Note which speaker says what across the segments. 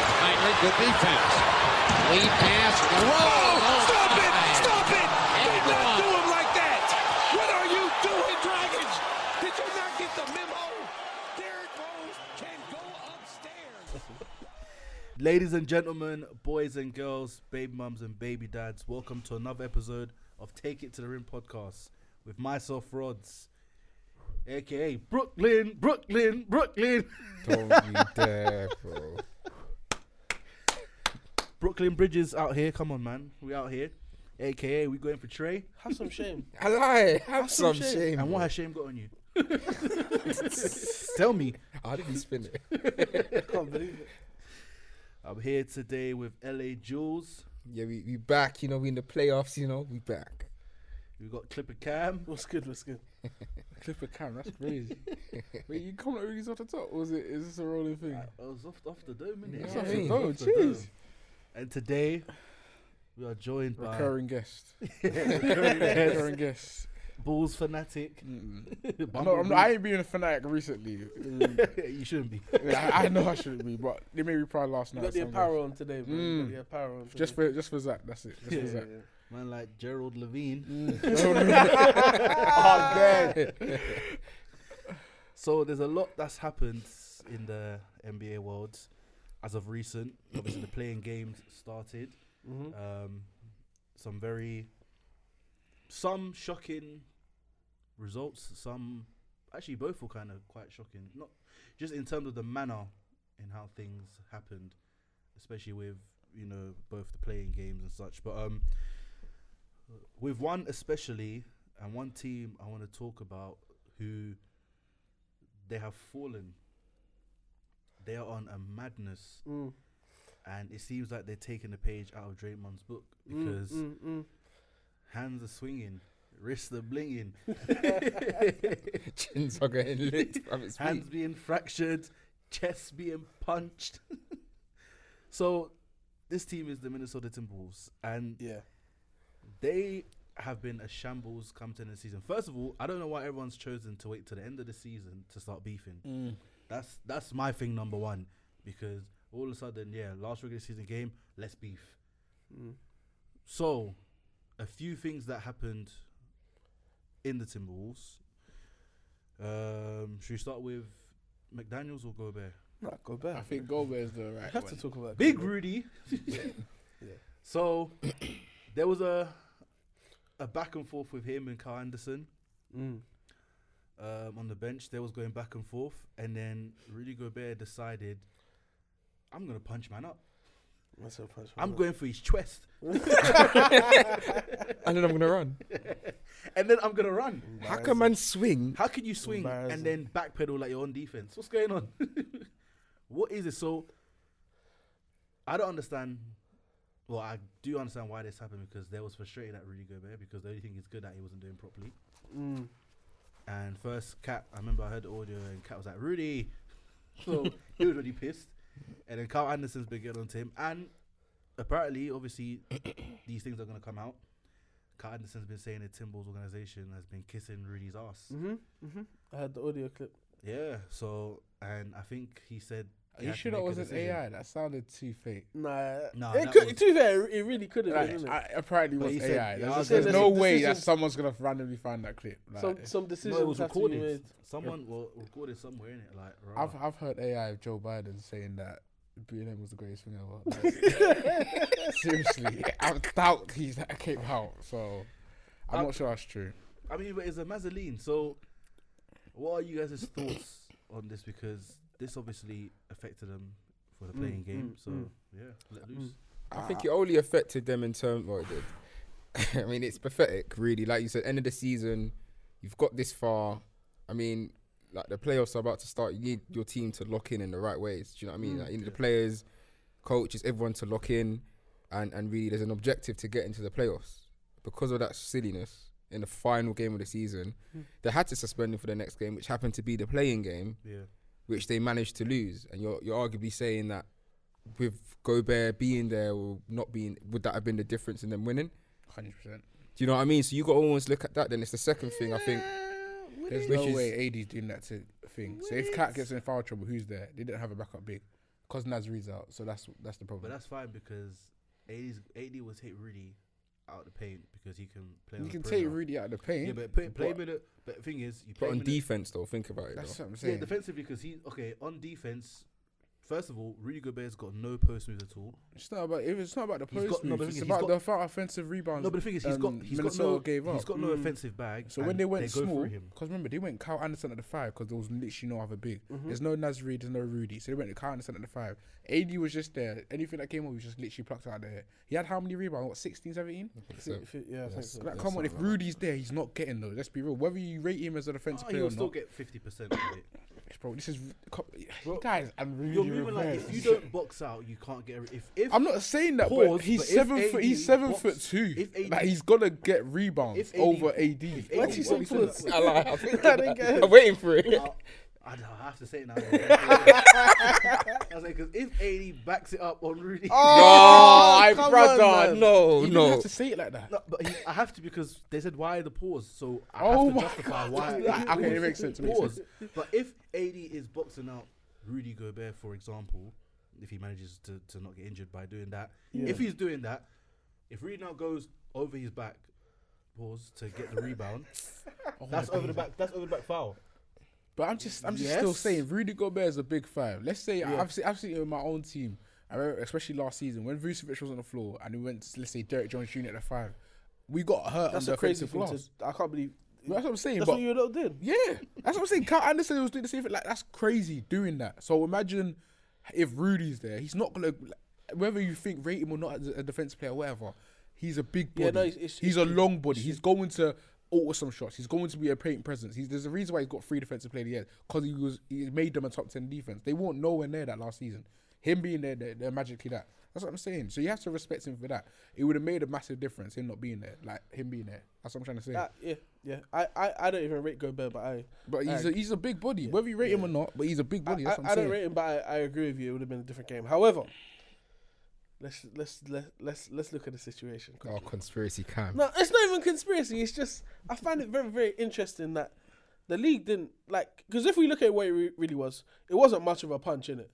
Speaker 1: the defense. Lead pass.
Speaker 2: Whoa! Oh, Stop it! Stop it! Do
Speaker 1: And
Speaker 2: not
Speaker 1: one.
Speaker 2: do him like that! What are you doing, Dragons? Did you not get the memo? Derrick Rose can go upstairs.
Speaker 3: Ladies and gentlemen, boys and girls, baby mums and baby dads, welcome to another episode of Take It to the Rim podcast with myself, Rods, aka Brooklyn, Brooklyn, Brooklyn,
Speaker 4: Don't you dare, bro.
Speaker 3: Brooklyn Bridges out here. Come on, man, we out here, aka we going for Trey. Have some shame.
Speaker 4: I lie. Have some shame.
Speaker 3: And
Speaker 4: bro.
Speaker 3: what has shame got on you? Tell me.
Speaker 4: How did he spin it?
Speaker 3: I'm here today with LA Jules.
Speaker 4: Yeah, we, we back. You know, we in the playoffs. You know, we back.
Speaker 3: We got Clipper Cam.
Speaker 5: What's good? What's good? Clipper Cam, that's crazy. Wait, you come like really off the top? Or was it? Is this a rolling thing?
Speaker 3: I I was Oh, off, off the dome, innit?
Speaker 4: That's
Speaker 3: Yeah.
Speaker 4: what I mean.
Speaker 3: Off
Speaker 5: Oh,
Speaker 3: the
Speaker 5: jeez.
Speaker 3: dome. And today, we are joined by
Speaker 5: Recurring guest.
Speaker 3: Yes.
Speaker 5: Recurring guest.
Speaker 3: Bulls fanatic.
Speaker 5: I'm not, I'm not, I ain't been a fanatic recently.
Speaker 3: you shouldn't be.
Speaker 5: I, I know I shouldn't be, but they made me proud last
Speaker 2: You
Speaker 5: night.
Speaker 2: got the
Speaker 5: so I'm
Speaker 2: power
Speaker 5: gonna-
Speaker 2: on today, bro. You
Speaker 5: Mm.
Speaker 2: got the power on.
Speaker 5: Just
Speaker 2: today.
Speaker 5: for just for Zach, that's it. Just for Zach.
Speaker 3: Man like Gerald
Speaker 5: Mm.
Speaker 3: Levine.
Speaker 5: oh, man.
Speaker 3: So there's a lot that's happened in the NBA world as of recent. Obviously, the playing games started.
Speaker 2: Mhm.
Speaker 3: Um, some very, some shocking results. Some actually both were kind of quite shocking. Not just in terms of the manner in how things happened, especially with you know both the playing games and such. But um, with one especially and one team, I want to talk about who they have fallen. They are on a madness
Speaker 2: Mm,
Speaker 3: and it seems like they're taking a page out of Draymond's book
Speaker 2: mm,
Speaker 3: because
Speaker 2: mm, mm.
Speaker 3: hands are swinging, wrists are blinging,
Speaker 4: Chins are getting lit. From its
Speaker 3: hands being fractured, chests being punched. so, this team is the Minnesota Timberwolves, and
Speaker 5: Yeah.
Speaker 3: they have been a shambles come to the end of the season. First of all, I don't know why everyone's chosen to wait to the end of the season to start beefing. That's that's my thing number one because all of a sudden, yeah, last regular season game, let's beef.
Speaker 2: Mm.
Speaker 3: So, a few things that happened in the Timberwolves. Um, should we start with McDaniels or Gobert?
Speaker 2: Not go back.
Speaker 5: I think Goldberg's the right
Speaker 2: I have
Speaker 5: one.
Speaker 2: to talk about
Speaker 3: Big
Speaker 2: Kobe.
Speaker 3: Rudy. So, there was a a back and forth with him and Carl Anderson.
Speaker 2: Mm.
Speaker 3: um, on the bench. They was going back and forth, and then Rudy Gobert decided, "I'm gonna punch man up.
Speaker 2: That's a punch
Speaker 3: I'm
Speaker 6: Uh-huh.
Speaker 2: man.
Speaker 3: going for his chest,
Speaker 4: and then I'm gonna run.
Speaker 3: and then I'm gonna run."
Speaker 4: How can man swing?
Speaker 3: How can you swing and
Speaker 2: Embarrassing.
Speaker 3: then backpedal like you're on defense? What's going on? what is it? So I don't understand. Well, I do understand why this happened because they was frustrated at Rudy Gobert because the only thing he's good at he wasn't doing properly.
Speaker 2: Mm.
Speaker 3: And first, Cat, I remember I heard the audio and Cat was like, Rudy. So he was really pissed. And then Carl Anderson's been getting on to him. And apparently, obviously, these things are going to come out. Carl Anderson's been saying the Timberwolves organization has been kissing Rudy's ass.
Speaker 2: Mm-hmm. Mm-hmm. I had the audio clip.
Speaker 3: Yeah. So, and I think he said.
Speaker 5: Are you sure that wasn't AI? That sounded too fake.
Speaker 2: Nah.
Speaker 3: Nah,
Speaker 2: It
Speaker 3: that
Speaker 2: could,
Speaker 3: was-
Speaker 2: to be fair, it really could have
Speaker 5: Like,
Speaker 2: been. innit?
Speaker 5: I, apparently
Speaker 3: But
Speaker 5: was
Speaker 3: he
Speaker 5: AI.
Speaker 3: said- yeah, I
Speaker 5: there's
Speaker 3: was
Speaker 5: there's
Speaker 3: gonna
Speaker 5: no
Speaker 2: say-
Speaker 5: way that
Speaker 2: decisions-
Speaker 5: someone's gonna randomly find that clip. Like,
Speaker 2: some some
Speaker 3: No,
Speaker 2: decisions
Speaker 3: it was
Speaker 2: have to be
Speaker 3: recorded.
Speaker 2: made.
Speaker 3: Someone well, recorded somewhere in it. Like, rah.
Speaker 5: I've I've heard AI of Joe Biden saying that BLM was the greatest thing ever. Like, seriously, I doubt he's that came out. So I'm
Speaker 3: Um,
Speaker 5: not sure that's true.
Speaker 3: I mean, but it's a Mazzoline. So, what are you guys' thoughts on this? Because this obviously affected them for the playing game.
Speaker 2: mm,
Speaker 3: so,
Speaker 2: mm.
Speaker 3: yeah, let loose.
Speaker 4: I think it only affected them in terms. Well, it did. I mean, it's pathetic, really. Like you said, end of the season, you've got this far. I mean, like the playoffs are about to start. You need your team to lock in in the right ways. Do you know what I mean? Like, you need the players, coaches, everyone to lock in, and and really, there's an objective to get into the playoffs. Because of that silliness in the final game of the season, they had to suspend him for the next game, which happened to be the playing game
Speaker 3: Yeah.
Speaker 4: which they managed to lose. And you're you're arguably saying that with Gobert being there or not being, would that have been the difference in them winning?
Speaker 5: Hundred percent.
Speaker 4: Do you know what I mean? So you got to almost look at that. Then it's the second thing I think.
Speaker 5: There's
Speaker 4: Which
Speaker 5: no
Speaker 4: is-
Speaker 5: way AD's doing that to thing. So if Cat gets in foul trouble, who's there? They didn't have a backup big. because Naz Reed's out, so that's that's the
Speaker 3: But
Speaker 5: problem.
Speaker 3: that's fine because 80s, 80 was hit really out of the paint because he can play. on
Speaker 5: you
Speaker 3: the
Speaker 5: can take
Speaker 3: perimeter.
Speaker 5: Rudy out of the paint.
Speaker 3: Yeah, but play, play
Speaker 5: but-
Speaker 3: him in the. But the thing is, you
Speaker 4: But
Speaker 3: play
Speaker 4: on
Speaker 3: him in the-
Speaker 4: defense, though, think about it.
Speaker 5: that's
Speaker 4: though.
Speaker 5: what I'm
Speaker 3: Yeah,
Speaker 5: saying.
Speaker 3: defensively because he okay on defense. First of all, Rudy Gobert's got no post moves at all.
Speaker 5: it's not about if it's not about the
Speaker 3: He's
Speaker 5: post
Speaker 3: got- no,
Speaker 5: moves,
Speaker 3: but the
Speaker 5: it's
Speaker 3: thing is,
Speaker 5: about
Speaker 3: he's
Speaker 5: the far offensive rebounds.
Speaker 3: No, but the thing is, he's got
Speaker 5: um,
Speaker 3: he's got
Speaker 5: Minnesota
Speaker 3: no
Speaker 5: gave up.
Speaker 3: he's got no
Speaker 5: Mm.
Speaker 3: offensive bag.
Speaker 5: So when they went
Speaker 3: go
Speaker 5: small,
Speaker 3: through him.
Speaker 5: because remember they went Kyle Anderson at the five because there was literally no other big.
Speaker 3: Mm-hmm.
Speaker 5: There's no Naz Reid, there's no Rudy, so they went to Kyle Anderson at the five. AD was just there. Anything that came up was just literally plucked out there. He had how many rebounds? What 16, 17?
Speaker 4: So,
Speaker 6: yeah, I think
Speaker 4: Yes.
Speaker 6: so.
Speaker 5: Like,
Speaker 4: Yeah,
Speaker 5: come on,
Speaker 4: something like
Speaker 5: if Rudy's there, he's not getting those. Let's be real. Whether you rate him as a defensive
Speaker 3: Ah,
Speaker 5: player
Speaker 3: he'll
Speaker 5: or
Speaker 3: still
Speaker 5: not,
Speaker 3: get fifty percent of it.
Speaker 5: bro, this is co-
Speaker 3: Bro,
Speaker 5: guys. I'm
Speaker 3: You're
Speaker 5: really
Speaker 3: moving like if you
Speaker 5: reversed.
Speaker 3: don't box out, you can't get. If if
Speaker 5: I'm not saying that,
Speaker 3: Pause,
Speaker 5: but he's
Speaker 3: but if
Speaker 5: seven
Speaker 3: AD
Speaker 5: foot. He's seven
Speaker 3: box-
Speaker 5: foot two.
Speaker 3: if AD
Speaker 5: like he's gonna get rebounds
Speaker 3: if AD
Speaker 5: over AD.
Speaker 3: if
Speaker 5: Why
Speaker 3: AD
Speaker 5: did you say
Speaker 3: box
Speaker 5: foot?
Speaker 3: out-
Speaker 4: I lie. I'm thinking
Speaker 6: I didn't
Speaker 4: that.
Speaker 6: get it.
Speaker 4: I'm waiting for it.
Speaker 3: I'll- I, don't- I have to say it now. I was like, because if AD backs it up on Rudy,
Speaker 4: Oh, I
Speaker 6: come on,
Speaker 4: brother,
Speaker 6: man.
Speaker 4: no,
Speaker 5: You
Speaker 4: no.
Speaker 5: don't have to say it like that.
Speaker 3: No, but he, I have to because they said why the pause, so I
Speaker 5: Oh
Speaker 3: have to
Speaker 5: my
Speaker 3: justify why.
Speaker 5: God. Okay, it makes sense, it makes
Speaker 3: pause. But if AD is boxing out Rudy Gobert, for example, if he manages to, to not get injured by doing that, if he's doing that, if Rudy now goes over his back, pause to get the rebound.
Speaker 5: Oh
Speaker 3: that's over the back. That's over the back foul.
Speaker 5: But I'm just, I'm just still
Speaker 3: Yes.
Speaker 5: saying Rudy Gobert is a big five. Let's say I've, seen, I've seen it in my own team. I remember, especially last season when Vucevic was on the floor and we went, let's say Derek Jones Jr. at the five, we got hurt
Speaker 6: That's
Speaker 5: on the
Speaker 6: a crazy
Speaker 5: offensive
Speaker 6: thing.
Speaker 5: glass.
Speaker 6: To, I can't believe.
Speaker 5: That's what I'm saying.
Speaker 6: That's
Speaker 5: but
Speaker 6: what you lot did.
Speaker 5: Yeah, that's what I'm saying. Kyle Anderson was doing the same thing. Like that's crazy doing that. So imagine if Rudy's there, he's not gonna. Like, whether you think rate him or not as a defense player, whatever, he's a big body.
Speaker 6: Yeah, no, it's- it's-
Speaker 5: he's a long body. He's going to alter some shots. He's going to be a paint presence. He's, there's a reason why he's got three defensive player of the year because he was he made them a top ten defense. They weren't nowhere near that last season. Him being there, they're, they're magically that. That's what I'm saying. So you have to respect him for that. It would have made a massive difference him not being there, like him being there. That's what I'm trying to say.
Speaker 6: Ah, yeah, yeah. I, I, I don't even rate Gobert, but I,
Speaker 5: But he's a, he's a big body. Whether you rate him or not, but he's a big
Speaker 6: I,
Speaker 5: body. that's
Speaker 6: I-
Speaker 5: what I'm
Speaker 6: I
Speaker 5: saying.
Speaker 6: don't rate him. But I, I agree with you. It would have been a different game. However, let's let's let, let's let's look at the situation.
Speaker 4: Oh, conspiracy cam.
Speaker 6: No, it's not even conspiracy. It's just I find it very very interesting that the league didn't like because if we look at what it re- really was, it wasn't much of a punch in it.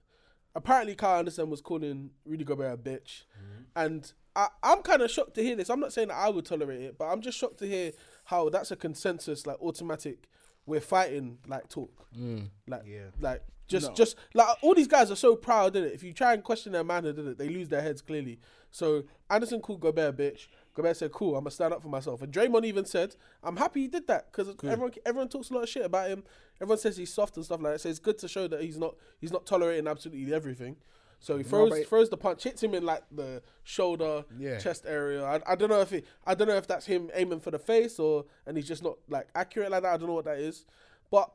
Speaker 6: Apparently, Kyle Anderson was calling Rudy Gobert a bitch,
Speaker 5: Mm-hmm.
Speaker 6: and I, I'm kind of shocked to hear this. I'm not saying that I would tolerate it, but I'm just shocked to hear how that's a consensus, like automatic. We're fighting like talk,
Speaker 5: Mm.
Speaker 6: like
Speaker 3: Yeah.
Speaker 6: like just just like all these guys are so proud in it. If you try and question their manhood in it, they lose their heads clearly. So Anderson called Gobert a bitch. Gobert said, "Cool, I'm gonna stand up for myself." And Draymond even said, "I'm happy he did that because everyone everyone talks a lot of shit about him. Everyone says he's soft and stuff like that. So it's good to show that he's not he's not tolerating absolutely everything." So he throws
Speaker 5: but-
Speaker 6: throws the punch, hits him in like the shoulder,
Speaker 5: Yeah.
Speaker 6: chest area. I, I don't know if it, I don't know if that's him aiming for the face or and he's just not like accurate like that. I don't know what that is, but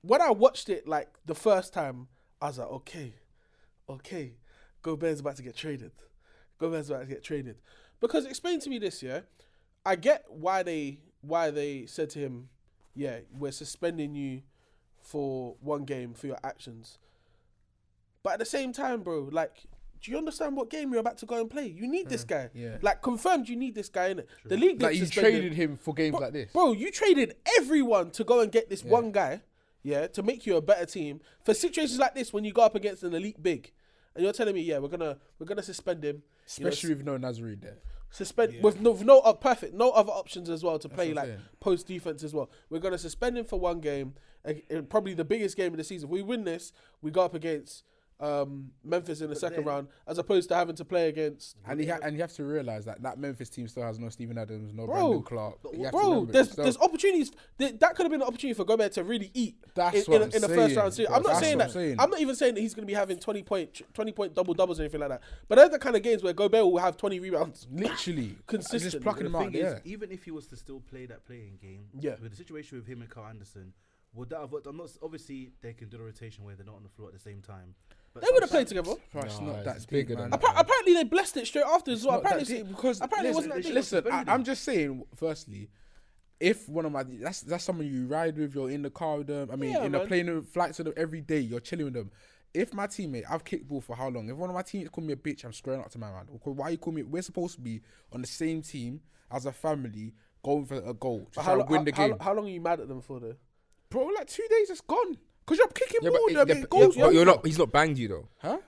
Speaker 6: when I watched it like the first time, I was like, okay, okay, Gobert's about to get traded. Gobert's about to get traded. Because explain to me this, yeah. I get why they why they said to him, Yeah, we're suspending you for one game for your actions. But at the same time, bro, like do you understand what game you're about to go and play? You need this guy.
Speaker 5: Hmm, yeah.
Speaker 6: Like confirmed you need this guy in it. The league didn't
Speaker 5: Like you
Speaker 6: suspend him.
Speaker 5: traded him for games
Speaker 6: Bro-
Speaker 5: like this.
Speaker 6: Bro, you traded everyone to go and get this one guy, yeah, to make you a better team. For situations like this when you go up against an elite big and you're telling me, yeah, we're gonna we're gonna suspend him. you know,
Speaker 5: Especially with no Naz Reid there.
Speaker 6: suspend with no, with no uh, perfect, no other options as well to play
Speaker 5: what
Speaker 6: like
Speaker 5: I'm saying.
Speaker 6: post defense as well. We're gonna suspend him for one game, and, and probably the biggest game of the season. If we win this, we go up against um, Memphis in the second round, as opposed to having to play against.
Speaker 5: And he ha- and you have to realize that that Memphis team still has no Stephen Adams, no
Speaker 6: Bro,
Speaker 5: Brandon Clark. You have to
Speaker 6: Bro,
Speaker 5: remember
Speaker 6: there's
Speaker 5: that. So
Speaker 6: there's opportunities. Th- that could have been an opportunity for Gobert to really eat in,
Speaker 5: That's what
Speaker 6: in,
Speaker 5: I'm
Speaker 6: in the first
Speaker 5: saying,
Speaker 6: round series.
Speaker 5: bro.
Speaker 6: I'm not
Speaker 5: That's
Speaker 6: saying
Speaker 5: what
Speaker 6: that.
Speaker 5: I'm saying.
Speaker 6: I'm not even saying that he's going to be having 20 point 20 point double doubles or anything like that. But they're the kind of games where Gobert will have 20 rebounds.
Speaker 5: literally
Speaker 6: consistent.
Speaker 5: Just plucking
Speaker 3: The
Speaker 5: him out.
Speaker 3: thing is,
Speaker 5: Yeah.
Speaker 3: even if he was to still play that playing game,
Speaker 6: Yeah.
Speaker 3: with the situation with him and Carl Anderson, would that have worked? I'm not s- obviously they can do the rotation where they're not on the floor at the same time. But
Speaker 6: They would have played together.
Speaker 5: Bro, it's
Speaker 4: Nah,
Speaker 5: not
Speaker 4: it's
Speaker 5: that
Speaker 4: bigger
Speaker 5: big,
Speaker 4: than
Speaker 5: man.
Speaker 4: that.
Speaker 6: Appa- apparently they blessed it straight after as well.
Speaker 5: Not that
Speaker 6: Apparently,
Speaker 5: deep, because
Speaker 6: apparently it
Speaker 5: listen,
Speaker 6: wasn't that deep.
Speaker 5: listen,
Speaker 3: Suspended
Speaker 5: I,
Speaker 3: him.
Speaker 5: am just saying. Firstly, if one of my that's that's someone you ride with, you're in the car with them. I mean,
Speaker 6: Yeah,
Speaker 5: in
Speaker 6: man.
Speaker 5: the plane with flights with them every day, you're chilling with them. If my teammate, I've kicked ball for how long? If one of my teammates call me a bitch, I'm squaring up to my man. Okay, Why you call me? We're supposed to be on the same team as a family, going for a goal to
Speaker 6: But
Speaker 5: try
Speaker 6: how,
Speaker 5: and
Speaker 6: lo-
Speaker 5: win the
Speaker 6: how- how
Speaker 5: game.
Speaker 6: lo- how long are you mad at them for though?
Speaker 5: Bro, like two days, it's gone. because you're kicking
Speaker 4: Yeah, but,
Speaker 5: ball.
Speaker 4: it-
Speaker 5: there,
Speaker 4: yeah,
Speaker 5: but it
Speaker 4: but-
Speaker 5: goes,
Speaker 4: yeah, but you're
Speaker 5: yeah.
Speaker 4: not. He's not banged you though.
Speaker 5: Huh?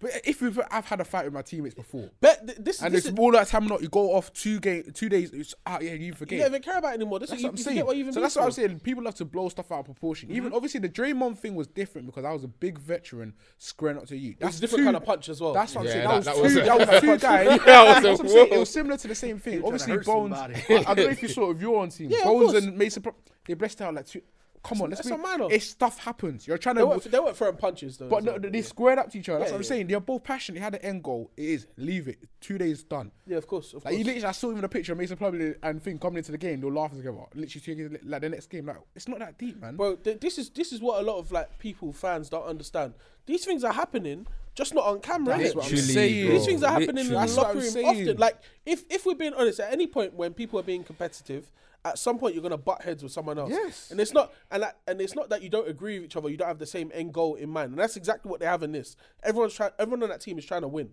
Speaker 5: But if we've, I've had a fight with my teammates before,
Speaker 6: But th- this,
Speaker 5: and
Speaker 6: this
Speaker 5: it's
Speaker 6: is,
Speaker 5: all that time not you go off two game, two days. It's ah yeah, you
Speaker 6: you
Speaker 5: forget.
Speaker 6: don't even care about it anymore. This
Speaker 5: That's
Speaker 6: is
Speaker 5: what
Speaker 6: you,
Speaker 5: I'm
Speaker 6: you
Speaker 5: saying.
Speaker 6: forget what you even Mm-hmm.
Speaker 5: so
Speaker 6: mean
Speaker 5: that's what
Speaker 6: for.
Speaker 5: I'm saying. People love to blow stuff out of proportion. Even obviously the Draymond thing was different because I was a big veteran squaring up to you. That's
Speaker 6: It's a different
Speaker 5: two-
Speaker 6: kind of punch as well.
Speaker 5: That's what I'm
Speaker 4: Yeah,
Speaker 5: saying.
Speaker 4: that-
Speaker 5: That, was two.
Speaker 4: that
Speaker 5: That
Speaker 4: was
Speaker 5: was two guys.
Speaker 4: that was
Speaker 5: That's what
Speaker 4: a-
Speaker 5: I'm saying. It
Speaker 4: whoa.
Speaker 5: was similar to the same thing.
Speaker 3: trying to
Speaker 5: Obviously,
Speaker 3: hurt
Speaker 5: Bones.
Speaker 3: somebody.
Speaker 5: I I don't know if you saw of your own team.
Speaker 6: Yeah, of
Speaker 5: Bones
Speaker 6: course.
Speaker 5: and Mason. Pro- They blessed out like two. Come on, let's
Speaker 6: That's
Speaker 5: be.
Speaker 6: not minor.
Speaker 5: It's stuff happens. You're trying
Speaker 6: they weren't
Speaker 5: to.
Speaker 6: they weren't throwing punches though.
Speaker 5: But
Speaker 6: so-
Speaker 5: no, they squared up to each other. That's
Speaker 6: Yeah,
Speaker 5: what I'm
Speaker 6: yeah.
Speaker 5: saying. They're both passionate. They had an end goal. It is leave it. Two days done.
Speaker 6: yeah, of course, of
Speaker 5: Like
Speaker 6: course.
Speaker 5: you literally, I saw even a picture of Mason Plumlee and Thing coming into the game. They were laughing together. Literally, two years- like the next game, like it's not that deep, man.
Speaker 6: Bro, th- this is this is what a lot of like people fans don't understand. These things are happening, just not on camera.
Speaker 5: That's
Speaker 6: innit?
Speaker 5: what I'm
Speaker 4: Literally,
Speaker 5: saying.
Speaker 4: bro.
Speaker 6: These things are happening in the
Speaker 5: That's what I'm
Speaker 6: locker room
Speaker 5: saying.
Speaker 6: often. Like if if we're being honest, at any point when people are being competitive, at some point you're gonna butt heads with someone else.
Speaker 5: Yes.
Speaker 6: And it's not and that, and it's not that you don't agree with each other. You don't have the same end goal in mind. And that's exactly what they have in this. Everyone's trying. Everyone on that team is trying to win.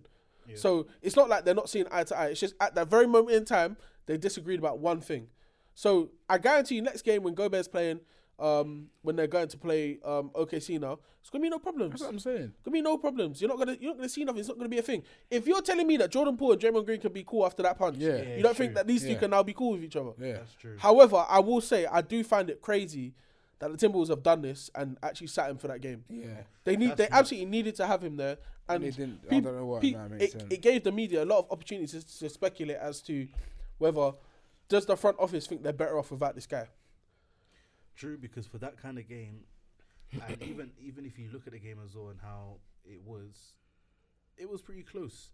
Speaker 6: So it's not like they're not seeing eye to eye. It's just at that very moment in time they disagreed about one thing. So I guarantee you, next game when Gobert playing, um, when they're going to play um, OKC now, it's gonna be no problems.
Speaker 5: That's what I'm saying.
Speaker 6: Gonna be no problems. You're not gonna you're not gonna see nothing. It's not gonna be a thing. If you're telling me that Jordan Poole and Draymond Green can be cool after that punch,
Speaker 5: Yeah.
Speaker 6: you don't think that these two
Speaker 5: Yeah.
Speaker 6: can now be cool with each other.
Speaker 5: Yeah.
Speaker 3: That's true.
Speaker 6: However, I will say I do find it crazy that the Timberwolves have done this and actually sat him for that game.
Speaker 5: Yeah.
Speaker 6: They need they absolutely needed to have him there. And
Speaker 5: they didn't- I
Speaker 6: peop-
Speaker 5: don't know why,
Speaker 6: peop-
Speaker 5: nah, it makes
Speaker 6: it,
Speaker 5: sense.
Speaker 6: it gave the media a lot of opportunities to, to speculate as to whether does the front office think they're better off without this guy.
Speaker 3: True, because for that kind of game, and even even if you look at the game as well and how it was, it was pretty close.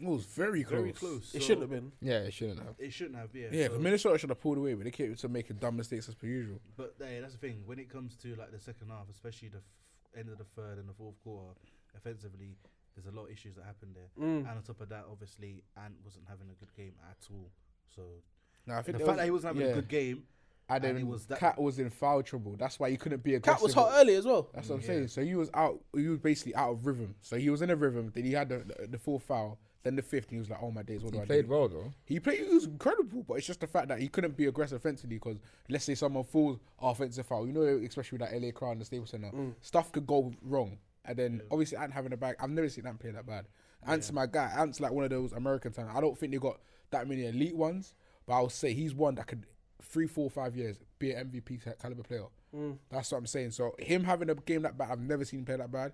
Speaker 5: It was very close.
Speaker 3: Very close.
Speaker 6: It
Speaker 3: So
Speaker 6: shouldn't have been.
Speaker 4: Yeah, it shouldn't have.
Speaker 3: It shouldn't have. Yeah.
Speaker 5: Yeah,
Speaker 3: so-
Speaker 5: but Minnesota should have pulled away, but they kept to making dumb mistakes as per usual.
Speaker 3: But yeah, that's the thing. When it comes to like the second half, especially the f- end of the third and the fourth quarter, offensively, there's a lot of issues that happened there. And on top of that, obviously, Ant wasn't having a good game at all. So
Speaker 5: Now I
Speaker 3: the fact
Speaker 5: think there was-
Speaker 3: that he wasn't having
Speaker 5: yeah.
Speaker 3: a good game,
Speaker 5: And
Speaker 3: and
Speaker 5: then
Speaker 3: it was that-
Speaker 5: Cat was in foul trouble. That's why he couldn't be aggressive.
Speaker 6: Cat was hot early as well.
Speaker 5: That's what I'm saying. So he was out. He was basically out of rhythm. So he was in a rhythm. Then he had the, the, the fourth foul. Then the fifth. And he was like, "Oh my days, what do
Speaker 4: He
Speaker 5: I
Speaker 4: played
Speaker 5: do?"
Speaker 4: well though.
Speaker 5: He played. He was incredible, but it's just the fact that he couldn't be aggressive offensively because let's say someone falls offensive foul. You know, especially with that LA crowd in the Staples Center, stuff could go wrong. And then obviously Ant having a bag. I've never seen Ant play that bad. Ant's my guy. Ant's like one of those American talent. I don't think they got that many elite ones, but I'll say he's one that could three, four, five years be an MVP type caliber player. That's what I'm saying. So him having a game that bad, I've never seen him play that bad.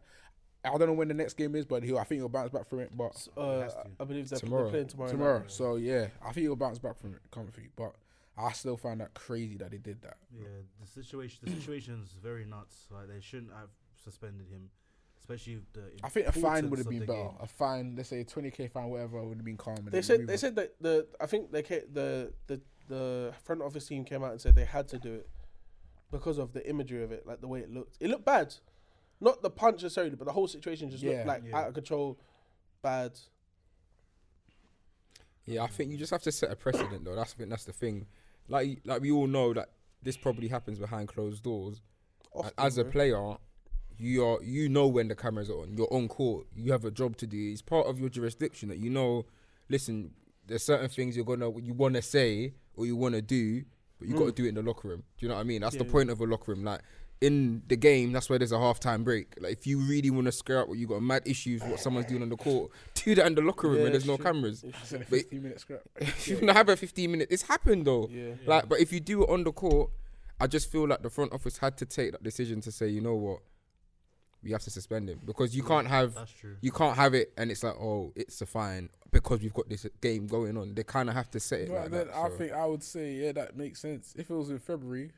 Speaker 5: I don't know when the next game is, but he'll, I think he'll bounce back from it. But
Speaker 6: Uh, I believe they're, they're
Speaker 4: Tomorrow.
Speaker 6: playing tomorrow. night.
Speaker 5: tomorrow. So yeah, I think he'll bounce back from it comfy. But I still find that crazy that they did that.
Speaker 3: yeah, the situation the situation's very nuts. Like they shouldn't have suspended him, especially with the.
Speaker 5: I think a fine
Speaker 3: importance
Speaker 5: would have
Speaker 3: of
Speaker 5: been
Speaker 3: the
Speaker 5: better.
Speaker 3: game.
Speaker 5: A fine, let's say a twenty k fine, whatever, would have been calm. and
Speaker 6: They
Speaker 5: then
Speaker 6: said
Speaker 5: move
Speaker 6: they
Speaker 5: on.
Speaker 6: said that the I think they ca- the the the front office team came out and said they had to do it because of the imagery of it, like the way it looked. It looked bad, not the punch necessarily, but the whole situation just
Speaker 5: Yeah.
Speaker 6: looked like
Speaker 3: Yeah.
Speaker 6: out of control, bad.
Speaker 4: Yeah, I think you just have to set a precedent though. That's the- that's the thing. Like like we all know that this probably happens behind closed doors. And
Speaker 6: Often,
Speaker 4: as a
Speaker 6: bro.
Speaker 4: player, you are you know when the cameras are on. You're on court. You have a job to do. It's part of your jurisdiction that you know. Listen, there's certain things you're gonna you want to say or you want to do, but you got to
Speaker 6: Mm.
Speaker 4: do it in the locker room. Do you know what I mean? That's the point of a locker room. Like in the game, that's where there's a halftime break. Like if you really want to scare up, or you got mad issues with what someone's doing on the court, do that in the locker room
Speaker 6: Yeah,
Speaker 4: where there's
Speaker 6: it's
Speaker 4: no
Speaker 6: true.
Speaker 4: cameras.
Speaker 5: It's in a
Speaker 4: But-
Speaker 5: fifteen minute scrap.
Speaker 4: you can have a 15 minute. It's happened though.
Speaker 6: Yeah.
Speaker 4: Like, but if you do it on the court, I just feel like the front office had to take that decision to say, you know what, we have to suspend him because you can't have
Speaker 3: That's true.
Speaker 4: you can't have it and it's like, oh, it's a fine because we've got this game going on. They kind of have to set it.
Speaker 5: Well,
Speaker 4: like
Speaker 5: then
Speaker 4: that,
Speaker 5: I
Speaker 4: so.
Speaker 5: think I would say yeah, that makes sense. If it was in February,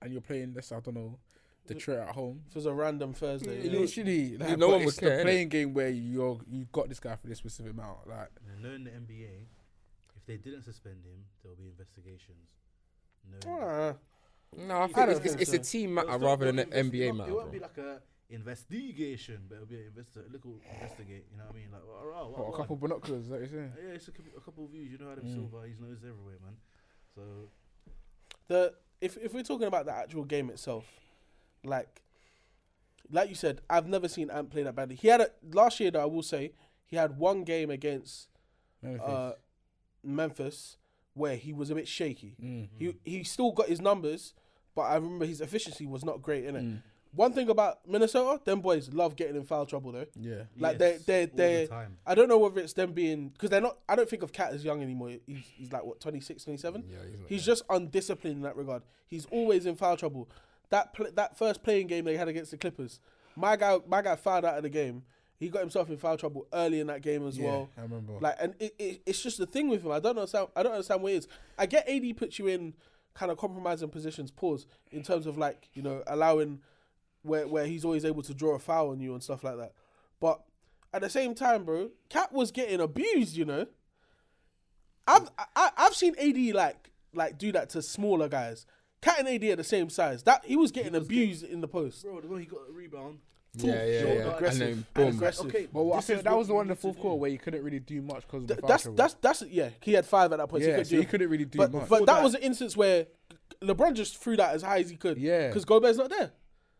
Speaker 5: and you're playing this, I don't know, Detroit at home.
Speaker 6: If it was a random Thursday.
Speaker 5: It
Speaker 6: yeah.
Speaker 5: Literally, like,
Speaker 4: no
Speaker 5: but
Speaker 4: one
Speaker 5: it's
Speaker 4: would
Speaker 5: the
Speaker 4: care, innit?
Speaker 5: playing game where you're you got this guy for this specific amount. Like
Speaker 3: And knowing the NBA, if they didn't suspend him, there'll be investigations. No.
Speaker 6: Ah,
Speaker 4: no, I
Speaker 6: don't
Speaker 4: think it's,
Speaker 6: think
Speaker 4: it's, it's a team matter
Speaker 3: It'll still-
Speaker 4: rather than an
Speaker 3: it'll invest-
Speaker 4: NBA
Speaker 3: it won't-
Speaker 4: matter.
Speaker 3: It won't
Speaker 4: bro.
Speaker 3: be like a investigation, but it'll be an investor. Look, we'll investigate. You know what I mean? Like, oh, oh,
Speaker 5: what, a couple Mm. binoculars. Is that what you're saying?
Speaker 3: Yeah, it's a couple, a couple of views. You know Adam Silver, he's nose everywhere, man. So
Speaker 6: the if if we're talking about the actual game itself, like like you said, I've never seen Ant play that badly. He had a last year though. I will say he had one game against
Speaker 5: Memphis.
Speaker 6: uh, Memphis where he was a bit shaky.
Speaker 5: Mm. Mm.
Speaker 6: He he still got his numbers, but I remember his efficiency was not great in it. One thing about Minnesota, them boys love getting in foul trouble though.
Speaker 5: Yeah.
Speaker 6: Like
Speaker 3: Yes,
Speaker 6: they
Speaker 3: all
Speaker 6: they
Speaker 3: the
Speaker 6: they
Speaker 3: time.
Speaker 6: I don't know whether it's them being because they're not. I don't think of Cat as young anymore. He's, he's like what 26, 27?
Speaker 4: Yeah, he's not
Speaker 6: he's just undisciplined in that regard. He's always in foul trouble. That pl- that first playing game they had against the Clippers, my guy my guy fouled out of the game. He got himself in foul trouble early in that game as
Speaker 5: Yeah,
Speaker 6: well.
Speaker 5: I remember.
Speaker 6: Like and it, it, it's just the thing with him. I don't understand. I don't understand what it is. I get AD puts you in kind of compromising positions. Pause in terms of like you know allowing where where he's always able to draw a foul on you and stuff like that. But at the same time, bro, Cat was getting abused. You know, I've I, I've seen AD like like do that to smaller guys. Cat and AD are the same size. That he was getting abused in the post.
Speaker 3: Bro, the one he got a rebound.
Speaker 4: Yeah, yeah,
Speaker 3: Short,
Speaker 4: yeah.
Speaker 3: aggressive,
Speaker 4: And then
Speaker 6: and
Speaker 4: boom.
Speaker 6: aggressive.
Speaker 3: Okay,
Speaker 5: But what I
Speaker 3: this
Speaker 5: think
Speaker 3: is
Speaker 5: that
Speaker 3: what
Speaker 5: was the
Speaker 3: you
Speaker 5: one in the
Speaker 3: need to
Speaker 5: fourth
Speaker 3: do.
Speaker 5: quarter where you couldn't really do much because of the
Speaker 6: Th-
Speaker 5: foul
Speaker 6: that's
Speaker 5: trouble.
Speaker 6: that's that's yeah. He had five at that point.
Speaker 5: yeah,
Speaker 6: he could
Speaker 5: so
Speaker 6: do
Speaker 5: you couldn't really do
Speaker 6: but
Speaker 5: much.
Speaker 6: but that
Speaker 3: that-
Speaker 6: was an instance where LeBron just threw that as high as he could.
Speaker 5: Yeah.
Speaker 6: because Gobert's not there.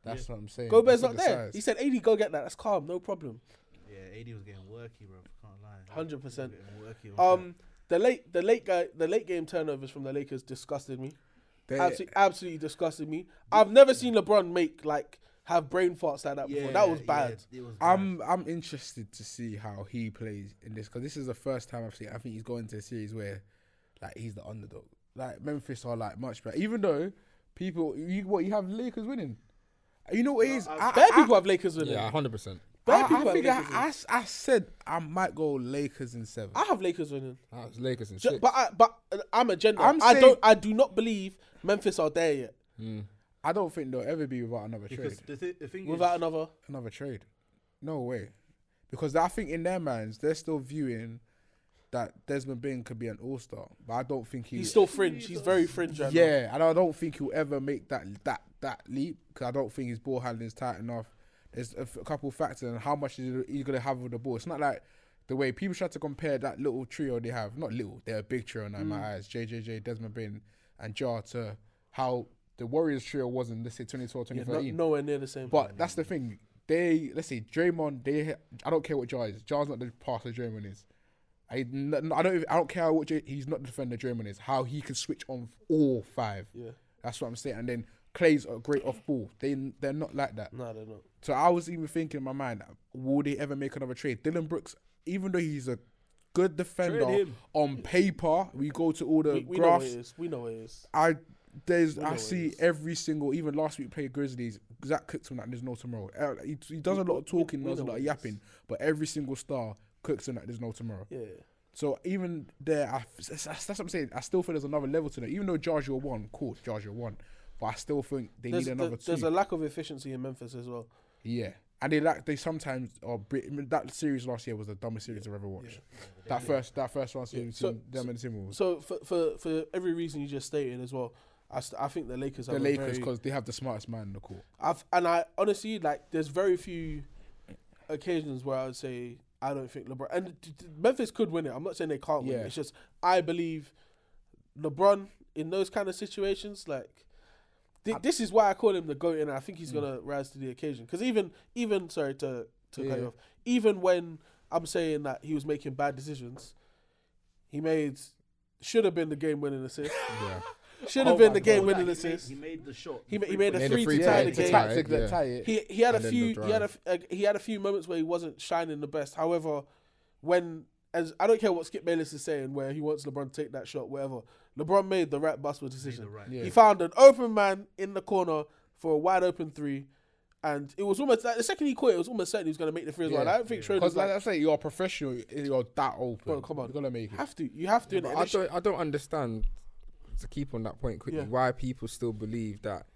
Speaker 5: that's what I'm saying.
Speaker 6: Gobert's
Speaker 5: Look
Speaker 6: not
Speaker 5: at
Speaker 6: there.
Speaker 5: the size.
Speaker 6: He said, "AD, go get that. That's calm, no problem."
Speaker 3: Yeah, AD was getting worky, bro. Can't lie.
Speaker 6: 100%.
Speaker 3: Getting worky on
Speaker 6: Um, the late the late guy the late game turnovers from the Lakers disgusted me.
Speaker 5: They-
Speaker 6: Absolutely, absolutely disgusted me. I've never seen LeBron make like have brain farts like that
Speaker 3: that.
Speaker 6: before.
Speaker 3: Yeah,
Speaker 6: that was
Speaker 3: yeah,
Speaker 6: bad.
Speaker 3: it was bad.
Speaker 5: I'm I'm interested to see how he plays in this because this is the first time I've seen. I think he's going to a series where, like, he's the underdog. Like Memphis are like much better, even though people you what you have Lakers winning. You know what it is? I,
Speaker 6: Bare
Speaker 5: I-
Speaker 6: people have Lakers winning.
Speaker 4: Yeah, hundred percent.
Speaker 6: Bare
Speaker 5: I, I,
Speaker 6: people have
Speaker 5: think I,
Speaker 6: Lakers
Speaker 5: I
Speaker 6: winning.
Speaker 5: s- I said I might go Lakers in seven.
Speaker 6: I have Lakers winning.
Speaker 4: That was Lakers and
Speaker 6: Ju-
Speaker 4: six.
Speaker 6: But I, but uh, I'm a gender.
Speaker 5: I'm
Speaker 6: I
Speaker 5: saying-
Speaker 6: don't. I do not believe Memphis are there yet.
Speaker 5: I don't think they'll ever be without another
Speaker 3: because
Speaker 5: trade.
Speaker 3: the, th- the thing
Speaker 6: Without
Speaker 3: is,
Speaker 6: another,
Speaker 5: Another trade, no way, because I think in their minds they're still viewing that Desmond Bain could be an all star, but I don't think he
Speaker 6: he's still fringe. He's very fringe right now.
Speaker 5: Yeah, and I don't think he'll ever make that that that leap because I don't think his ball handling is tight enough. There's a, f- a couple factors and how much is he- he's gonna have with the ball. It's not like the way people try to compare that little trio they have. Not little, they're a big trio now in
Speaker 6: Mm.
Speaker 5: my eyes. JJJ, Desmond Bain, and Jar to how the Warriors trio was in let's say 2012,
Speaker 6: Yeah,
Speaker 5: 2013.
Speaker 6: no, nowhere near the same.
Speaker 5: But that's the thing. They let's say Draymond. They I don't care what Jar is. Jar's not the passer Draymond is. I, n- n- I don't even- I don't care what J, he's not the defender Draymond is. How he can switch on all five.
Speaker 6: Yeah.
Speaker 5: that's what I'm saying. And then Clay's a great off ball. They they're not like that.
Speaker 6: no, they're not.
Speaker 5: So I was even thinking in my mind, will they ever make another trade? Dylan Brooks, even though he's a good defender
Speaker 3: him.
Speaker 5: on paper, we go to all the
Speaker 6: We, we know what
Speaker 5: graphs.
Speaker 6: it is. We know what it is.
Speaker 5: I there's I
Speaker 6: what it
Speaker 5: see
Speaker 6: is.
Speaker 5: every single even last week played Grizzlies Zach cooks him that there's no tomorrow. Uh, He, he does a lot of talking,
Speaker 6: we
Speaker 5: does a
Speaker 6: know
Speaker 5: lot
Speaker 6: what
Speaker 5: of
Speaker 6: it is.
Speaker 5: yapping, but every single star cooks him that there's no tomorrow.
Speaker 6: Yeah.
Speaker 5: So even there, I, that's, that's that's what I'm saying. I still feel there's another level to that. Even though Jarge you're one, cool, Jarge you're one, but I still think they
Speaker 6: There's,
Speaker 5: need
Speaker 6: there-
Speaker 5: another
Speaker 6: there's
Speaker 5: two.
Speaker 6: a lack of efficiency in Memphis as well.
Speaker 5: yeah, and they like they sometimes are. bri- I mean, that series last year was the dumbest series I've ever watched. That first that first round series
Speaker 6: So-
Speaker 5: between them and the Timberwolves.
Speaker 6: So for for, for every reason you just stated as well, I, st- I think the Lakers
Speaker 5: the
Speaker 6: have a
Speaker 5: Lakers
Speaker 6: very-
Speaker 5: because they have the smartest man in the court.
Speaker 6: I've and I honestly like there's very few occasions where I would say I don't think LeBron and d- d- Memphis could win it. I'm not saying they can't win.
Speaker 5: Yeah.
Speaker 6: It. It's just I believe LeBron in those kind of situations like. thi- This is why I call him the goat, and I think
Speaker 5: Mm.
Speaker 6: he's gonna rise to the occasion. Because even, even sorry to to cut you
Speaker 5: Yeah.
Speaker 6: off, even when I'm saying that he was making bad decisions, he made should have been the game winning assist.
Speaker 5: Yeah.
Speaker 6: Should have
Speaker 5: Oh
Speaker 6: been
Speaker 5: my
Speaker 6: the
Speaker 5: God.
Speaker 6: game winning
Speaker 3: he made,
Speaker 6: assist.
Speaker 3: he made the shot.
Speaker 6: He ma- he
Speaker 3: free
Speaker 6: made a
Speaker 3: point.
Speaker 6: three to
Speaker 5: yeah,
Speaker 6: tie the
Speaker 5: it's a
Speaker 6: game.
Speaker 5: tactic
Speaker 4: Yeah.
Speaker 5: that tie it.
Speaker 6: He he had a
Speaker 4: And then
Speaker 6: few
Speaker 4: the
Speaker 6: he had a, f- uh, he had a few moments where he wasn't shining the best. However, when as I don't care what Skip Bayless is saying, where he wants LeBron to take that shot, whatever. LeBron made the right basketball decision.
Speaker 3: right-
Speaker 5: Yeah.
Speaker 6: He found an open man in the corner for a wide open three, and it was almost like the second he caught it, it was almost certain he was going to make the free as well.
Speaker 5: Yeah.
Speaker 6: And I don't think Schroeder's
Speaker 5: Because like,
Speaker 6: like,
Speaker 5: I say, you're a professional. You're that open.
Speaker 6: Bro, come on.
Speaker 5: you're gonna make it.
Speaker 6: have to. You have to.
Speaker 4: But
Speaker 6: and
Speaker 4: I
Speaker 6: it sh-
Speaker 4: don't I don't understand to keep on that point quickly
Speaker 6: Yeah.
Speaker 4: why people still believe that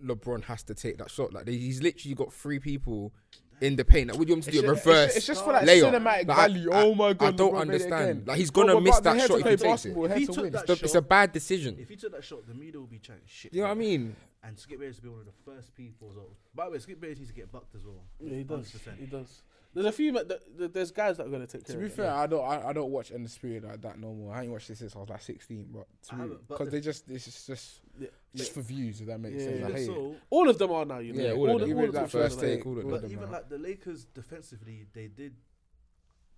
Speaker 4: LeBron has to take that shot. Like they, he's literally got three people in the paint. Like what do you want him to do? A
Speaker 5: ju- it's
Speaker 4: reverse.
Speaker 5: ju- it's just for, like,
Speaker 4: layup.
Speaker 5: cinematic
Speaker 4: Like, I-
Speaker 5: value.
Speaker 4: I-
Speaker 5: Oh my
Speaker 4: I
Speaker 5: God,
Speaker 4: don't
Speaker 5: LeBron made it
Speaker 4: understand.
Speaker 5: again.
Speaker 4: Like he's
Speaker 5: No,
Speaker 4: gonna
Speaker 5: but-
Speaker 4: miss
Speaker 5: but they
Speaker 4: that shot
Speaker 5: had to
Speaker 4: if
Speaker 5: play
Speaker 4: he takes it.
Speaker 5: basketball, had
Speaker 3: If he
Speaker 5: to
Speaker 3: took
Speaker 5: win.
Speaker 3: that
Speaker 4: It's a- it's a
Speaker 3: shot-
Speaker 4: bad decision.
Speaker 3: If he took that shot, the media would be chatting shit.
Speaker 4: You know what I
Speaker 3: about it.
Speaker 4: mean?
Speaker 3: And Skip Bayless would be one of the first people. as well. By the way, Skip Bayless needs to get bucked as well.
Speaker 6: yeah, he does.
Speaker 3: 100%.
Speaker 6: He does. There's a few. ma- th- th- There's guys that are going to take.
Speaker 5: To
Speaker 6: care
Speaker 5: be
Speaker 6: of it.
Speaker 5: fair, I don't. I, I don't watch Undisputed like that no more. I ain't watched it since I was like 16.
Speaker 3: I
Speaker 5: But
Speaker 3: haven't, but
Speaker 5: because
Speaker 3: the-
Speaker 5: they just, it's just, just,
Speaker 6: Yeah.
Speaker 5: just for views. If that makes
Speaker 6: Yeah,
Speaker 5: sense.
Speaker 6: yeah.
Speaker 5: I hate it.
Speaker 3: So,
Speaker 6: all of them are now. You know,
Speaker 4: Yeah, all of them.
Speaker 6: the-
Speaker 5: Even
Speaker 6: all of
Speaker 5: that
Speaker 6: them
Speaker 5: first
Speaker 6: are
Speaker 4: they
Speaker 6: like-
Speaker 5: take,
Speaker 4: call it.
Speaker 5: all of
Speaker 3: but
Speaker 5: them
Speaker 3: even
Speaker 5: are.
Speaker 3: like the Lakers defensively, they did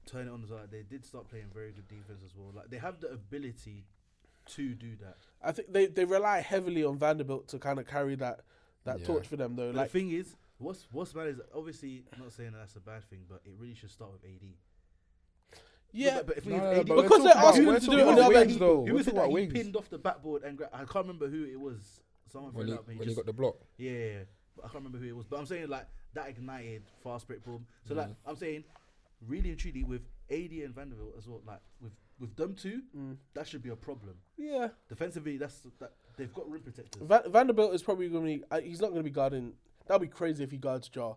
Speaker 3: turn it on. the side. They did start playing very good defense as well. Like they have the ability to do that.
Speaker 6: I think they, they rely heavily on Vanderbilt to kind of carry that that
Speaker 4: Yeah.
Speaker 6: torch for them though.
Speaker 3: But
Speaker 6: Like
Speaker 3: the thing is, what's what's bad is obviously not saying that that's a bad thing, but it really should start with AD.
Speaker 6: yeah,
Speaker 3: but, but the thing is,
Speaker 5: No, no,
Speaker 3: AD
Speaker 5: but
Speaker 6: we're Because they're asking
Speaker 5: talking about-
Speaker 6: him
Speaker 5: we're
Speaker 6: to
Speaker 5: talking
Speaker 6: do it on the
Speaker 5: about
Speaker 6: other
Speaker 5: wings,
Speaker 6: end.
Speaker 5: though.
Speaker 3: Who
Speaker 5: We're
Speaker 3: was it
Speaker 5: talking
Speaker 3: that
Speaker 5: about
Speaker 3: he
Speaker 5: wings.
Speaker 3: pinned off the backboard and gra- I can't remember who it was. Someone
Speaker 4: when
Speaker 3: fell
Speaker 4: he,
Speaker 3: up. And
Speaker 4: when
Speaker 3: he
Speaker 4: he
Speaker 3: just,
Speaker 4: got the block.
Speaker 3: yeah, yeah, yeah. But I can't remember who it was. But I'm saying like that ignited fast break boom. So like I'm saying, really and truly with AD and Vanderbilt as well. Like with with them two,
Speaker 5: Mm.
Speaker 3: that should be a problem.
Speaker 6: yeah.
Speaker 3: Defensively, that's that they've got rim protectors.
Speaker 6: Va- Vanderbilt is probably going to be. Uh, he's not going to be guarding. That'd be crazy if he guards Jaw,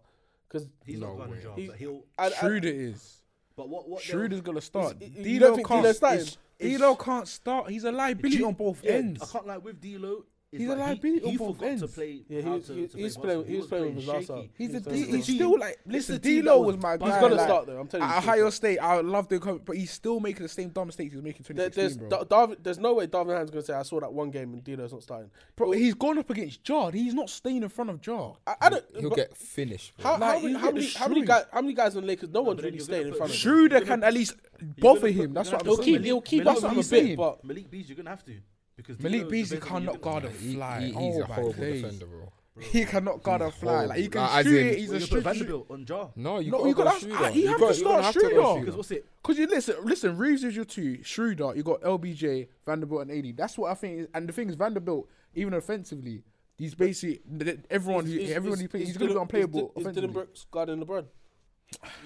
Speaker 6: because
Speaker 3: He's
Speaker 4: No
Speaker 3: not going
Speaker 4: way.
Speaker 3: to
Speaker 6: He's-
Speaker 3: but he'll.
Speaker 5: Schroeder is.
Speaker 3: But what what they'll-
Speaker 5: Schroeder's gonna start.
Speaker 6: Is- you
Speaker 5: Dino
Speaker 6: don't think
Speaker 5: can't.
Speaker 6: Dino's starting?
Speaker 5: it's- Dino can't start. He's a liability
Speaker 3: Ju-
Speaker 5: on both
Speaker 3: yeah,
Speaker 5: ends.
Speaker 3: I can't lie with D'Lo. is
Speaker 5: He's a
Speaker 3: like, he-
Speaker 5: liability
Speaker 3: he,
Speaker 5: on both
Speaker 3: forgot to
Speaker 5: ends.
Speaker 3: play.
Speaker 6: Yeah, he
Speaker 3: how
Speaker 6: was-
Speaker 3: to-
Speaker 6: he-
Speaker 3: to
Speaker 6: he
Speaker 3: play
Speaker 6: was playing-
Speaker 3: basketball.
Speaker 6: he was playing with his ass
Speaker 3: shaky.
Speaker 6: up.
Speaker 5: He's a
Speaker 6: It's a
Speaker 5: D,
Speaker 6: team.
Speaker 5: he's still like
Speaker 3: It's a
Speaker 5: listen.
Speaker 3: team
Speaker 5: D'Lo
Speaker 3: that
Speaker 5: was
Speaker 3: was
Speaker 5: my guy.
Speaker 3: bad.
Speaker 6: He's gotta
Speaker 5: like,
Speaker 6: start, though, I'm telling you,
Speaker 5: At
Speaker 6: he's gotta
Speaker 5: Ohio State, I love the com- but he's still making the same dumb mistakes he was making in
Speaker 6: there,
Speaker 5: 2016,
Speaker 6: there's
Speaker 5: bro.
Speaker 6: Da- Darvin, there's no way Darvin Hand's going to say I saw that one game and Dino's not starting.
Speaker 5: bro, he's gone up against Jar. He's not staying in front of Jar.
Speaker 6: I, I don't.
Speaker 4: He'll
Speaker 6: but
Speaker 4: get finished. Bro.
Speaker 6: how,
Speaker 5: Like,
Speaker 6: how, many,
Speaker 5: he'll
Speaker 6: how,
Speaker 5: get
Speaker 6: many, how many
Speaker 5: destroyed.
Speaker 6: guys? How many guys on Lakers? No one's
Speaker 3: then
Speaker 6: really
Speaker 3: you're gonna
Speaker 6: staying in
Speaker 3: put
Speaker 6: front of him.
Speaker 5: Schroeder can at least bother
Speaker 3: gonna
Speaker 5: him.
Speaker 3: put-
Speaker 5: That's
Speaker 3: you're
Speaker 5: what
Speaker 3: gonna
Speaker 5: I'm
Speaker 6: He'll
Speaker 3: put
Speaker 5: saying.
Speaker 6: keep. He'll keep
Speaker 5: That's
Speaker 6: us
Speaker 5: what
Speaker 6: on
Speaker 5: I'm
Speaker 6: a bit,
Speaker 5: saying.
Speaker 6: but
Speaker 3: Malik Beasley, you're gonna have to because
Speaker 5: Malik
Speaker 3: D'Lo's
Speaker 5: Beasley
Speaker 3: defending, you're
Speaker 5: cannot guard
Speaker 3: gonna
Speaker 5: a
Speaker 3: have to.
Speaker 4: He-
Speaker 5: fly.
Speaker 4: he- he's
Speaker 5: oh
Speaker 4: a
Speaker 5: my
Speaker 4: horrible
Speaker 5: days.
Speaker 4: defender, bro.
Speaker 5: He cannot guard a fly. Like
Speaker 4: horrible.
Speaker 5: he
Speaker 4: Like,
Speaker 5: can
Speaker 4: as
Speaker 5: shoot
Speaker 4: in-
Speaker 5: it. He's
Speaker 3: Well,
Speaker 5: a
Speaker 3: you put
Speaker 5: street.
Speaker 3: Vanderbilt on Jar.
Speaker 4: No, you
Speaker 5: No,
Speaker 4: gotta
Speaker 5: you
Speaker 4: go
Speaker 5: gotta-
Speaker 4: Schroeder.
Speaker 5: ah, he
Speaker 4: You
Speaker 5: have
Speaker 4: got-
Speaker 5: to
Speaker 4: you gotta
Speaker 5: start
Speaker 4: have to go
Speaker 5: Schroeder.
Speaker 3: Because what's it?
Speaker 5: Cause you listen, listen. Reeves is your two. Schroeder, you got LBJ, Vanderbilt, and AD. That's what I think. Is, and the thing is, Vanderbilt, even offensively, he's basically th- everyone. who
Speaker 6: Is-
Speaker 5: everyone
Speaker 6: is-
Speaker 5: he plays,
Speaker 6: is
Speaker 5: he's gonna be
Speaker 6: Dylan-
Speaker 5: unplayable.
Speaker 6: Is, Dy- is
Speaker 5: offensively.
Speaker 6: Dylan Brooks guarding LeBron?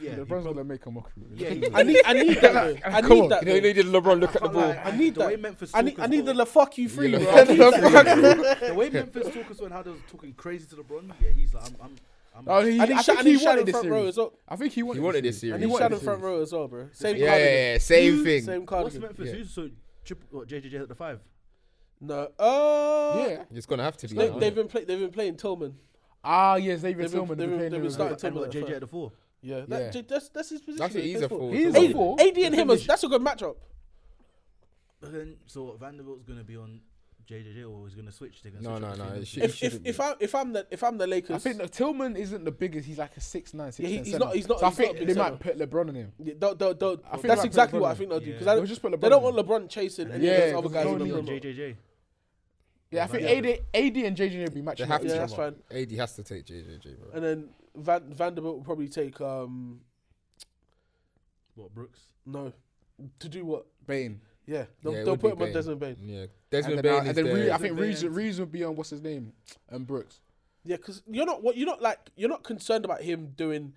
Speaker 3: Yeah, he
Speaker 5: LeBron's gonna make a mockery.
Speaker 3: Yeah,
Speaker 5: Look
Speaker 3: he
Speaker 5: at-
Speaker 3: will.
Speaker 6: I need. I need that. though. I
Speaker 5: Come on.
Speaker 6: need that.
Speaker 4: You know, you
Speaker 6: though.
Speaker 4: needed LeBron look at the
Speaker 3: can't
Speaker 4: ball.
Speaker 3: lie,
Speaker 6: I need
Speaker 3: the Way
Speaker 6: that.
Speaker 3: Memphis
Speaker 6: I need. I
Speaker 3: Talkers
Speaker 6: need the
Speaker 3: were-
Speaker 6: la fuck you free,
Speaker 4: Yeah,
Speaker 6: bro.
Speaker 4: la-
Speaker 6: I need
Speaker 4: la-
Speaker 6: that.
Speaker 3: the way Memphis Talkers were and how they was talking crazy to LeBron. Yeah, he's like, I'm, I'm, I'm
Speaker 5: Oh, he,
Speaker 6: I need
Speaker 5: I
Speaker 6: Sha- I
Speaker 5: think
Speaker 6: need
Speaker 5: he
Speaker 6: Sha in
Speaker 5: wanted this
Speaker 6: front row
Speaker 5: series.
Speaker 6: as well.
Speaker 5: I think he wanted.
Speaker 4: He wanted this
Speaker 6: I
Speaker 4: series.
Speaker 5: He
Speaker 6: need
Speaker 5: wanted
Speaker 6: Sha in
Speaker 5: this
Speaker 6: front
Speaker 5: series.
Speaker 6: row as well, bro. Same
Speaker 4: Yeah,
Speaker 6: cardigan.
Speaker 4: yeah, yeah, same thing.
Speaker 6: Same
Speaker 3: What's
Speaker 6: cardigan.
Speaker 3: Memphis?
Speaker 4: Yeah.
Speaker 3: Who's so triple? What JJJ at the five?
Speaker 6: No. Uh,
Speaker 5: Yeah.
Speaker 4: It's gonna have to be.
Speaker 6: They,
Speaker 4: now,
Speaker 6: they've
Speaker 4: innit?
Speaker 6: been play, They've been playing Tillman.
Speaker 5: Ah, yes, they've been
Speaker 6: They've been- they've
Speaker 5: filming.
Speaker 6: been-
Speaker 5: They've been
Speaker 6: they've been
Speaker 5: playing.
Speaker 6: starting-
Speaker 3: And, and what JJ at the four?
Speaker 6: Yeah. That,
Speaker 5: Yeah.
Speaker 6: j- that's that's his position.
Speaker 4: That's it,
Speaker 6: though,
Speaker 4: he's
Speaker 6: plays
Speaker 4: a
Speaker 6: forward.
Speaker 4: forward.
Speaker 5: He's
Speaker 4: so-
Speaker 5: a
Speaker 6: AD,
Speaker 5: four.
Speaker 6: AD and
Speaker 5: The
Speaker 6: him, is,
Speaker 5: finish.
Speaker 6: that's a good matchup.
Speaker 3: But then, so what, Vanderbilt's gonna be on JJJ, or he's gonna switch? They're gonna
Speaker 4: No,
Speaker 3: switch
Speaker 4: no, no.
Speaker 3: it between them
Speaker 4: It
Speaker 3: two?
Speaker 4: should, it
Speaker 6: If if,
Speaker 4: shouldn't be.
Speaker 6: if I if I'm the if I'm the Lakers,
Speaker 5: I think that Tillman isn't the biggest. He's like a six nine, six
Speaker 6: Yeah, he-
Speaker 5: ten
Speaker 6: he's
Speaker 5: center.
Speaker 6: not- he's not-
Speaker 5: So I
Speaker 6: he's
Speaker 5: think
Speaker 6: not a big
Speaker 5: they might
Speaker 6: center.
Speaker 5: put LeBron in him.
Speaker 6: Yeah, don't- don't- don't-
Speaker 5: I think
Speaker 6: that's
Speaker 5: like
Speaker 6: exactly
Speaker 5: LeBron
Speaker 6: what I
Speaker 5: in.
Speaker 6: think they'll do because
Speaker 3: Yeah.
Speaker 5: They'll just put
Speaker 6: they
Speaker 5: LeBron
Speaker 6: don't
Speaker 5: in.
Speaker 6: want LeBron chasing any
Speaker 5: Yeah,
Speaker 6: of those other
Speaker 5: because
Speaker 6: guys.
Speaker 5: no
Speaker 6: on the
Speaker 5: need
Speaker 3: Vanderbilt
Speaker 5: him.
Speaker 3: on
Speaker 6: court.
Speaker 3: JJJ.
Speaker 5: Yeah, I think
Speaker 3: Vanderbilt.
Speaker 5: AD, AD and JJ will be matching.
Speaker 4: They have
Speaker 5: up
Speaker 4: to.
Speaker 5: with
Speaker 6: Yeah,
Speaker 5: each
Speaker 6: that's
Speaker 5: other.
Speaker 6: fine.
Speaker 4: AD has to take JJJ, bro.
Speaker 6: And then Van, Vanderbilt will probably take um
Speaker 3: What Brooks?
Speaker 6: no to do what?
Speaker 5: Bane.
Speaker 6: Yeah, they'll,
Speaker 4: Yeah, it
Speaker 6: they'll
Speaker 4: would
Speaker 6: put
Speaker 4: be
Speaker 6: him on
Speaker 4: Bane.
Speaker 6: Desmond Bain.
Speaker 4: Yeah,
Speaker 5: And
Speaker 4: Desmond
Speaker 5: then, uh,
Speaker 4: Bane
Speaker 5: and
Speaker 4: is
Speaker 5: then Reeves, I
Speaker 4: there.
Speaker 5: think Reeves, Reeves would be on what's his name and Brooks.
Speaker 6: Yeah, because you're not what you're not like you're not concerned about him doing.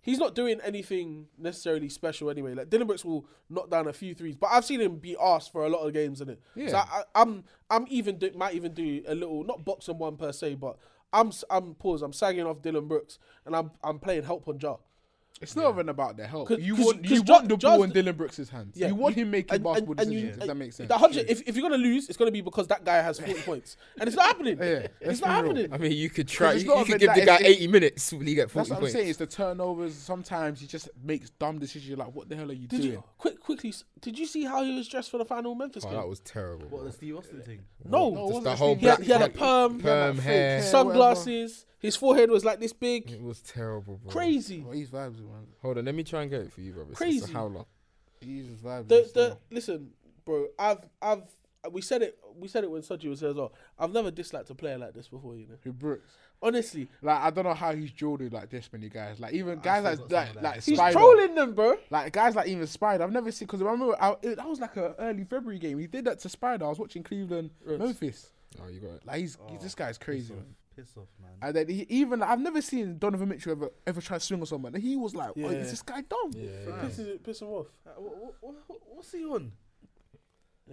Speaker 6: He's not doing anything necessarily special anyway. Like Dylan Brooks will knock down a few threes, but I've seen him be asked for a lot of games in it. So
Speaker 5: Yeah.
Speaker 6: I, I, am I'm even do, might even do a little not box on one per se, but I'm s- I'm pause. I'm sagging off Dylan Brooks and I'm I'm playing help on Jar.
Speaker 5: It's not even about the help.
Speaker 6: 'Cause-
Speaker 5: You
Speaker 6: 'cause-
Speaker 5: want, you
Speaker 6: 'cause
Speaker 5: want the
Speaker 6: Jar-
Speaker 5: ball in
Speaker 6: Jar's
Speaker 5: Dylan Brooks' hands.
Speaker 6: Yeah,
Speaker 5: you want him making
Speaker 6: and-
Speaker 5: basketball
Speaker 6: and- and you-
Speaker 5: decisions. if that makes sense.
Speaker 6: The hundred. If, if you're gonna lose, it's gonna be because that guy has forty points, and it's not happening.
Speaker 5: Yeah,
Speaker 6: it's
Speaker 5: let's
Speaker 6: not
Speaker 5: be real.
Speaker 6: happening.
Speaker 4: I mean, you could try.
Speaker 5: it's
Speaker 4: You,
Speaker 5: not
Speaker 4: you
Speaker 5: even
Speaker 4: could give the
Speaker 5: that,
Speaker 4: guy
Speaker 5: it's-
Speaker 4: eighty minutes. Will he get
Speaker 5: That's
Speaker 4: forty
Speaker 5: what I'm
Speaker 4: points?
Speaker 5: saying. It's the turnovers. Sometimes he just makes dumb decisions. You're like, what the hell are you
Speaker 6: Did
Speaker 5: doing?
Speaker 6: you quick quickly? s- Did you see how he was dressed for the final Memphis
Speaker 4: Oh,
Speaker 6: game?
Speaker 4: that was terrible.
Speaker 3: What
Speaker 4: bro.
Speaker 3: the Steve Austin thing?
Speaker 6: no,
Speaker 5: No, it
Speaker 4: Just
Speaker 5: wasn't
Speaker 4: the
Speaker 5: a
Speaker 4: whole
Speaker 5: Steve
Speaker 6: he, had,
Speaker 4: black
Speaker 6: he had a
Speaker 4: like,
Speaker 6: perm,
Speaker 4: perm
Speaker 5: fake
Speaker 4: hair.
Speaker 5: hair.
Speaker 6: sunglasses. His forehead was like this big.
Speaker 4: It was terrible, bro.
Speaker 6: Crazy.
Speaker 5: Well, he's vibes, man.
Speaker 4: Hold on, let me try and get it for you, bro. It's, It's
Speaker 6: Crazy.
Speaker 4: a howler.
Speaker 5: He's vibes.
Speaker 6: The, the, listen, bro. I've I've we said it. We said it when Soji was here as well. I've never disliked a player like this before. You know,
Speaker 5: Who Brooks?
Speaker 6: honestly,
Speaker 5: Like I don't know how he's jeweled like this many guys. Like even guys
Speaker 3: still got some
Speaker 5: like like,
Speaker 3: of that.
Speaker 5: like
Speaker 6: he's
Speaker 5: Spider.
Speaker 6: trolling them, bro.
Speaker 5: Like guys like even Spider, I've never seen because I remember I, it, that was like a early February game. He did that to Spider. I was watching Cleveland Memphis.
Speaker 4: Oh, you got it.
Speaker 5: Like he's, this guy's crazy. Man.
Speaker 3: Piss off, man.
Speaker 5: And then he, even I've never seen Donovan Mitchell ever ever try to swing on someone. And he was like, oh,
Speaker 6: Yeah.
Speaker 5: is this guy dumb?
Speaker 6: Pisses, piss him off.
Speaker 3: Uh, wha- wha- wha- what's he on?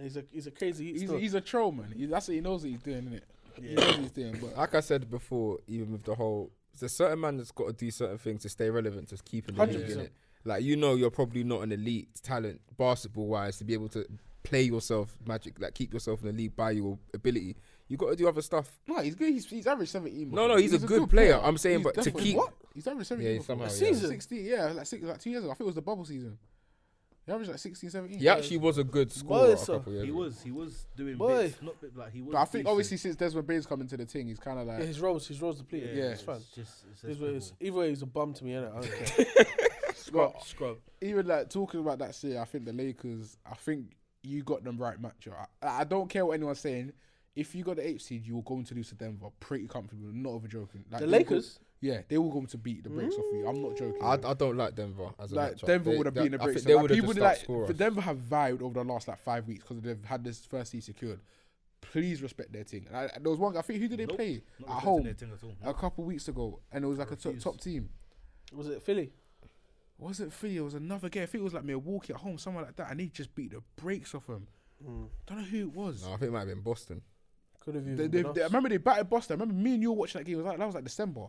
Speaker 6: He's a he's a crazy.
Speaker 5: He's,
Speaker 6: still.
Speaker 5: a, he's a troll man. He, that's what he knows what he's doing, innit? He knows what he's doing. But
Speaker 4: Like I said before, even with the whole, there's a certain man that's got to do certain things to stay relevant, to keep in the league,
Speaker 6: 100%.
Speaker 4: innit? Like you know, you're probably not an elite talent basketball wise to be able to play yourself magic, like keep yourself in the league by your ability. You got to do other stuff.
Speaker 5: no, he's good. He's, he's average seventeen.
Speaker 4: No,
Speaker 5: bro.
Speaker 4: no, he's a good player. I'm saying,
Speaker 5: He's
Speaker 4: but to
Speaker 5: definitely-
Speaker 4: keep-
Speaker 5: what he's average seventeen.
Speaker 4: Yeah,
Speaker 5: before.
Speaker 4: somehow.
Speaker 6: A
Speaker 4: yeah.
Speaker 6: season.
Speaker 5: 16, yeah, like six, like two years ago. I think it was the bubble season. He averaged like 16, 17.
Speaker 4: He actually was a good scorer.
Speaker 6: Boy,
Speaker 4: a
Speaker 6: sir.
Speaker 4: couple years
Speaker 3: He
Speaker 4: ago.
Speaker 3: was, he was doing
Speaker 6: Boy.
Speaker 3: bits, not bit, like he was.
Speaker 5: But I think
Speaker 3: decent.
Speaker 5: obviously since Desmond Bain's come into the thing, he's kind of
Speaker 6: yeah,
Speaker 5: like
Speaker 6: his roles his roles depleted. Yeah,
Speaker 5: Yeah.
Speaker 6: it's fine.
Speaker 3: It's just, it's
Speaker 6: Either way, he's-
Speaker 3: just
Speaker 6: Either way, he's a bum to me, innit? I don't care.
Speaker 5: Well,
Speaker 6: Scrub.
Speaker 5: even like talking about that shit, I think the Lakers, I think you got them right matchup. I, I don't care what anyone's saying. If you got the eighth seed, you were going to lose to Denver pretty comfortably. Not over joking. Like,
Speaker 6: The
Speaker 5: they were go-
Speaker 6: Lakers?
Speaker 5: yeah, they were going to beat the brakes off you. I'm not joking.
Speaker 4: I, I don't like Denver as a
Speaker 5: like
Speaker 4: matchup.
Speaker 5: Denver
Speaker 4: They-
Speaker 5: would have
Speaker 4: they-
Speaker 5: beaten the
Speaker 4: I think
Speaker 5: brakes.
Speaker 4: They
Speaker 5: off.
Speaker 4: would have
Speaker 5: like, people
Speaker 4: just
Speaker 5: like
Speaker 4: outscored
Speaker 5: for
Speaker 4: us.
Speaker 5: Denver have vibed over the last like five weeks because they've had this first seed secured. Please respect their team. And I, there was one. guy- I think who did they
Speaker 3: Nope,
Speaker 5: play
Speaker 3: not
Speaker 5: at
Speaker 3: respecting
Speaker 5: home
Speaker 3: their team at all.
Speaker 5: a couple weeks ago, and it was like a top,
Speaker 3: refuse.
Speaker 5: top team.
Speaker 6: Was it Philly?
Speaker 5: Wasn't Philly? It was another game. I think it was like Milwaukee at home, somewhere like that, and they just beat the brakes off them.
Speaker 3: Hmm.
Speaker 5: Don't know who it was.
Speaker 4: No, I think it might have been Boston.
Speaker 6: Could have even
Speaker 5: They, they,
Speaker 6: been
Speaker 5: they, I
Speaker 6: us.
Speaker 5: remember they batted Boston. I remember me and you were watching that game. It was like, that was like December.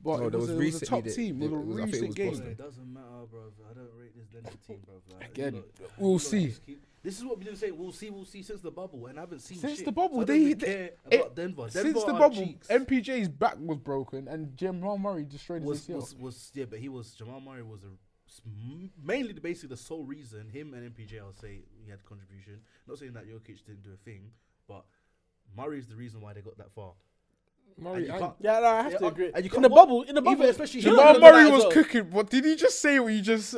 Speaker 5: But
Speaker 4: No,
Speaker 5: it,
Speaker 4: there was
Speaker 5: was, a- it was a
Speaker 4: recently
Speaker 5: top
Speaker 4: they-
Speaker 5: team.
Speaker 4: they-
Speaker 5: it was a
Speaker 4: it was- I think it
Speaker 5: recent
Speaker 4: was
Speaker 5: game.
Speaker 4: Boston.
Speaker 3: It doesn't matter, bro. I don't rate this Denver team, bro. Like,
Speaker 5: Again,
Speaker 3: look,
Speaker 5: we'll
Speaker 3: look,
Speaker 5: see.
Speaker 3: just keep- This is what we've been saying. We'll see, we'll see since the bubble, and I haven't seen
Speaker 5: Since
Speaker 3: shit.
Speaker 5: the bubble,
Speaker 3: So I don't
Speaker 5: they,
Speaker 3: even
Speaker 5: they-
Speaker 3: care
Speaker 5: it-
Speaker 3: about Denver.
Speaker 5: since
Speaker 3: Denver
Speaker 5: the
Speaker 3: are
Speaker 5: bubble,
Speaker 3: cheeks.
Speaker 5: MPJ's back was broken and Jamal Murray destroyed his
Speaker 3: was,
Speaker 5: ACL.
Speaker 3: was was yeah, but he was Jamal Murray was a s- m- mainly the basically the sole reason him and MPJ I'll say he had contribution. Not saying that Jokic didn't do a thing, but Murray is the reason why they got that far.
Speaker 4: Murray,
Speaker 3: you
Speaker 4: I-
Speaker 3: can't-
Speaker 6: Yeah, no, I have
Speaker 3: Yeah,
Speaker 6: to
Speaker 3: uh,
Speaker 6: agree.
Speaker 3: and you
Speaker 6: in
Speaker 3: can't
Speaker 6: the
Speaker 3: wa-
Speaker 6: bubble, in the
Speaker 3: even
Speaker 6: bubble,
Speaker 3: especially-
Speaker 6: you
Speaker 3: Jamal
Speaker 6: look
Speaker 5: Jamal
Speaker 6: at
Speaker 5: Murray
Speaker 6: that
Speaker 5: was
Speaker 6: as well.
Speaker 5: cooking. What did he just say? What you just?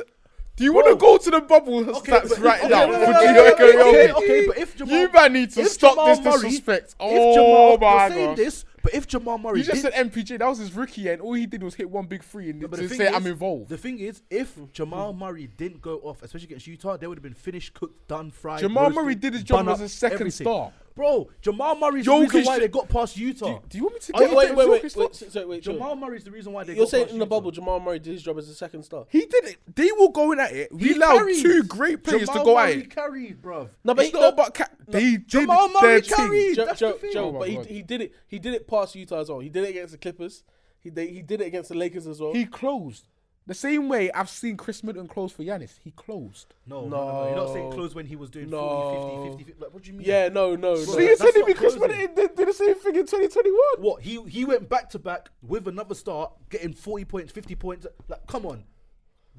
Speaker 5: Do you want to go to the bubble stats
Speaker 3: but-
Speaker 5: right
Speaker 3: okay,
Speaker 5: now?
Speaker 3: no, no,
Speaker 5: for
Speaker 3: no, no, okay,
Speaker 5: Gio
Speaker 3: okay,
Speaker 5: Jokic?
Speaker 3: okay, but if Jamal-
Speaker 5: you man need to
Speaker 3: if
Speaker 5: stop
Speaker 3: Jamal
Speaker 5: this
Speaker 3: Murray-
Speaker 5: disrespect.
Speaker 3: if
Speaker 5: Oh
Speaker 3: Jamal,
Speaker 5: my
Speaker 3: you're saying
Speaker 5: god!
Speaker 3: this, but if Jamal Murray
Speaker 5: You just
Speaker 3: did-
Speaker 5: said MPJ. That was his rookie, year, and all he did was hit one big three and
Speaker 3: No, but
Speaker 5: to
Speaker 3: the thing
Speaker 5: say
Speaker 3: is-
Speaker 5: I'm involved.
Speaker 3: The thing is, if Jamal Murray didn't go off, especially against Utah, they would have been finished, cooked, done, fried.
Speaker 5: Jamal
Speaker 3: roasted,
Speaker 5: Murray did his job
Speaker 3: done
Speaker 5: as
Speaker 3: up,
Speaker 5: a second
Speaker 3: everything.
Speaker 5: star.
Speaker 3: bro. Jamal Murray's the reason
Speaker 5: Jokic
Speaker 3: why
Speaker 5: should-
Speaker 3: they got past Utah.
Speaker 5: Do you want me
Speaker 3: Are
Speaker 5: to get
Speaker 3: you-
Speaker 5: into
Speaker 6: Oh, Wait, wait,
Speaker 5: Jokic
Speaker 6: wait,
Speaker 5: stats?
Speaker 6: wait, so- wait, chill.
Speaker 3: Jamal Murray's the reason why they.
Speaker 6: You're
Speaker 3: got
Speaker 6: saying
Speaker 3: past
Speaker 6: in the
Speaker 3: Utah.
Speaker 6: bubble, Jamal Murray did his job as a second star.
Speaker 5: He did it. They were going at it. We allowed
Speaker 3: carried.
Speaker 5: two great players
Speaker 3: Jamal
Speaker 5: to go
Speaker 3: Murray
Speaker 5: at it.
Speaker 3: carried, bruv.
Speaker 6: No, but
Speaker 5: it's
Speaker 6: he-
Speaker 5: not
Speaker 6: no,
Speaker 5: about ca- they did
Speaker 3: Jamal Murray
Speaker 5: their
Speaker 3: carried.
Speaker 5: thing.
Speaker 6: Joe,
Speaker 3: That's
Speaker 6: Joe,
Speaker 3: the thing.
Speaker 6: Joe,
Speaker 5: Oh my
Speaker 6: but he,
Speaker 5: God.
Speaker 6: he did it. He did it past Utah as well. He did it against the Clippers. He they, he did it against the Lakers as well.
Speaker 5: He closed. The same way I've seen Chris Middleton close for Yanis. He closed.
Speaker 3: No, no, no, no. You're not saying
Speaker 6: No.
Speaker 3: close when he was doing
Speaker 6: No.
Speaker 3: 40, 50, 50, 50. Like, what do you mean?
Speaker 6: yeah, no, no, no.
Speaker 5: So you're
Speaker 3: that's
Speaker 5: telling
Speaker 3: not
Speaker 5: me Chris
Speaker 3: closing.
Speaker 5: Middleton did, did the same thing in 2021?
Speaker 3: What he he went back to back with another star, getting forty points, fifty points. Like, come on.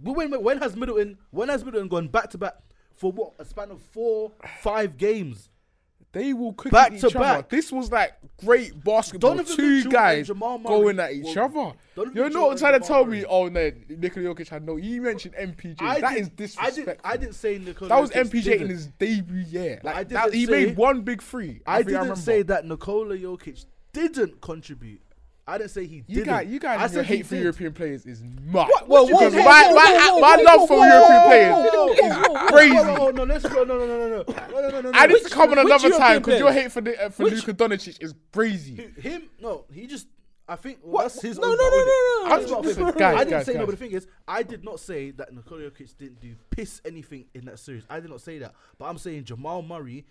Speaker 3: We- When when has Middleton when has Middleton gone back to back for what a span of four five games?
Speaker 5: They will cook
Speaker 3: Back
Speaker 5: at each
Speaker 3: to
Speaker 5: other.
Speaker 3: back.
Speaker 5: This was like great basketball.
Speaker 3: Donovan
Speaker 5: Two
Speaker 3: Mitchell and
Speaker 5: guys
Speaker 3: Jamal Murray
Speaker 5: going at each
Speaker 3: were-
Speaker 5: other.
Speaker 3: Donovan
Speaker 5: You're
Speaker 3: Mitchell
Speaker 5: not
Speaker 3: and
Speaker 5: trying to
Speaker 3: Jamal
Speaker 5: tell me,
Speaker 3: Murray.
Speaker 5: oh no, Nikola Jokic had no. You mentioned MPJ.
Speaker 3: I
Speaker 5: That
Speaker 3: didn't-
Speaker 5: is
Speaker 3: I
Speaker 5: disrespectful.
Speaker 3: didn't I didn't say Nikola.
Speaker 5: that was
Speaker 3: Jokic
Speaker 5: MPJ in
Speaker 3: didn't.
Speaker 5: his debut year. Like
Speaker 3: I
Speaker 5: that,
Speaker 3: didn't
Speaker 5: he
Speaker 3: say-
Speaker 5: made one big free.
Speaker 3: I
Speaker 5: think
Speaker 3: didn't
Speaker 5: remember.
Speaker 3: say that Nikola Jokic didn't contribute. I didn't say he
Speaker 5: You
Speaker 3: didn't.
Speaker 5: guys, you
Speaker 3: I
Speaker 5: guys, your
Speaker 3: said he
Speaker 5: hate for
Speaker 3: did.
Speaker 5: European players is mad.
Speaker 6: What- what-
Speaker 5: Because
Speaker 6: what-
Speaker 5: my,
Speaker 6: whoa,
Speaker 5: my,
Speaker 6: whoa,
Speaker 5: my
Speaker 6: whoa,
Speaker 5: love
Speaker 6: whoa,
Speaker 5: for
Speaker 6: whoa,
Speaker 5: European
Speaker 6: whoa,
Speaker 5: players
Speaker 6: whoa, whoa,
Speaker 5: is
Speaker 6: whoa, whoa,
Speaker 5: crazy.
Speaker 3: Oh, oh, oh, no, let's go. No, no, no, no, no, no, no, no, no.
Speaker 5: I need
Speaker 6: Which-
Speaker 5: to come on
Speaker 6: which
Speaker 5: another
Speaker 6: European
Speaker 5: time because your
Speaker 6: players?
Speaker 5: hate for the, uh, for
Speaker 6: Which-
Speaker 5: Luka Doncic is crazy.
Speaker 3: no. Him? No, he just. I think well,
Speaker 6: What?
Speaker 3: that's his.
Speaker 6: No,
Speaker 3: own
Speaker 6: no,
Speaker 3: fault,
Speaker 6: no,
Speaker 3: innit?
Speaker 6: no, no,
Speaker 3: That's
Speaker 5: no,
Speaker 3: what
Speaker 5: listen,
Speaker 3: I'm saying.
Speaker 5: guys,
Speaker 3: I didn't
Speaker 5: guys,
Speaker 3: say no. But the
Speaker 5: guys.
Speaker 3: thing is, I did not say that Nikola Jokic didn't do piss anything in that series. I did not say that. But I'm saying Jamal Murray.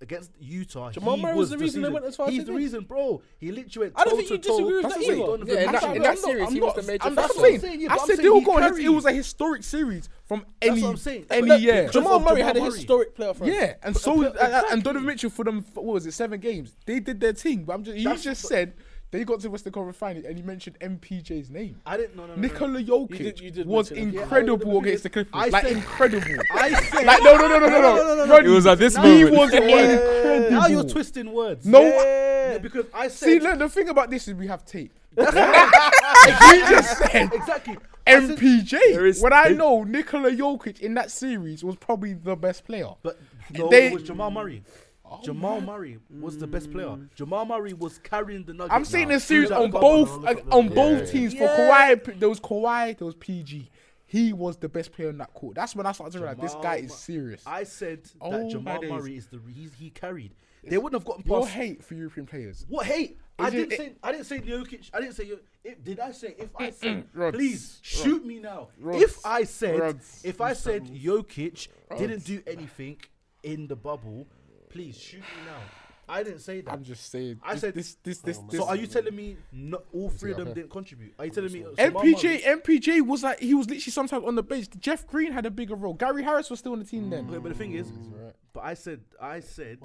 Speaker 3: Against Utah,
Speaker 6: Jamal
Speaker 3: he
Speaker 6: Murray was the reason they
Speaker 3: season-
Speaker 6: went as far as
Speaker 3: He's
Speaker 6: they
Speaker 3: the
Speaker 6: did.
Speaker 3: reason, bro. He literally went
Speaker 6: I
Speaker 3: toe
Speaker 6: don't think
Speaker 3: to
Speaker 6: you disagree
Speaker 3: toe. That's
Speaker 6: with that
Speaker 3: what I'm saying,
Speaker 6: either.
Speaker 3: Donovan
Speaker 4: Yeah, in
Speaker 3: Mitchell.
Speaker 4: that- in
Speaker 3: I'm
Speaker 4: that
Speaker 3: not-
Speaker 4: series,
Speaker 3: I'm
Speaker 4: he was
Speaker 3: not-
Speaker 4: the major
Speaker 3: I'm
Speaker 5: That's
Speaker 3: not
Speaker 5: what I'm
Speaker 3: saying,
Speaker 5: saying.
Speaker 3: yeah,
Speaker 5: I
Speaker 3: but I'm
Speaker 5: said
Speaker 3: saying
Speaker 5: they were
Speaker 3: he
Speaker 5: going. It
Speaker 3: carried.
Speaker 5: was like historic series from
Speaker 3: what
Speaker 5: any
Speaker 3: I'm saying.
Speaker 5: any
Speaker 3: But
Speaker 5: year.
Speaker 3: because
Speaker 6: Jamal
Speaker 3: of
Speaker 6: Murray had a
Speaker 3: Jamal Murray.
Speaker 6: historic playoff run.
Speaker 5: Yeah, and so
Speaker 3: but-
Speaker 5: uh, uh, and Donovan Mitchell for them. What was it? Seven games. They did their thing, but I'm just. You
Speaker 3: That's-
Speaker 5: just said they got to Western Conference Finals, and you mentioned MPJ's name.
Speaker 3: I didn't. No, no, no, no.
Speaker 5: Nikola
Speaker 6: You
Speaker 5: Jokic
Speaker 6: did- you did
Speaker 5: was
Speaker 6: mention it.
Speaker 5: incredible
Speaker 3: Yeah, I-
Speaker 5: against the Clippers.
Speaker 3: I
Speaker 5: like
Speaker 3: said-
Speaker 5: incredible.
Speaker 3: I said.
Speaker 5: like no no no no no
Speaker 3: No, no, no,
Speaker 5: no.
Speaker 3: no,
Speaker 5: Rodney,
Speaker 3: no.
Speaker 7: It was at this
Speaker 5: he
Speaker 7: moment.
Speaker 5: was incredible.
Speaker 3: Now you're twisting words.
Speaker 5: No.
Speaker 3: Yeah, because I said.
Speaker 5: See, look, the thing about this is we have tape. you just said
Speaker 3: exactly. I said-
Speaker 7: There
Speaker 5: MPJ.
Speaker 7: is-
Speaker 5: When I
Speaker 7: there-
Speaker 5: know Nikola Jokic in that series was probably the best player.
Speaker 3: But no,
Speaker 5: They-
Speaker 3: it was Jamal Murray. Jamal Murray was the best player. Jamal Murray was carrying the Nuggets.
Speaker 5: I'm saying
Speaker 3: Nah,
Speaker 5: this series
Speaker 3: screw that
Speaker 5: on
Speaker 3: bubble.
Speaker 5: both
Speaker 3: Look at
Speaker 5: uh, on
Speaker 3: that.
Speaker 5: both teams for
Speaker 6: Yeah.
Speaker 5: Kawhi. There was Kawhi, there was PG. He was the best player on that court. That's when I started to realize this guy
Speaker 3: Jamal
Speaker 5: is serious.
Speaker 3: I said
Speaker 5: Oh, my
Speaker 3: that Jamal
Speaker 5: days.
Speaker 3: Murray is the re- he's, he carried. They wouldn't have gotten
Speaker 5: Your
Speaker 3: past.
Speaker 5: hate for European players.
Speaker 3: What hate? I
Speaker 5: Is it-
Speaker 3: didn't say. I didn't say Jokic. I didn't say. Yo- If, did I say if I said?
Speaker 5: Rods.
Speaker 3: please shoot me now.
Speaker 5: Rods.
Speaker 3: If I said.
Speaker 5: Rods.
Speaker 3: If I said Jokic didn't do anything in the bubble, please shoot me now. I didn't say that.
Speaker 5: I'm just saying.
Speaker 3: I
Speaker 5: this,
Speaker 3: said-
Speaker 5: this, this, this. this
Speaker 3: so are you telling me no, all three of
Speaker 4: up
Speaker 3: them
Speaker 4: here.
Speaker 3: didn't contribute? Are you telling me Jamal
Speaker 5: MPJ,
Speaker 3: Murray-
Speaker 5: MPJ was like he was literally sometimes on the bench. Jeff Green had a bigger role. Gary Harris was still on the team then.
Speaker 3: Wait, but the thing is, but I said I said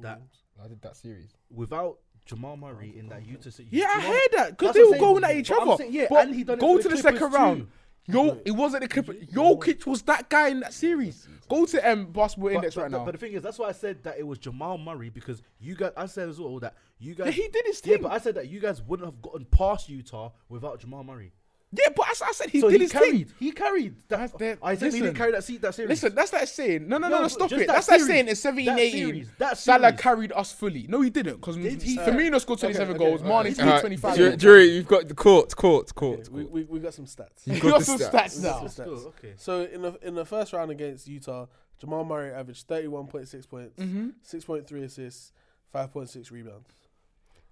Speaker 3: that
Speaker 4: I did that series.
Speaker 3: without Jamal Murray in that Utah City.
Speaker 5: Yeah, I
Speaker 3: Jamal-
Speaker 5: heard that because
Speaker 3: That's
Speaker 5: they
Speaker 3: what
Speaker 5: were
Speaker 3: I'm
Speaker 5: going at
Speaker 3: saying,
Speaker 5: each
Speaker 3: but I'm
Speaker 5: other.
Speaker 3: saying, yeah,
Speaker 5: but
Speaker 3: and he done it
Speaker 5: go
Speaker 3: for
Speaker 5: to the,
Speaker 3: the
Speaker 5: second
Speaker 3: Clippers
Speaker 5: round.
Speaker 3: too.
Speaker 5: Yo, it wasn't the Clippers. Jokic was that guy in that series. Go to um, basketball
Speaker 3: But,
Speaker 5: index
Speaker 3: but-
Speaker 5: right
Speaker 3: but-
Speaker 5: now.
Speaker 3: but the thing is, that's why I said that it was Jamal Murray because you guys. I said as well that you guys.
Speaker 5: he did his
Speaker 3: Yeah,
Speaker 5: thing.
Speaker 3: but I said that you guys wouldn't have gotten past Utah without Jamal Murray.
Speaker 5: Yeah, but I, s- I said he
Speaker 3: So
Speaker 5: did
Speaker 3: he
Speaker 5: his thing.
Speaker 3: carried. He carried. That,
Speaker 5: That's their-
Speaker 3: I said he
Speaker 5: listen.
Speaker 3: didn't carry that seat. That series.
Speaker 5: Listen, that's that saying. No, no, no,
Speaker 3: No,
Speaker 5: no
Speaker 3: but
Speaker 5: stop
Speaker 3: just
Speaker 5: it.
Speaker 3: that
Speaker 5: that's
Speaker 3: series.
Speaker 5: that saying in 17,
Speaker 3: That
Speaker 5: 18.
Speaker 3: series. That
Speaker 5: Salah
Speaker 3: series.
Speaker 5: carried us fully. No, he didn't. Because
Speaker 3: he?
Speaker 5: Firmino scored 27
Speaker 6: Okay,
Speaker 5: goals.
Speaker 6: okay,
Speaker 5: Mane
Speaker 6: okay.
Speaker 5: scored
Speaker 4: Alright,
Speaker 5: 25.
Speaker 4: Ju- jury, you've got the court, court, court.
Speaker 6: We, we, we got some stats.
Speaker 4: You've
Speaker 5: You got
Speaker 4: the
Speaker 5: some
Speaker 4: stats.
Speaker 5: stats now.
Speaker 6: Some stats.
Speaker 3: Cool, okay.
Speaker 6: So in the in the first round against Utah, Jamal Murray averaged thirty one point six points,
Speaker 5: Mm-hmm.
Speaker 6: six point three assists, five point six rebounds.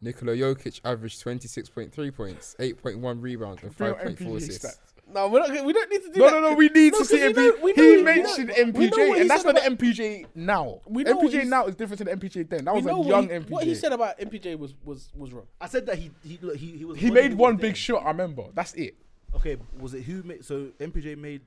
Speaker 4: Nikola Jokic averaged 26.3 points, 8.1 rebounds, and
Speaker 5: Real
Speaker 4: 5.4
Speaker 5: MPG
Speaker 4: assists.
Speaker 5: stats.
Speaker 6: No, we're not. We don't need to do
Speaker 5: No,
Speaker 6: that.
Speaker 5: no, no. We need to
Speaker 6: 'cause
Speaker 5: see
Speaker 6: we know-
Speaker 5: MPJ.
Speaker 6: we know-
Speaker 5: He
Speaker 6: we
Speaker 5: mentioned
Speaker 6: know- we know what
Speaker 5: MPJ,
Speaker 6: he
Speaker 5: and that's
Speaker 6: said
Speaker 5: not the
Speaker 6: about-
Speaker 5: MPJ now.
Speaker 6: We know what
Speaker 5: MPJ
Speaker 6: he-
Speaker 5: now is different to the MPJ then. That
Speaker 6: we
Speaker 5: was
Speaker 6: know
Speaker 5: a
Speaker 6: what
Speaker 5: young
Speaker 6: he-
Speaker 5: MPJ.
Speaker 6: What he said about MPJ was was was wrong.
Speaker 3: I said that he he look, he, he was.
Speaker 5: He
Speaker 3: one of
Speaker 5: made
Speaker 3: the
Speaker 5: one
Speaker 3: things.
Speaker 5: big shot. I remember. That's it.
Speaker 3: Okay, was it who made? So MPJ made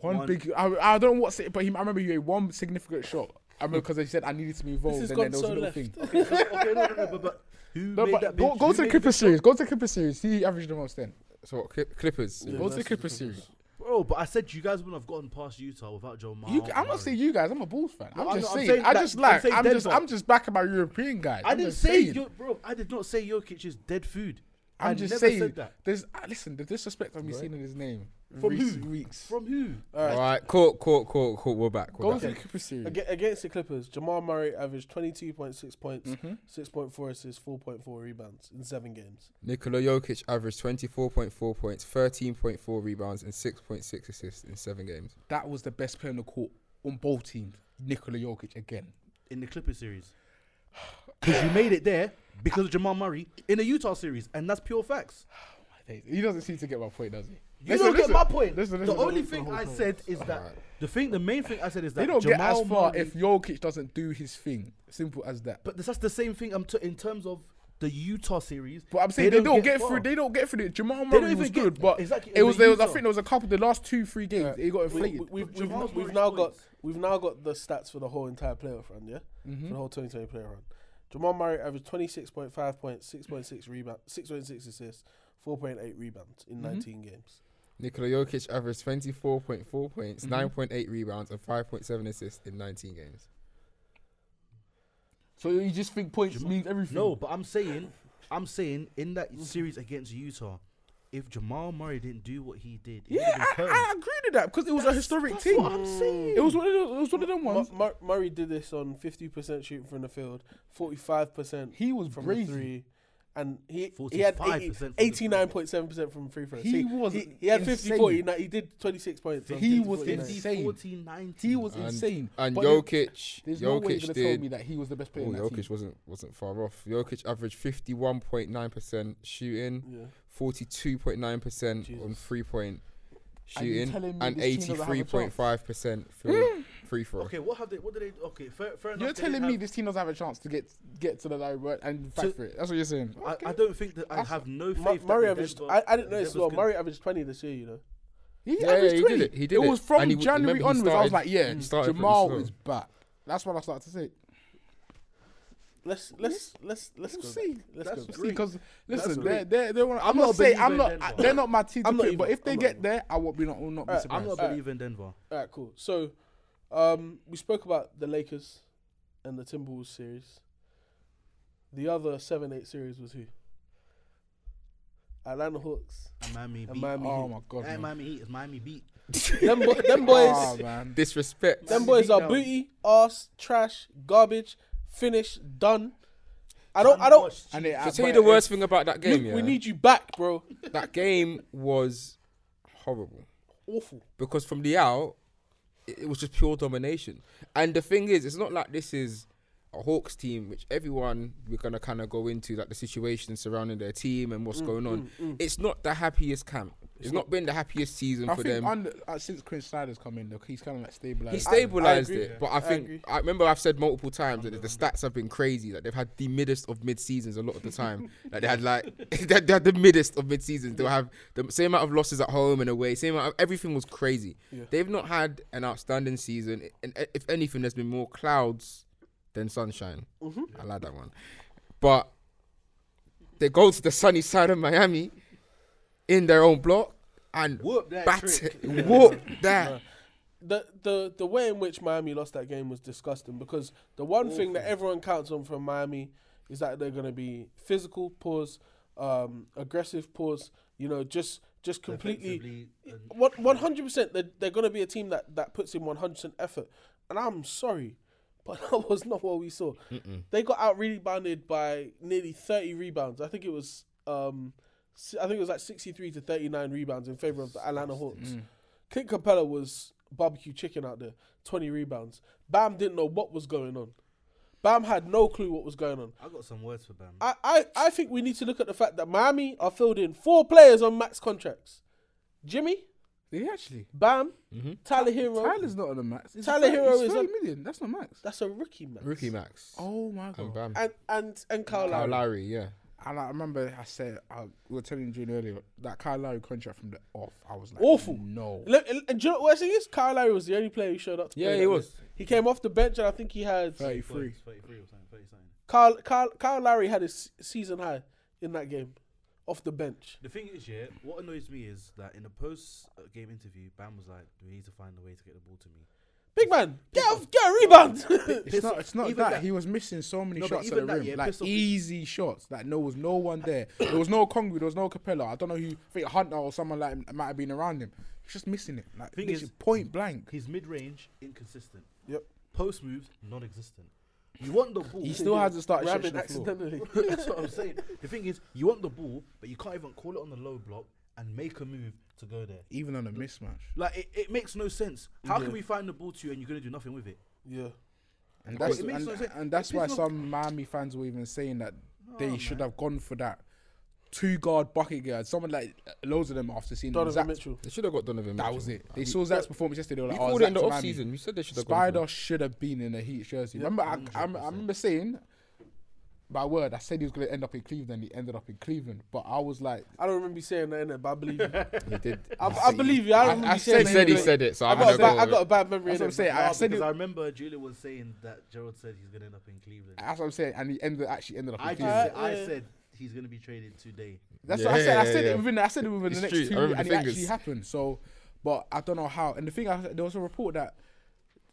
Speaker 5: One,
Speaker 3: One.
Speaker 5: big. I, I don't know what's it, but he, I remember he made one significant shot. I remember because they said I needed to be involved,
Speaker 6: has
Speaker 5: and
Speaker 6: gone
Speaker 5: then there was
Speaker 6: so
Speaker 5: a little
Speaker 6: left.
Speaker 5: thing.
Speaker 3: okay, no, no, no, but, but who
Speaker 5: No,
Speaker 3: made
Speaker 5: but
Speaker 3: that?
Speaker 5: go,
Speaker 3: big-
Speaker 5: go
Speaker 3: who
Speaker 5: to the
Speaker 3: made big
Speaker 5: Clippers series. Go to the Clippers series. See who averaged the most then.
Speaker 4: So what, Clip- Clippers?
Speaker 5: Go to the
Speaker 6: versus
Speaker 5: Clippers series.
Speaker 3: Bro, but I said you guys wouldn't have gotten past Utah without Joe Mauer.
Speaker 6: Oh,
Speaker 5: You, I'm not saying you guys. I'm a Bulls fan.
Speaker 3: No,
Speaker 5: I'm
Speaker 3: I'm
Speaker 5: just
Speaker 3: not- I'm
Speaker 5: saying.
Speaker 3: saying
Speaker 5: I
Speaker 3: that-
Speaker 5: just
Speaker 3: I'm
Speaker 5: like.
Speaker 3: saying
Speaker 5: I'm just.
Speaker 3: Denver.
Speaker 5: I'm just backing my European guys.
Speaker 3: I
Speaker 5: I'm
Speaker 3: didn't
Speaker 5: just
Speaker 3: say,
Speaker 5: saying.
Speaker 3: Yo- bro. I did not say Jokic is dead food.
Speaker 5: I'm
Speaker 3: I
Speaker 5: just
Speaker 3: never
Speaker 5: saying.
Speaker 3: said that.
Speaker 5: There's uh, listen. The disrespect I've been seeing in his name.
Speaker 3: From
Speaker 5: recent
Speaker 3: who?
Speaker 5: Weeks.
Speaker 3: From who?
Speaker 4: All right, court, court, court, court. We're back. We're
Speaker 5: Go
Speaker 4: back.
Speaker 5: to the Clippers series.
Speaker 6: Aga- Against the Clippers, Jamal Murray averaged twenty two point six points,
Speaker 5: Mm-hmm.
Speaker 6: point four assists, four point four rebounds in seven games.
Speaker 4: Nikola Jokic averaged 24.4 points, 13.4 rebounds, and 6.6 assists in seven games.
Speaker 5: That was the best player on the court on both teams. Nikola Jokic again.
Speaker 3: In the Clippers series, because you made it there because of Jamal Murray in the Utah series, and that's pure facts.
Speaker 5: He doesn't seem to get my point, does he?
Speaker 3: You don't get my point. the only thing I said is that the thing, the main thing I said is that
Speaker 5: They don't
Speaker 3: Jamal
Speaker 5: get as far
Speaker 3: Murray-
Speaker 5: if Jokic doesn't do his thing. Simple as that.
Speaker 3: But that's the same thing. I'm t- in terms of the Utah series.
Speaker 5: But I'm saying they don't, get, through. They don't get through it. Jamal Murray
Speaker 3: don't even
Speaker 5: was
Speaker 3: get-
Speaker 5: good, but
Speaker 3: exactly,
Speaker 5: it was.
Speaker 3: the
Speaker 5: There was. I
Speaker 3: Utah.
Speaker 5: think there was a couple. The last two, three games, it got
Speaker 6: We,
Speaker 5: inflated.
Speaker 6: we,
Speaker 3: But
Speaker 6: have
Speaker 3: Jamal
Speaker 6: we've
Speaker 3: Murray's
Speaker 6: now got
Speaker 3: points.
Speaker 6: we've now got the stats for the whole entire playoff run, yeah, for
Speaker 5: Mm-hmm.
Speaker 6: the whole 2020 playoff run. Jamal Murray averaged 26.5 points, 6.6 rebounds, 6.6 assists, 4.8 rebounds in
Speaker 5: Mm-hmm.
Speaker 6: 19 games.
Speaker 4: Nikola Jokic averaged 24.4 points,
Speaker 5: Mm-hmm.
Speaker 4: 9.8 rebounds, and 5.7 assists in 19 games.
Speaker 5: so you just think points means everything.
Speaker 3: No, but I'm saying, I'm saying in that series against Utah, if Jamal Murray didn't do what he did, it
Speaker 5: yeah,
Speaker 3: would've
Speaker 5: I,
Speaker 3: been
Speaker 5: I
Speaker 3: curtains.
Speaker 5: agree with that because it was a historic
Speaker 3: that's
Speaker 5: team.
Speaker 3: what I'm saying.
Speaker 5: It was one of those, it was one of them
Speaker 6: Mu-
Speaker 5: ones.
Speaker 6: Mur- Murray did this on 50% shooting from the field, 45%
Speaker 5: He was
Speaker 6: from
Speaker 5: crazy.
Speaker 6: the three, and he he had 80
Speaker 3: 45% from the
Speaker 6: 89.7% from free throws.
Speaker 5: He
Speaker 6: See,
Speaker 5: was
Speaker 6: he, he had 50
Speaker 5: insane.
Speaker 6: 40, no, he did 26 points. on
Speaker 5: He
Speaker 6: 50,
Speaker 5: was
Speaker 6: 40,
Speaker 5: insane.
Speaker 3: 50,
Speaker 5: Insane.
Speaker 3: 40, 90.
Speaker 5: He was
Speaker 4: And-
Speaker 5: insane.
Speaker 4: And
Speaker 5: But there-
Speaker 4: Jokic,
Speaker 5: There's no way you're
Speaker 4: Jokic
Speaker 5: gonna tell
Speaker 4: did.
Speaker 5: me that he was the best
Speaker 4: Oh,
Speaker 5: player. in that team.
Speaker 4: Jokic wasn't wasn't far off. Jokic averaged 51.9% shooting,
Speaker 6: Yeah.
Speaker 4: 42.9% on
Speaker 6: Jesus.
Speaker 4: three point
Speaker 5: And you're
Speaker 4: shooting,
Speaker 5: telling me
Speaker 4: and
Speaker 5: this team doesn't have a
Speaker 4: 83.5% field free throw.
Speaker 3: Okay, what have they? What did they? Okay, fair, fair enough. they
Speaker 5: You're
Speaker 3: didn't
Speaker 5: telling me
Speaker 3: have-
Speaker 5: this team doesn't have a chance to get get to the line right and fight
Speaker 3: So-
Speaker 5: for it. That's what you're saying. Okay.
Speaker 3: I, I don't think that I
Speaker 5: That's-
Speaker 3: have no faith.
Speaker 6: Mu-
Speaker 3: that
Speaker 6: Murray
Speaker 3: the
Speaker 6: averaged.
Speaker 3: Denver-
Speaker 6: I, I didn't
Speaker 3: the
Speaker 6: know this as
Speaker 3: Denver's
Speaker 6: well.
Speaker 3: gonna-
Speaker 6: Murray averaged 20 this year, you know.
Speaker 5: He
Speaker 4: Yeah,
Speaker 5: averaged
Speaker 4: yeah, he did
Speaker 5: 20.
Speaker 4: it. He did
Speaker 5: was
Speaker 4: it.
Speaker 5: from
Speaker 4: And he- remember
Speaker 5: January
Speaker 4: he
Speaker 5: onwards. I was
Speaker 4: started-
Speaker 5: like, yeah,
Speaker 4: he started pretty
Speaker 5: Jamal
Speaker 4: slow.
Speaker 5: is back. That's what I started to say.
Speaker 6: Let's let's let's let's
Speaker 5: We'll
Speaker 6: go
Speaker 5: see.
Speaker 6: Back. Let's
Speaker 3: That's
Speaker 6: go. Back.
Speaker 5: See, because listen,
Speaker 6: great.
Speaker 5: they're, they're, they're one, I'm,
Speaker 3: I'm
Speaker 5: not,
Speaker 3: not a
Speaker 5: saying
Speaker 3: believer
Speaker 5: I'm
Speaker 3: in
Speaker 5: not. I,
Speaker 3: Denver.
Speaker 5: they're not my team. To
Speaker 6: I'm not
Speaker 5: pick,
Speaker 6: either.
Speaker 5: but if they
Speaker 6: I'm not
Speaker 5: get
Speaker 6: either.
Speaker 5: there, I won't be not, will not be
Speaker 6: Alright,
Speaker 5: surprised.
Speaker 3: I'm not
Speaker 6: Alright.
Speaker 3: believing Denver.
Speaker 6: All right, cool. So, um, we spoke about the Lakers and the Timberwolves series. The other seven eight series was who? Atlanta Hawks
Speaker 3: And Miami
Speaker 6: and
Speaker 3: beat.
Speaker 6: Miami
Speaker 5: oh
Speaker 6: Heat.
Speaker 5: my god,
Speaker 3: And
Speaker 5: man.
Speaker 3: Miami Heat is Miami beat.
Speaker 6: Them, bo- them boys,
Speaker 5: Ah, man.
Speaker 4: Disrespect.
Speaker 6: them boys
Speaker 3: Beat
Speaker 6: are
Speaker 3: down.
Speaker 6: booty, ass, trash, garbage, finish, done. I don't, I
Speaker 3: Can't
Speaker 6: don't.
Speaker 3: watch
Speaker 5: And they-
Speaker 4: So
Speaker 5: uh,
Speaker 4: tell you
Speaker 5: but
Speaker 4: the
Speaker 5: if-
Speaker 4: worst thing about that game,
Speaker 6: Luke,
Speaker 4: yeah.
Speaker 6: We need you back, bro.
Speaker 4: that game was horrible
Speaker 6: Awful.
Speaker 4: because from the out, it it was just pure domination. And the thing is, it's not like this is a Hawks team, which everyone we're gonna kind of go into like the situation surrounding their team and
Speaker 5: Mm,
Speaker 4: what's going on. It's not the happiest camp. It's not been the happiest season
Speaker 5: I
Speaker 4: for
Speaker 5: think
Speaker 4: them.
Speaker 5: under, uh, since Chris Snyder's come in, though, he's kind of like stabilized.
Speaker 4: He stabilized
Speaker 6: agree.
Speaker 4: it, but I think
Speaker 6: agree.
Speaker 4: I, remember I've said multiple times that the stats have been crazy. That they've had the middest of mid seasons a lot of the time. like they had like they, they had the middest of mid seasons. They'll have the same amount of losses at home and away. Same amount of, everything was crazy. They've not had an outstanding season, and i- if anything, there's been more clouds than sunshine. I like that one, but they go to the sunny side of Miami in their own block and
Speaker 3: Whoop that
Speaker 4: bat
Speaker 3: trick.
Speaker 4: it, whoop that.
Speaker 6: the the the way in which Miami lost that game was disgusting because the one thing that everyone counts on from Miami is that they're going to be physical, pause, um, aggressive, pause. You know, just just completely.
Speaker 3: Defensively and
Speaker 6: What one hundred percent? They're they're gonna be a team that that puts in one hundred percent effort, and I'm sorry, but that was not what we saw. They got out rebounded by nearly thirty rebounds. I think it was um, si- I think it was like sixty three to thirty nine rebounds in favor of the Atlanta Hawks. Clint Capella was barbecue chicken out there, twenty rebounds. Bam didn't know what was going on. Bam had no clue what was going on.
Speaker 3: I got some words for Bam.
Speaker 6: I, I, I think we need to look at the fact that Miami are fielding four players on max contracts. Jimmy,
Speaker 5: Did he actually?
Speaker 6: Bam,
Speaker 4: Mm-hmm.
Speaker 6: Tyler Hero.
Speaker 5: Tyler's not on the max. It's
Speaker 6: Tyler
Speaker 5: thirty-
Speaker 6: Hero
Speaker 5: it's
Speaker 6: is
Speaker 5: 30
Speaker 6: on-
Speaker 5: million. That's not max.
Speaker 6: That's a rookie max.
Speaker 4: Rookie Max.
Speaker 5: Oh my god.
Speaker 4: and Bam.
Speaker 6: And and and Kyle
Speaker 4: Kyle
Speaker 6: Lowry.
Speaker 4: Lowry, yeah.
Speaker 5: I, like, I remember I said I, we were telling June earlier that Kyle Lowry contract from the off. I was like,
Speaker 6: Awful.
Speaker 5: No.
Speaker 6: Look, and, and do you know what the thing is? Kyle Lowry was the only player who showed up. To
Speaker 4: Yeah,
Speaker 6: play
Speaker 4: he
Speaker 6: that
Speaker 4: was.
Speaker 6: game. He came off the bench, and I think he had
Speaker 5: Thirty three.
Speaker 3: Points, 33 or something, 30 something.
Speaker 6: Kyle, Kyle, Kyle Lowry had his season high in that game, off the bench.
Speaker 3: The thing is, yeah, what annoys me is that in the post-game interview, Bam was like, "We need to find a way to get the ball to me."
Speaker 6: Big man, get off, get a rebound.
Speaker 5: It's not. It's not
Speaker 3: even
Speaker 5: that.
Speaker 3: that-
Speaker 5: he was missing so many
Speaker 3: No, but
Speaker 5: shots at the
Speaker 3: even that,
Speaker 5: rim,
Speaker 3: yeah,
Speaker 5: like
Speaker 3: piss off-
Speaker 5: easy shots. Like there was no one there. there was no Kongu. There was no Capella. I don't know who. I think Hunter or someone like him might have been around him. He's just missing it. Like
Speaker 3: Thing
Speaker 5: literally
Speaker 3: is-
Speaker 5: point blank.
Speaker 3: His mid-range inconsistent.
Speaker 6: Yep.
Speaker 3: Post moves non-existt. You want the ball.
Speaker 5: He still hasn't started
Speaker 6: Grabbing
Speaker 5: stretching the floor.
Speaker 6: accidentally.
Speaker 3: That's what I'm saying. The thing is, you want the ball, but you can't even call it on the low block and make a move to go there.
Speaker 5: Even on a mismatch.
Speaker 3: Like it, it makes no sense. How can we find the ball to you and you're gonna do nothing with it?
Speaker 6: Yeah.
Speaker 5: And that's
Speaker 3: it makes
Speaker 5: and,
Speaker 3: no sense.
Speaker 5: and that's
Speaker 3: It
Speaker 5: why
Speaker 3: makes no-
Speaker 5: some Miami fans were even saying that they should have gone for that two guard bucket guard. Someone like loads of them after seeing
Speaker 6: Donovan
Speaker 5: Zach-
Speaker 6: Mitchell.
Speaker 4: They should have got Donovan.
Speaker 5: That
Speaker 4: Mitchell.
Speaker 5: was it. They saw Zach's performance yesterday. They were
Speaker 4: We
Speaker 5: like, oh,
Speaker 4: called it in the
Speaker 5: Zach's
Speaker 4: off
Speaker 5: Miami.
Speaker 4: season. We said they should have gone for
Speaker 5: Spider
Speaker 4: it.
Speaker 5: should have been in a Heat jersey. Remember, I, I, I remember saying, by word, I said he was going to end up in Cleveland. He ended up in Cleveland. But I was like,
Speaker 6: I don't remember you saying that, innit? But I believe you.
Speaker 4: He did.
Speaker 6: I, I believe you. I, don't
Speaker 5: I-
Speaker 6: remember
Speaker 5: I
Speaker 6: you
Speaker 5: said-
Speaker 4: He
Speaker 6: saying
Speaker 4: said he
Speaker 6: that.
Speaker 4: said it, so
Speaker 6: I
Speaker 4: I'm
Speaker 6: got,
Speaker 4: gonna
Speaker 6: a bad,
Speaker 4: go.
Speaker 6: I
Speaker 4: with
Speaker 6: got a
Speaker 4: it.
Speaker 6: bad memory.
Speaker 5: That's what I'm
Speaker 6: innit?
Speaker 5: saying. I
Speaker 3: Nah,
Speaker 5: said
Speaker 3: because
Speaker 5: it-
Speaker 3: I remember Julia was saying that Gerald said he's gonna end up in Cleveland.
Speaker 5: That's what I'm saying. And he ended actually ended up in
Speaker 3: I just,
Speaker 5: Cleveland.
Speaker 3: said,
Speaker 6: Alright,
Speaker 3: I
Speaker 6: yeah.
Speaker 3: said he's gonna be traded today.
Speaker 5: That's what I said. I
Speaker 4: Yeah,
Speaker 5: said
Speaker 4: yeah.
Speaker 5: it within. I said it within
Speaker 4: It's
Speaker 5: the next
Speaker 4: true. I
Speaker 5: two,
Speaker 4: remember
Speaker 5: and
Speaker 4: the
Speaker 5: it actually
Speaker 4: fingers.
Speaker 5: happened. So, but I don't know how. And the thing, I, there was a report that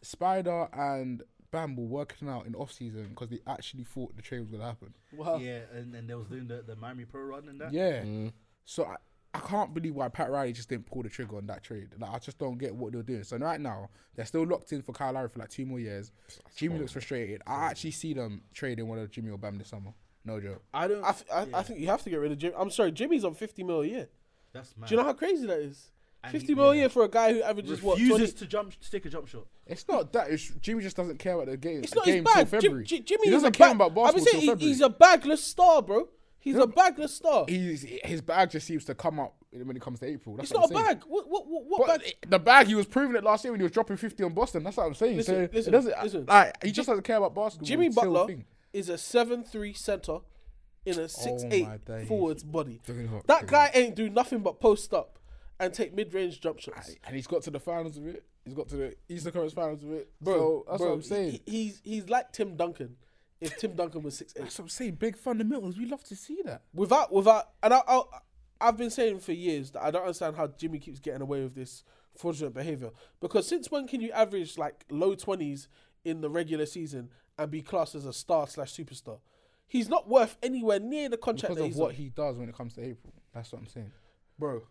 Speaker 5: Spider and Bam were working out in off season because they actually thought the trade was gonna happen.
Speaker 6: Wow.
Speaker 3: Yeah, and then they was doing the, the Miami Pro run and that.
Speaker 5: Yeah.
Speaker 4: Mm.
Speaker 5: So I, I can't believe why Pat Riley just didn't pull the trigger on that trade. Like I just don't get what they're doing. So right now they're still locked in for Kyle Lowry for like two more years. Jimmy looks frustrated. I actually see them trading one of Jimmy or Bam this summer. No joke.
Speaker 6: I don't. I, th- I, I think you have to get rid of Jimmy. I'm sorry, Jimmy's on 50 mil a year.
Speaker 3: That's mad.
Speaker 6: Do you know how crazy that is?
Speaker 3: And
Speaker 6: 50
Speaker 3: he-
Speaker 6: mil a
Speaker 3: yeah.
Speaker 6: year for a guy who averages what?
Speaker 3: refuses
Speaker 6: 20?
Speaker 3: to jump to take a jump shot.
Speaker 5: It's not that. It's, Jimmy just doesn't care about the game.
Speaker 6: It's
Speaker 5: the
Speaker 6: not his
Speaker 5: game till
Speaker 6: bag. Jim,
Speaker 5: February.
Speaker 6: J- Jimmy
Speaker 5: he
Speaker 6: is a
Speaker 5: doesn't
Speaker 6: bag.
Speaker 5: care about basketball
Speaker 6: I've been
Speaker 5: till
Speaker 6: saying he,
Speaker 5: February.
Speaker 6: he's a bagless star, bro. He's a bagless star.
Speaker 5: He's- his bag just seems to come up when it comes to April. That's
Speaker 6: it's
Speaker 5: what
Speaker 6: not a
Speaker 5: I'm saying.
Speaker 6: bag. What, what, what, what
Speaker 5: But
Speaker 6: bag?
Speaker 5: the bag he was proving it last year when he was dropping fifty on Boston. That's what I'm saying.
Speaker 6: Listen,
Speaker 5: so
Speaker 6: listen,
Speaker 5: it doesn't.
Speaker 6: listen.
Speaker 5: Like, he just doesn't care about basketball.
Speaker 6: Jimmy
Speaker 5: It's still a
Speaker 6: Butler
Speaker 5: thing. Oh
Speaker 6: is a 7 3 center in a six
Speaker 5: my
Speaker 6: eight
Speaker 5: days.
Speaker 6: forwards body.
Speaker 4: Doing what?
Speaker 6: That
Speaker 4: Doing
Speaker 6: guy ain't do nothing but post up and take mid range jump shots.
Speaker 5: and he's got to the finals of it. He's got to the Eastern Conference finals of it.
Speaker 6: Bro,
Speaker 5: so that's
Speaker 6: bro,
Speaker 5: what I'm saying.
Speaker 6: he- he's he's like Tim Duncan. If Tim Duncan was six eight,
Speaker 5: that's what I'm saying. Big fundamentals. We love to see that.
Speaker 6: without without, and I, I I've been saying for years that I don't understand how Jimmy keeps getting away with this fraudulent behavior. Because since when can you average like low twenties in the regular season and be classed as a star slash superstar? He's not worth anywhere near the contract
Speaker 5: Because
Speaker 6: that
Speaker 5: of
Speaker 6: he's
Speaker 5: what
Speaker 6: on.
Speaker 5: he does when it comes to April. That's what I'm saying.
Speaker 6: bro.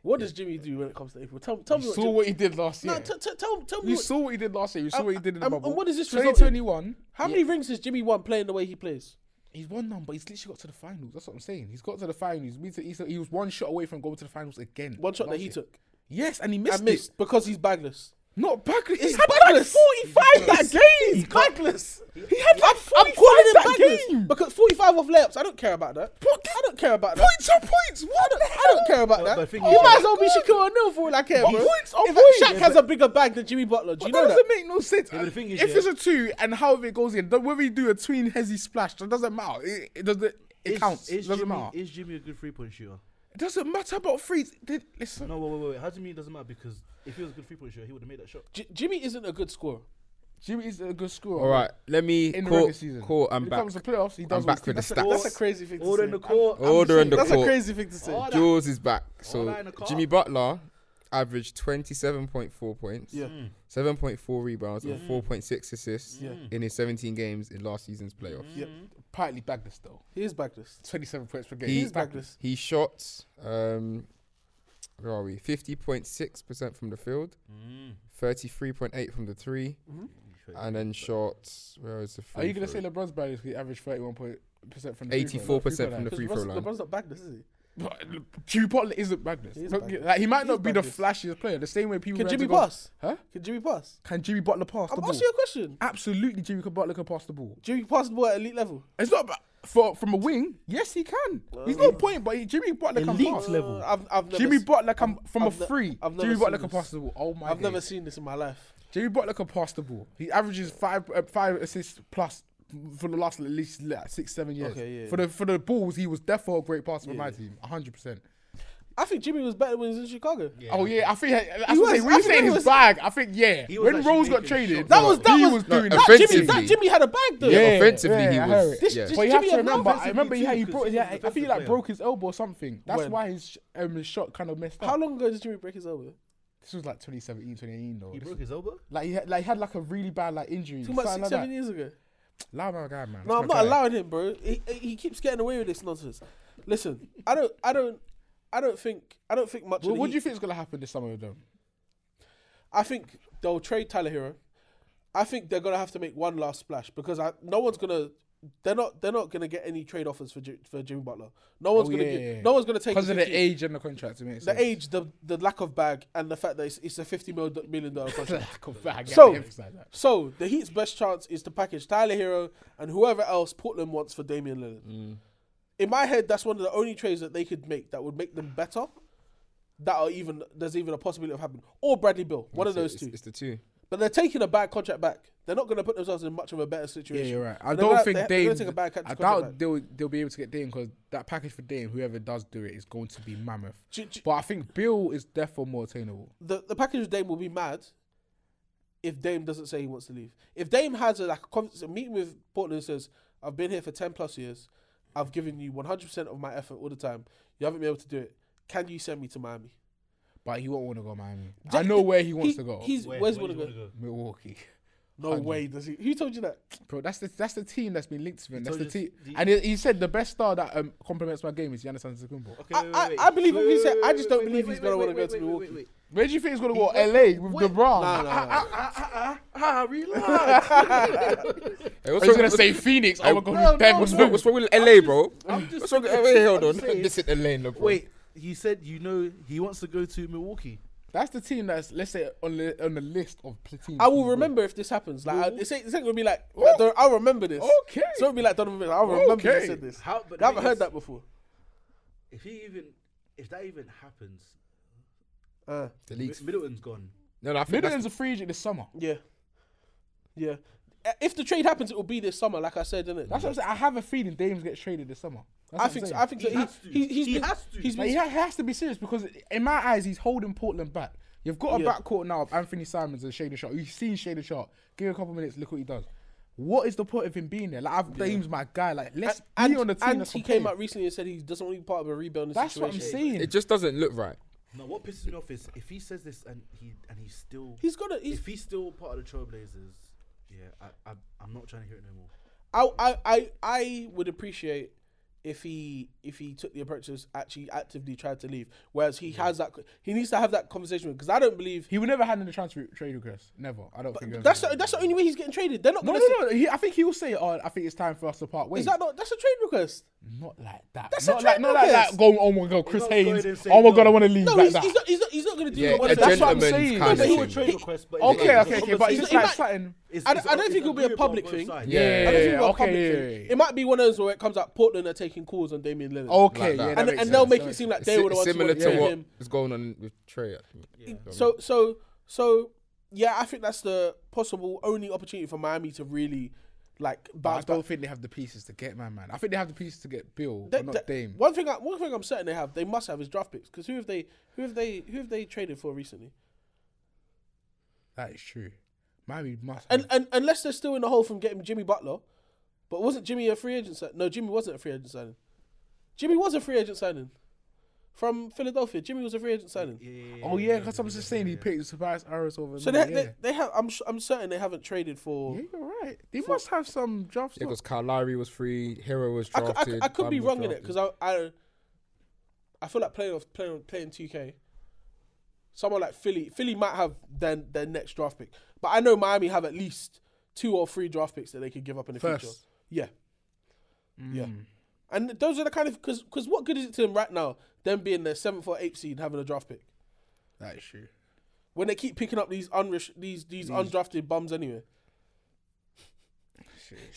Speaker 6: What does Jimmy do when it comes to April? Tell, tell me
Speaker 5: You
Speaker 6: what.
Speaker 5: saw
Speaker 6: Jim-
Speaker 5: what he did last year.
Speaker 6: no, t- t- tell, tell me.
Speaker 5: you
Speaker 6: what,
Speaker 5: saw what he did last year. You saw what he did in the
Speaker 6: Um,
Speaker 5: bubble.
Speaker 6: and what does this result in?
Speaker 5: 2021.
Speaker 6: how many rings has Jimmy won playing the way he plays?
Speaker 5: He's won none, but he's literally got to the finals. That's what I'm saying. He's got to the finals. He's been to the Eastern- He was one shot away from going to the finals again.
Speaker 6: One shot that
Speaker 5: last
Speaker 6: he
Speaker 5: year.
Speaker 6: took
Speaker 5: Yes, and he missed,
Speaker 6: and missed because he's bagless.
Speaker 5: it. Not Bagley. He's
Speaker 6: He's
Speaker 5: had like
Speaker 6: bagless.
Speaker 5: 45 that game. He's
Speaker 6: Bagless.
Speaker 5: He had like 45
Speaker 6: I'm calling him
Speaker 5: that
Speaker 6: bagless
Speaker 5: game.
Speaker 6: because 45 off layups. I don't care about that. I don't care about that.
Speaker 5: Points are points. What the
Speaker 6: I don't
Speaker 5: hell?
Speaker 6: care about
Speaker 3: But
Speaker 6: that.
Speaker 3: the thing
Speaker 6: you
Speaker 3: is-
Speaker 6: might as well be Shaquille O'Neal for all I care,
Speaker 5: But
Speaker 6: bro.
Speaker 5: points are
Speaker 6: In fact,
Speaker 5: points.
Speaker 6: Shaq
Speaker 5: Yeah,
Speaker 6: has a bigger bag than Jimmy Butler. Do you
Speaker 5: But
Speaker 6: know
Speaker 5: that
Speaker 6: that?
Speaker 5: doesn't make no sense.
Speaker 3: but the thing is,
Speaker 5: if
Speaker 3: yeah-
Speaker 5: it's a two and how it goes in, don't- whether you do a tween hezzy splash, that doesn't matter. It, it doesn't. It
Speaker 3: Is-
Speaker 5: counts.
Speaker 3: Is
Speaker 5: it doesn't
Speaker 3: Jimmy,
Speaker 5: matter.
Speaker 3: Is Jimmy a good three point shooter?
Speaker 5: It doesn't matter about threes. They- Listen,
Speaker 3: No, wait, wait, wait. How do you mean it doesn't matter? Because if he was a good three point shooter, he would have made that shot.
Speaker 6: J- Jimmy isn't a good scorer.
Speaker 5: Jimmy is a good scorer.
Speaker 4: All right, let me
Speaker 5: in the
Speaker 4: call,
Speaker 5: regular season.
Speaker 4: call
Speaker 5: when
Speaker 4: and
Speaker 5: it
Speaker 4: back.
Speaker 5: comes to playoffs, he does
Speaker 4: back
Speaker 5: what he-
Speaker 4: with the
Speaker 5: that's a-
Speaker 4: stats.
Speaker 5: that's a
Speaker 6: Crazy
Speaker 5: crazy.
Speaker 6: thing to
Speaker 3: Order
Speaker 6: say.
Speaker 3: in the court.
Speaker 4: Order in the
Speaker 6: That's a
Speaker 4: court.
Speaker 6: crazy thing to say.
Speaker 3: Order.
Speaker 4: Jules is back. So
Speaker 3: that in the car.
Speaker 4: Jimmy Butler averaged 27.4 points,
Speaker 6: Yeah.
Speaker 4: 7.4 rebounds, and 4.6 assists
Speaker 6: Yeah.
Speaker 4: in his 17 games in last season's playoffs.
Speaker 6: Yep.
Speaker 5: Partly bagless though.
Speaker 6: He is bagless.
Speaker 5: Twenty-seven points per game.
Speaker 4: He-
Speaker 6: He is bagless.
Speaker 4: He shot um, where are we? Fifty point six percent from the field,
Speaker 3: Mm.
Speaker 4: thirty three point eight from the three, and then shot. Where is the free?
Speaker 5: Are you gonna
Speaker 4: throw?
Speaker 5: say LeBron's bad is he averaged thirty one point percent from the free throw line?
Speaker 4: 84%
Speaker 5: Free
Speaker 4: from the
Speaker 5: throw
Speaker 4: free throw
Speaker 6: LeBron's,
Speaker 4: line?
Speaker 6: LeBron's not Magnus, is he?
Speaker 5: line. But Jimmy Butler isn't Magnus.
Speaker 6: He is
Speaker 5: Don't
Speaker 6: Magnus.
Speaker 5: get- like he might
Speaker 6: He
Speaker 5: not
Speaker 6: is
Speaker 5: be
Speaker 6: Magnus.
Speaker 5: the flashiest player. The same way people
Speaker 6: Can
Speaker 5: had to
Speaker 6: Jimmy
Speaker 5: go-
Speaker 6: pass?
Speaker 5: Huh?
Speaker 6: Can Jimmy pass?
Speaker 5: Can Jimmy Butler pass the
Speaker 6: I'm
Speaker 5: ball?
Speaker 6: asking you a question.
Speaker 5: Absolutely, Jimmy Butler can pass the ball.
Speaker 6: Jimmy pass the ball at elite level.
Speaker 5: It's not about, for from a wing. Yes, he can. He's no point, but he- Jimmy Butler
Speaker 7: Elite
Speaker 5: can pass.
Speaker 7: level.
Speaker 6: Uh, I've, I've never
Speaker 5: Jimmy
Speaker 6: se-
Speaker 5: Butler can
Speaker 6: I've-
Speaker 5: from
Speaker 6: I've
Speaker 5: a
Speaker 6: ne-
Speaker 5: free.
Speaker 6: I've never
Speaker 5: Jimmy Butler
Speaker 6: seen
Speaker 5: can
Speaker 6: this.
Speaker 5: pass the ball. Oh my!
Speaker 6: I've never
Speaker 5: days.
Speaker 6: seen this in my life.
Speaker 5: Jimmy Butler can pass the ball. He averages five uh, five assists plus for the last at least like, six seven years.
Speaker 6: Okay, yeah,
Speaker 5: for the for the balls, he was therefore a great passer for
Speaker 6: Yeah,
Speaker 5: my
Speaker 6: yeah.
Speaker 5: team. hundred percent.
Speaker 6: I think Jimmy was better when he was in Chicago.
Speaker 5: Oh yeah, I think I, I
Speaker 6: was-
Speaker 5: was,
Speaker 6: I
Speaker 5: when you
Speaker 6: think
Speaker 5: say
Speaker 6: he
Speaker 5: his
Speaker 6: was-
Speaker 5: bag, I think yeah.
Speaker 3: He was
Speaker 5: When
Speaker 3: actually
Speaker 5: Rose got
Speaker 3: making
Speaker 5: traded,
Speaker 3: shots.
Speaker 6: That was that
Speaker 5: he
Speaker 6: was,
Speaker 4: no,
Speaker 5: doing
Speaker 6: that Jimmy. That
Speaker 4: offensively.
Speaker 6: Jimmy had a bag though.
Speaker 5: Yeah,
Speaker 4: offensively, he
Speaker 5: I
Speaker 4: was-
Speaker 5: heard it.
Speaker 6: This- yeah. this
Speaker 5: But you have
Speaker 6: Jimmy
Speaker 5: to
Speaker 6: had no
Speaker 5: remember, I
Speaker 3: offensive
Speaker 5: remember he,
Speaker 3: too,
Speaker 5: had- he
Speaker 3: 'cause
Speaker 5: broke.
Speaker 3: he's
Speaker 5: Yeah,
Speaker 3: an
Speaker 5: I I think he
Speaker 3: offensive
Speaker 5: like
Speaker 3: player.
Speaker 5: broke his elbow or something. That's
Speaker 6: When?
Speaker 5: why his um, his shot kind of messed up.
Speaker 6: How long ago did Jimmy break his elbow?
Speaker 5: This was like 2017, 2018 though.
Speaker 3: He
Speaker 5: This-
Speaker 3: broke his elbow.
Speaker 5: Like he had, like he had like a really bad like injury.
Speaker 6: Too much
Speaker 5: something
Speaker 6: six,
Speaker 5: like
Speaker 6: seven
Speaker 5: that.
Speaker 6: years ago.
Speaker 5: Allow my guy, man.
Speaker 6: No, I'm
Speaker 5: That's my
Speaker 6: not
Speaker 5: guy.
Speaker 6: allowing him, bro. He, he keeps getting away with this nonsense. Listen, I don't, I don't, I don't think, I don't think much.
Speaker 5: Well,
Speaker 6: of the
Speaker 5: what do
Speaker 6: Heat-
Speaker 5: you think is gonna happen this summer with them?
Speaker 6: I think they'll trade Tyler Hero. I think they're gonna have to make one last splash because I, no one's gonna. They're not. They're not gonna get any trade offers for Ji- for Jimmy Butler. No one's
Speaker 5: Oh,
Speaker 6: gonna.
Speaker 5: yeah,
Speaker 6: give,
Speaker 5: yeah, yeah.
Speaker 6: No one's gonna take
Speaker 5: Because of
Speaker 6: the
Speaker 5: the
Speaker 6: 50
Speaker 5: age and the contract, it makes
Speaker 6: the
Speaker 5: sense.
Speaker 6: age, the the lack of bag, and the fact that it's, it's a fifty mil, million dollar contract.
Speaker 5: Lack of bag,
Speaker 6: So-
Speaker 5: so, that.
Speaker 6: So the Heat's best chance is to package Tyler Hero and whoever else Portland wants for Damian Lillard.
Speaker 5: Mm.
Speaker 6: In my head, that's one of the only trades that they could make that would make them better. That are even there's even a possibility of happening. Or Bradley Bill, one of
Speaker 4: It's-
Speaker 6: those
Speaker 4: it's-
Speaker 6: two.
Speaker 4: It's the two.
Speaker 6: But they're taking a bad contract back. They're not going to put themselves in much of a better
Speaker 5: Yeah,
Speaker 6: situation.
Speaker 5: you're right. I
Speaker 6: And
Speaker 5: don't
Speaker 6: they're
Speaker 5: think
Speaker 6: gonna-
Speaker 5: Dame.
Speaker 6: they're gonna take a bad catch
Speaker 5: I
Speaker 6: contract
Speaker 5: doubt
Speaker 6: back.
Speaker 5: they'll they'll be able to get Dame because that package for Dame, whoever does do it, is going to be mammoth.
Speaker 6: J- j-
Speaker 5: But I think Bill is therefore more attainable.
Speaker 6: the the package with Dame will be mad if Dame doesn't say he wants to leave. If Dame has a like a, conference, a meeting with Portland and says, "I've been here for ten plus years, I've given you one hundred percent of my effort all the time. You haven't been able to do it. Can you send me to Miami?"
Speaker 5: But he won't want to go Miami. I know where he wants
Speaker 6: He-
Speaker 5: to go.
Speaker 6: He's
Speaker 3: Where-
Speaker 6: where's he
Speaker 3: where
Speaker 6: want to
Speaker 3: do
Speaker 6: go?
Speaker 3: you wanna
Speaker 5: Milwaukee.
Speaker 6: No way does he. Who told you that?
Speaker 5: Bro, that's the that's the team that's been linked to him. That's the
Speaker 3: told
Speaker 5: team,
Speaker 3: us- the-
Speaker 5: and he, he said the best star that um, complements my game is Giannis Antetokounmpo. Ah,
Speaker 3: Okay,
Speaker 6: I-
Speaker 3: wait,
Speaker 6: I-
Speaker 3: wait, wait.
Speaker 6: I believe
Speaker 3: Wait,
Speaker 6: if he
Speaker 3: wait,
Speaker 6: said-
Speaker 3: wait,
Speaker 6: I just
Speaker 3: wait,
Speaker 6: don't
Speaker 3: wait,
Speaker 6: believe
Speaker 3: wait,
Speaker 6: he's gonna
Speaker 3: wait, wait,
Speaker 6: wanna go
Speaker 3: wait,
Speaker 6: to
Speaker 3: wait,
Speaker 6: Milwaukee.
Speaker 3: wait, wait.
Speaker 5: Where do you think he's gonna go? LA with LeBron.
Speaker 6: Nah, nah, nah.
Speaker 3: Ah, relax.
Speaker 4: Hey, what's
Speaker 5: Or he's
Speaker 4: wrong-
Speaker 5: gonna
Speaker 4: what's-
Speaker 5: say Phoenix. Oh my god,
Speaker 3: no,
Speaker 5: he's dead.
Speaker 3: no,
Speaker 4: What's
Speaker 5: What's
Speaker 3: no.
Speaker 4: wrong?
Speaker 5: wrong?
Speaker 4: What's wrong with LA, bro?
Speaker 3: I'm just
Speaker 4: What's wrong?
Speaker 3: saying-
Speaker 4: Wait, hold
Speaker 3: I'm
Speaker 4: on.
Speaker 3: saying-
Speaker 4: This is LA, LeBron.
Speaker 3: Wait, he said you know he wants to go to Milwaukee.
Speaker 5: That's the team that's let's say on the on the list of pl- teams.
Speaker 6: I will
Speaker 5: he's
Speaker 6: remember if this happens. Like, I,
Speaker 3: Ooh.
Speaker 6: it's, it's gonna be like, like Don- I'll remember this.
Speaker 5: Okay.
Speaker 6: So it'll be like Donovan. Mitchell, I'll remember
Speaker 5: Okay.
Speaker 6: you said this.
Speaker 3: How- but
Speaker 6: I haven't
Speaker 3: the thing
Speaker 6: heard
Speaker 3: is-
Speaker 6: that before.
Speaker 3: If he even if that even happens,
Speaker 6: Uh,
Speaker 4: The
Speaker 3: Mi-
Speaker 4: league's.
Speaker 3: Middleton's gone.
Speaker 4: No, no, I
Speaker 5: with.
Speaker 4: think that's
Speaker 5: Middleton's a free agent this summer.
Speaker 6: yeah, yeah. Uh, If the trade happens, it will be this summer, like I said, innit?
Speaker 5: That's what I'm saying. I have a feeling Dame's get traded this summer. That's
Speaker 6: I
Speaker 5: what
Speaker 6: think.
Speaker 5: I'm
Speaker 6: So,
Speaker 5: saying.
Speaker 6: I think so.
Speaker 3: He
Speaker 6: He,
Speaker 3: has to.
Speaker 6: he, he's
Speaker 3: He
Speaker 6: been,
Speaker 3: has to.
Speaker 6: He's
Speaker 5: Like,
Speaker 6: been,
Speaker 5: he ha- has to be serious because in my eyes he's holding Portland back. You've got a
Speaker 6: Yeah.
Speaker 5: backcourt now of Anthony Simons and Shaden Sharp. You've seen Shaden Sharp. Give him a couple minutes. Look what he does. What is the point of him being there? Like I've, Dame's my guy. Like let's
Speaker 6: and,
Speaker 5: be on the team.
Speaker 6: and
Speaker 5: that's
Speaker 6: he came
Speaker 5: competitive.
Speaker 6: out recently and said he doesn't want to be part of a rebuilding
Speaker 5: That's what
Speaker 6: situation.
Speaker 5: I'm saying.
Speaker 4: It just doesn't look right.
Speaker 3: No, what pisses me off is if he says this and he and he's still
Speaker 6: He's gonna. He's.
Speaker 3: if he's still part of the Trailblazers, yeah, I, I I'm not trying to hear it no more.
Speaker 6: I, I. I. I would appreciate if he if he took the approach to actually actively tried to leave. Whereas he has that. He needs to have that conversation because I don't believe
Speaker 5: He would never hand in the transfer trade request. Never. I don't think. he ever
Speaker 6: That's
Speaker 5: did.
Speaker 6: the, that's the only way he's getting traded. They're not
Speaker 5: no,
Speaker 6: going
Speaker 5: no,
Speaker 6: to.
Speaker 5: no. He, I think he will say, "Oh, I think it's time for us to part ways."
Speaker 6: Is that not? That's a trade request.
Speaker 5: not like that.
Speaker 6: That's a
Speaker 5: not like,
Speaker 6: trade
Speaker 5: not like
Speaker 6: request.
Speaker 5: that. Go, oh my god, Chris
Speaker 3: not going
Speaker 5: Haynes.
Speaker 3: and say
Speaker 5: Oh my
Speaker 3: no.
Speaker 5: god, I want to leave
Speaker 6: No,
Speaker 5: like
Speaker 6: he's,
Speaker 5: that.
Speaker 6: he's not. He's not. He's not going to do
Speaker 4: Yeah,
Speaker 6: what
Speaker 4: a
Speaker 6: he says.
Speaker 5: that's what I'm
Speaker 4: gentleman's
Speaker 5: saying.
Speaker 4: kind
Speaker 6: No,
Speaker 4: of
Speaker 6: but he
Speaker 3: A
Speaker 6: would-
Speaker 4: thing.
Speaker 3: trade request, but
Speaker 5: okay,
Speaker 3: it's-
Speaker 5: okay,
Speaker 3: it's
Speaker 5: okay. But
Speaker 6: he's
Speaker 5: it's
Speaker 3: obviously-
Speaker 5: just
Speaker 6: not- he
Speaker 5: like
Speaker 6: might-
Speaker 5: something.
Speaker 3: it's-
Speaker 6: I don't-
Speaker 3: it's
Speaker 6: I don't think it'll be a
Speaker 3: agreeable on
Speaker 6: public
Speaker 3: both
Speaker 6: thing.
Speaker 3: sides.
Speaker 4: Yeah.
Speaker 6: I don't think it'll be a
Speaker 5: okay,
Speaker 6: public
Speaker 5: yeah,
Speaker 6: thing.
Speaker 5: yeah, yeah.
Speaker 6: It might be one of those where it comes out Portland are taking calls on Damian Lillard.
Speaker 5: Okay,
Speaker 4: Like that.
Speaker 5: yeah, that
Speaker 6: and,
Speaker 5: makes
Speaker 6: and they'll
Speaker 5: sense.
Speaker 6: make it seem like they were the ones who
Speaker 4: Similar
Speaker 6: wanted
Speaker 4: to
Speaker 6: to
Speaker 4: what
Speaker 6: him.
Speaker 4: is going on with Trey. I think. You know what I
Speaker 6: So so so yeah, I think that's the possible only opportunity for Miami to really like
Speaker 5: But I
Speaker 6: bounce back.
Speaker 5: don't think they have the pieces to get my man. I think they have the pieces to get Bill,
Speaker 6: They-
Speaker 5: but not
Speaker 6: they-
Speaker 5: Dame.
Speaker 6: One thing, I, one thing I'm certain they have, they must have is draft picks. Because who have they, who have they, who have they traded for recently?
Speaker 5: That is true. Miami must.
Speaker 6: And,
Speaker 5: have-
Speaker 6: and unless they're still in the hole from getting Jimmy Butler, but wasn't Jimmy a free agent? si- No, Jimmy wasn't a free agent signing. Jimmy was a free agent signing from Philadelphia. Jimmy was a free agent signing.
Speaker 5: oh yeah, because I was just saying he picked Tobias Harris over.
Speaker 6: So
Speaker 5: me,
Speaker 6: they,
Speaker 5: yeah.
Speaker 6: they, they have. I'm s- I'm certain they haven't traded for.
Speaker 5: yeah, you're right. They must have some jobs.
Speaker 4: Yeah, because Kyle Lowry was free, Hero was
Speaker 6: I, cou- I, cou-
Speaker 4: drafted.
Speaker 6: I could be
Speaker 4: Bam was
Speaker 6: wrong in
Speaker 4: drafted.
Speaker 6: it because I, I I feel like playing off playing playing 2K. someone like Philly, Philly might have their their next draft pick, but I know Miami have at least two or three draft picks that they could give up in the future.
Speaker 5: First.
Speaker 6: Yeah, yeah, and those are the kind of because because what good is it to them right now? Them being their seventh or eighth seed, having a draft pick
Speaker 5: That is true.
Speaker 6: when they keep picking up these unresh these these undrafted bums anyway.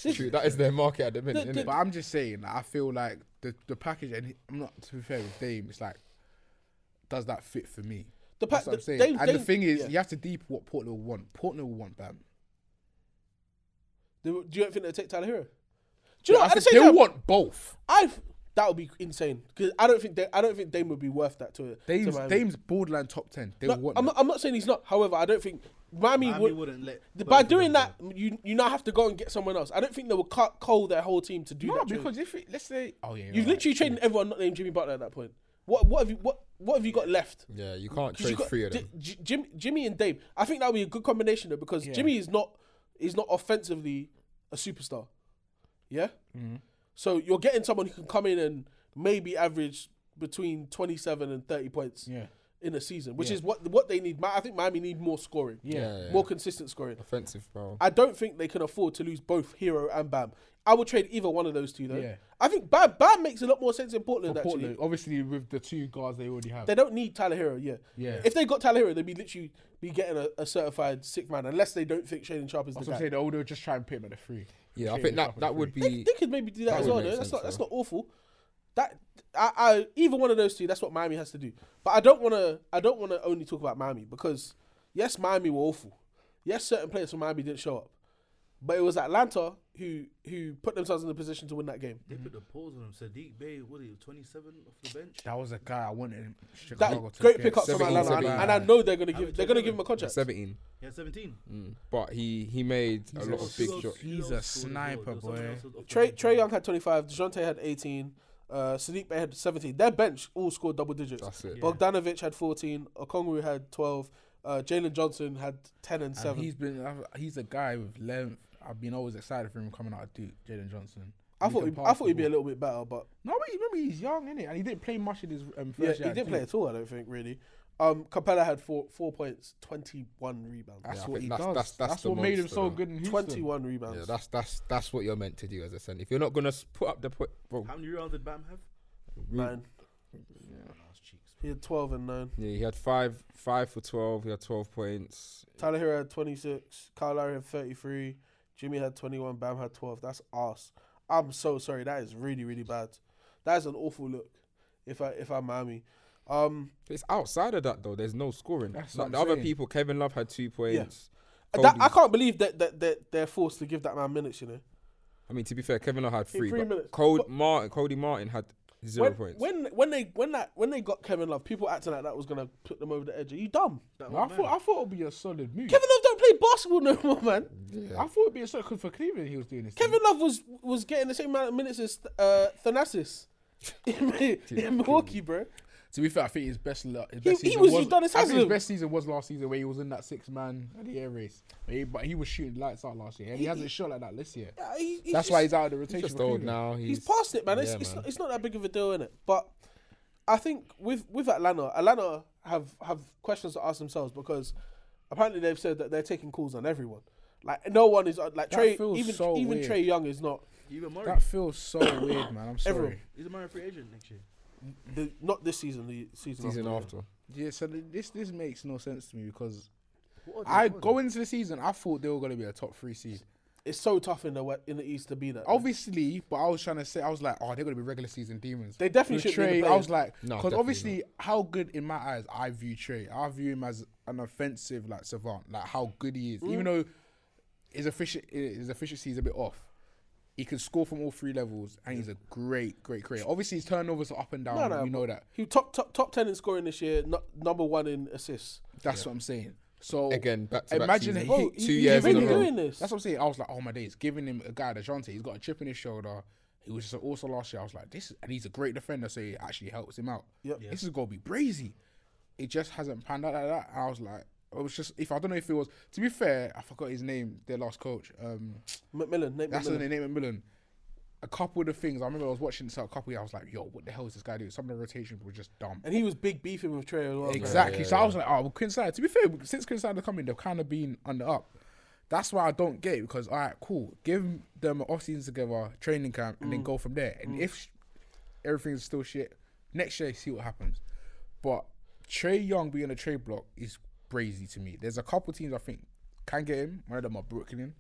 Speaker 4: True, that is their market at the minute,
Speaker 6: The-
Speaker 4: isn't
Speaker 6: the-
Speaker 4: it?
Speaker 5: But I'm just saying, like, I feel like the the package, and I'm not to be fair with Dame. It's like, does that fit for me?
Speaker 6: Uh, The
Speaker 5: That's
Speaker 6: pack,
Speaker 5: what I'm saying.
Speaker 6: Dame-
Speaker 5: and the
Speaker 6: Dame-
Speaker 5: thing is,
Speaker 6: yeah.
Speaker 5: you have to deep what Portland will want. Portland will want Bam.
Speaker 6: They- do you think they'll take Tyler Hero? Do you know?
Speaker 5: I
Speaker 6: At the
Speaker 5: said
Speaker 6: same
Speaker 5: they
Speaker 6: time,
Speaker 5: want both.
Speaker 6: I that would be insane because I don't think they, I don't think Dame would be worth that to it.
Speaker 5: Dame's, Dame's borderline top ten. They will want.
Speaker 6: I'm
Speaker 5: that.
Speaker 6: not, I'm not saying he's not. However, I don't think Miami,
Speaker 3: Miami
Speaker 6: would.
Speaker 3: wouldn't let
Speaker 6: th-
Speaker 3: both
Speaker 6: by
Speaker 3: of them
Speaker 6: doing that,
Speaker 3: go.
Speaker 6: you you now have to go and get someone else. I don't think they would cut coal their whole team to do
Speaker 5: no,
Speaker 6: that. trade.
Speaker 5: because if it, let's say, oh yeah,
Speaker 6: you've literally traded everyone not named Jimmy Butler at that point. What what have you what what have you got left?
Speaker 4: Yeah, you can't
Speaker 6: 'Cause you
Speaker 4: trade
Speaker 6: got
Speaker 4: three of
Speaker 6: Di-
Speaker 4: them.
Speaker 6: J- Jim, Jimmy and Dame. I think that would be a good combination though because Jimmy is not is not offensively a superstar. Yeah.
Speaker 5: Mm-hmm.
Speaker 6: So you're getting someone who can come in and maybe average between 27 and 30 points
Speaker 5: Yeah.
Speaker 6: in a season, which is what what they need. Mi- I think Miami need more scoring.
Speaker 4: Yeah, yeah.
Speaker 6: More consistent scoring.
Speaker 4: Offensive, bro.
Speaker 6: I don't think they can afford to lose both Hero and Bam. I would trade either one of those two though.
Speaker 5: Yeah.
Speaker 6: I think Bam Bam makes a lot more sense in Portland actually.
Speaker 5: Portland, obviously with the two guards they already have.
Speaker 6: They don't need Tyler Hero, yeah.
Speaker 5: Yeah.
Speaker 6: If they got Tyler Hero, they'd be literally be getting a, a certified sick man, unless they don't think Shaden Sharp is the
Speaker 5: That's what
Speaker 6: guy.
Speaker 5: I'm saying. They would just try and put him at the three.
Speaker 4: Yeah, I
Speaker 5: Shane
Speaker 4: think
Speaker 5: Sharp
Speaker 4: that
Speaker 5: at
Speaker 4: that
Speaker 5: the
Speaker 4: would
Speaker 5: three.
Speaker 4: be.
Speaker 6: They could maybe do that,
Speaker 4: That
Speaker 6: as
Speaker 4: would
Speaker 6: well.
Speaker 4: make
Speaker 6: Though. That's
Speaker 4: sense,
Speaker 6: not that's
Speaker 4: though.
Speaker 6: not awful. That I, I either one of those two. That's what Miami has to do. But I don't want to. I don't want to only talk about Miami because yes, Miami were awful. Yes, certain players from Miami didn't show up, but it was Atlanta who who put themselves in the position to win that game.
Speaker 3: They put the pause on him. Sadiq Bay, what are you, 27 off the bench?
Speaker 5: That was a guy I wanted. Him.
Speaker 6: That
Speaker 5: Chicago to
Speaker 6: great
Speaker 5: get.
Speaker 6: pickup from
Speaker 4: 17,
Speaker 6: Atlanta, and,
Speaker 4: 17.
Speaker 6: and I know they're gonna
Speaker 3: much
Speaker 6: give they're
Speaker 3: was
Speaker 6: gonna
Speaker 3: it?
Speaker 6: give him a contract.
Speaker 4: Seventeen,
Speaker 3: He had 17.
Speaker 4: but he he made a lot of big
Speaker 3: Who else-
Speaker 4: shots.
Speaker 3: who else
Speaker 5: He's
Speaker 3: scored as well?
Speaker 5: a sniper,
Speaker 3: There was someone
Speaker 5: boy.
Speaker 3: else off the
Speaker 6: Trey
Speaker 3: bench.
Speaker 6: Trey Young had 25, Dejounte had 18, uh, Sadiq Bey had 17. Their bench all scored double digits.
Speaker 4: That's it.
Speaker 6: Bogdanovich had 14, Okongwu had 12, uh, Jalen Johnson had 10 and
Speaker 5: And
Speaker 6: 7.
Speaker 5: he's been. I've- He's a guy with length. I've been always excited for him coming out of Duke. Jaden Johnson.
Speaker 6: I
Speaker 5: He
Speaker 6: thought
Speaker 5: can
Speaker 6: he, I
Speaker 5: pass
Speaker 6: thought
Speaker 5: the
Speaker 6: he'd be a
Speaker 5: ball.
Speaker 6: little bit better, but
Speaker 5: No, but you remember he's young, innit? And he didn't play much in his um,
Speaker 6: yeah,
Speaker 5: first
Speaker 6: he
Speaker 5: year. at
Speaker 6: didn't play
Speaker 5: Duke.
Speaker 6: at all. I don't think really. Um, Capella had four four points, 21 rebounds,
Speaker 5: That's
Speaker 4: Yeah, I
Speaker 5: what
Speaker 4: think
Speaker 5: he
Speaker 4: that's-
Speaker 5: does.
Speaker 4: that's-
Speaker 5: That's,
Speaker 4: that's the
Speaker 5: what made him
Speaker 4: monster,
Speaker 5: so
Speaker 4: though.
Speaker 5: good in Houston.
Speaker 6: 21 rebounds.
Speaker 4: Yeah, that's that's that's what you're meant to do as a center. If you're not gonna s- put up the point, bro,
Speaker 3: How many rounds did Bam have?
Speaker 6: nine.
Speaker 3: Last cheeks.
Speaker 6: He had 12 and nine.
Speaker 4: yeah, he had five five for twelve. He had twelve points.
Speaker 6: Tyler Hero had 26. Kyle Lowry had 33. Jimmy had 21. Bam had 12. That's arse. I'm so sorry. That is really, really bad. That is an awful look. If I if I'm Miami, um,
Speaker 4: It's outside of that though. There's no scoring.
Speaker 5: That's
Speaker 4: like
Speaker 5: what
Speaker 4: the
Speaker 5: I'm
Speaker 4: other
Speaker 5: saying.
Speaker 4: people, Kevin Love had two points.
Speaker 6: Uh, that, I
Speaker 4: Cody's-
Speaker 6: can't believe that, that that they're forced to give that man minutes. You know,
Speaker 4: I mean, to be fair, Kevin Love had three.
Speaker 6: three
Speaker 4: but
Speaker 6: minutes.
Speaker 4: Code
Speaker 6: But-
Speaker 4: Martin, Cody Martin had zero
Speaker 6: when,
Speaker 4: points.
Speaker 6: when when they when that when they got Kevin Love, people acting like that was gonna put them over the edge. Are you dumb?
Speaker 3: That
Speaker 5: I
Speaker 3: old man.
Speaker 5: thought I thought it'd be a solid move.
Speaker 6: Kevin Love don't play basketball no more, man.
Speaker 5: I thought it'd be a solid because for Cleveland he was doing this. thing.
Speaker 6: Kevin Love was was getting the same amount of minutes as uh, Thanasis in, in Milwaukee, bro.
Speaker 5: To be fair, I think his best, lo- his
Speaker 6: He-
Speaker 5: best
Speaker 6: he
Speaker 5: season
Speaker 6: was
Speaker 5: was,
Speaker 6: just done his
Speaker 5: I think
Speaker 6: hazard.
Speaker 5: his best season was last season where he was in that six man of the air race. But he, but he was shooting lights out last year, and he, hasn't shot like that this year.
Speaker 6: Uh, he- he's
Speaker 5: That's
Speaker 6: just-
Speaker 5: why he's out of the rotation.
Speaker 4: he's just
Speaker 5: for
Speaker 4: old now.
Speaker 5: Cleveland.
Speaker 6: he's past it, man. It's,
Speaker 4: yeah,
Speaker 6: it's,
Speaker 4: man.
Speaker 6: Not, it's not that big of a deal, in it. But I think with with Atlanta, Atlanta have have questions to ask themselves because apparently they've said that they're taking calls on everyone. Like no one is uh, like Trey.
Speaker 5: feels
Speaker 6: Even
Speaker 5: so
Speaker 6: even
Speaker 5: weird.
Speaker 6: Trey Young is not
Speaker 3: Even Murray.
Speaker 5: That feels so weird, man. I'm sorry.
Speaker 6: Everyone.
Speaker 3: He's a Murray free agent next year.
Speaker 6: the, not this season. The season,
Speaker 4: season
Speaker 6: after.
Speaker 4: after.
Speaker 5: Yeah, so th- this this makes no sense to me because
Speaker 3: What are
Speaker 5: I
Speaker 3: they doing?
Speaker 5: go into the season, I thought they were gonna be a top three seed.
Speaker 6: It's so tough in the we- in the East to be that.
Speaker 5: Oh, Obviously, but I was trying to say, I was like, oh, they're gonna be regular season demons.
Speaker 6: They definitely
Speaker 5: With
Speaker 6: should be in the
Speaker 5: Trey, I
Speaker 6: playoffs.
Speaker 5: was like,
Speaker 4: No,
Speaker 5: because
Speaker 4: definitely
Speaker 5: obviously, how good in my eyes I view Trey, I view him as an offensive like savant, like how good he is.
Speaker 6: Mm.
Speaker 5: Even though his efficient his efficiency is a bit off, he can score from all three levels, and he's a great, great creator. Obviously, his turnovers are up and down.
Speaker 6: No, no,
Speaker 5: we um, know that.
Speaker 6: he top top top ten in scoring this year. No, number one in assists.
Speaker 5: That's what I'm saying. So
Speaker 4: Again, back-to-back
Speaker 5: imagine
Speaker 4: seasons.
Speaker 5: him-
Speaker 4: Bro,
Speaker 5: he-
Speaker 4: Two
Speaker 5: he's
Speaker 4: years in
Speaker 6: really
Speaker 4: a row.
Speaker 6: doing this.
Speaker 5: That's what I'm saying. I was like, oh my days, giving him a guy Dejounte, he's got a chip in his shoulder. He was just also last year. I was like, this, is, and he's a great defender, so it actually helps him out.
Speaker 6: Yep.
Speaker 5: This is gonna be brazy. It just hasn't panned out like that. And I was like, it was just if I don't know if it was. To be fair, I forgot his name. Their last coach. Um,
Speaker 6: McMillan, Nate
Speaker 5: that's the
Speaker 6: McMillan.
Speaker 5: name, Nate McMillan. a couple of the things I remember I was watching this a couple. Of, I was like, "Yo, what the hell is this guy doing?" Some of the rotations were just dumb.
Speaker 6: And he was big beefing with Trey as well. man.
Speaker 5: Exactly. so I was like, oh, well, Quinn Snyder. To be fair, since Quinn Snyder come in, they've kind of been under up. That's why I don't get it because, all right, cool. Give them an off season together, training camp, and then go from there. And if sh- everything's still shit, next year, see what happens. But Trey Young being a trade block is crazy to me. There's a couple teams I think can get him. One of them are Brooklyn.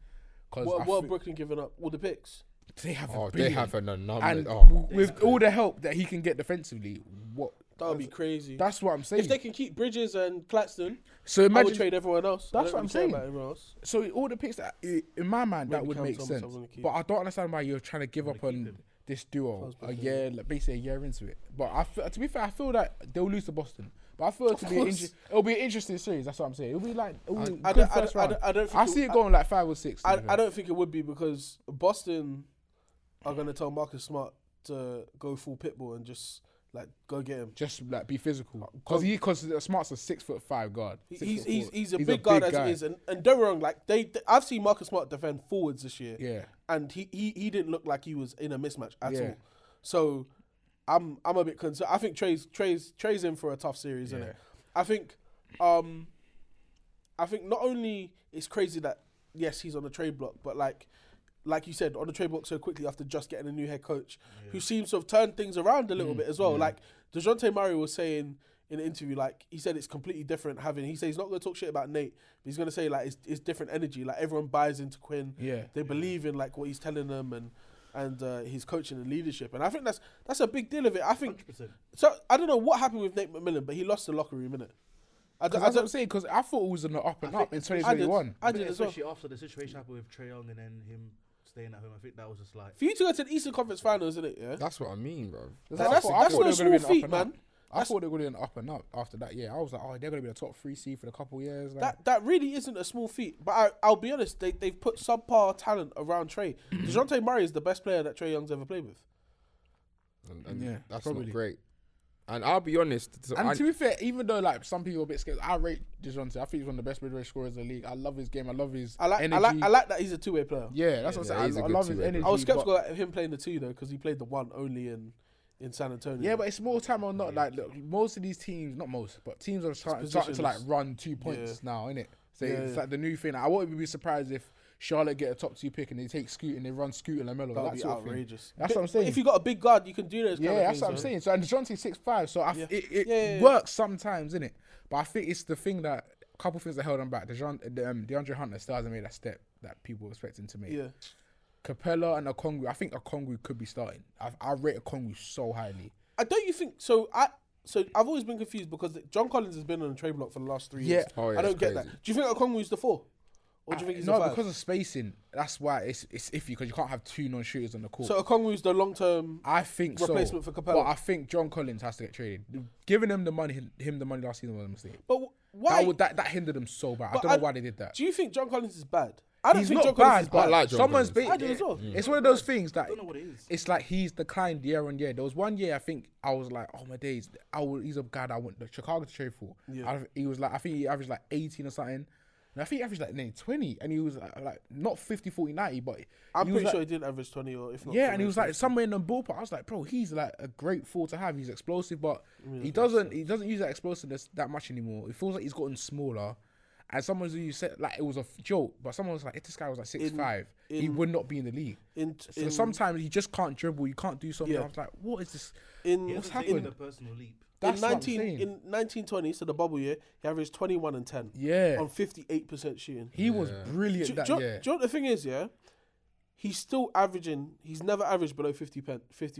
Speaker 5: Because
Speaker 6: What, what Brooklyn giving up? All the picks.
Speaker 5: they have
Speaker 4: Oh,
Speaker 5: a
Speaker 4: they
Speaker 5: billion.
Speaker 4: have an anomaly.
Speaker 5: and
Speaker 4: Oh,
Speaker 5: with all the help that he can get defensively, what?
Speaker 6: That would be crazy.
Speaker 5: That's what I'm saying.
Speaker 6: if they can keep Bridges and Claxton,
Speaker 5: so
Speaker 6: I would
Speaker 5: imagine
Speaker 6: trade everyone else. I
Speaker 5: That's
Speaker 6: don't
Speaker 5: what I'm
Speaker 6: really care
Speaker 5: saying.
Speaker 6: About everyone else.
Speaker 5: So all the picks that i- in my mind that
Speaker 6: Maybe
Speaker 5: would
Speaker 6: Cam
Speaker 5: make
Speaker 6: Thomas, I
Speaker 5: sense,
Speaker 6: wanna keep.
Speaker 5: but I don't understand why you're trying to give up on this duo a year, like basically a year into it. But I feel, to be fair, I feel that they'll lose to Boston. But I feel it to be an inter- it'll be an interesting series. That's what I'm saying. It'll be like it'll be
Speaker 6: I
Speaker 5: good
Speaker 6: don't- I don't-
Speaker 5: first
Speaker 6: I
Speaker 5: round.
Speaker 6: don't- I don't think
Speaker 5: I
Speaker 6: it
Speaker 5: see it
Speaker 6: will-
Speaker 5: going like five or six. to
Speaker 6: I,
Speaker 5: be fair.
Speaker 6: I don't think it would be because Boston are going to tell Marcus Smart to go full pitbull and just like go get him.
Speaker 5: just like be physical because he because Smart's a six foot five guard.
Speaker 6: Uh, He-
Speaker 5: six
Speaker 6: He's
Speaker 5: foot
Speaker 6: he's,
Speaker 5: four.
Speaker 6: he's a big guard as it is, and, and don't get me wrong, like they, they- I've seen Marcus Smart defend forwards this year,
Speaker 5: Yeah.
Speaker 6: and he, he he didn't look like he was in a mismatch at
Speaker 5: Yeah.
Speaker 6: all. So I'm I'm a bit concerned. I think Trey's Trey's Trey's in for a tough series, isn't it? I think um I think not only it's crazy that yes he's on the trade block, but like like you said on the trade block so quickly after just getting a new head coach who seems to have turned things around a little
Speaker 5: Mm.
Speaker 6: bit as well. Like Dejounte Murray was saying in an interview, like he said it's completely different having. He said he's not going to talk shit about Nate, but he's going to say like it's, it's different energy. Like everyone buys into Quinn.
Speaker 5: Yeah.
Speaker 6: they believe in like what he's telling them and. And uh, his coaching and leadership, and I think that's that's a big deal of it. I think
Speaker 3: 100%.
Speaker 6: so. I don't know what happened with Nate McMillan, but he lost the locker room, innit? I don't,
Speaker 5: That's
Speaker 6: I
Speaker 5: what I'm
Speaker 6: don't,
Speaker 5: saying because I thought it was an up and up in 2021.
Speaker 6: I
Speaker 3: But
Speaker 6: did as well.
Speaker 3: especially after the situation happened with Trey Young and then him staying at home. I think that was just like
Speaker 6: For you to go to the Eastern Conference Finals, isn't it? Yeah.
Speaker 4: that's what I mean, bro.
Speaker 6: Like, that's- that's no
Speaker 5: they were gonna
Speaker 6: small
Speaker 5: be an
Speaker 6: feat,
Speaker 5: up and
Speaker 6: man.
Speaker 5: up. I thought they were going to be an up and up after that year. I was like, oh, they're going to be the top three seed for a couple years. Like,
Speaker 6: That that really isn't a small feat. But I, I'll be honest, they they've put subpar talent around Trey. Dejounte Murray is the best player that Trey Young's ever played with.
Speaker 4: And, and
Speaker 5: Yeah,
Speaker 4: that's
Speaker 5: probably.
Speaker 4: not great. And I'll be honest. so
Speaker 5: and
Speaker 4: I-
Speaker 5: to be fair, even though like some people are a bit scared, I rate Dejounte. I think he's one of the best mid-range scorers in the league. I love his game. I love his
Speaker 6: I like
Speaker 5: energy.
Speaker 6: I like I like that he's a two way player.
Speaker 5: yeah, that's what
Speaker 4: Yeah,
Speaker 5: I'm
Speaker 4: he's a
Speaker 5: saying. I, I
Speaker 4: good
Speaker 5: love his
Speaker 4: two-way
Speaker 5: energy.
Speaker 4: player.
Speaker 6: I was
Speaker 5: but-
Speaker 6: skeptical at him playing the two though, because he played the one only in in San Antonio.
Speaker 5: yeah, but it's more time or not. Like, look, most of these teams, not most, but teams are starting, starting to like
Speaker 6: positions.
Speaker 5: run two points now, innit? So
Speaker 6: Yeah,
Speaker 5: it's
Speaker 6: yeah.
Speaker 5: like the new thing. I wouldn't be surprised if Charlotte get a top two pick and they take Scoot and they run Scoot and Lamelo.
Speaker 6: that would
Speaker 5: that
Speaker 6: be
Speaker 5: sort of thing.
Speaker 6: outrageous.
Speaker 5: That's
Speaker 6: But
Speaker 5: what I'm saying.
Speaker 6: If you got a big guard, you can do those.
Speaker 5: Yeah,
Speaker 6: kind of
Speaker 5: that's
Speaker 6: things,
Speaker 5: what I'm
Speaker 6: though.
Speaker 5: saying. So and Dejounte's six five, so I f
Speaker 6: Yeah.
Speaker 5: it, it
Speaker 6: Yeah, yeah, yeah.
Speaker 5: works sometimes, innit? But I think it's the thing that a couple things that held him back. Dejounte, um, DeAndre Hunter still hasn't made that step that people were expecting to make.
Speaker 6: Yeah,
Speaker 5: Capella and Okongwu, I think Okongwu could be starting. I, I rate Okongwu so highly.
Speaker 6: I don't you think so? I so I've always been confused because John Collins has been on the trade block for the last three
Speaker 5: Yeah.
Speaker 6: years.
Speaker 4: Oh, yeah,
Speaker 6: I don't
Speaker 4: it's
Speaker 6: get
Speaker 4: crazy.
Speaker 6: that. Do you think Okongwu's the four, or do you think he's
Speaker 5: no,
Speaker 6: the five?
Speaker 5: because of spacing, that's why it's it's iffy because you can't have two non shooters on the court.
Speaker 6: so Okongwu's the long term.
Speaker 5: I think
Speaker 6: replacement
Speaker 5: so.
Speaker 6: for Capella.
Speaker 5: But I think John Collins has to get traded. Giving him the money, him the money last season was a mistake.
Speaker 6: But wh- why?
Speaker 5: That, would, that that hindered them so bad. I
Speaker 6: but
Speaker 5: don't know why they did that.
Speaker 6: Do you think John Collins is bad? I don't
Speaker 5: he's
Speaker 6: think
Speaker 5: not
Speaker 6: John Collins
Speaker 5: bad,
Speaker 6: is
Speaker 5: but
Speaker 6: bad.
Speaker 4: like John
Speaker 5: someone's
Speaker 4: Collins.
Speaker 5: been.
Speaker 6: I do as well. Mm.
Speaker 5: It's one of those things that
Speaker 3: know what it is.
Speaker 5: it's like he's declined year on year. There was one year I think I was like, oh my days, I would, he's a guy that I want the Chicago to trade for. I, he was like, I think he averaged like 18 or something. And I think he averaged like nearly 20. And he was like, like, not 50, 40, 90, but
Speaker 6: I'm
Speaker 5: he was
Speaker 6: pretty
Speaker 5: like-
Speaker 6: sure he didn't average 20 or if not.
Speaker 5: yeah, and he was
Speaker 6: 20.
Speaker 5: like somewhere in the ballpark. I was like, bro, he's like a great fool to have. He's explosive, but he doesn't he doesn't use that explosiveness that much anymore. It feels like he's gotten smaller. And someone who you said like it was a f- joke, but someone was like, if this guy was like six five, he
Speaker 6: in-
Speaker 5: would not be in the league.
Speaker 6: in
Speaker 5: so
Speaker 6: in,
Speaker 5: sometimes you just can't dribble, you can't do something.
Speaker 6: Yeah.
Speaker 5: I was like, what is this?
Speaker 6: in,
Speaker 3: He
Speaker 6: in
Speaker 5: what's
Speaker 3: hasn't taken
Speaker 5: happened?
Speaker 3: a personal leap.
Speaker 5: That's what I'm
Speaker 6: 19
Speaker 5: saying.
Speaker 6: in 1920, so the bubble year, he averaged 21 and 10.
Speaker 5: Yeah.
Speaker 6: on 58 percent shooting.
Speaker 5: He was brilliant
Speaker 6: do,
Speaker 5: that
Speaker 6: do you know-
Speaker 5: year.
Speaker 6: do you know what the thing is? Yeah, he's still averaging. He's never averaged below 50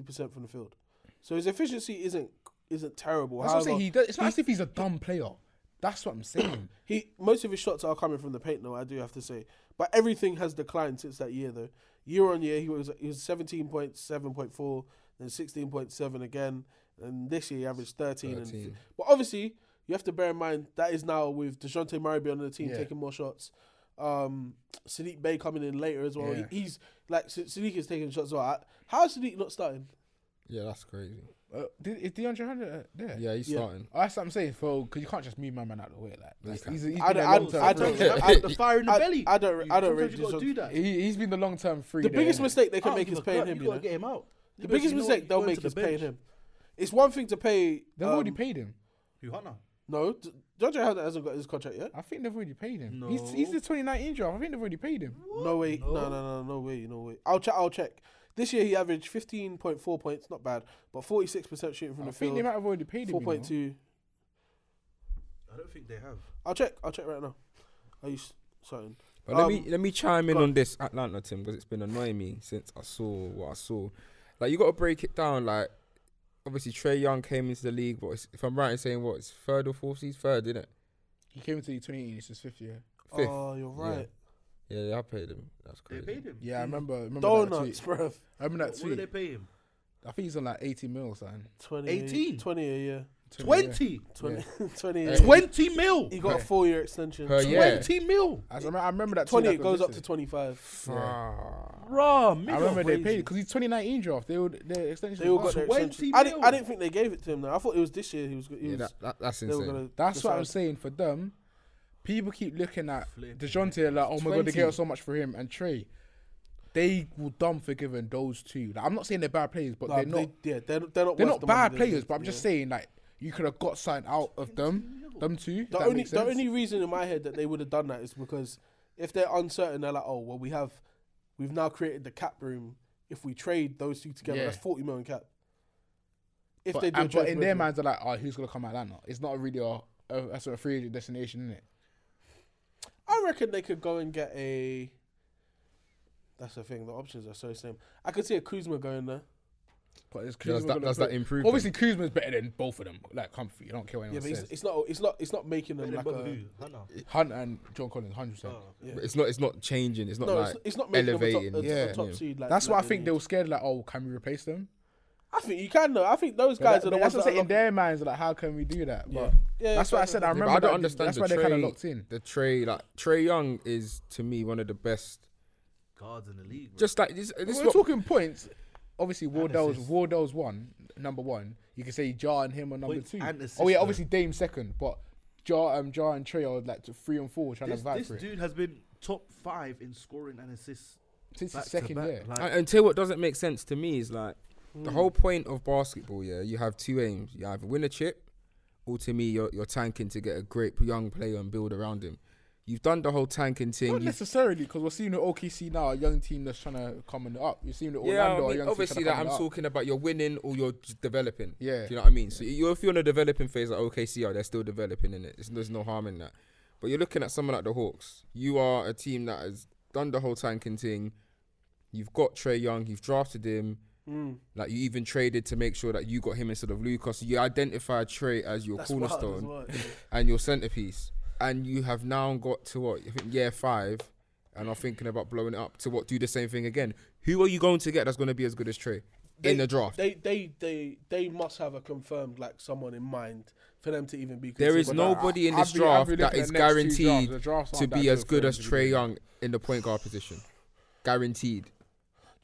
Speaker 6: percent from the field, so his efficiency isn't isn't terrible.
Speaker 5: That's what I'm saying.
Speaker 6: However,
Speaker 5: He does, it's not as if he's a dumb player. That's what I'm saying.
Speaker 6: He most of his shots are coming from the paint, though. I do have to say, but everything has declined since that year, though. Year on year, he was he was seventeen point seven point four, then sixteen point seven again, and this year he averaged thirteen. And,
Speaker 4: 13.
Speaker 6: but obviously, you have to bear in mind that is now with Dejounte Murray being on the team,
Speaker 5: Yeah.
Speaker 6: taking more shots. Um, Sadiq Bay coming in later as well.
Speaker 5: Yeah.
Speaker 6: He, he's like Sa- Sadiq is taking shots. as Well, how is Sadiq not starting?
Speaker 4: yeah, that's crazy.
Speaker 5: Uh, did, is DeAndre Hunter uh, there?
Speaker 4: Yeah, he's
Speaker 6: Yeah.
Speaker 4: starting.
Speaker 5: Oh, that's what I'm saying, Phil, because you can't just move my man out of the way. Like, he's, he's, he's
Speaker 6: I
Speaker 5: been a
Speaker 6: don't- I
Speaker 5: long-term
Speaker 6: I
Speaker 5: free.
Speaker 6: don't-
Speaker 3: Sometimes
Speaker 6: I-
Speaker 3: the fire in the
Speaker 6: I-
Speaker 3: belly.
Speaker 6: I don't- I don't
Speaker 3: Sometimes
Speaker 6: rate
Speaker 3: you gotta
Speaker 6: Jason-
Speaker 3: do that.
Speaker 5: He, he's been the long term free.
Speaker 6: The
Speaker 5: there,
Speaker 6: biggest
Speaker 5: innit?
Speaker 6: mistake they
Speaker 3: I
Speaker 6: can
Speaker 3: don't
Speaker 6: make
Speaker 3: give
Speaker 6: is
Speaker 3: a
Speaker 6: paying
Speaker 3: crap,
Speaker 6: him.
Speaker 3: You
Speaker 6: You
Speaker 3: gotta
Speaker 6: know?
Speaker 3: get him out.
Speaker 6: The biggest mistake they'll make is paying him. It's one thing to pay.
Speaker 5: They've already
Speaker 6: um,
Speaker 5: paid him.
Speaker 3: Who Hunter?
Speaker 6: No, D- DeAndre Hunter hasn't got his contract yet.
Speaker 5: I think they've already paid him. He's,
Speaker 3: No.
Speaker 5: he's the 2019 draft. I think they've already paid him.
Speaker 6: No way. No. no, no, no, way. No way. I'll check. I'll check. This year he averaged fifteen point four points, not bad, but forty six percent shooting from
Speaker 5: I
Speaker 6: the
Speaker 5: think they
Speaker 6: field,
Speaker 5: might have already paid him.
Speaker 6: four
Speaker 5: you know.
Speaker 6: point two.
Speaker 3: I don't think they have.
Speaker 6: I'll check. I'll check right now. Are you s- certain?
Speaker 4: But
Speaker 6: Um,
Speaker 4: let me let me chime in
Speaker 6: go on.
Speaker 4: on this Atlanta team because it's been annoying me since I saw what I saw. Like you got to break it down. Like obviously Trey Young came into the league, but it's, if I'm right in saying what it's third or fourth season, third, isn't it?
Speaker 5: He came into the 2018. It's his fifth year.
Speaker 4: Fifth.
Speaker 6: Oh, you're right.
Speaker 4: Yeah, yeah, I paid him. That's
Speaker 3: They
Speaker 4: crazy.
Speaker 3: paid him.
Speaker 5: Yeah, I remember. remember that
Speaker 6: Mm. Donuts,
Speaker 5: tweet.
Speaker 6: bruv.
Speaker 5: I remember that
Speaker 3: What did
Speaker 5: tweet.
Speaker 3: they pay him?
Speaker 5: I think he's on like 80 mil, son.
Speaker 6: 20,
Speaker 3: 18?
Speaker 6: 20 a year.
Speaker 3: 20.
Speaker 6: 20, 20 a
Speaker 4: Yeah.
Speaker 6: year.
Speaker 3: 20 mil.
Speaker 6: He got a four year extension.
Speaker 4: Per year.
Speaker 3: 20 mil.
Speaker 5: I, remember, I remember that. tweet
Speaker 6: 20,
Speaker 5: that
Speaker 6: it goes up
Speaker 5: was
Speaker 6: to
Speaker 5: listed.
Speaker 6: 25.
Speaker 4: Ah.
Speaker 3: Raw,
Speaker 5: I remember they paid
Speaker 3: crazy.
Speaker 5: because he's 2019 draft. They would their extension.
Speaker 6: They all got
Speaker 5: was
Speaker 6: their
Speaker 3: 20
Speaker 6: extension. I didn't, I
Speaker 3: mil.
Speaker 6: didn't think they gave it to him. Though. I thought it was this year. He was. He
Speaker 4: Yeah,
Speaker 6: was
Speaker 4: that, that, that's
Speaker 6: they were
Speaker 4: insane.
Speaker 6: gonna.
Speaker 5: That's what I'm
Speaker 6: decide.
Speaker 5: saying for them. People keep looking at
Speaker 3: Flipping
Speaker 5: Dejounte like, oh my god,
Speaker 4: 20.
Speaker 5: they gave us so much for him and Trey. They were dumb for giving those two. Like, I'm not saying they're bad players, but
Speaker 6: Nah,
Speaker 5: they're not.
Speaker 6: They, yeah, they're, they're not.
Speaker 5: They're
Speaker 6: worth
Speaker 5: not
Speaker 6: the money
Speaker 5: bad
Speaker 6: they-
Speaker 5: players, but I'm
Speaker 6: yeah.
Speaker 5: just saying like you could have got something out of them. Them two. if
Speaker 6: The
Speaker 5: that
Speaker 6: only
Speaker 5: makes
Speaker 6: the
Speaker 5: sense.
Speaker 6: only reason in my head that they would have done that is because if they're uncertain, they're like, oh well, we have, we've now created the cap room. If we trade those two together,
Speaker 5: Yeah.
Speaker 6: that's forty million cap. If
Speaker 5: but,
Speaker 6: they do, a
Speaker 5: and, but
Speaker 6: trade
Speaker 5: in
Speaker 6: for
Speaker 5: their
Speaker 6: Wiggins.
Speaker 5: minds, they're like, oh, who's gonna come Atlanta? It's not really a a, a sort of free agent destination, isn't it?
Speaker 6: I reckon they could go and get a. That's the thing. The options are so slim. I could see a Kuzma going there.
Speaker 5: But it's
Speaker 4: Does
Speaker 5: Kuzma
Speaker 4: that,
Speaker 5: gonna
Speaker 4: does
Speaker 5: play-
Speaker 4: that improve? them?
Speaker 5: Obviously, Kuzma's better than both of them. Like comfy, I don't care what
Speaker 6: yeah,
Speaker 5: anyone
Speaker 6: but it's,
Speaker 5: says.
Speaker 6: it's not. It's not. It's not making them
Speaker 3: Then
Speaker 6: like
Speaker 3: bother
Speaker 6: a.
Speaker 3: who? Hunter.
Speaker 5: Hunt and John Collins, hundred percent.
Speaker 3: Oh.
Speaker 4: But it's not. It's not changing. It's not
Speaker 6: No,
Speaker 4: like
Speaker 6: it's, it's not making
Speaker 4: elevating.
Speaker 6: them a top, a,
Speaker 4: yeah,
Speaker 6: a top
Speaker 4: yeah.
Speaker 6: seed. Like,
Speaker 5: That's why I
Speaker 6: like
Speaker 5: think
Speaker 6: they
Speaker 5: they
Speaker 6: need.
Speaker 5: were scared. Like, oh, can we replace them?
Speaker 6: I think you can though. I think those
Speaker 5: But
Speaker 6: guys
Speaker 5: that-
Speaker 6: are the ones
Speaker 5: that's
Speaker 6: that
Speaker 5: what I'm
Speaker 6: are
Speaker 5: saying. In
Speaker 6: locked-
Speaker 5: their minds, like, how can we do that? But
Speaker 6: Yeah,
Speaker 5: that's
Speaker 6: yeah,
Speaker 5: what I said. I
Speaker 6: yeah,
Speaker 4: Yeah, but
Speaker 5: remember.
Speaker 4: I
Speaker 5: that-
Speaker 4: don't understand.
Speaker 5: That's
Speaker 4: the
Speaker 5: why they
Speaker 4: Trey,
Speaker 5: kind of locked in.
Speaker 4: The Trey, like Trey Young, is to me one of the best.
Speaker 3: Guards in the league. bro.
Speaker 4: Just like this, this
Speaker 5: We're
Speaker 4: is what
Speaker 5: talking points. Obviously, Wardell's
Speaker 3: assists.
Speaker 5: Wardell's one number one. You can say Jar and him are number
Speaker 3: Points
Speaker 5: two.
Speaker 3: and
Speaker 5: Oh
Speaker 3: assists,
Speaker 5: yeah,
Speaker 3: though.
Speaker 5: obviously Dame second, but Jar um Jar and Trey are like to three and four trying
Speaker 3: this,
Speaker 5: to fight
Speaker 3: this
Speaker 5: for it
Speaker 3: dude has been top five in scoring and assists
Speaker 5: since
Speaker 3: back
Speaker 5: his
Speaker 3: to
Speaker 5: second
Speaker 3: back.
Speaker 5: year.
Speaker 3: Like,
Speaker 4: And until what doesn't make sense to me is like the whole point of basketball. Yeah, you have two aims. You either win a chip, or to me, you're you're tanking to get a great young player and build around him. You've done the whole tanking thing.
Speaker 5: Not
Speaker 4: you've-
Speaker 5: necessarily because we're seeing the OKC now, a young team that's trying to come and up. You're seeing the
Speaker 4: yeah, I
Speaker 5: Orlando,
Speaker 4: mean,
Speaker 5: a young
Speaker 4: obviously
Speaker 5: team tryna
Speaker 4: that
Speaker 5: come
Speaker 4: I'm
Speaker 5: and up.
Speaker 4: talking about you're winning or you're j- developing.
Speaker 5: Yeah.
Speaker 4: do you know what I mean? So you're, if you're in a developing phase like OKC, are oh, they're still developing in it. It's, there's no harm in that. But you're looking at someone like the Hawks. You are a team that has done the whole tanking thing. You've got Trey Young. You've drafted him.
Speaker 6: Mm.
Speaker 4: Like you even traded to make sure that you got him instead of Lucas. You identified Trey as your
Speaker 6: That's wild as
Speaker 4: cornerstone
Speaker 6: well.
Speaker 4: and your centerpiece, and you have now got to what I think year five, and are thinking about blowing it up to what do the same thing again. Who are you going to get that's going to be as good as Trey in the draft?
Speaker 6: They, they, they, they must have a confirmed like someone in mind for them to even be.
Speaker 4: there is
Speaker 6: considered.
Speaker 4: nobody in
Speaker 5: I'll
Speaker 4: this
Speaker 5: be- I'll
Speaker 4: draft
Speaker 5: be
Speaker 4: that
Speaker 5: looking
Speaker 4: is
Speaker 5: at next two drafts.
Speaker 4: guaranteed
Speaker 5: The drafts
Speaker 4: to
Speaker 5: aren't that
Speaker 4: be
Speaker 5: good
Speaker 4: as
Speaker 5: for
Speaker 4: good
Speaker 5: him
Speaker 4: as
Speaker 5: to
Speaker 4: Trey
Speaker 5: begin with.
Speaker 4: Young in the point guard position. Guaranteed.
Speaker 6: Do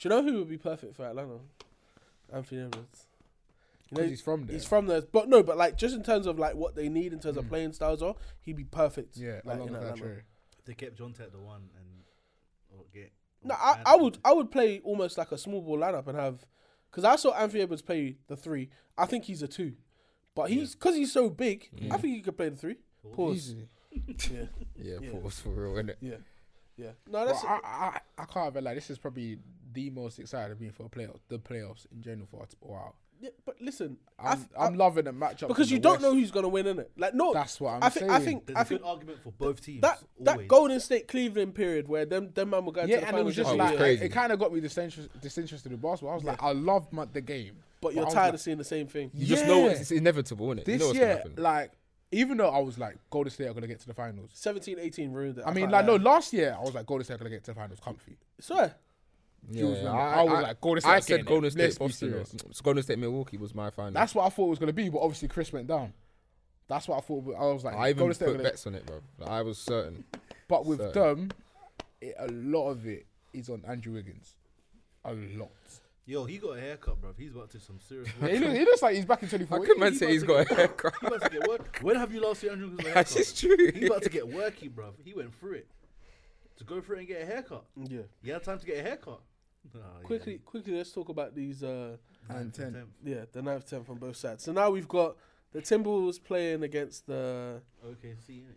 Speaker 6: you know who would be perfect for Atlanta? Anthony Edwards. You know,
Speaker 5: 'Cause he's from there. Hmm.
Speaker 6: He's from there, but no, but like just in terms of like what they need in terms of playing styles, are he'd be perfect.
Speaker 5: Yeah,
Speaker 6: like,
Speaker 5: along
Speaker 6: in
Speaker 5: with that
Speaker 6: Atlanta.
Speaker 5: Trey.
Speaker 3: they kept John Tech the one and or get.
Speaker 6: No,
Speaker 3: or
Speaker 6: I,
Speaker 3: add
Speaker 6: I
Speaker 3: him.
Speaker 6: would I would play almost like a small ball lineup and have because I saw Anthony Edwards play the three. I think he's a two, but he's because he's so big. I think he could play the three. Pause. yeah,
Speaker 4: Yeah, pause for real, innit?
Speaker 6: yeah, yeah. No,
Speaker 5: Well,
Speaker 6: that's
Speaker 5: I, I, I can't even lie. This is probably the most excited I've been for a playoff, the playoffs in general for a while.
Speaker 6: yeah, but listen, I
Speaker 5: I'm,
Speaker 6: f- I-
Speaker 5: I, am loving the matchup
Speaker 6: because
Speaker 5: in
Speaker 6: you
Speaker 5: the
Speaker 6: don't
Speaker 5: West.
Speaker 6: know who's gonna win in it. Like no,
Speaker 5: That's what I'm
Speaker 6: I think. I
Speaker 5: saying.
Speaker 6: think.
Speaker 3: There's
Speaker 6: I
Speaker 3: a good
Speaker 6: think
Speaker 3: argument for both teams.
Speaker 6: that that
Speaker 3: always.
Speaker 6: Golden State Cleveland period where them them man were going
Speaker 5: Yeah,
Speaker 6: to the
Speaker 5: and it was
Speaker 6: finals
Speaker 5: just
Speaker 4: Oh, it
Speaker 6: every
Speaker 4: was
Speaker 5: like
Speaker 6: year,
Speaker 4: crazy.
Speaker 5: it, kind of got me disinterest, disinterested in basketball. I was like, I love my, the game,
Speaker 6: but you're
Speaker 5: I was
Speaker 6: tired
Speaker 5: like,
Speaker 6: of seeing the same thing.
Speaker 4: You just know
Speaker 5: Yeah.
Speaker 4: it's, it's inevitable, innit? you
Speaker 5: this
Speaker 4: know what's gonna
Speaker 5: year.
Speaker 4: happen.
Speaker 5: Like, even though I was like, Golden State are gonna get to the finals.
Speaker 6: 17, 18 ruined it.
Speaker 5: I mean,
Speaker 6: can't
Speaker 5: like, no,
Speaker 6: lie.
Speaker 5: last year I was like, Golden State are gonna get to the finals, comfy.
Speaker 6: swear.
Speaker 4: Yeah,
Speaker 5: Jules
Speaker 4: yeah,
Speaker 5: Randle. I was like, Golden State
Speaker 4: I
Speaker 5: are getting
Speaker 4: said
Speaker 5: it.
Speaker 4: Golden
Speaker 5: Let's
Speaker 4: State,
Speaker 5: be
Speaker 4: Boston.
Speaker 5: serious.
Speaker 4: or- Golden State, Milwaukee was my final.
Speaker 5: That's what I thought it was gonna be, but obviously Chris went down. That's what I thought. I was like,
Speaker 4: I even
Speaker 5: Golden State are
Speaker 4: put
Speaker 5: gonna-
Speaker 4: bets on it, bro. Like, I was certain.
Speaker 5: But with
Speaker 4: So-
Speaker 5: them, it, a lot of it is on Andrew Wiggins. A lot.
Speaker 3: Yo, he got a haircut, bro. He's about to some serious.
Speaker 5: Yeah,
Speaker 3: work.
Speaker 5: he, look, he looks like he's back in 24.
Speaker 4: How can man
Speaker 3: he
Speaker 4: say
Speaker 3: about
Speaker 4: he's
Speaker 3: to
Speaker 4: got a
Speaker 3: get-
Speaker 4: haircut?
Speaker 3: he about to get work. When have you last seen Andrew with a haircut?
Speaker 4: That's just true.
Speaker 3: He's about to get worky, bro. He went through it to go through it and get a haircut.
Speaker 6: Yeah.
Speaker 3: He had time to get a haircut. Nah, yeah.
Speaker 6: Quickly, quickly, let's talk about these. Uh,
Speaker 5: And 10.
Speaker 3: Temp.
Speaker 6: yeah, the ninth, tenth from both sides. So now we've got the Timberwolves playing against the
Speaker 3: Okay, see. innit?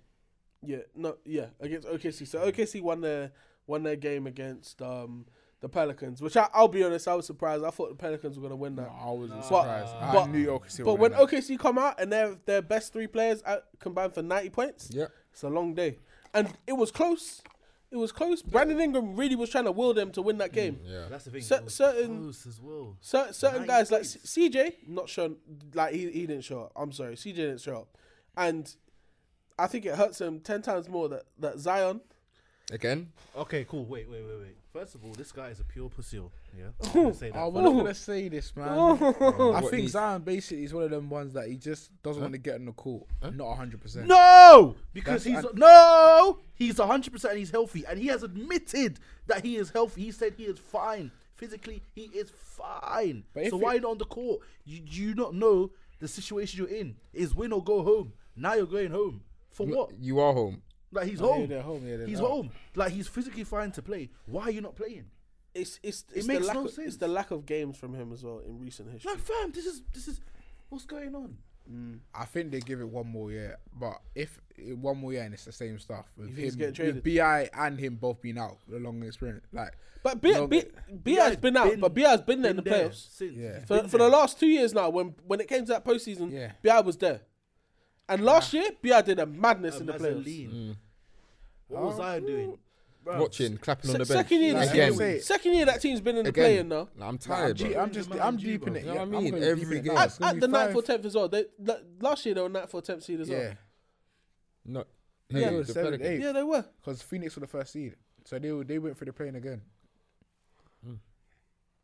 Speaker 6: yeah no yeah against OKC.
Speaker 5: Mm.
Speaker 6: So OKC won their won their game against um the Pelicans, which I, I'll be honest, I was surprised. I thought the Pelicans were gonna win that.
Speaker 5: I wasn't
Speaker 6: But-
Speaker 5: surprised.
Speaker 6: but-
Speaker 5: I knew OKC
Speaker 6: But
Speaker 5: would
Speaker 6: when
Speaker 5: win that.
Speaker 6: OKC come out and their their best three players out, combined for ninety points,
Speaker 4: Yeah.
Speaker 6: it's a long day, and it was close. It was close. Brandon Ingram really was trying to will them to win
Speaker 5: Mm,
Speaker 6: that game.
Speaker 4: Yeah.
Speaker 3: That's the thing.
Speaker 6: Cer-
Speaker 3: it was
Speaker 6: certain-
Speaker 3: close as well.
Speaker 6: Cer- certain
Speaker 3: Nine
Speaker 6: guys like
Speaker 3: points.
Speaker 6: C- CJ, not sure, like he, he didn't show up. I'm sorry, CJ didn't show up, and I think it hurts him ten times more that that Zion.
Speaker 4: Again,
Speaker 3: Okay, cool. Wait, wait, wait, wait. First of all, this guy is a pure pussy. Yeah. I'm gonna say
Speaker 4: Oh,
Speaker 3: that
Speaker 5: I
Speaker 3: first.
Speaker 5: was going to say this, man. I
Speaker 4: What
Speaker 5: think
Speaker 4: is-
Speaker 5: Zion basically is one of them ones that he just doesn't want to get on the court. Not 100%.
Speaker 3: No, because
Speaker 5: That's-
Speaker 3: he's no, he's hundred percent and he's healthy, and he has admitted that he is healthy. He said he is fine physically. He is fine.
Speaker 5: But if
Speaker 3: so
Speaker 5: it-
Speaker 3: why not on the court? You do you not know the situation you're in is win or go home. Now you're going home for what?
Speaker 4: you are home.
Speaker 3: Like he's
Speaker 5: yeah,
Speaker 3: home.
Speaker 5: they're home, yeah, they're
Speaker 3: he's
Speaker 5: not.
Speaker 3: home. Like he's physically fine to play. Why are you not playing?
Speaker 6: It's it's, it's
Speaker 3: makes
Speaker 6: the lack
Speaker 3: no
Speaker 6: of,
Speaker 3: sense.
Speaker 6: It's the lack of games from him as well in recent history.
Speaker 3: Like fam, this is this is what's going on.
Speaker 5: I think they give it one more year. But if it- one more year and it's the same stuff with
Speaker 6: think he's
Speaker 5: him,
Speaker 6: getting traded?
Speaker 5: with Bi and him both being out for a long experience, like
Speaker 6: But B,
Speaker 5: No,
Speaker 6: B, B has been out, but B has been there in the playoffs
Speaker 3: since.
Speaker 5: Yeah.
Speaker 3: He's
Speaker 6: for,
Speaker 3: been
Speaker 6: for
Speaker 3: there.
Speaker 6: the last two years now. When when it came to that postseason,
Speaker 5: Yeah.
Speaker 6: Bi was there, and last year Bi did a madness in the
Speaker 3: Um, as a
Speaker 6: playoffs.
Speaker 3: lean. What was I doing?
Speaker 5: Oh.
Speaker 3: Bruh.
Speaker 4: Watching, clapping on
Speaker 6: Se-
Speaker 4: the bench.
Speaker 6: second year,
Speaker 5: Like,
Speaker 6: that
Speaker 5: again.
Speaker 6: team- second year that team's been in the
Speaker 4: Again.
Speaker 6: play-in now.
Speaker 4: Nah, I'm
Speaker 5: I'm,
Speaker 4: tired,
Speaker 5: deep-
Speaker 4: bro.
Speaker 5: I'm just
Speaker 3: Man,
Speaker 5: I'm
Speaker 3: G,
Speaker 5: deep
Speaker 3: bro.
Speaker 5: in it.
Speaker 4: You know what
Speaker 5: yeah,
Speaker 4: I
Speaker 5: I'm
Speaker 4: mean?
Speaker 5: going deep
Speaker 4: Every
Speaker 5: in it.
Speaker 4: game.
Speaker 5: It's
Speaker 6: At,
Speaker 5: gonna
Speaker 6: at
Speaker 5: be
Speaker 6: the ninth
Speaker 5: five.
Speaker 6: or tenth as well. They, la- last year they were ninth or tenth seed as well.
Speaker 5: Yeah,
Speaker 6: Yeah,
Speaker 4: No,
Speaker 5: no,
Speaker 4: yeah,
Speaker 5: they were
Speaker 4: the
Speaker 5: seven,
Speaker 4: Pelicans.
Speaker 5: eight.
Speaker 6: they were.
Speaker 5: because Phoenix were the first seed, so they were, they went for the playing again.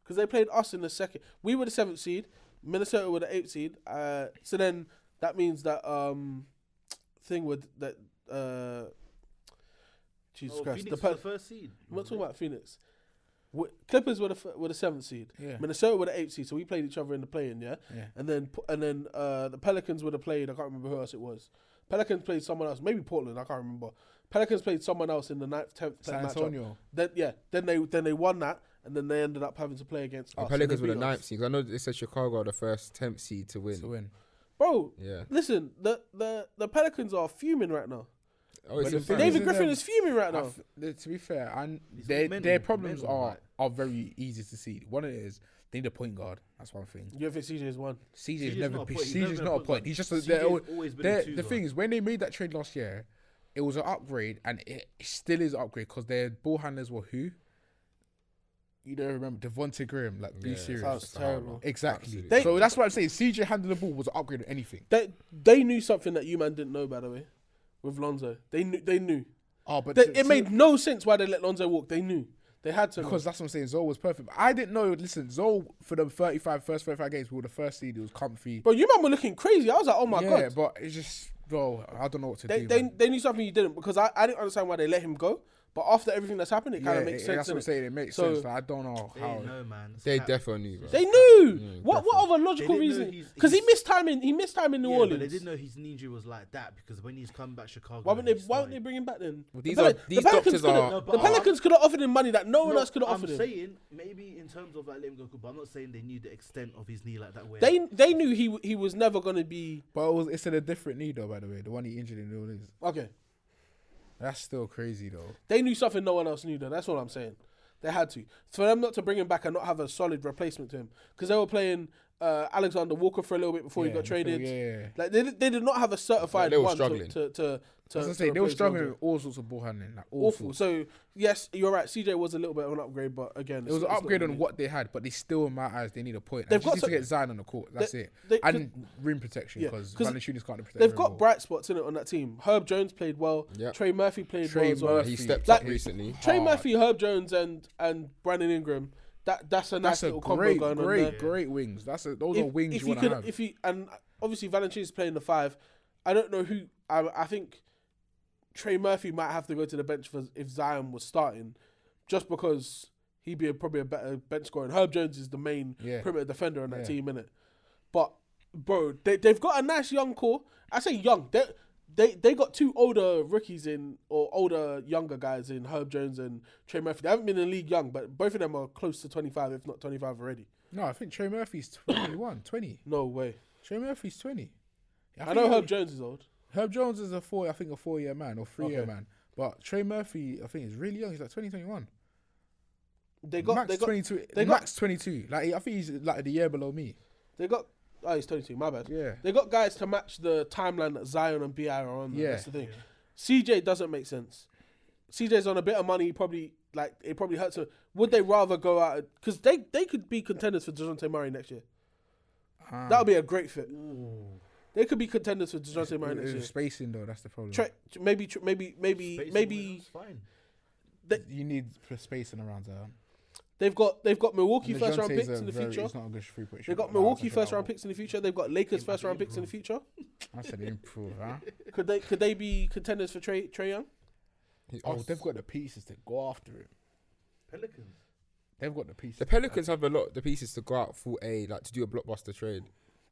Speaker 6: because they played us in the second. We were the seventh seed. Minnesota were the eighth seed. Uh, so then that means that um, thing with that. Uh, Jesus
Speaker 3: Oh,
Speaker 6: Christ!
Speaker 3: Phoenix
Speaker 6: the
Speaker 3: was
Speaker 6: Pel-
Speaker 3: the first seed.
Speaker 6: I'm not talking about Phoenix. Wi- Clippers were the f- were the seventh seed.
Speaker 5: Yeah.
Speaker 6: Minnesota were the eighth seed. So we played each other in the play-in. Yeah.
Speaker 5: Yeah.
Speaker 6: And then P- and then uh, the Pelicans would have played. I can't remember who else it was. Pelicans played someone else. Maybe Portland. I can't remember. Pelicans played someone else in the ninth, tenth,
Speaker 5: San Antonio.
Speaker 6: Then yeah, then they then they won that, and then they ended up having to play against.
Speaker 4: The
Speaker 6: us, and
Speaker 4: Pelicans
Speaker 6: they
Speaker 4: were the
Speaker 6: beat
Speaker 4: ninth
Speaker 6: us.
Speaker 4: seed. 'cause I know they said Chicago are the first tenth seed to win.
Speaker 5: to win.
Speaker 6: Bro,
Speaker 4: Yeah.
Speaker 6: listen, the, the the Pelicans are fuming right now.
Speaker 4: Oh, it's
Speaker 5: the
Speaker 4: in
Speaker 5: thing
Speaker 4: France.
Speaker 5: is-
Speaker 6: David Griffin
Speaker 5: um,
Speaker 6: is fuming right
Speaker 5: I
Speaker 6: now.
Speaker 5: f- th- to be fair, and
Speaker 3: It's
Speaker 5: their
Speaker 3: mental,
Speaker 5: their problems
Speaker 3: mental,
Speaker 5: are
Speaker 3: like.
Speaker 5: are very easy to see. One of it is they need a point guard. That's one thing.
Speaker 6: You don't think CJ's one?
Speaker 5: CJ's
Speaker 3: CJ's
Speaker 5: never
Speaker 3: not a
Speaker 5: been.
Speaker 3: point. He's never
Speaker 5: CJ's
Speaker 3: been a
Speaker 5: not a
Speaker 3: point
Speaker 5: point.
Speaker 3: guard.
Speaker 5: He's just a,
Speaker 3: CJ's
Speaker 5: they're, al-
Speaker 3: always been a
Speaker 5: they're,
Speaker 3: two
Speaker 5: the thing
Speaker 3: guard.
Speaker 5: is when they made that trade last year, it was an upgrade and it still is an upgrade because their ball handlers were who. You don't remember Devonte Graham? Like, be
Speaker 4: Yeah, it's
Speaker 5: serious.
Speaker 6: Sounds
Speaker 4: just a hard
Speaker 6: terrible.
Speaker 4: one.
Speaker 5: Exactly.
Speaker 4: Absolutely.
Speaker 6: They-
Speaker 5: so that's what I'm saying. CJ handling the ball was an upgrade of anything.
Speaker 6: They they knew something that you man didn't know, by the way, with Lonzo. They knew they knew.
Speaker 5: Oh, but
Speaker 6: They,
Speaker 5: to-
Speaker 6: it
Speaker 5: to-
Speaker 6: made no sense why they let Lonzo walk. They knew. They had to know.
Speaker 5: because that's what I'm saying. Zoe was perfect. I didn't know. Listen, Zoe for the 35 first 35 games we were the first seed. It was comfy.
Speaker 6: Bro, you man were looking crazy. I was like, oh my
Speaker 5: yeah,
Speaker 6: god.
Speaker 5: but it's just bro. I don't know what to
Speaker 6: They,
Speaker 5: do.
Speaker 6: they,
Speaker 5: man.
Speaker 6: they knew something you didn't because I, I didn't understand why they let him go. But after everything that's happened, it kind
Speaker 5: yeah,
Speaker 6: of makes
Speaker 5: it-
Speaker 6: sense.
Speaker 5: That's what I'm
Speaker 6: innit?
Speaker 5: saying. It makes
Speaker 6: So-
Speaker 5: sense. Like, I don't know
Speaker 3: They
Speaker 5: how.
Speaker 3: know, man. It's
Speaker 4: They
Speaker 3: cap.
Speaker 4: definitely knew, bro.
Speaker 6: They knew.
Speaker 4: Mm,
Speaker 6: what what other logical
Speaker 3: know
Speaker 6: reason?
Speaker 3: he's-
Speaker 6: Because he
Speaker 3: he's-
Speaker 6: missed time in he missed time in New
Speaker 3: yeah,
Speaker 6: Orleans.
Speaker 3: But they didn't know his ninja was like that because when he's come back Chicago,
Speaker 6: Why wouldn't
Speaker 3: and
Speaker 6: they?
Speaker 3: he
Speaker 6: Why wouldn't they
Speaker 3: started-
Speaker 6: bring him back then? The
Speaker 4: these
Speaker 6: Peli-
Speaker 4: are- these
Speaker 6: the
Speaker 4: doctors
Speaker 6: Pelicans could've-
Speaker 4: are-
Speaker 3: No, but
Speaker 6: the
Speaker 3: I-
Speaker 6: Pelicans could have offered him money that no one
Speaker 3: No,
Speaker 6: else could have offered
Speaker 3: I'm
Speaker 6: him.
Speaker 3: saying maybe in terms of like letting him go, but I'm not saying they knew the extent of his knee like that. Where
Speaker 6: They they knew he w- he was never gonna be
Speaker 5: But it was, it's in a different knee though. By the way, the one he injured in New Orleans.
Speaker 6: okay.
Speaker 5: That's still crazy though.
Speaker 6: They knew something no one else knew though. That's what I'm saying. They had to for them not to bring him back and not have a solid replacement to him because they were playing uh, Alexander Walker for a little bit before
Speaker 5: Yeah,
Speaker 6: he got
Speaker 5: before-
Speaker 6: traded.
Speaker 5: yeah.
Speaker 6: Like they, did- they did not have a certified
Speaker 4: they were
Speaker 6: one to-
Speaker 4: struggling.
Speaker 6: to to to.
Speaker 5: As I
Speaker 6: to
Speaker 5: say, they were
Speaker 6: replace
Speaker 5: struggling
Speaker 6: Lonzo.
Speaker 5: with all sorts of ball handling. Like awful.
Speaker 6: Awful. So yes, you're right. CJ was a little bit of an upgrade, but again,
Speaker 5: It was an upgrade on what they had, but they still, in my eyes, they need a point.
Speaker 6: They've
Speaker 5: They've
Speaker 6: got
Speaker 5: got need to
Speaker 6: some-
Speaker 5: get Zion on the court. That's
Speaker 6: they-
Speaker 5: it.
Speaker 6: they- 'cause-
Speaker 5: and rim protection
Speaker 6: Yeah,
Speaker 5: because
Speaker 6: 'cause
Speaker 5: Valanciunas can't protect.
Speaker 6: They've
Speaker 5: the
Speaker 6: got
Speaker 5: rim well.
Speaker 6: bright spots in it on that team. Herb Jones played well.
Speaker 4: Yep.
Speaker 6: Trey Murphy played
Speaker 5: Trey
Speaker 6: well. as well.
Speaker 5: Murphy.
Speaker 4: He stepped
Speaker 6: Like-
Speaker 4: up recently.
Speaker 6: Trey
Speaker 5: hard.
Speaker 6: Murphy, Herb Jones, and and Brandon Ingram. That that's a nice
Speaker 5: That's a
Speaker 6: little combo
Speaker 5: great,
Speaker 6: going on
Speaker 5: great,
Speaker 6: there.
Speaker 5: great wings. That's a, those are
Speaker 6: If,
Speaker 5: wings
Speaker 6: if
Speaker 5: you
Speaker 6: you
Speaker 5: want to
Speaker 6: could,
Speaker 5: have.
Speaker 6: if you and obviously Valanciunas playing the five. I don't know who. I I think Trey Murphy might have to go to the bench for if Zion was starting, just because He'd be a, probably a better bench scorer. And Herb Jones is the main
Speaker 5: Yeah.
Speaker 6: perimeter defender on that
Speaker 5: Yeah.
Speaker 6: team, innit? But bro, they they've got a nice young core. I say young. They they they got two older rookies in or older younger guys in Herb Jones and Trey Murphy. They haven't been in the league young, but both of them are close to twenty five, if not twenty five already.
Speaker 5: No, I think Trey Murphy's 21, 20.
Speaker 6: No way.
Speaker 5: Trey Murphy's 20.
Speaker 6: I know
Speaker 5: think
Speaker 6: Herb Jones is old.
Speaker 5: Herb Jones is a four, I think a four year man or three year
Speaker 6: Okay.
Speaker 5: man. But Trey Murphy, I think, is really young. He's like 20, 21.
Speaker 6: They got
Speaker 5: max
Speaker 6: they got
Speaker 5: 22.
Speaker 6: they got-
Speaker 5: max 22. Like, I think he's like the year below me.
Speaker 6: They got. Oh, he's 22. My bad.
Speaker 5: Yeah.
Speaker 6: They got guys to match the timeline that Zion and Bi are on. Yeah.
Speaker 5: Yeah.
Speaker 6: That's the thing. CJ doesn't make sense. CJ's on a bit of money. Probably like it probably hurts him. Would they rather go out because they they could be contenders for Dejounte Murray next year.
Speaker 5: Ah.
Speaker 6: that would be a great fit. They could be contenders for Dejounte Murray next
Speaker 5: It's
Speaker 6: year.
Speaker 5: spacing, though, that's the problem.
Speaker 6: Tra- maybe tr- maybe maybe
Speaker 3: Basically,
Speaker 6: maybe
Speaker 3: that's fine.
Speaker 5: you need p- spacing around uh. Zion.
Speaker 6: they've got they've got Milwaukee
Speaker 5: And
Speaker 6: first round
Speaker 5: DeJounte's
Speaker 6: picks
Speaker 5: a
Speaker 6: in the
Speaker 5: very-
Speaker 6: future.
Speaker 5: He's not a good free point
Speaker 6: They've got
Speaker 5: shooter. Nah,
Speaker 6: Milwaukee
Speaker 5: that's
Speaker 6: first
Speaker 5: not
Speaker 6: round
Speaker 5: good
Speaker 6: picks in the future. They've got Lakers first round picks in the future.
Speaker 5: at all. I said improve, huh?
Speaker 6: Could they could they be contenders for Trey Trey Young?
Speaker 5: oh, they've got the pieces to go after him.
Speaker 3: Pelicans.
Speaker 5: They've got the pieces.
Speaker 4: The Pelicans have a lot of the pieces to go out for a like to do a blockbuster trade.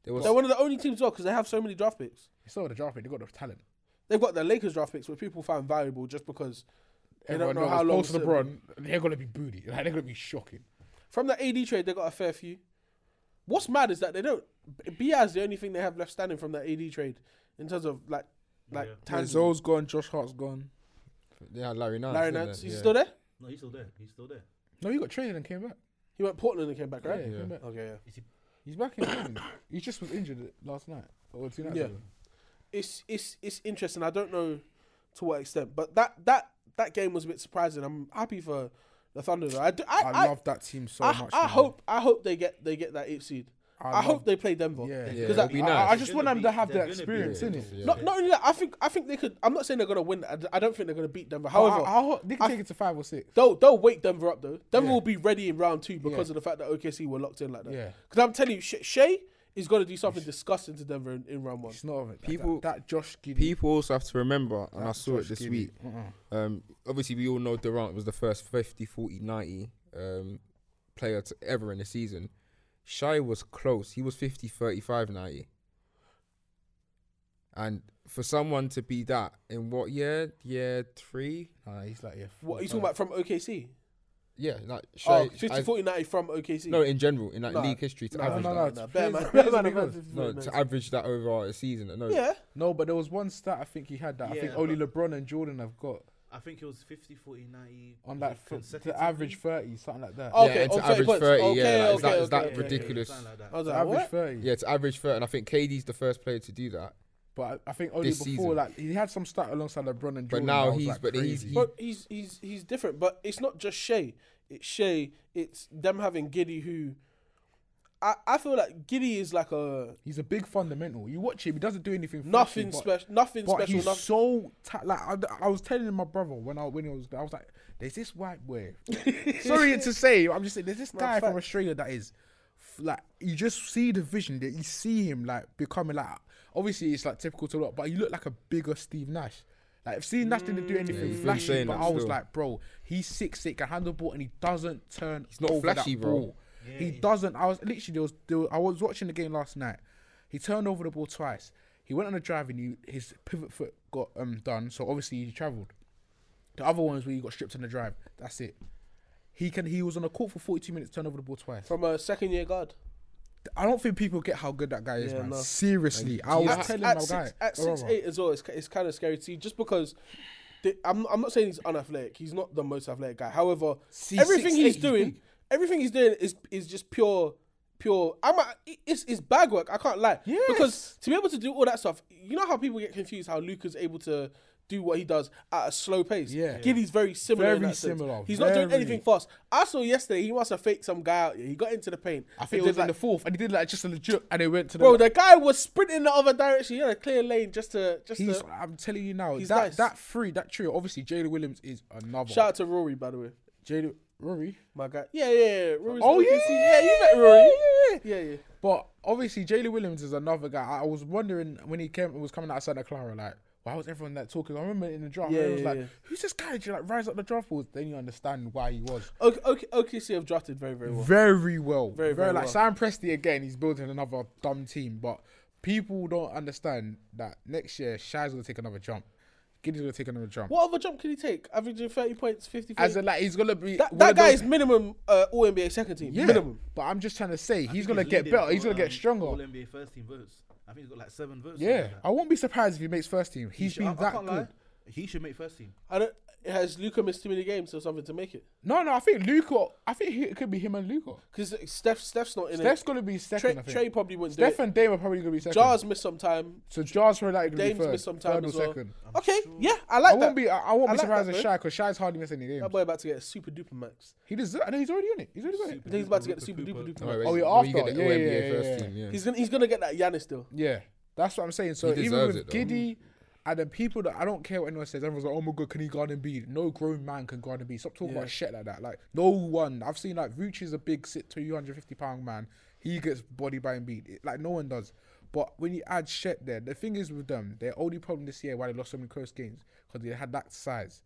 Speaker 4: There was
Speaker 6: They're one of the only teams as well because they have so many draft picks.
Speaker 5: It's not the draft pick. They've got the talent.
Speaker 6: They've got their Lakers draft picks, which people find valuable just because they
Speaker 5: Everyone
Speaker 6: don't know
Speaker 5: knows
Speaker 6: how long.
Speaker 5: post
Speaker 6: it's-
Speaker 5: LeBron, they're gonna be booty. Like, they're gonna be shocking.
Speaker 6: From the AD trade, they got a fair few. What's mad is that they don't. Bi is the only thing they have left standing from the AD trade in terms of like, like
Speaker 3: Yeah.
Speaker 6: tangible.
Speaker 5: gone. Josh Hart's gone.
Speaker 4: yeah Larry Nance.
Speaker 6: Larry
Speaker 4: didn't
Speaker 6: Nance,
Speaker 4: they?
Speaker 6: he's
Speaker 4: Yeah.
Speaker 6: still there.
Speaker 3: No, he's still there. He's still there.
Speaker 5: No, he got traded and came back.
Speaker 6: He went Portland and came back,
Speaker 5: Yeah,
Speaker 6: right?
Speaker 5: he came
Speaker 4: Yeah.
Speaker 5: back.
Speaker 6: Okay, yeah.
Speaker 5: He's back in. England. he just was injured last night or two nights
Speaker 6: Yeah.
Speaker 5: ago.
Speaker 6: It's it's it's interesting. I don't know to what extent, but that that that game was a bit surprising. I'm happy for the Thunder. Though. I, do- I,
Speaker 5: I,
Speaker 6: I,
Speaker 5: love that team so
Speaker 6: I,
Speaker 5: much.
Speaker 6: I
Speaker 5: man.
Speaker 6: hope I hope they get they get that eight seed. I,
Speaker 5: love-
Speaker 6: hope they play Denver.
Speaker 5: Yeah,
Speaker 4: Yeah,
Speaker 6: Because
Speaker 4: it'll
Speaker 6: I-
Speaker 4: be
Speaker 5: I,
Speaker 4: nice.
Speaker 5: I just want
Speaker 3: They're
Speaker 5: them to
Speaker 3: gonna
Speaker 5: have
Speaker 3: be-
Speaker 5: that
Speaker 3: they're gonna be
Speaker 5: experience,
Speaker 4: good.
Speaker 5: innit?
Speaker 4: Yeah.
Speaker 6: Not, not only that, I think I think they could. I'm not saying they're gonna win. I, d- I don't think they're gonna beat Denver. However,
Speaker 5: However, I, hope they can
Speaker 6: I-
Speaker 5: take it to five or six.
Speaker 6: they'll they'll wake Denver up though. Denver
Speaker 5: Yeah.
Speaker 6: will be ready in round two because of
Speaker 5: Yeah.
Speaker 6: the fact that OKC were locked in like that.
Speaker 5: Yeah.
Speaker 6: Because I'm telling you, Sh- Shea is gonna do something disgusting to Denver in, in round one.
Speaker 5: It's not of it.
Speaker 4: People-
Speaker 5: that, that Josh Giddy.
Speaker 4: People also have to remember, and I saw it this
Speaker 5: Giddy.
Speaker 4: week.
Speaker 5: Uh-uh.
Speaker 4: Um, obviously, we all know Durant was the first 50, 40, 90 um, player to ever in the season. Shai was close. He was 50, 35, 90. And for someone to be that in what year? Year three?
Speaker 5: Nah, he's like yeah.
Speaker 6: What are you
Speaker 5: four,
Speaker 6: talking
Speaker 5: five.
Speaker 6: about from OKC?
Speaker 4: Yeah, like Shai.
Speaker 6: Oh, 50
Speaker 4: I-
Speaker 6: 40 90 from OKC.
Speaker 4: no, in general, in like
Speaker 6: Nah,
Speaker 4: league history, to
Speaker 5: nah,
Speaker 4: average
Speaker 5: nah,
Speaker 4: that,
Speaker 5: nah,
Speaker 6: Nah,
Speaker 5: Players
Speaker 6: bear
Speaker 5: are
Speaker 6: man,
Speaker 5: players
Speaker 6: bear man,
Speaker 5: are
Speaker 6: about
Speaker 5: good.
Speaker 6: 50,
Speaker 4: no,
Speaker 6: 40,
Speaker 4: to
Speaker 6: 90.
Speaker 4: average that over a season. No,
Speaker 6: Yeah.
Speaker 5: No, but there was one stat I think he had that I think
Speaker 3: Yeah,
Speaker 5: only
Speaker 3: but-
Speaker 5: LeBron and Jordan have got
Speaker 3: I think it was 50, 40, 90.
Speaker 5: on that fr-
Speaker 3: consecutively.
Speaker 5: the average thirty, something like that.
Speaker 6: Oh,
Speaker 4: yeah,
Speaker 6: okay,
Speaker 4: and
Speaker 6: on
Speaker 4: to
Speaker 6: 30
Speaker 4: average
Speaker 6: points.
Speaker 4: 30,
Speaker 6: Okay,
Speaker 4: yeah, like, is that,
Speaker 6: okay,
Speaker 4: is that
Speaker 6: okay, okay.
Speaker 4: ridiculous?
Speaker 3: something like that.
Speaker 6: I was
Speaker 5: The
Speaker 6: like,
Speaker 5: average
Speaker 6: what?
Speaker 5: thirty.
Speaker 4: Yeah, to average 30, and I think KD's the first player to do that.
Speaker 5: But I I think only
Speaker 4: This
Speaker 5: before
Speaker 4: season.
Speaker 5: like he had some stat alongside LeBron and Jordan.
Speaker 4: But now
Speaker 5: that was,
Speaker 4: he's-
Speaker 5: like,
Speaker 4: but he's-
Speaker 5: crazy.
Speaker 4: he-
Speaker 6: But he's he's he's different. But it's not just Shea. It's Shea. It's them having Giddy, who I, I feel like Giddy is like a
Speaker 5: he's a big fundamental. You watch him; he doesn't do anything. fancy,
Speaker 6: nothing
Speaker 5: but-
Speaker 6: special. Nothing
Speaker 5: But
Speaker 6: special.
Speaker 5: he's
Speaker 6: Nothing.
Speaker 5: so ta- like I, I was telling my brother when I when he was I was like, there's this white boy. Sorry to say, I'm just saying there's this guy from
Speaker 6: fact.
Speaker 5: Australia that is f- like you just see the vision that you see him like becoming like obviously it's like typical to a lot, but he looked like a bigger Steve Nash. Like if Steve Nash
Speaker 6: Mm.
Speaker 5: didn't do anything
Speaker 4: he's been
Speaker 5: flashy,
Speaker 4: saying
Speaker 5: but
Speaker 4: that
Speaker 5: I was
Speaker 4: still.
Speaker 5: like, bro, he's six six, can handle the ball, and he doesn't turn. He's
Speaker 4: not flashy, bro.
Speaker 5: he doesn't. I was literally there was, there was- I was watching the game last night. He turned over the ball twice. He went on a drive and he, his pivot foot got um done. So obviously he travelled. The other ones where he got stripped on the drive. That's it. He can. He was on a court for 42 minutes. Turned over the ball twice.
Speaker 6: From a second year guard.
Speaker 5: I don't think people get how good that guy is,
Speaker 6: Yeah,
Speaker 5: man.
Speaker 6: no.
Speaker 5: Seriously, I was
Speaker 6: At,
Speaker 5: telling
Speaker 6: at
Speaker 5: my
Speaker 6: six,
Speaker 5: guy.
Speaker 6: at
Speaker 5: my
Speaker 6: six
Speaker 5: brother.
Speaker 6: eight as well, it's, it's kind of scary to see. Just because the, I'm I'm not saying he's unathletic. He's not the most athletic guy. However,
Speaker 5: See,
Speaker 6: everything
Speaker 5: 6'8",
Speaker 6: he's
Speaker 5: he's
Speaker 6: doing,
Speaker 5: big.
Speaker 6: everything he's doing is is just pure. Pure, I'm a, it's it's bag work. I can't lie. Because
Speaker 5: Yes.
Speaker 6: to be able to do all that stuff, you know how people get confused how Luca's able to do what he does at a slow pace.
Speaker 5: Yeah.
Speaker 6: Giddy's very similar. in
Speaker 5: Very
Speaker 6: that sense.
Speaker 5: similar,
Speaker 6: He's not doing
Speaker 5: very.
Speaker 6: anything fast. I saw yesterday he must have faked some guy out. Here. He got into the paint.
Speaker 5: I
Speaker 6: He
Speaker 5: think it was
Speaker 6: like,
Speaker 5: in the fourth, and he did like just a legit, and they went to the.
Speaker 6: Bro, the guy was sprinting the other direction. He had a clear lane just to just
Speaker 5: He's,
Speaker 6: to
Speaker 5: I'm telling you now,
Speaker 6: he's
Speaker 5: that
Speaker 6: nice.
Speaker 5: that three, that trio, obviously Jalen Williams is another.
Speaker 6: shout out to Rory, by the way.
Speaker 5: Jalen Rory.
Speaker 6: My guy. Yeah, yeah, yeah. Rory's
Speaker 5: Oh
Speaker 6: OKC.
Speaker 5: yeah,
Speaker 6: yeah, you met Rory.
Speaker 5: yeah, yeah.
Speaker 6: Yeah, yeah.
Speaker 5: But obviously Jalen Williams is another guy. I was wondering when he came was coming out of Santa Clara, like why was everyone like talking? I remember in the draft,
Speaker 6: Yeah,
Speaker 5: it was
Speaker 6: yeah,
Speaker 5: like,
Speaker 6: yeah.
Speaker 5: who's this guy? Did you like rise up the draft board? Then you understand why he was
Speaker 6: O- OK, OKC have drafted very, very well.
Speaker 5: very well, very,
Speaker 6: very
Speaker 5: like
Speaker 6: well.
Speaker 5: Sam Presti again. He's building another dumb team, but people don't understand that next year Shai's gonna take another jump. Giddy's gonna take another jump.
Speaker 6: What other jump can he take? Averaging 30 points, 50
Speaker 5: As in, like he's gonna be
Speaker 6: That,
Speaker 5: one
Speaker 6: that
Speaker 5: of
Speaker 6: guy
Speaker 5: those-
Speaker 6: is minimum uh, All NBA second team.
Speaker 5: yeah,
Speaker 6: Minimum.
Speaker 5: But I'm just trying to say
Speaker 3: I
Speaker 5: he's
Speaker 3: think
Speaker 5: gonna get
Speaker 3: leading
Speaker 5: better. He's
Speaker 3: all,
Speaker 5: gonna get
Speaker 3: um,
Speaker 5: stronger.
Speaker 3: All NBA first team votes. I think he's got like seven votes. or
Speaker 5: yeah,
Speaker 3: something like
Speaker 5: I
Speaker 3: that.
Speaker 5: won't be surprised if he makes first team.
Speaker 3: He
Speaker 5: He's
Speaker 3: should-
Speaker 5: been
Speaker 3: I- I
Speaker 5: that
Speaker 3: can't
Speaker 5: good.
Speaker 3: lie, He should make first team.
Speaker 6: I don't. Has Luca missed too many games or something to make it?
Speaker 5: No, no, I think Luca. I think he, it could be him and Luca.
Speaker 6: Because Steph, Steph's not in
Speaker 5: Steph's
Speaker 6: it.
Speaker 5: gonna be second.
Speaker 6: Trey,
Speaker 5: I think.
Speaker 6: Trey probably wouldn't
Speaker 5: Steph
Speaker 6: do it.
Speaker 5: and Dame are probably gonna be second.
Speaker 6: Jars missed some time.
Speaker 5: so Jars probably like gonna be
Speaker 6: Dame's
Speaker 5: third,
Speaker 6: missed some time
Speaker 5: third
Speaker 6: as
Speaker 5: or
Speaker 6: well.
Speaker 5: second.
Speaker 6: Okay, yeah, I like
Speaker 5: I
Speaker 6: that.
Speaker 5: won't be. I, I won't
Speaker 6: I
Speaker 5: be
Speaker 6: like
Speaker 5: surprised
Speaker 6: that,
Speaker 5: at
Speaker 6: though.
Speaker 5: Shy because Shy's hardly missed any games.
Speaker 6: That boy about to get a super duper max.
Speaker 5: He deserves. No, he's already on it. He's already on it.
Speaker 6: I think he's about to get the super duper duper max.
Speaker 5: Oh,
Speaker 4: you you
Speaker 5: yeah, after.
Speaker 4: get the
Speaker 5: Yeah,
Speaker 4: all-NBA
Speaker 5: yeah,
Speaker 4: first
Speaker 5: yeah,
Speaker 4: team. Yeah.
Speaker 6: He's gonna he's gonna get that Giannis still.
Speaker 5: Yeah, that's what I'm saying. So
Speaker 4: He
Speaker 5: even
Speaker 4: deserves it,
Speaker 5: with
Speaker 4: though.
Speaker 5: Giddy and the people that I don't care what anyone says, everyone's like, "Oh my god, can he guard Embiid?" No grown man can guard Embiid. Stop talking
Speaker 6: Yeah.
Speaker 5: about shit like that. Like no one. I've seen like Vooch is a big sit 250 pound man. He gets bodied by Embiid. It, like no one does. But when you add shit there, the thing is with them, their only problem this year why they lost so many close games because they had that size.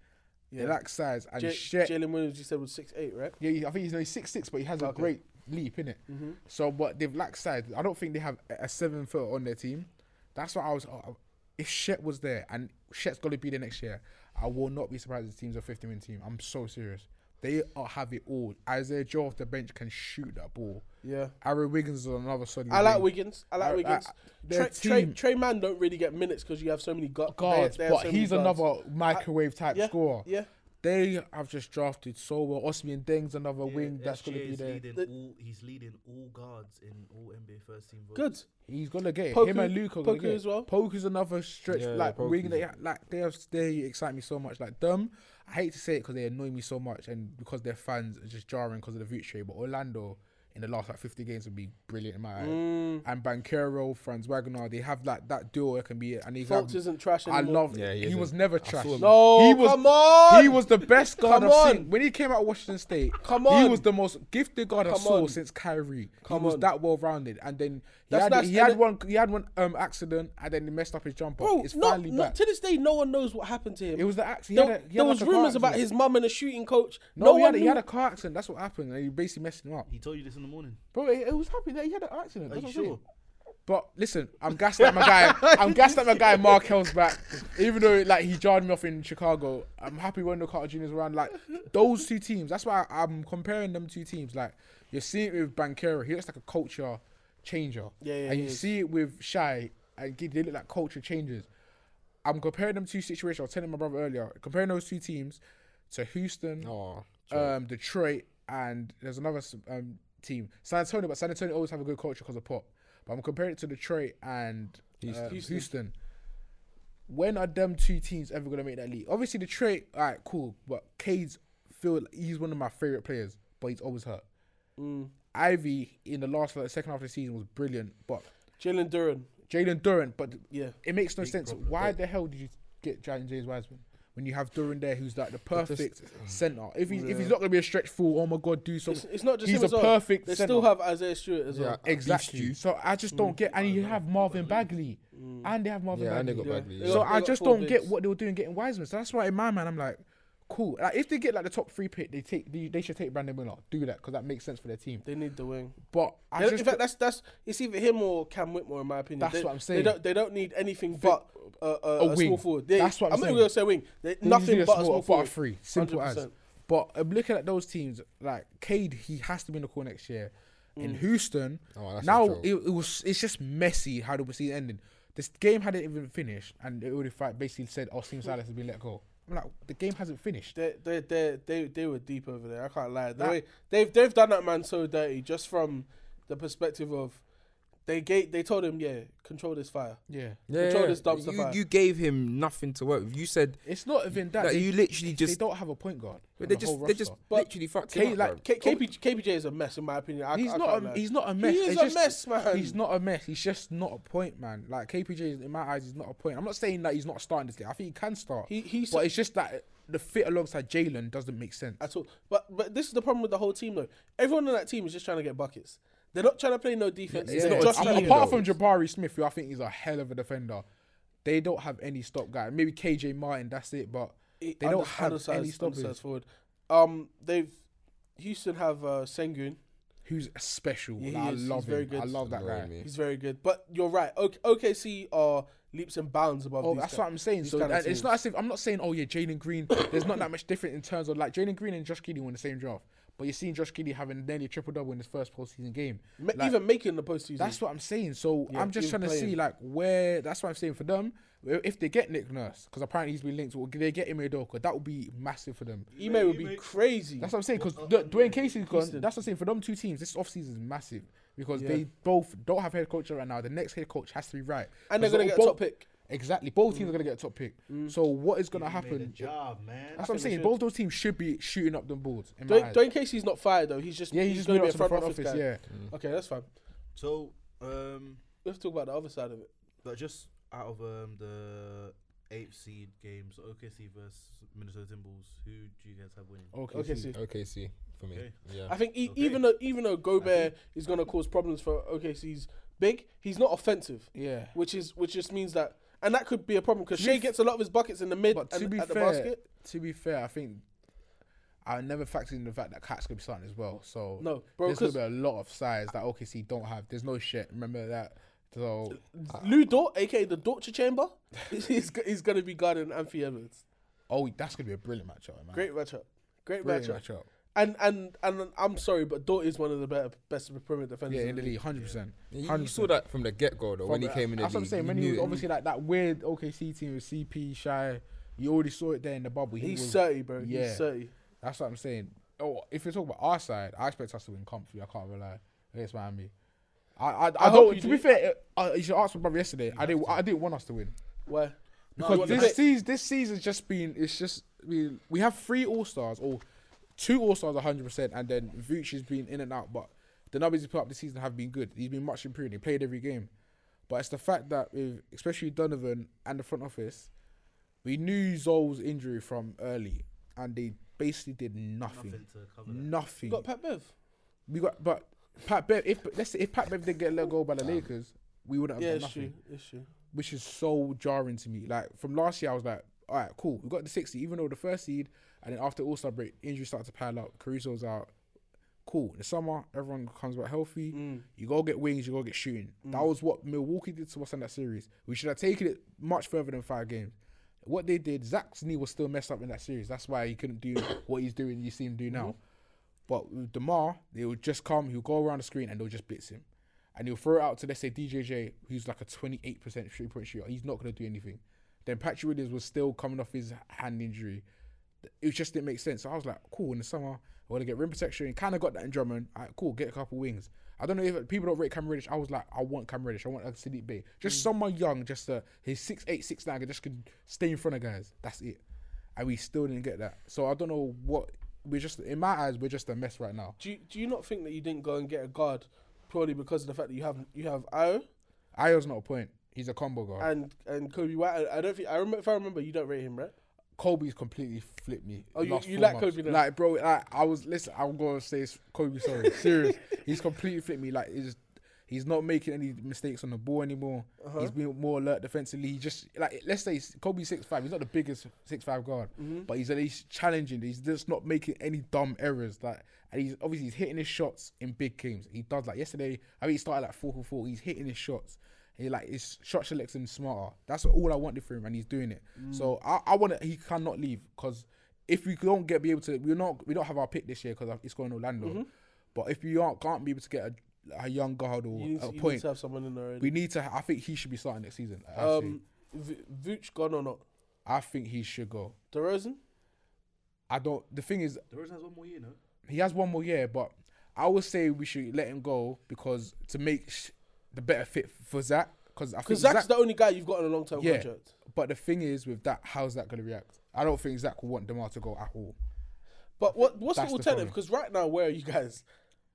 Speaker 5: They
Speaker 6: Yeah.
Speaker 5: lack size and
Speaker 6: J-
Speaker 5: shit.
Speaker 6: Jalen Williams, you said was six eight, right?
Speaker 5: Yeah, he- I think he's only six six, but he has a great leap in it.
Speaker 6: Mm-hmm.
Speaker 5: So, but they've lacked size. I don't think they have a a seven foot on their team. That's what I was. uh, If Shet was there, and Shet's gonna be there next year, I will not be surprised. if The team's a fifty win team. I'm so serious. They are, have it all. Isaiah Joe off the bench can shoot that ball.
Speaker 6: Yeah.
Speaker 5: Aaron Wiggins is another solid.
Speaker 6: I like
Speaker 5: wing.
Speaker 6: Wiggins. I like
Speaker 5: I- I-
Speaker 6: Wiggins.
Speaker 5: their
Speaker 6: Trey, Trey,
Speaker 5: team-
Speaker 6: Trey Man don't really get minutes because you have so many gu-
Speaker 5: guards,
Speaker 6: they- they have
Speaker 5: but
Speaker 6: so many
Speaker 5: he's
Speaker 6: guards.
Speaker 5: another microwave type
Speaker 6: yeah,
Speaker 5: scorer.
Speaker 6: yeah.
Speaker 5: They have just drafted so well. Osman Deng's another wing that's
Speaker 3: SGA
Speaker 5: gonna be
Speaker 3: is
Speaker 5: there.
Speaker 3: Leading
Speaker 6: The-
Speaker 3: all, he's leading all guards in all NBA first team votes.
Speaker 6: Good.
Speaker 5: He's gonna get it.
Speaker 6: Poku-
Speaker 5: him and Luke are gonna
Speaker 6: Poku
Speaker 5: get it.
Speaker 6: as well.
Speaker 5: Poku's another stretch
Speaker 4: Yeah,
Speaker 5: like
Speaker 4: Poku's-
Speaker 5: wing. They like they have they excite me so much. Like them, I hate to say it because they annoy me so much and because their fans are just jarring because of the Vuce. But Orlando in the last like fifty games would be brilliant in my eye.
Speaker 6: Mm.
Speaker 5: And Banquero, Franz Wagner, they have like that duo that can be and he's
Speaker 6: Fultz
Speaker 5: like-
Speaker 6: isn't trash
Speaker 5: I
Speaker 6: anymore.
Speaker 5: love.
Speaker 4: Yeah,
Speaker 5: Yeah,
Speaker 4: he
Speaker 5: he,
Speaker 4: isn't.
Speaker 5: was never
Speaker 4: I
Speaker 5: trash.
Speaker 4: saw him.
Speaker 6: No,
Speaker 5: he was,
Speaker 6: come on!
Speaker 5: He was the best guard
Speaker 6: Come
Speaker 5: I've seen.
Speaker 6: on!
Speaker 5: When he came out of Washington State,
Speaker 6: Come
Speaker 5: he
Speaker 6: on!
Speaker 5: was the most gifted guard I
Speaker 6: Come
Speaker 5: saw
Speaker 6: on.
Speaker 5: since Kyrie.
Speaker 6: Come
Speaker 5: he was
Speaker 6: on.
Speaker 5: that well rounded, and then he
Speaker 6: That's
Speaker 5: had,
Speaker 6: nice,
Speaker 5: he
Speaker 6: and
Speaker 5: had
Speaker 6: it-
Speaker 5: one he had one um accident, and then he messed up his jumper.
Speaker 6: Bro,
Speaker 5: it's
Speaker 6: not,
Speaker 5: finally
Speaker 6: not
Speaker 5: back.
Speaker 6: to this day, no one knows what happened to him.
Speaker 5: It was the accident.
Speaker 6: there, there was rumors about his mum and a shooting coach.
Speaker 5: No,
Speaker 6: No,
Speaker 5: he,
Speaker 6: one
Speaker 5: had, a- he
Speaker 6: knew.
Speaker 5: had a car accident. That's what happened. And he basically messed him up.
Speaker 3: He told you this in the morning.
Speaker 5: Bro, it, it was happening. that He had an accident.
Speaker 3: Are
Speaker 5: That's
Speaker 3: you
Speaker 5: what I'm
Speaker 3: sure?
Speaker 5: saying. But listen, I'm gassed at my guy. I'm gassed at my guy Mark Hill's back. Even though like he jarred me off in Chicago, I'm happy Wendell Carter Jr. is around. Like those two teams. That's why I, am comparing them two teams. Like you're seeing it with Banquero. He looks like a culture changer.
Speaker 6: Yeah, yeah,
Speaker 5: And
Speaker 6: he
Speaker 5: you
Speaker 6: is.
Speaker 5: see it with Shy and Giddy. They look like culture changers. I'm comparing them two situations. I was telling my brother earlier. Comparing those two teams to Houston
Speaker 4: Oh,
Speaker 5: um, Detroit, and there's another s- um, team, San Antonio. But San Antonio always have a good culture because of Pop. But I'm comparing it to Detroit and uh, Houston. When are them two teams ever gonna make that leap? Obviously, Detroit. All right, cool. But Cade's feel like he's one of my favorite players, but he's always hurt. Ivy in the last like, second half of the season was brilliant, but
Speaker 6: Jalen Duran.
Speaker 5: Jalen Durant. But
Speaker 6: Yeah.
Speaker 5: it makes no sense. Why the hell did you get Jalen James Wiseman when you have Durant there, who's like the perfect center? If he's if he's not gonna be a stretch full, oh my god, do something.
Speaker 6: uh, It's, it's not just
Speaker 5: he's
Speaker 6: him
Speaker 5: a
Speaker 6: as well.
Speaker 5: perfect.
Speaker 6: They
Speaker 5: center.
Speaker 6: still have Mm. Isaiah Stewart as
Speaker 4: yeah,
Speaker 6: well.
Speaker 5: exactly. So I just don't get. And you have Marvin Bagley, and they have Marvin
Speaker 4: Yeah, and they
Speaker 5: Bagley.
Speaker 4: got Bagley.
Speaker 6: Mm. They
Speaker 4: yeah.
Speaker 5: So
Speaker 6: got-
Speaker 5: I
Speaker 6: got
Speaker 5: just
Speaker 6: four
Speaker 5: don't get
Speaker 6: bigs.
Speaker 5: what they were doing getting Wiseman. So that's why in my mind I'm like, cool. Like if they get like the top three pick, they take they, they should take Brandon Miller. Do that because that makes sense for their team.
Speaker 6: They need the wing.
Speaker 5: But I
Speaker 6: They-
Speaker 5: just
Speaker 6: in fact, that's that's it's either him or Cam Whitmore, in my opinion.
Speaker 5: That's
Speaker 6: They-
Speaker 5: what I'm saying.
Speaker 6: They don't they don't need anything but a, a, a,
Speaker 5: wing.
Speaker 6: small forward. They,
Speaker 5: That's what I'm
Speaker 6: I'm not even
Speaker 5: saying.
Speaker 6: gonna say wing. They,
Speaker 5: They
Speaker 6: nothing
Speaker 5: need a
Speaker 6: but a small
Speaker 5: but a
Speaker 6: forward.
Speaker 5: three. Simple as.
Speaker 6: 100%.
Speaker 5: But I'm looking at those teams like Cade, he has to be in the core next year. In Houston,
Speaker 4: Oh, that's a
Speaker 5: now
Speaker 4: joke.
Speaker 5: it, it was it's just messy how the season ended. This game hadn't even finished, and it already fight basically said, "Oh, Seam Silas has been let go." I'm like, the game hasn't finished.
Speaker 6: They they they they they were deep over there. I can't lie. The way they've they've done that man so dirty just from the perspective of they gave they told him yeah control this fire.
Speaker 5: Yeah,
Speaker 6: Control this dumpster
Speaker 4: you,
Speaker 6: fire.
Speaker 4: you gave him nothing to work with. You said
Speaker 5: it's not even that.
Speaker 4: that
Speaker 5: they,
Speaker 4: you literally
Speaker 5: they
Speaker 4: just
Speaker 5: don't have a point guard. on
Speaker 4: But they
Speaker 5: the
Speaker 4: just
Speaker 5: whole
Speaker 4: they just
Speaker 5: roster.
Speaker 6: But
Speaker 4: literally fucked
Speaker 5: Kate,
Speaker 4: him up,
Speaker 5: like,
Speaker 4: bro.
Speaker 6: K, KP, KPJ is a mess in my opinion. I,
Speaker 5: He's
Speaker 6: I
Speaker 5: not.
Speaker 6: can't
Speaker 5: A,
Speaker 6: lie.
Speaker 5: he's not a mess.
Speaker 6: He is
Speaker 5: It's
Speaker 6: a
Speaker 5: just-
Speaker 6: mess, man.
Speaker 5: He's not a mess. He's just not a point, man. Like KPJ, is- in my eyes, he's not a point. I'm not saying that he's not starting this game. I think he can start.
Speaker 6: He- he's-
Speaker 5: but it's just that the fit alongside Jalen doesn't make sense.
Speaker 6: at all. But but this is the problem with the whole team though. Everyone on that team is just trying to get buckets. They're not trying to play no defense.
Speaker 4: it's
Speaker 6: They're
Speaker 4: not a
Speaker 6: just
Speaker 4: team,
Speaker 6: trying to
Speaker 5: apart
Speaker 6: get
Speaker 4: though.
Speaker 5: from Jabari Smith, who I think is a hell of a defender. They don't have any stop guy. Maybe KJ Martin, that's it, but
Speaker 6: It-
Speaker 5: they don't
Speaker 6: unders-
Speaker 5: have
Speaker 6: undersized-
Speaker 5: any stoppers.
Speaker 6: undersized forward. Um, they've Houston have uh, Sengun.
Speaker 5: Who's special?
Speaker 6: Yeah, he
Speaker 5: Like, I
Speaker 6: is. He's
Speaker 5: love him.
Speaker 6: very good.
Speaker 5: I love that
Speaker 4: Annoying
Speaker 5: guy.
Speaker 4: me.
Speaker 6: He's very good, but you're right. OK- OKC are leaps and bounds above.
Speaker 5: Oh,
Speaker 6: these
Speaker 5: that's
Speaker 6: guys.
Speaker 5: what I'm saying.
Speaker 6: These
Speaker 5: So
Speaker 6: kind of
Speaker 5: and it's
Speaker 6: teams.
Speaker 5: not as if I'm not saying, oh yeah, Jalen Green. there's not that much different in terms of like Jalen Green and Josh Giddey were in the same draft, but you're seeing Josh Giddey having nearly a triple double in his first postseason game.
Speaker 6: Ma-
Speaker 5: Like,
Speaker 6: even making the postseason.
Speaker 5: that's what I'm saying. So
Speaker 6: Yeah,
Speaker 5: I'm just
Speaker 6: even
Speaker 5: trying to see
Speaker 6: playing.
Speaker 5: like where. That's what I'm saying for them. If they get Nick Nurse, because apparently he's been linked, or they get Ime Doka, that would be massive for them.
Speaker 6: Ime would be crazy.
Speaker 5: That's what I'm saying because Dwayne Casey's gone. That's what I'm saying for them two teams. This offseason is massive because they both don't have head coach right now. The next head coach has to be right,
Speaker 6: And they're
Speaker 5: 'Cause
Speaker 6: gonna get a
Speaker 5: both-
Speaker 6: top pick.
Speaker 5: Exactly, both
Speaker 6: Mm.
Speaker 5: teams are gonna get a top pick. So what is gonna
Speaker 3: Made a
Speaker 5: happen?
Speaker 3: job, man.
Speaker 5: That's what I'm saying.
Speaker 6: should.
Speaker 5: Both those teams should be shooting up the boards. In my
Speaker 6: Dwayne,
Speaker 5: eyes.
Speaker 6: Dwayne Casey's not fired though. He's just
Speaker 5: yeah, he's,
Speaker 6: he's
Speaker 5: just
Speaker 6: going
Speaker 5: moving
Speaker 6: to
Speaker 5: up
Speaker 6: be a
Speaker 5: to the
Speaker 6: front,
Speaker 5: front
Speaker 6: office,
Speaker 5: office.
Speaker 6: guy. Mm.
Speaker 5: yeah,
Speaker 6: Okay, that's fine.
Speaker 3: So, um,
Speaker 6: Let's talk about the other side of it.
Speaker 3: but just out of um, the eighth seed games, OKC versus Minnesota Timberwolves, who do you guys have winning?
Speaker 5: okay.
Speaker 6: Okay,
Speaker 5: so-
Speaker 6: see.
Speaker 4: OKC for me.
Speaker 3: Okay.
Speaker 4: Yeah.
Speaker 6: I think e-
Speaker 3: Okay.
Speaker 6: even though even though Gobert is going to cause problems for OKC's big, he's not offensive.
Speaker 5: Yeah.
Speaker 6: which is which just means that, and that could be a problem because Shea gets a lot of his buckets in the mid
Speaker 5: But to
Speaker 6: and
Speaker 5: be
Speaker 6: at the
Speaker 5: fair,
Speaker 6: basket.
Speaker 5: to be fair, I think I never factored in the fact that Cat's gonna be starting as well. So
Speaker 6: No, bro,
Speaker 5: there's gonna
Speaker 6: 'cause-
Speaker 5: be a lot of size that OKC don't have. There's no shit. Remember that. So
Speaker 6: Lou Dort, aka the Dortcher Chamber, is is going to be guarding Anthony Edwards.
Speaker 5: oh, that's gonna be a brilliant matchup, man.
Speaker 6: Great matchup. Great
Speaker 5: brilliant
Speaker 6: matchup.
Speaker 5: matchup.
Speaker 6: And and and I'm sorry, but Dort is one of the better best perimeter defenders
Speaker 5: Yeah,
Speaker 6: in the league.
Speaker 5: hundred percent.
Speaker 4: You, you saw that from the get go though when he came in the
Speaker 5: That's
Speaker 4: league.
Speaker 5: what I'm saying.
Speaker 4: you
Speaker 5: When he
Speaker 4: knew
Speaker 5: was
Speaker 4: it.
Speaker 5: obviously like that weird OKC team with CP Shy, you already saw it there in the bubble. He
Speaker 6: He's
Speaker 5: was-
Speaker 6: thirty, bro.
Speaker 5: Yeah.
Speaker 6: He's thirty.
Speaker 5: That's what I'm saying. Oh, if you're talking about our side, I expect us to win comfy. I can't rely against Miami. I I, I,
Speaker 6: hope
Speaker 5: don't.
Speaker 6: you
Speaker 5: To
Speaker 6: do.
Speaker 5: be fair, uh, you should ask my brother yesterday. I didn't. I didn't want us to win
Speaker 6: Why?
Speaker 5: because
Speaker 6: you
Speaker 5: this
Speaker 6: want-
Speaker 5: season, this season's just been. It's just we we have three all stars or two all stars, 100, percent and then Vooch has been in and out. But the numbers he put up this season have been good. He's been much improved. He played every game, but it's the fact that with especially Donovan and the front office, we knew Zol's injury from early, and they basically did nothing.
Speaker 3: Nothing to cover that.
Speaker 5: Nothing.
Speaker 6: got Pat Bev.
Speaker 5: we got, but Pat Bev. If let's say if Pat Bev didn't get let go by the Lakers, we wouldn't have
Speaker 6: Yeah,
Speaker 5: done
Speaker 6: it's
Speaker 5: nothing.
Speaker 6: true. It's true.
Speaker 5: Which is so jarring to me. Like from last year, I was like, all right, cool. We got the sixty, even though the first seed, and then after All Star break, injuries started to pile up. Caruso's out. Cool. In the summer, everyone comes back healthy. You go get wings. You go get shooting. That was what Milwaukee did to us in that series. We should have taken it much further than five games. What they did, Zach's knee was still messed up in that series. That's why he couldn't do what he's doing. You see him do now. But with Demar, they would just come. He'll go around the screen and they'll just blitz him, and he'll throw it out to let's say DJJ, who's like a twenty-eight percent three point shooter. He's not going to do anything. Then Patrick Williams was still coming off his hand injury. It just didn't make sense. So I was like, cool. In the summer, I want to get rim protection. Kind of got that in Drummond. All right, cool. Get a couple wings. I don't know if people don't rate Cam Reddish. I was like, I want Cam Reddish. I want like Sadiq Bay. Just someone young, just uh, his six eight six nine, just could stay in front of guys. That's it. And we still didn't get that. So I don't know what we're just in my eyes. We're just a mess right now.
Speaker 6: Do you, do you not think that you didn't go and get a guard purely because of the fact that you have you have Io
Speaker 5: Ayo's not a point. He's a combo guard.
Speaker 6: and and Kobe White? I, I don't think I remember if I remember you don't rate him, right?
Speaker 5: Kobe's completely flipped me.
Speaker 6: Oh, you-
Speaker 5: last
Speaker 6: you
Speaker 5: four
Speaker 6: like
Speaker 5: months.
Speaker 6: Kobe now?
Speaker 5: Like, bro, like, I was listen. I'm gonna say it's Kobe. Sorry, serious. He's completely flipped me. Like, he's he's not making any mistakes on the ball anymore. He's been more alert defensively. He just like let's say Kobe six five. He's not the biggest six five guard, but he's at least challenging. He's just not making any dumb errors. Like, and he's obviously he's hitting his shots in big games. He does like yesterday. I mean, he started like four for four. He's hitting his shots. He like his shot selects him smarter. That's all I wanted for him, and he's doing it. So I, I want to. He cannot leave because if we don't get be able to, we're not we don't have our pick this year because it's going to Orlando.
Speaker 6: Mm-hmm.
Speaker 5: But if we aren't can't be able to get a, a young guard or
Speaker 6: You need,
Speaker 5: a
Speaker 6: to, you need
Speaker 5: point,
Speaker 6: to have someone in there already.
Speaker 5: we need to. I think he should be starting next season. I,
Speaker 6: Um,
Speaker 5: think.
Speaker 6: v- Vooch gone or not?
Speaker 5: I think he should go.
Speaker 6: DeRozan?
Speaker 5: I don't. The thing is,
Speaker 3: The Rosen has one more year, no?
Speaker 5: he has one more year, but I would say we should let him go because to make sh- the better fit for Zach. Because I think
Speaker 6: Because Zach's
Speaker 5: Zach-
Speaker 6: the only guy you've got on a long term
Speaker 5: Yeah.
Speaker 6: contract.
Speaker 5: But the thing is, with that, how's that going to react? I don't think Zach will want Demar to go at all.
Speaker 6: But what what's the
Speaker 5: That's the
Speaker 6: alternative?
Speaker 5: problem.
Speaker 6: Because right now, where are you guys?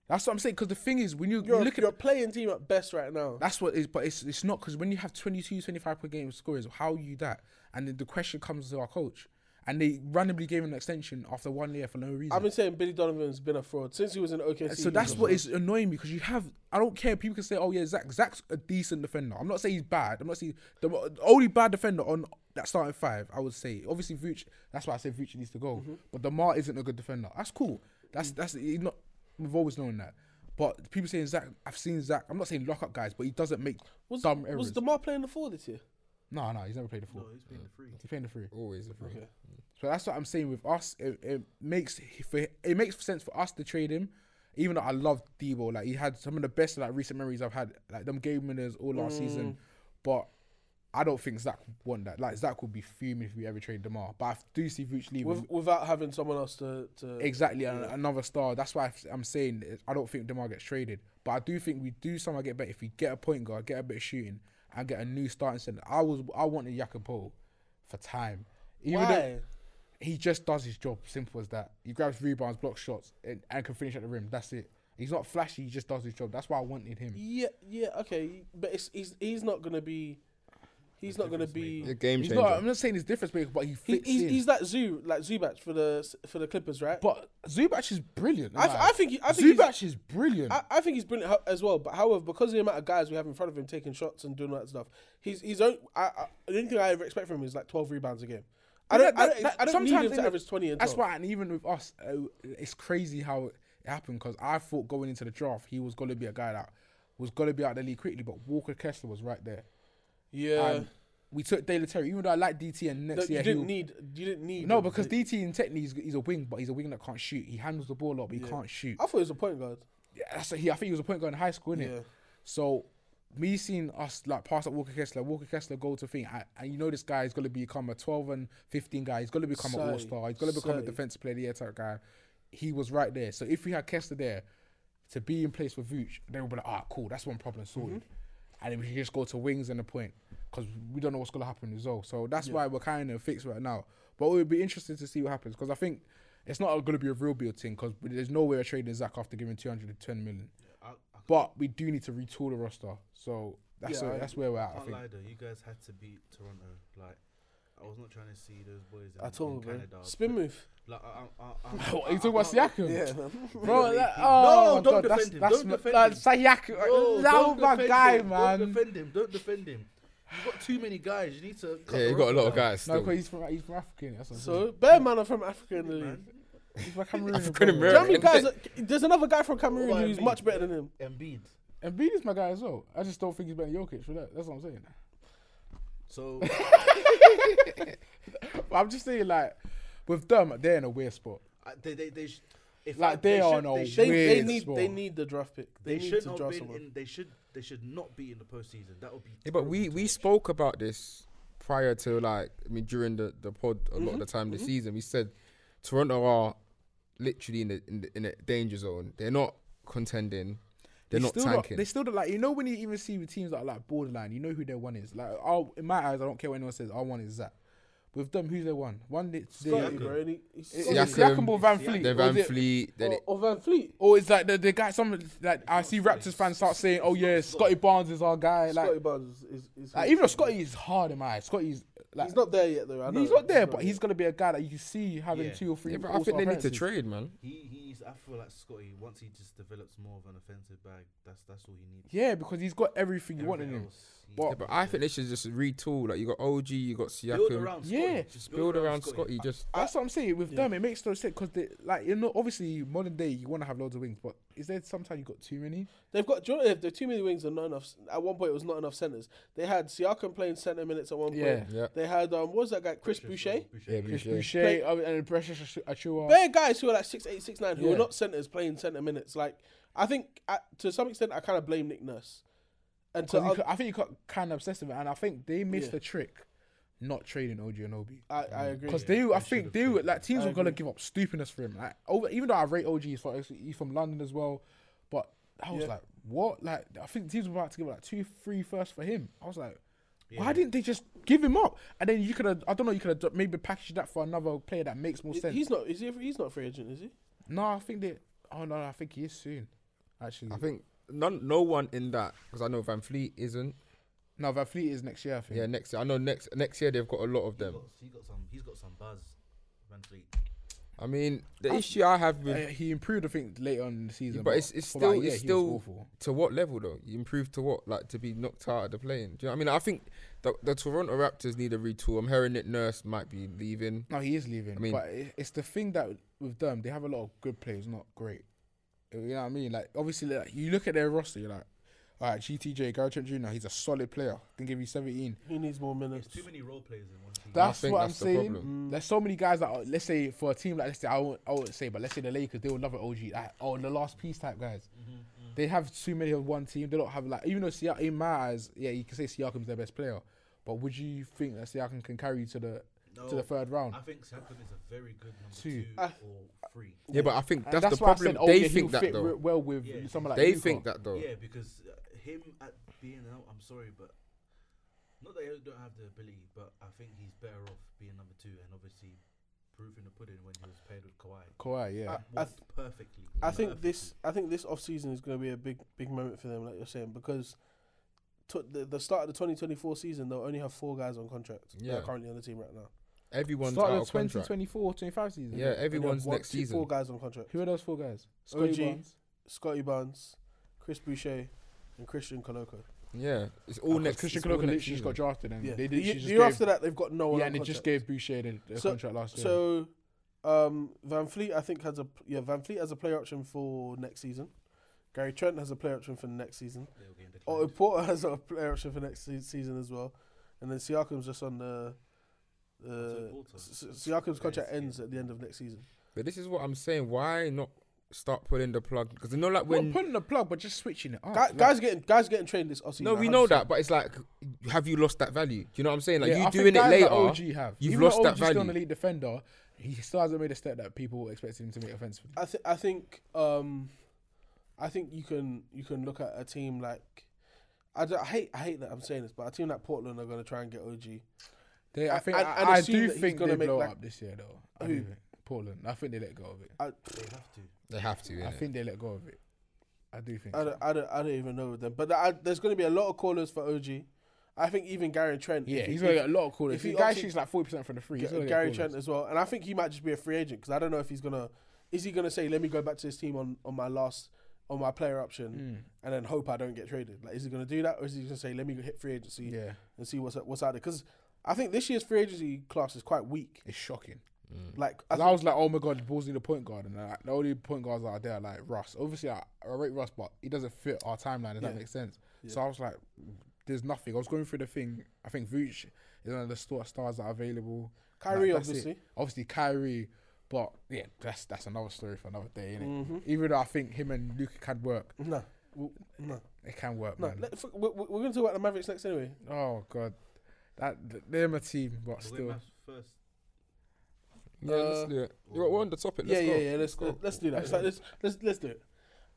Speaker 5: That's what I'm saying. Because the thing is, when you, you
Speaker 6: You're,
Speaker 5: look at
Speaker 6: you're a playing team at best right now.
Speaker 5: that's what it is, but it's it's not because when you have 22, 25 per game scorers, how you that? And then the question comes to our coach, and they randomly gave him an extension after one year for no reason.
Speaker 6: I've been saying Billy Donovan's been a fraud since he was in OKC.
Speaker 5: so that's what is annoying me because you have I don't care. People can say, "Oh yeah, Zach. Zach's a decent defender." I'm not saying he's bad. I'm not saying the, the only bad defender on that starting five. I would say obviously Vooch. That's why I say Vooch needs to go.
Speaker 6: Mm-hmm.
Speaker 5: But Demar isn't a good defender. That's cool.
Speaker 6: Mm.
Speaker 5: That's that's he's not. We've always known that. But people saying Zach. I've seen Zach. I'm not saying lock up guys, but he doesn't make
Speaker 6: was,
Speaker 5: dumb errors.
Speaker 6: Was Demar playing the four this year?
Speaker 5: no, no, he's never played a four.
Speaker 3: he's been free.
Speaker 5: He's playing the three.
Speaker 4: Always. a free.
Speaker 5: So that's what I'm saying with us. It, it makes for it makes sense for us to trade him, even though I love Debo. Like he had some of the best like recent memories I've had, like them game winners all last season. But I don't think Zach would want that. Like Zach would be fuming if we ever trade Demar. But I do see Vooch leaving.
Speaker 6: With, without having someone else to, to
Speaker 5: Mm. Exactly, an another star. That's why I'm saying that I don't think Demar gets traded, but I do think we do somehow get better if we get a point guard, get a bit of shooting, and get a new starting center. I was I wanted Jacopo for time. Even
Speaker 6: Why?
Speaker 5: he just does his job. Simple as that. He grabs rebounds, blocks shots, and, and can finish at the rim. That's it. He's not flashy. He just does his job. That's why I wanted him.
Speaker 6: Yeah, yeah, okay, but it's, he's he's not gonna be, he's not gonna be.
Speaker 4: A game
Speaker 5: He's
Speaker 4: changer.
Speaker 5: not, I'm not saying he's difference maker, but he
Speaker 6: He,
Speaker 5: fits
Speaker 6: he's,
Speaker 5: in.
Speaker 6: he's like Zoo, like Zubac for the for the Clippers, right?
Speaker 5: but Zubac is brilliant.
Speaker 6: I, th- I think he, I think he's-
Speaker 5: Zubac is brilliant.
Speaker 6: I, I think he's brilliant ho- as well. But however, because of the amount of guys we have in front of him taking shots and doing all that stuff, he's he's only, I, I, the only thing I ever expect from him is like twelve rebounds a game. I
Speaker 5: Yeah,
Speaker 6: don't, I
Speaker 5: that-
Speaker 6: don't,
Speaker 5: that-
Speaker 6: I don't need
Speaker 5: sometimes
Speaker 6: him to
Speaker 5: in-
Speaker 6: average twenty and
Speaker 5: That's
Speaker 6: 12.
Speaker 5: why, and even with us, uh, it's crazy how it happened because I thought going into the draft he was gonna be a guy that was gonna be out of the league quickly, but Walker Kessler was right there.
Speaker 6: Yeah,
Speaker 5: And we took De La Terry, even though I like DT, and
Speaker 6: No,
Speaker 5: next
Speaker 6: you
Speaker 5: year he
Speaker 6: didn't
Speaker 5: will-
Speaker 6: need you didn't need
Speaker 5: no,
Speaker 6: him.
Speaker 5: because DT in technically he's, he's a wing, but he's a wing that can't shoot. He handles the ball a lot, but he can't shoot.
Speaker 6: I thought he was a point guard.
Speaker 5: Yeah, that's what he. I think he was a point guard in high school, innit?
Speaker 6: Yeah.
Speaker 5: So me seeing us like pass up Walker Kessler, Walker Kessler go to thing, I, and you know this guy is gonna become a twelve and fifteen guy. He's gonna become an
Speaker 6: Sorry.
Speaker 5: all star. He's gonna become
Speaker 6: Sorry.
Speaker 5: a defensive player of the year type guy. He was right there. So if we had Kessler there to be in place for Vooch, they would be like, ah, cool, that's one problem sorted.
Speaker 3: Mm-hmm.
Speaker 5: And then we can just go to wings and the point because we don't know what's gonna happen as well. So that's why we're kind of fixed right now. But it would be interesting to see what happens because I think. It's not going to be a real build thing because there's no way we're trading Zach after giving 210 million.
Speaker 3: I, I
Speaker 5: But we do need to retool the roster. So that's
Speaker 6: Yeah,
Speaker 5: where-
Speaker 6: I-
Speaker 5: that's where we're at. I
Speaker 3: can't
Speaker 5: think.
Speaker 3: lie though, you guys had to beat Toronto. Like, I was not trying to see those boys in,
Speaker 6: At all,
Speaker 3: in
Speaker 6: bro.
Speaker 3: Canada.
Speaker 6: Spin move.
Speaker 3: Like, I, I, I, I,
Speaker 5: What,
Speaker 3: I-
Speaker 5: you talking
Speaker 3: I
Speaker 5: about
Speaker 3: can't-
Speaker 5: Siakam?
Speaker 6: man.
Speaker 5: Bro,
Speaker 3: Really?
Speaker 5: that- oh
Speaker 3: No,
Speaker 5: my
Speaker 3: don't
Speaker 5: God,
Speaker 3: defend
Speaker 5: that's,
Speaker 3: him,
Speaker 5: That's
Speaker 3: don't
Speaker 5: my-
Speaker 3: defend
Speaker 5: like,
Speaker 3: him.
Speaker 5: Siakam,
Speaker 3: Yo,
Speaker 5: that
Speaker 3: don't
Speaker 5: was my
Speaker 3: defend
Speaker 5: guy,
Speaker 3: him. Don't
Speaker 5: man.
Speaker 3: defend him. Don't defend him. You've got too many guys. You need to. cut
Speaker 4: Yeah,
Speaker 3: the
Speaker 4: you got a lot of
Speaker 3: roster down.
Speaker 4: guys.
Speaker 5: No,
Speaker 4: Still.
Speaker 5: because he's from he's from African. That's what I'm saying.
Speaker 6: So bear man are from Africa in the league.
Speaker 3: Man.
Speaker 5: he's my Cameroonian.
Speaker 4: African
Speaker 5: brother.
Speaker 6: Do you know how
Speaker 4: American.
Speaker 6: many guys? Are, there's another guy from Cameroon
Speaker 3: What I
Speaker 6: who's
Speaker 3: mean.
Speaker 6: much better than him.
Speaker 3: Embiid.
Speaker 5: Embiid is my guy as well. I just don't think he's better than Jokic for that. That's what I'm saying.
Speaker 3: So
Speaker 5: But I'm just saying like with them, they're in a weird spot.
Speaker 3: I- they they they. Sh- if
Speaker 5: Like,
Speaker 3: I-
Speaker 5: they are
Speaker 3: should-
Speaker 5: on a
Speaker 3: they
Speaker 6: They,
Speaker 3: should,
Speaker 5: Weird
Speaker 6: they need
Speaker 5: spot.
Speaker 6: they need the draft pick. They,
Speaker 3: they
Speaker 6: need
Speaker 3: should
Speaker 6: to
Speaker 3: not
Speaker 6: draft
Speaker 3: been
Speaker 6: someone.
Speaker 3: in. They should they should not be in the postseason. That would be.
Speaker 4: Yeah, but we
Speaker 3: terrible to
Speaker 4: we
Speaker 3: watch.
Speaker 4: spoke about this prior to like I mean during the, the pod a lot of
Speaker 5: Mm-hmm.
Speaker 4: the time this season. We said Toronto are literally in the in the, in the danger zone. They're not contending. They're
Speaker 5: They
Speaker 4: not
Speaker 5: still
Speaker 4: tanking.
Speaker 5: they still don't like you know when you even see with teams that are like borderline, you know who their one is. Like i in my eyes, I don't care what anyone says. Our one is that. With them, who's their one? One that's
Speaker 6: Scotty,
Speaker 5: there.
Speaker 6: bro, and he- he's
Speaker 5: Is it
Speaker 6: solid.
Speaker 4: Siakam,
Speaker 5: Siakam or Van Fleet?
Speaker 4: they're Van Fleet. Then
Speaker 6: or,
Speaker 4: it,
Speaker 6: or Van Fleet.
Speaker 5: Or Oh, it's like the, the guy, some like I see Raptors fans start saying, "Oh yeah, Scotty Barnes is our guy." Like,
Speaker 6: Scotty Barnes is, is, is
Speaker 5: like, Uh, even though Scotty is hard in my eyes, Scotty's like
Speaker 6: he's not there yet though. I know
Speaker 5: he's
Speaker 6: that.
Speaker 5: not there, but
Speaker 6: yet.
Speaker 5: he's gonna be a guy that you see having
Speaker 3: Yeah.
Speaker 5: two or three.
Speaker 4: yeah, but I think they need to
Speaker 5: appearances.
Speaker 4: trade, man.
Speaker 3: He he's. I feel like Scotty. Once he just develops more of an offensive bag, that's that's all he needs.
Speaker 5: Yeah, because he's got everything you want in him. But-
Speaker 4: Yeah, but I think they should just retool. Like you got OG, you got
Speaker 3: build
Speaker 4: Siakam.
Speaker 3: around.
Speaker 5: Yeah.
Speaker 3: Scotty.
Speaker 4: Just build around Scotty. Just
Speaker 5: That's what I'm saying with them. It makes no sense because they like you know obviously modern day you want to have loads of wings, but is there sometimes you got too many?
Speaker 6: They've got do you know, if there are too many wings and not enough. At one point, it was not enough centers. They had Siakam playing center minutes at one point.
Speaker 5: Yeah.
Speaker 4: Yeah.
Speaker 6: They had um, what was that guy Chris Boucher?
Speaker 4: yeah,
Speaker 5: Chris
Speaker 4: Boucher.
Speaker 5: Boucher uh, and Precious Ash- Achua.
Speaker 6: Bare guys who are like six eight six nine who
Speaker 5: Yeah.
Speaker 6: are not centers playing center minutes. Like I think I, to some extent, I kind of blame Nick Nurse. And to
Speaker 5: 'Cause
Speaker 4: uh,
Speaker 5: he
Speaker 6: oth-
Speaker 5: got- I think he got kind of obsessed with it, and I think they missed
Speaker 6: Yeah.
Speaker 5: the trick, not trading OG and Obi.
Speaker 6: I, I agree.
Speaker 5: Because Mm. they, I think they were like teams
Speaker 6: I
Speaker 5: were gonna
Speaker 6: agree.
Speaker 5: give up stupidness for him. Like over, even though I rate OG, he's from, he's from London as well, but I was
Speaker 6: Yeah.
Speaker 5: like, what? Like I think teams were about to give up like two, three first for him. I was like, why didn't they just give him up? And then you could have, I don't know, you could have maybe packaged that for another player that makes more sense.
Speaker 6: He's not. Is he? He's not a free agent, is he?
Speaker 5: no, I think they. Oh no, I think he is soon. Actually,
Speaker 4: I think none, no one in that because I know Van Fleet isn't.
Speaker 5: no, Van Fleet is next year. I think.
Speaker 4: Yeah, next year I know next next year they've got a lot of
Speaker 3: He
Speaker 4: them.
Speaker 3: got, he got some. He's got some buzz. Van Fleet.
Speaker 4: I mean, the issue I have with
Speaker 5: Uh, he improved, I think, later on in the season.
Speaker 4: but it's, it's
Speaker 5: for
Speaker 4: still
Speaker 5: about a year,
Speaker 4: it's
Speaker 5: he was
Speaker 4: still
Speaker 5: awful.
Speaker 4: to what level though? You improve to what? Like to be knocked out of the playing? Do you know what I mean? I think the, the Toronto Raptors need a retool. I'm hearing Nick Nurse might be leaving.
Speaker 5: No, he is leaving.
Speaker 4: mean-
Speaker 5: but it, it's the thing that with them, they have a lot of good players, not great. You know what I mean? Like obviously, like, you look at their roster, you're like, all right, GTJ, Gary Trent Jr. He's a solid player. Can give you 17.
Speaker 6: He needs more minutes.
Speaker 3: There's too many role players in one team.
Speaker 5: That's
Speaker 4: think
Speaker 5: what
Speaker 4: that's the
Speaker 5: I'm saying.
Speaker 4: problem.
Speaker 3: Mm.
Speaker 5: There's so many guys that are, let's say for a team like let's say I won't I won't say, but let's say the Lakers, they would love an OG. Like, oh, the last piece type guys.
Speaker 3: Mm-hmm,
Speaker 5: They have too many of one team. They don't have like even though Siakam, in my eyes, yeah, you can say Siakam's their best player, but would you think that Siakam can carry you to the to
Speaker 3: No.
Speaker 5: the third round?
Speaker 3: I think Siakam is a very good number two,
Speaker 5: Two.
Speaker 3: or three.
Speaker 4: Yeah, but I think
Speaker 5: And
Speaker 4: that's, the
Speaker 5: why I
Speaker 4: problem.
Speaker 5: said, oh,
Speaker 4: they
Speaker 5: yeah, he'll
Speaker 4: think that
Speaker 5: fit re-
Speaker 4: though.
Speaker 5: well with
Speaker 3: Yeah.
Speaker 5: someone like
Speaker 4: they
Speaker 5: Luka.
Speaker 4: think that though.
Speaker 3: Yeah, because uh, him at being out, I'm sorry, but not that he don't have the ability, but I think he's better off being number two and obviously proving the pudding when he was paired with Kawhi.
Speaker 5: Kawhi, yeah.
Speaker 6: I
Speaker 3: Worked perfectly.
Speaker 6: I think
Speaker 3: Perfectly.
Speaker 6: this I think this off season is going to be a big big moment for them, like you're saying, because to the, the start of the 2024 season they'll only have four guys on contract. Yeah,
Speaker 4: Yeah.
Speaker 6: that are currently on the team right now.
Speaker 4: Everyone's
Speaker 5: Start
Speaker 4: out
Speaker 5: of
Speaker 4: of
Speaker 5: the 20,
Speaker 4: contract.
Speaker 5: 24, 25 season.
Speaker 4: Yeah,
Speaker 6: They only have
Speaker 4: everyone's
Speaker 6: one-
Speaker 4: next
Speaker 6: two-
Speaker 4: season.
Speaker 6: Four guys on contract.
Speaker 5: Who are those four guys?
Speaker 6: OG.
Speaker 5: Scotty Barnes.
Speaker 6: Scotty Barnes, Chris Boucher, and Christian Koloko.
Speaker 4: Yeah, it's all
Speaker 5: Because
Speaker 4: next.
Speaker 5: Oh, Christian
Speaker 4: it's all
Speaker 5: Cologne
Speaker 4: next
Speaker 5: literally
Speaker 4: season.
Speaker 5: just got drafted and
Speaker 6: Yeah,
Speaker 5: Mm, they
Speaker 6: the
Speaker 5: literally
Speaker 6: year,
Speaker 5: just
Speaker 6: the year
Speaker 5: gave,
Speaker 6: after that they've got no one.
Speaker 5: yeah,
Speaker 6: on
Speaker 5: and they just
Speaker 6: contract.
Speaker 5: gave Boucher the, the
Speaker 6: So-
Speaker 5: contract last year.
Speaker 6: So, um, Van Fleet, I think has a yeah Van Fleet has a player option for next season. Gary Trent has a player option for next season.
Speaker 3: They were getting
Speaker 6: Otto
Speaker 3: declined.
Speaker 6: Oh, Porter has a player option for next se- season as well, and then Siakam's just on the.
Speaker 3: Otto
Speaker 6: the
Speaker 3: Porter.
Speaker 6: S- S- Siakam's contract
Speaker 3: Yeah.
Speaker 6: ends at the end of next season.
Speaker 4: But this is what I'm saying. Why not start pulling the plug? Because you know, like when
Speaker 5: not putting the plug, but just switching it up.
Speaker 6: Guy, guys are getting guys are getting trained this offseason.
Speaker 4: no, we know that, but it's like, have you lost that value? Do you know what I'm saying? Like
Speaker 5: Yeah,
Speaker 4: you
Speaker 5: I think
Speaker 4: doing it
Speaker 5: guys like
Speaker 4: later,
Speaker 5: OG have.
Speaker 4: you've
Speaker 5: Even
Speaker 4: lost
Speaker 5: though
Speaker 4: that
Speaker 5: OG's Still an
Speaker 4: value.
Speaker 5: elite defender. He still hasn't made a step that people expected him to make offensively.
Speaker 6: I, th- I think um, I think you can you can look at a team like I, don't- I hate I hate that I'm saying this, but a team like Portland are going to try and get OG.
Speaker 5: They, I
Speaker 6: And-
Speaker 5: think
Speaker 6: and-
Speaker 5: I,
Speaker 6: and
Speaker 5: I
Speaker 6: assume
Speaker 5: do
Speaker 6: that he's
Speaker 5: think
Speaker 6: gonna
Speaker 5: they
Speaker 6: make
Speaker 5: blow
Speaker 6: like-
Speaker 5: up this year though. I
Speaker 6: Who?
Speaker 5: do think. Portland. I think they let go of it.
Speaker 6: I,
Speaker 3: They have to.
Speaker 4: they have to.
Speaker 5: I
Speaker 4: innit?
Speaker 5: think they let go of it. I do think.
Speaker 6: I
Speaker 5: so.
Speaker 6: don't, I don't, I don't even know them. But th- I, there's going to be a lot of callers for OG. I think even Gary Trent.
Speaker 5: Yeah,
Speaker 6: if he-
Speaker 5: he's gonna
Speaker 6: if-
Speaker 5: get a lot of callers.
Speaker 6: if
Speaker 5: If
Speaker 6: he
Speaker 5: the guy
Speaker 6: opted-
Speaker 5: shoots like forty percent from the free, he's
Speaker 6: Ga-
Speaker 5: gonna get
Speaker 6: Gary
Speaker 5: callers.
Speaker 6: Trent as well, and I think he might just be a free agent because I don't know if he's gonna. Is he gonna say, "Let me go back to this team on, on my last on my player option,
Speaker 5: Hmm.
Speaker 6: and then hope I don't get traded"? Like, is he gonna do that, or is he gonna say, "Let me go hit free agency
Speaker 5: Yeah,
Speaker 6: and see what's what's out there"? Because I think this year's free agency class is quite weak.
Speaker 5: it's shocking.
Speaker 6: Like, I
Speaker 5: Cause I, was like, oh my god, the Bulls need a point guard, and like, the only point guards that are there are like Russ. Obviously, I, I rate Russ, but he doesn't fit our timeline. If
Speaker 6: Yeah.
Speaker 5: that makes sense. So I was like, there's nothing. I was going through the thing. I think Vooch is one of the sort of stars that are available.
Speaker 6: Kyrie,
Speaker 5: that's it.
Speaker 6: obviously.
Speaker 5: obviously Kyrie, but yeah, that's that's another story for another day, innit?
Speaker 6: Mm-hmm.
Speaker 5: Even though I think him and Luca can work,
Speaker 6: no, w- no,
Speaker 5: it can work,
Speaker 6: no.
Speaker 5: man.
Speaker 6: Let, f- we- we- we're gonna talk about the Mavericks next anyway.
Speaker 5: oh god, that they're my team,
Speaker 3: We're
Speaker 5: but
Speaker 3: going
Speaker 5: still.
Speaker 3: Mavs first.
Speaker 4: yeah,
Speaker 5: Uh,
Speaker 4: let's do it. You're on the topic. Let's
Speaker 6: yeah,
Speaker 4: go.
Speaker 6: yeah, yeah. Let's go. Let's do that. So let's let's let's do it.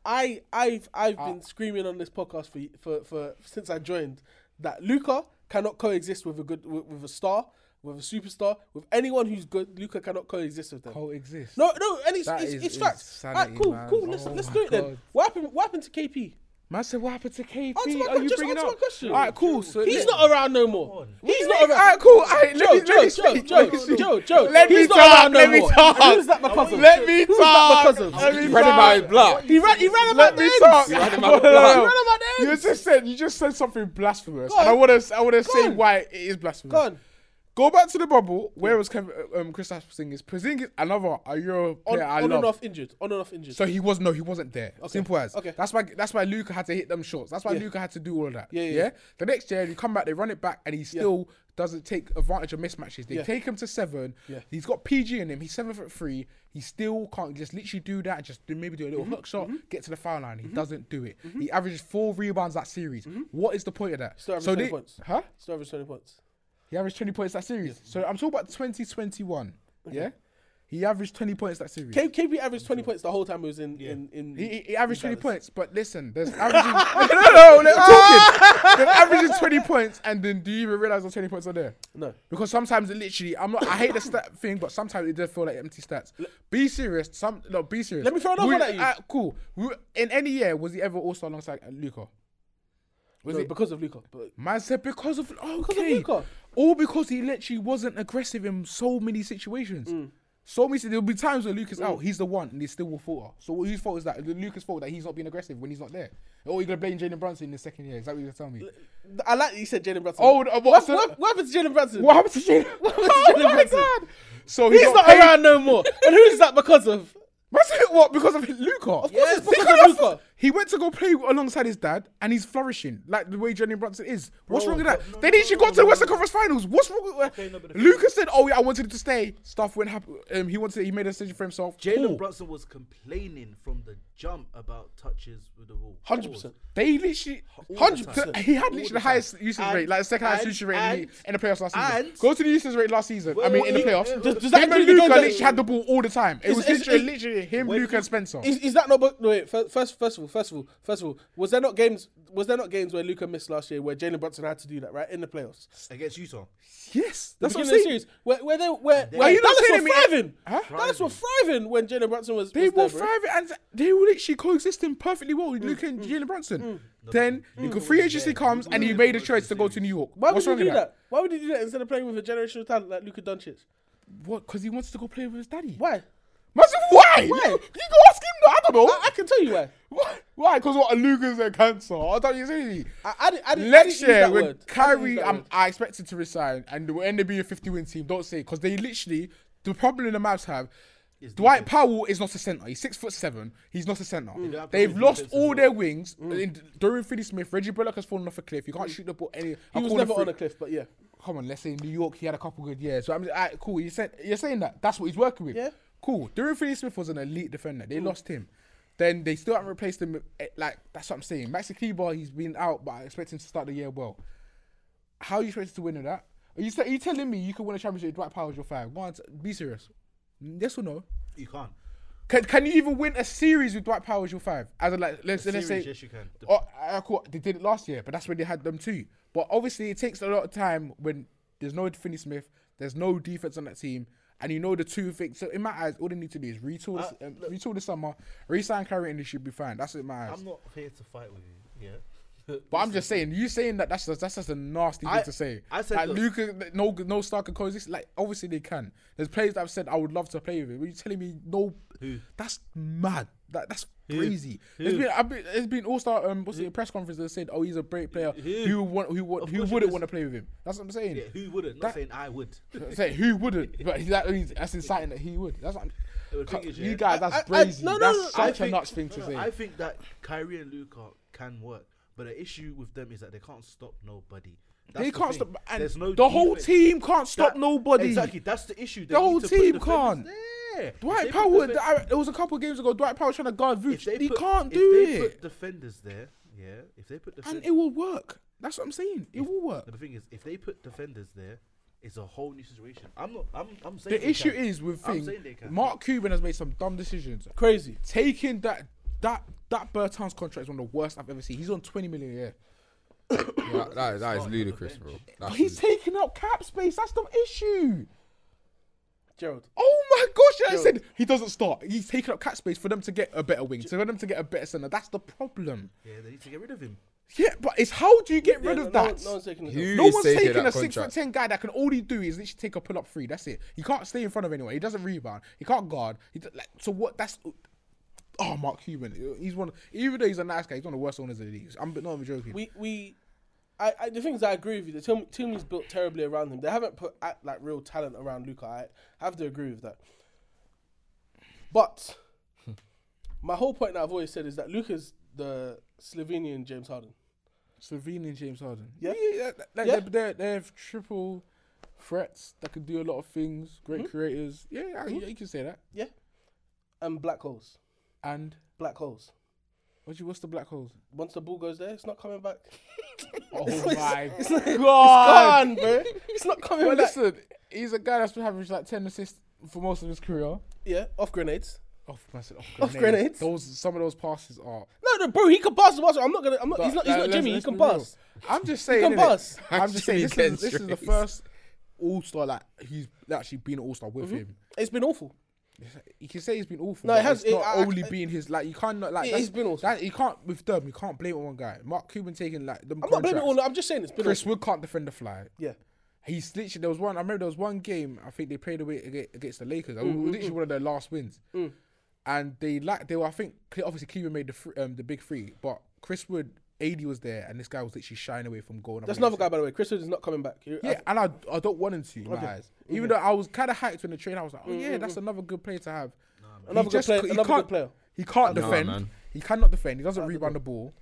Speaker 6: I I've I've been screaming on this podcast for for for since I joined that Luca cannot coexist with a good with, with a star with a superstar with anyone who's good. Luca cannot coexist with them.
Speaker 5: Coexist.
Speaker 6: no, no, and it's
Speaker 5: That
Speaker 6: it's,
Speaker 5: is
Speaker 6: it's facts. Alright,
Speaker 5: insanity,
Speaker 6: cool,
Speaker 5: man.
Speaker 6: cool. Let's
Speaker 5: Oh
Speaker 6: let's
Speaker 5: my
Speaker 6: do it then.
Speaker 5: God.
Speaker 6: What happened? What happened to KP?
Speaker 5: Man said, what happened to KP?
Speaker 6: Answer my
Speaker 5: Are
Speaker 6: que-
Speaker 5: you
Speaker 6: just
Speaker 5: bringing
Speaker 6: answer
Speaker 5: up?
Speaker 6: my question.
Speaker 5: All right, cool. So
Speaker 6: He's
Speaker 5: let-
Speaker 6: not around no more. He's not around.
Speaker 5: Alright, cool. All right, let
Speaker 6: Joe,
Speaker 5: me- let me
Speaker 6: Joe,
Speaker 5: speak,
Speaker 6: Joe,
Speaker 5: let me
Speaker 6: Joe,
Speaker 5: speak.
Speaker 6: Joe, Joe.
Speaker 5: Let me
Speaker 6: He's not
Speaker 5: talk,
Speaker 6: around no
Speaker 5: let me
Speaker 6: more.
Speaker 5: talk.
Speaker 6: And Who's that? My cousin.
Speaker 5: Let me
Speaker 6: Who's that? My
Speaker 5: talk.
Speaker 6: cousin.
Speaker 5: Let me
Speaker 4: You ran him out his block.
Speaker 6: He ran. He ran about
Speaker 5: Let
Speaker 6: the
Speaker 5: me
Speaker 6: ends.
Speaker 5: talk.
Speaker 6: He
Speaker 4: You ran
Speaker 6: ran
Speaker 4: him
Speaker 6: about
Speaker 4: out the
Speaker 6: the
Speaker 4: block.
Speaker 6: ends.
Speaker 5: You just said you just said something blasphemous,
Speaker 6: Go on.
Speaker 5: and I want to I want to say
Speaker 6: on.
Speaker 5: why it is blasphemous.
Speaker 6: Go on.
Speaker 5: Go back to the bubble. Where was Kevin, um, Chris Porzingis? Porzingis, another a Euro
Speaker 6: on,
Speaker 5: player I
Speaker 6: on and
Speaker 5: love.
Speaker 6: off injured. On and off injured.
Speaker 5: So he was no, he wasn't there. Simple as.
Speaker 6: Okay.
Speaker 5: That's why that's why Luca had to hit them shots. That's why
Speaker 6: Yeah.
Speaker 5: Luca had to do all of that.
Speaker 6: Yeah, yeah, yeah.
Speaker 5: The next year they come back, they run it back, and he still doesn't take advantage of mismatches. They
Speaker 6: Yeah.
Speaker 5: take him to seven.
Speaker 6: Yeah.
Speaker 5: He's got PG in him. He's seven foot three. He still can't just literally do that. and Just do, maybe do a
Speaker 6: Mm-hmm.
Speaker 5: little hook shot, get to the foul line. He doesn't do it. He averages four rebounds that series. What is the point of that?
Speaker 6: Mm-hmm. Still averaged
Speaker 5: so
Speaker 6: 20
Speaker 5: they,
Speaker 6: points.
Speaker 5: huh?
Speaker 6: Still average 20 points.
Speaker 5: He averaged 20 points that series. So I'm talking about 2021. Yeah? He averaged 20 points that series.
Speaker 6: K- KP averaged 20 points the whole time he was in. in, in
Speaker 5: he, he, he averaged 20
Speaker 6: Dallas.
Speaker 5: points, but listen, there's averaging. no, no, no, I'm talking. there's averaging 20 points, and then do you even realize those 20 points are there?
Speaker 6: No.
Speaker 5: Because sometimes it literally, I'm not, I hate the stat thing, but sometimes it does feel like empty stats. Be serious. Some, no, be serious.
Speaker 6: Let me throw another
Speaker 5: Would-
Speaker 6: one at you.
Speaker 5: uh, cool. Would- In any year, was he ever All Star alongside Luca? Was
Speaker 6: No,
Speaker 5: it
Speaker 6: because of Luca. But
Speaker 5: Man said because of okay,
Speaker 6: Luka. Mm.
Speaker 5: all because he literally wasn't aggressive in so many situations. So means there'll be times where Lucas out, he's the one, and he still will falter. So whose fault is that? Lucas' fault that he's not being aggressive when he's not there. Oh, you're gonna blame Jalen Brunson in the second year? Is that what you're gonna tell me?
Speaker 6: I like that you said Jalen Brunson.
Speaker 5: Oh, uh, what-
Speaker 6: what,
Speaker 5: so-
Speaker 6: what, what happened to Jalen Brunson?
Speaker 5: What happened to Jalen?
Speaker 6: What happened to
Speaker 5: oh
Speaker 6: Jalen
Speaker 5: my
Speaker 6: Brunson?
Speaker 5: god! So he
Speaker 6: He's
Speaker 5: got
Speaker 6: not
Speaker 5: paid-
Speaker 6: around no more. And who's that because of?
Speaker 5: What's it- What? Because of Luca? Of
Speaker 6: Yes,
Speaker 5: it's
Speaker 6: because of Luka.
Speaker 5: He went to go play alongside his dad, and he's flourishing like the way Jalen Brunson is. What's wrong with that?
Speaker 3: but- no,
Speaker 5: then he
Speaker 3: no,
Speaker 5: should
Speaker 3: no,
Speaker 5: go to the
Speaker 3: no,
Speaker 5: Western
Speaker 3: no.
Speaker 5: Conference Finals. What's wrong with
Speaker 3: Okay, no, but the thing
Speaker 5: Luca said, "Oh yeah, I wanted to stay." Stuff went happen. Um, he wanted. He made a decision for himself.
Speaker 3: Jalen
Speaker 5: Cool.
Speaker 3: Brunson was complaining from the jump about touches with the ball.
Speaker 6: 100%.
Speaker 5: They literally,
Speaker 3: the
Speaker 5: hundred.
Speaker 3: time.
Speaker 5: percent He
Speaker 3: All
Speaker 5: had
Speaker 3: the
Speaker 5: literally the
Speaker 3: time.
Speaker 5: highest usage
Speaker 3: And-
Speaker 5: rate, like the second highest
Speaker 3: and-
Speaker 5: usage rate in,
Speaker 3: and-
Speaker 5: the, in the playoffs last season.
Speaker 3: and-
Speaker 5: Go to the usage rate last season. I
Speaker 3: Wait,
Speaker 5: mean, in the
Speaker 3: wait,
Speaker 5: playoffs.
Speaker 3: does-
Speaker 6: does that
Speaker 5: him and
Speaker 6: include the
Speaker 5: Luca
Speaker 6: guys that-
Speaker 5: literally had the ball all the time. It
Speaker 6: Is-
Speaker 5: was
Speaker 6: is-
Speaker 5: literally,
Speaker 6: is-
Speaker 5: literally him,
Speaker 3: Wait,
Speaker 5: Luca, and Spencer.
Speaker 6: Is, is that not? But no, wait. First, first, first of all, first of all, first of all, was there not games? Was there not games where Luca missed last year where Jalen Brunson had to do that right in the playoffs?
Speaker 3: Against Utah.
Speaker 5: Yes, that's
Speaker 6: the
Speaker 5: what I'm
Speaker 6: beginning of the
Speaker 5: saying.
Speaker 6: series where, where they where,
Speaker 3: they-
Speaker 6: where
Speaker 3: Are
Speaker 5: you not
Speaker 6: Dallas
Speaker 5: saying
Speaker 6: were
Speaker 5: it mean-
Speaker 6: thriving.
Speaker 5: Huh?
Speaker 6: Dallas were thriving when Jalen Brunson was.
Speaker 5: They
Speaker 6: was there, bro.
Speaker 5: were
Speaker 6: Mm,
Speaker 5: thriving and they were literally coexisting perfectly well with Luca and Jalen Brunson. Then the free agency
Speaker 3: there.
Speaker 5: comes
Speaker 3: Luka
Speaker 5: and he
Speaker 3: was
Speaker 5: made a
Speaker 3: there
Speaker 5: choice
Speaker 3: for the
Speaker 5: to go to
Speaker 3: series.
Speaker 5: New York.
Speaker 6: Mm. Why
Speaker 5: What's
Speaker 6: would
Speaker 5: wrong
Speaker 6: you do
Speaker 5: with
Speaker 6: that? Why would you do that instead of playing with a generational talent like Luka Doncic?
Speaker 5: What? Because he wants to go play with his daddy.
Speaker 6: Why?
Speaker 5: Massive, why?
Speaker 6: Why?
Speaker 5: You, you go ask him. that, I don't know.
Speaker 6: I, I can tell you why.
Speaker 5: Why? Why? Because what? Luca's a cancer. I don't you say
Speaker 6: I, I, didn't- I didn't, I didn't
Speaker 5: Next
Speaker 6: use
Speaker 5: year,
Speaker 6: that
Speaker 5: when
Speaker 6: word. I didn't use
Speaker 5: Kyrie,
Speaker 6: that
Speaker 5: um,
Speaker 6: word.
Speaker 5: I expect him to resign and we'll end up being a 50 win team. Don't say because they literally the problem the Mavs have.
Speaker 3: defense.
Speaker 5: Dwight
Speaker 3: Mm.
Speaker 5: Powell is not a center. He's six foot seven. He's not a center.
Speaker 3: They have
Speaker 5: They've
Speaker 3: problem with
Speaker 5: lost
Speaker 3: defense as
Speaker 5: all
Speaker 3: well.
Speaker 5: their wings. In, Dorian Finney-Smith, Reggie Bullock has fallen off a cliff. You can't shoot the ball. Any.
Speaker 6: Mm. He was never on a cliff, but yeah.
Speaker 5: Come on, let's say in New York he had a couple good years. So I'm all right, cool. You said you're saying that that's what he's working with.
Speaker 6: Yeah.
Speaker 5: Cool. Dorian Finney-Smith was an elite defender. They lost him. Then they still haven't replaced him. eh, Like that's what I'm saying. Maxi Kleber, he's been out, but I expect him to start the year well. How are you supposed to win with that? Are you, are you telling me you could win a championship with Dwight Powell as your five? Go on, t- be serious. Yes or no?
Speaker 3: You can't.
Speaker 5: Can, can you even win a series with Dwight Powell as your five? As a, like, let's,
Speaker 3: Series,
Speaker 5: let's say,
Speaker 3: yes, you can. The-
Speaker 5: Oh, I, I caught- they did it last year, but that's when they had them too. But obviously, it takes a lot of time when there's no Finney Smith, there's no defense on that team, and you know the two things. So in my eyes, all they need to do is retool, this,
Speaker 3: Uh,
Speaker 5: um, retool this summer, resign Kyrie, and they should be fine. That's it in my eyes.
Speaker 3: I'm not here to fight with you. Yeah.
Speaker 5: but I'm just saying, you saying that that's just, that's just a nasty
Speaker 3: I-
Speaker 5: thing to say.
Speaker 3: I said,
Speaker 5: like,
Speaker 3: look-
Speaker 5: Luca, no no Stark can coexist. Like obviously they can. There's players that I've said I would love to play with. It. Are you telling me no?
Speaker 3: Who?
Speaker 5: That's mad. That, that's crazy. It's been, I've been it's been all star um what's it, press conference that said oh he's a great player. Who,
Speaker 3: Who?
Speaker 5: want who want,
Speaker 3: Of
Speaker 5: who
Speaker 3: course he
Speaker 5: wouldn't
Speaker 3: is.
Speaker 5: want to play with him? That's what I'm saying.
Speaker 3: Yeah, who wouldn't? Not
Speaker 5: That-
Speaker 3: saying I would.
Speaker 5: I'm saying, who wouldn't? But that means that's inciting that he would. That's what
Speaker 3: The
Speaker 5: I'm,
Speaker 3: thing is,
Speaker 5: you
Speaker 3: yeah,
Speaker 5: guys.
Speaker 6: I-
Speaker 5: That's
Speaker 6: I- I-
Speaker 5: crazy.
Speaker 6: no, no,
Speaker 5: that's
Speaker 6: no, no,
Speaker 5: such
Speaker 3: I
Speaker 5: a
Speaker 3: think-
Speaker 5: nuts thing to
Speaker 3: no, no,
Speaker 5: say.
Speaker 3: I think that Kyrie and Luca can work, but the issue with them is that they can't stop nobody. That's
Speaker 5: they
Speaker 3: the
Speaker 5: can't
Speaker 3: thing.
Speaker 5: stop. And
Speaker 3: There's no
Speaker 5: the whole
Speaker 3: defense.
Speaker 5: team can't stop
Speaker 3: That-
Speaker 5: nobody.
Speaker 3: Exactly, that's the issue. They
Speaker 5: The
Speaker 3: need
Speaker 5: whole
Speaker 3: to put
Speaker 5: team
Speaker 3: defenders
Speaker 5: can't.
Speaker 3: There.
Speaker 5: Dwight
Speaker 3: If they put
Speaker 5: Powell,
Speaker 3: defen-
Speaker 5: th- I- it was a couple games ago. Dwight Powell trying to guard
Speaker 3: if
Speaker 5: Vooch.
Speaker 3: they
Speaker 5: He
Speaker 3: put-
Speaker 5: can't
Speaker 3: if
Speaker 5: do
Speaker 3: they
Speaker 5: it,
Speaker 3: Put defenders there, yeah. If they put defenders,
Speaker 5: and it will work. That's what I'm saying. It will work.
Speaker 3: the thing is, if they put defenders there, it's a whole new situation. I'm not. I'm. I'm saying
Speaker 5: The
Speaker 3: they
Speaker 5: issue
Speaker 3: can.
Speaker 5: is with
Speaker 3: I'm saying they
Speaker 5: thing.
Speaker 3: can.
Speaker 5: Mark Cuban has made some dumb decisions.
Speaker 6: Crazy.
Speaker 5: Taking that that that Bertans contract is one of the worst I've ever seen. He's on 20 million a year.
Speaker 4: Yeah, that, that is ludicrous, bro. That's
Speaker 5: He's taking out cap space. That's the issue.
Speaker 6: Gerald.
Speaker 5: Oh my gosh! and I said he doesn't start. He's taking up cap space for them to get a better wing, for them to get a better center. That's the problem.
Speaker 3: Yeah, they need to get rid of him.
Speaker 5: Yeah, but it's how do you get rid
Speaker 6: Yeah,
Speaker 5: of
Speaker 6: no
Speaker 5: that?
Speaker 6: one- No one's taking it.
Speaker 4: Who
Speaker 5: No
Speaker 4: is
Speaker 5: one's
Speaker 4: taking
Speaker 5: taking
Speaker 4: that
Speaker 5: a six foot
Speaker 4: contract?
Speaker 5: ten guy that can all he do is literally take a pull up three. That's it. He can't stay in front of anyone. He doesn't rebound. He can't guard. He d- like, so what? That's oh Mark Cuban. He's one. Even though he's a nice guy, he's one of the worst owners of the league. I'm not even joking.
Speaker 6: We we. I, I, the things I agree with you, the team, team is built terribly around him. They haven't put uh, like real talent around Luca. I have to agree with that. But my whole point that I've always said is that Luca's the Slovenian James Harden.
Speaker 5: Slovenian James Harden.
Speaker 6: Yeah.
Speaker 5: yeah. that- like,
Speaker 6: Yeah.
Speaker 5: They're, they're, they're triple threats that can do a lot of things. Great creators. Yeah, yeah, you- you can say that.
Speaker 6: Yeah, and black holes,
Speaker 5: And
Speaker 6: black holes.
Speaker 5: what you? What's the black holes?
Speaker 6: Once the ball goes there, it's not coming back.
Speaker 5: Oh my
Speaker 6: It's gone, bro. It's not coming
Speaker 5: Well,
Speaker 6: back.
Speaker 5: listen, he's a guy that's been averaged like ten assists for most of his career.
Speaker 6: Yeah, off grenades.
Speaker 5: Off, I said off
Speaker 6: Off grenades?
Speaker 5: grenades. Those some of those passes are.
Speaker 6: No, no, bro. He can pass the ball. so I'm not gonna. I'm not. he's not. He's
Speaker 5: Like,
Speaker 6: not
Speaker 5: uh, let's-
Speaker 6: Jimmy.
Speaker 5: let's
Speaker 6: he can
Speaker 5: be real.
Speaker 6: pass.
Speaker 5: I'm just saying.
Speaker 6: can
Speaker 5: innit?
Speaker 6: pass.
Speaker 5: I'm just
Speaker 4: Jimmy
Speaker 5: saying. This is, this
Speaker 4: Ken's
Speaker 5: is the
Speaker 4: race.
Speaker 5: first All Star like he's actually been an All Star with him.
Speaker 6: It's been awful.
Speaker 5: You can say he's been
Speaker 6: Mm-hmm.
Speaker 5: awful.
Speaker 6: No,
Speaker 5: but
Speaker 6: it has-
Speaker 5: It's not
Speaker 6: it- I-
Speaker 5: only
Speaker 6: I-
Speaker 5: been his like. You can't not like.
Speaker 6: It-
Speaker 5: that's-
Speaker 6: it's been awful.
Speaker 5: That, you can't with them. You can't blame it on one guy. Mark Cuban taking like. Them
Speaker 6: I'm not blaming
Speaker 5: contracts.
Speaker 6: all. I'm just saying it's been
Speaker 5: Chris
Speaker 6: awful.
Speaker 5: Wood can't defend the fly.
Speaker 6: Yeah.
Speaker 5: He's literally there was one. I remember there was one game. I think they played away aga- against the Lakers. It
Speaker 6: Mm,
Speaker 5: was literally one of their last wins. And they lacked. They were. I think Cle- obviously Cleveland made the fr- um, the big three, but Chris Wood, AD was there, and this guy was literally shying away from going. up
Speaker 6: That's
Speaker 5: and
Speaker 6: another guy, by the way. Chris Wood is not coming back. You- I-
Speaker 5: yeah, and I, I don't want him to. in my eyes. Even though I was kind of hyped when the train, I was like, oh yeah, that's another good player to have. He
Speaker 6: Another good
Speaker 5: just
Speaker 6: player-
Speaker 5: c-
Speaker 6: another good
Speaker 5: can't-
Speaker 6: player.
Speaker 5: He can't
Speaker 4: Nah,
Speaker 5: defend.
Speaker 4: man.
Speaker 5: he cannot defend. He doesn't rebound the ball.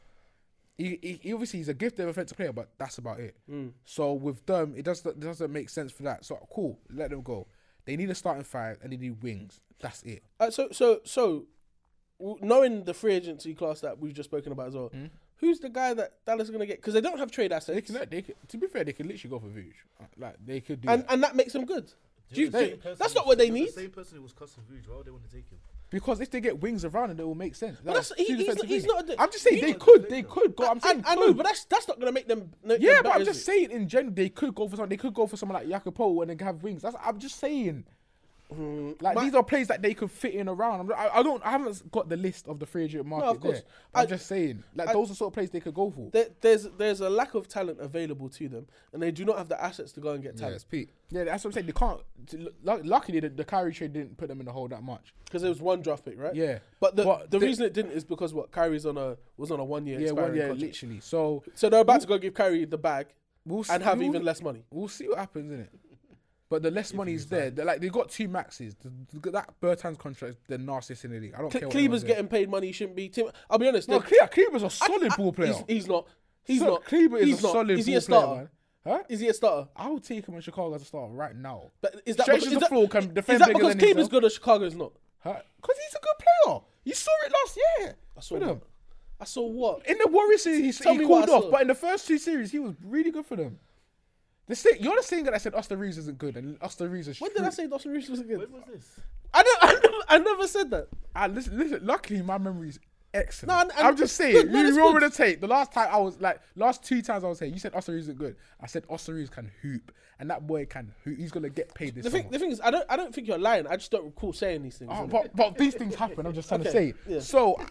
Speaker 5: He, he, he obviously he's a gifted offensive player, but that's about it. So with them, it doesn't it doesn't make sense for that. So cool, let them go. They need a starting five and they need wings. That's it.
Speaker 6: Uh, so so so, w- knowing the free agency class that we've just spoken about as well,
Speaker 5: Hmm?
Speaker 6: who's the guy that Dallas are going to get? Because they don't have trade assets,
Speaker 5: They can, they can, to be fair, they could literally go for Vooch. Uh, Like they could do.
Speaker 6: and
Speaker 5: that.
Speaker 6: and that makes them good. Do you,
Speaker 3: The same
Speaker 6: do-
Speaker 3: person
Speaker 6: that's
Speaker 3: who
Speaker 6: not
Speaker 3: was-
Speaker 6: what they
Speaker 3: the
Speaker 6: need.
Speaker 3: Same person who was cussing Vuj, why would they want to take him?
Speaker 5: because if they get wings around him, it will make sense. Like,
Speaker 6: that's- he-
Speaker 5: two
Speaker 6: he's not-
Speaker 5: defensive
Speaker 6: he's
Speaker 5: wings.
Speaker 6: not a de-
Speaker 5: I'm just saying
Speaker 6: he-
Speaker 5: they could. They could go. I'm saying
Speaker 6: I, I know,
Speaker 5: could.
Speaker 6: but that's that's not going to make them. No,
Speaker 5: Yeah,
Speaker 6: them
Speaker 5: but I'm
Speaker 6: better,
Speaker 5: just
Speaker 6: is it?
Speaker 5: saying in general they could go for something. They could go for someone like Jacopo and then have wings. That's I'm just saying.
Speaker 6: Mm,
Speaker 5: Like these are plays that they could fit in around. I'm, I, I don't. I haven't got the list of the free agent market.
Speaker 6: of course.
Speaker 5: there. I'm
Speaker 6: I-
Speaker 5: just saying. Like
Speaker 6: I-
Speaker 5: those are sort of plays they could go for.
Speaker 6: There, there's there's a lack of talent available to them, and they do not have the assets to go and get
Speaker 4: Yeah, it's
Speaker 6: talent.
Speaker 4: Pete.
Speaker 5: yeah, that's what I'm saying. They can't. t- lu- Luckily, the, the Kyrie trade didn't put them in the hole that much.
Speaker 6: Because there was one draft pick, right?
Speaker 5: Yeah.
Speaker 6: But the,
Speaker 5: But
Speaker 6: the
Speaker 5: they-
Speaker 6: reason it didn't is because what Kyrie's on a was on a one year
Speaker 5: Yeah, well,
Speaker 6: expiring
Speaker 5: yeah,
Speaker 6: contract.
Speaker 5: literally. So
Speaker 6: So they're about to go give Kyrie the bag
Speaker 5: we'll see,
Speaker 6: and have
Speaker 5: we'll-
Speaker 6: even less money.
Speaker 5: We'll see what happens in it. But the less money's there. They're like they've got two maxes. The- the- that Bertans contract, the nastiest in the league. I don't
Speaker 6: Cle-
Speaker 5: care. what
Speaker 6: Kleber's
Speaker 5: anyone's saying.
Speaker 6: getting paid money he shouldn't be. Tim, I'll be honest.
Speaker 5: No,
Speaker 6: they-
Speaker 5: Kleber, Kleber's a
Speaker 6: I-
Speaker 5: solid
Speaker 6: I-
Speaker 5: ball player.
Speaker 6: He's, he's not. He's
Speaker 5: So,
Speaker 6: not.
Speaker 5: Kleber is
Speaker 6: he's
Speaker 5: a
Speaker 6: not.
Speaker 5: solid
Speaker 6: Is he
Speaker 5: ball
Speaker 6: a starter?
Speaker 5: player, man. Huh?
Speaker 6: Is he a starter?
Speaker 5: I would take him in Chicago as a starter right now.
Speaker 6: But is that,
Speaker 5: Stretches
Speaker 6: because,
Speaker 5: the
Speaker 6: is that,
Speaker 5: floor, can
Speaker 6: is
Speaker 5: defend
Speaker 6: that
Speaker 5: bigger
Speaker 6: because
Speaker 5: than
Speaker 6: Kleber's
Speaker 5: himself.
Speaker 6: good or Chicago's not?
Speaker 5: Because he's a good player. You saw it last year. I
Speaker 6: saw what? I saw what?
Speaker 5: In the Warriors series, he,
Speaker 6: Tell
Speaker 5: he
Speaker 6: me
Speaker 5: cooled
Speaker 6: what I
Speaker 5: off,
Speaker 6: saw.
Speaker 5: but in the first two series, he was really good for them. The sa- you're the same guy that said Austin Reeves isn't good, and Austin Reeves is.
Speaker 6: when did I
Speaker 5: shit.
Speaker 6: say Dawson Reeves was good?
Speaker 3: When was this?
Speaker 6: I, don't, I, never, I never said that.
Speaker 5: I Ah, listen, listen, luckily, my memory is excellent.
Speaker 6: No, and- and
Speaker 5: I'm just
Speaker 6: it's
Speaker 5: saying.
Speaker 6: good. No,
Speaker 5: you
Speaker 6: it's
Speaker 5: remember
Speaker 6: good.
Speaker 5: the tape? The last time I was like, last two times I was saying, you said Austin Reeves isn't good. I said Austin Reeves can hoop, and that boy can hoop. He's gonna get paid this.
Speaker 6: The thing,
Speaker 5: summer.
Speaker 6: the thing is, I don't, I don't think you're lying. I just don't recall saying these things.
Speaker 5: Oh,
Speaker 6: innit?
Speaker 5: but, but these things happen. I'm just trying to
Speaker 6: Okay,
Speaker 5: say.
Speaker 6: yeah. Uh-huh.
Speaker 5: So,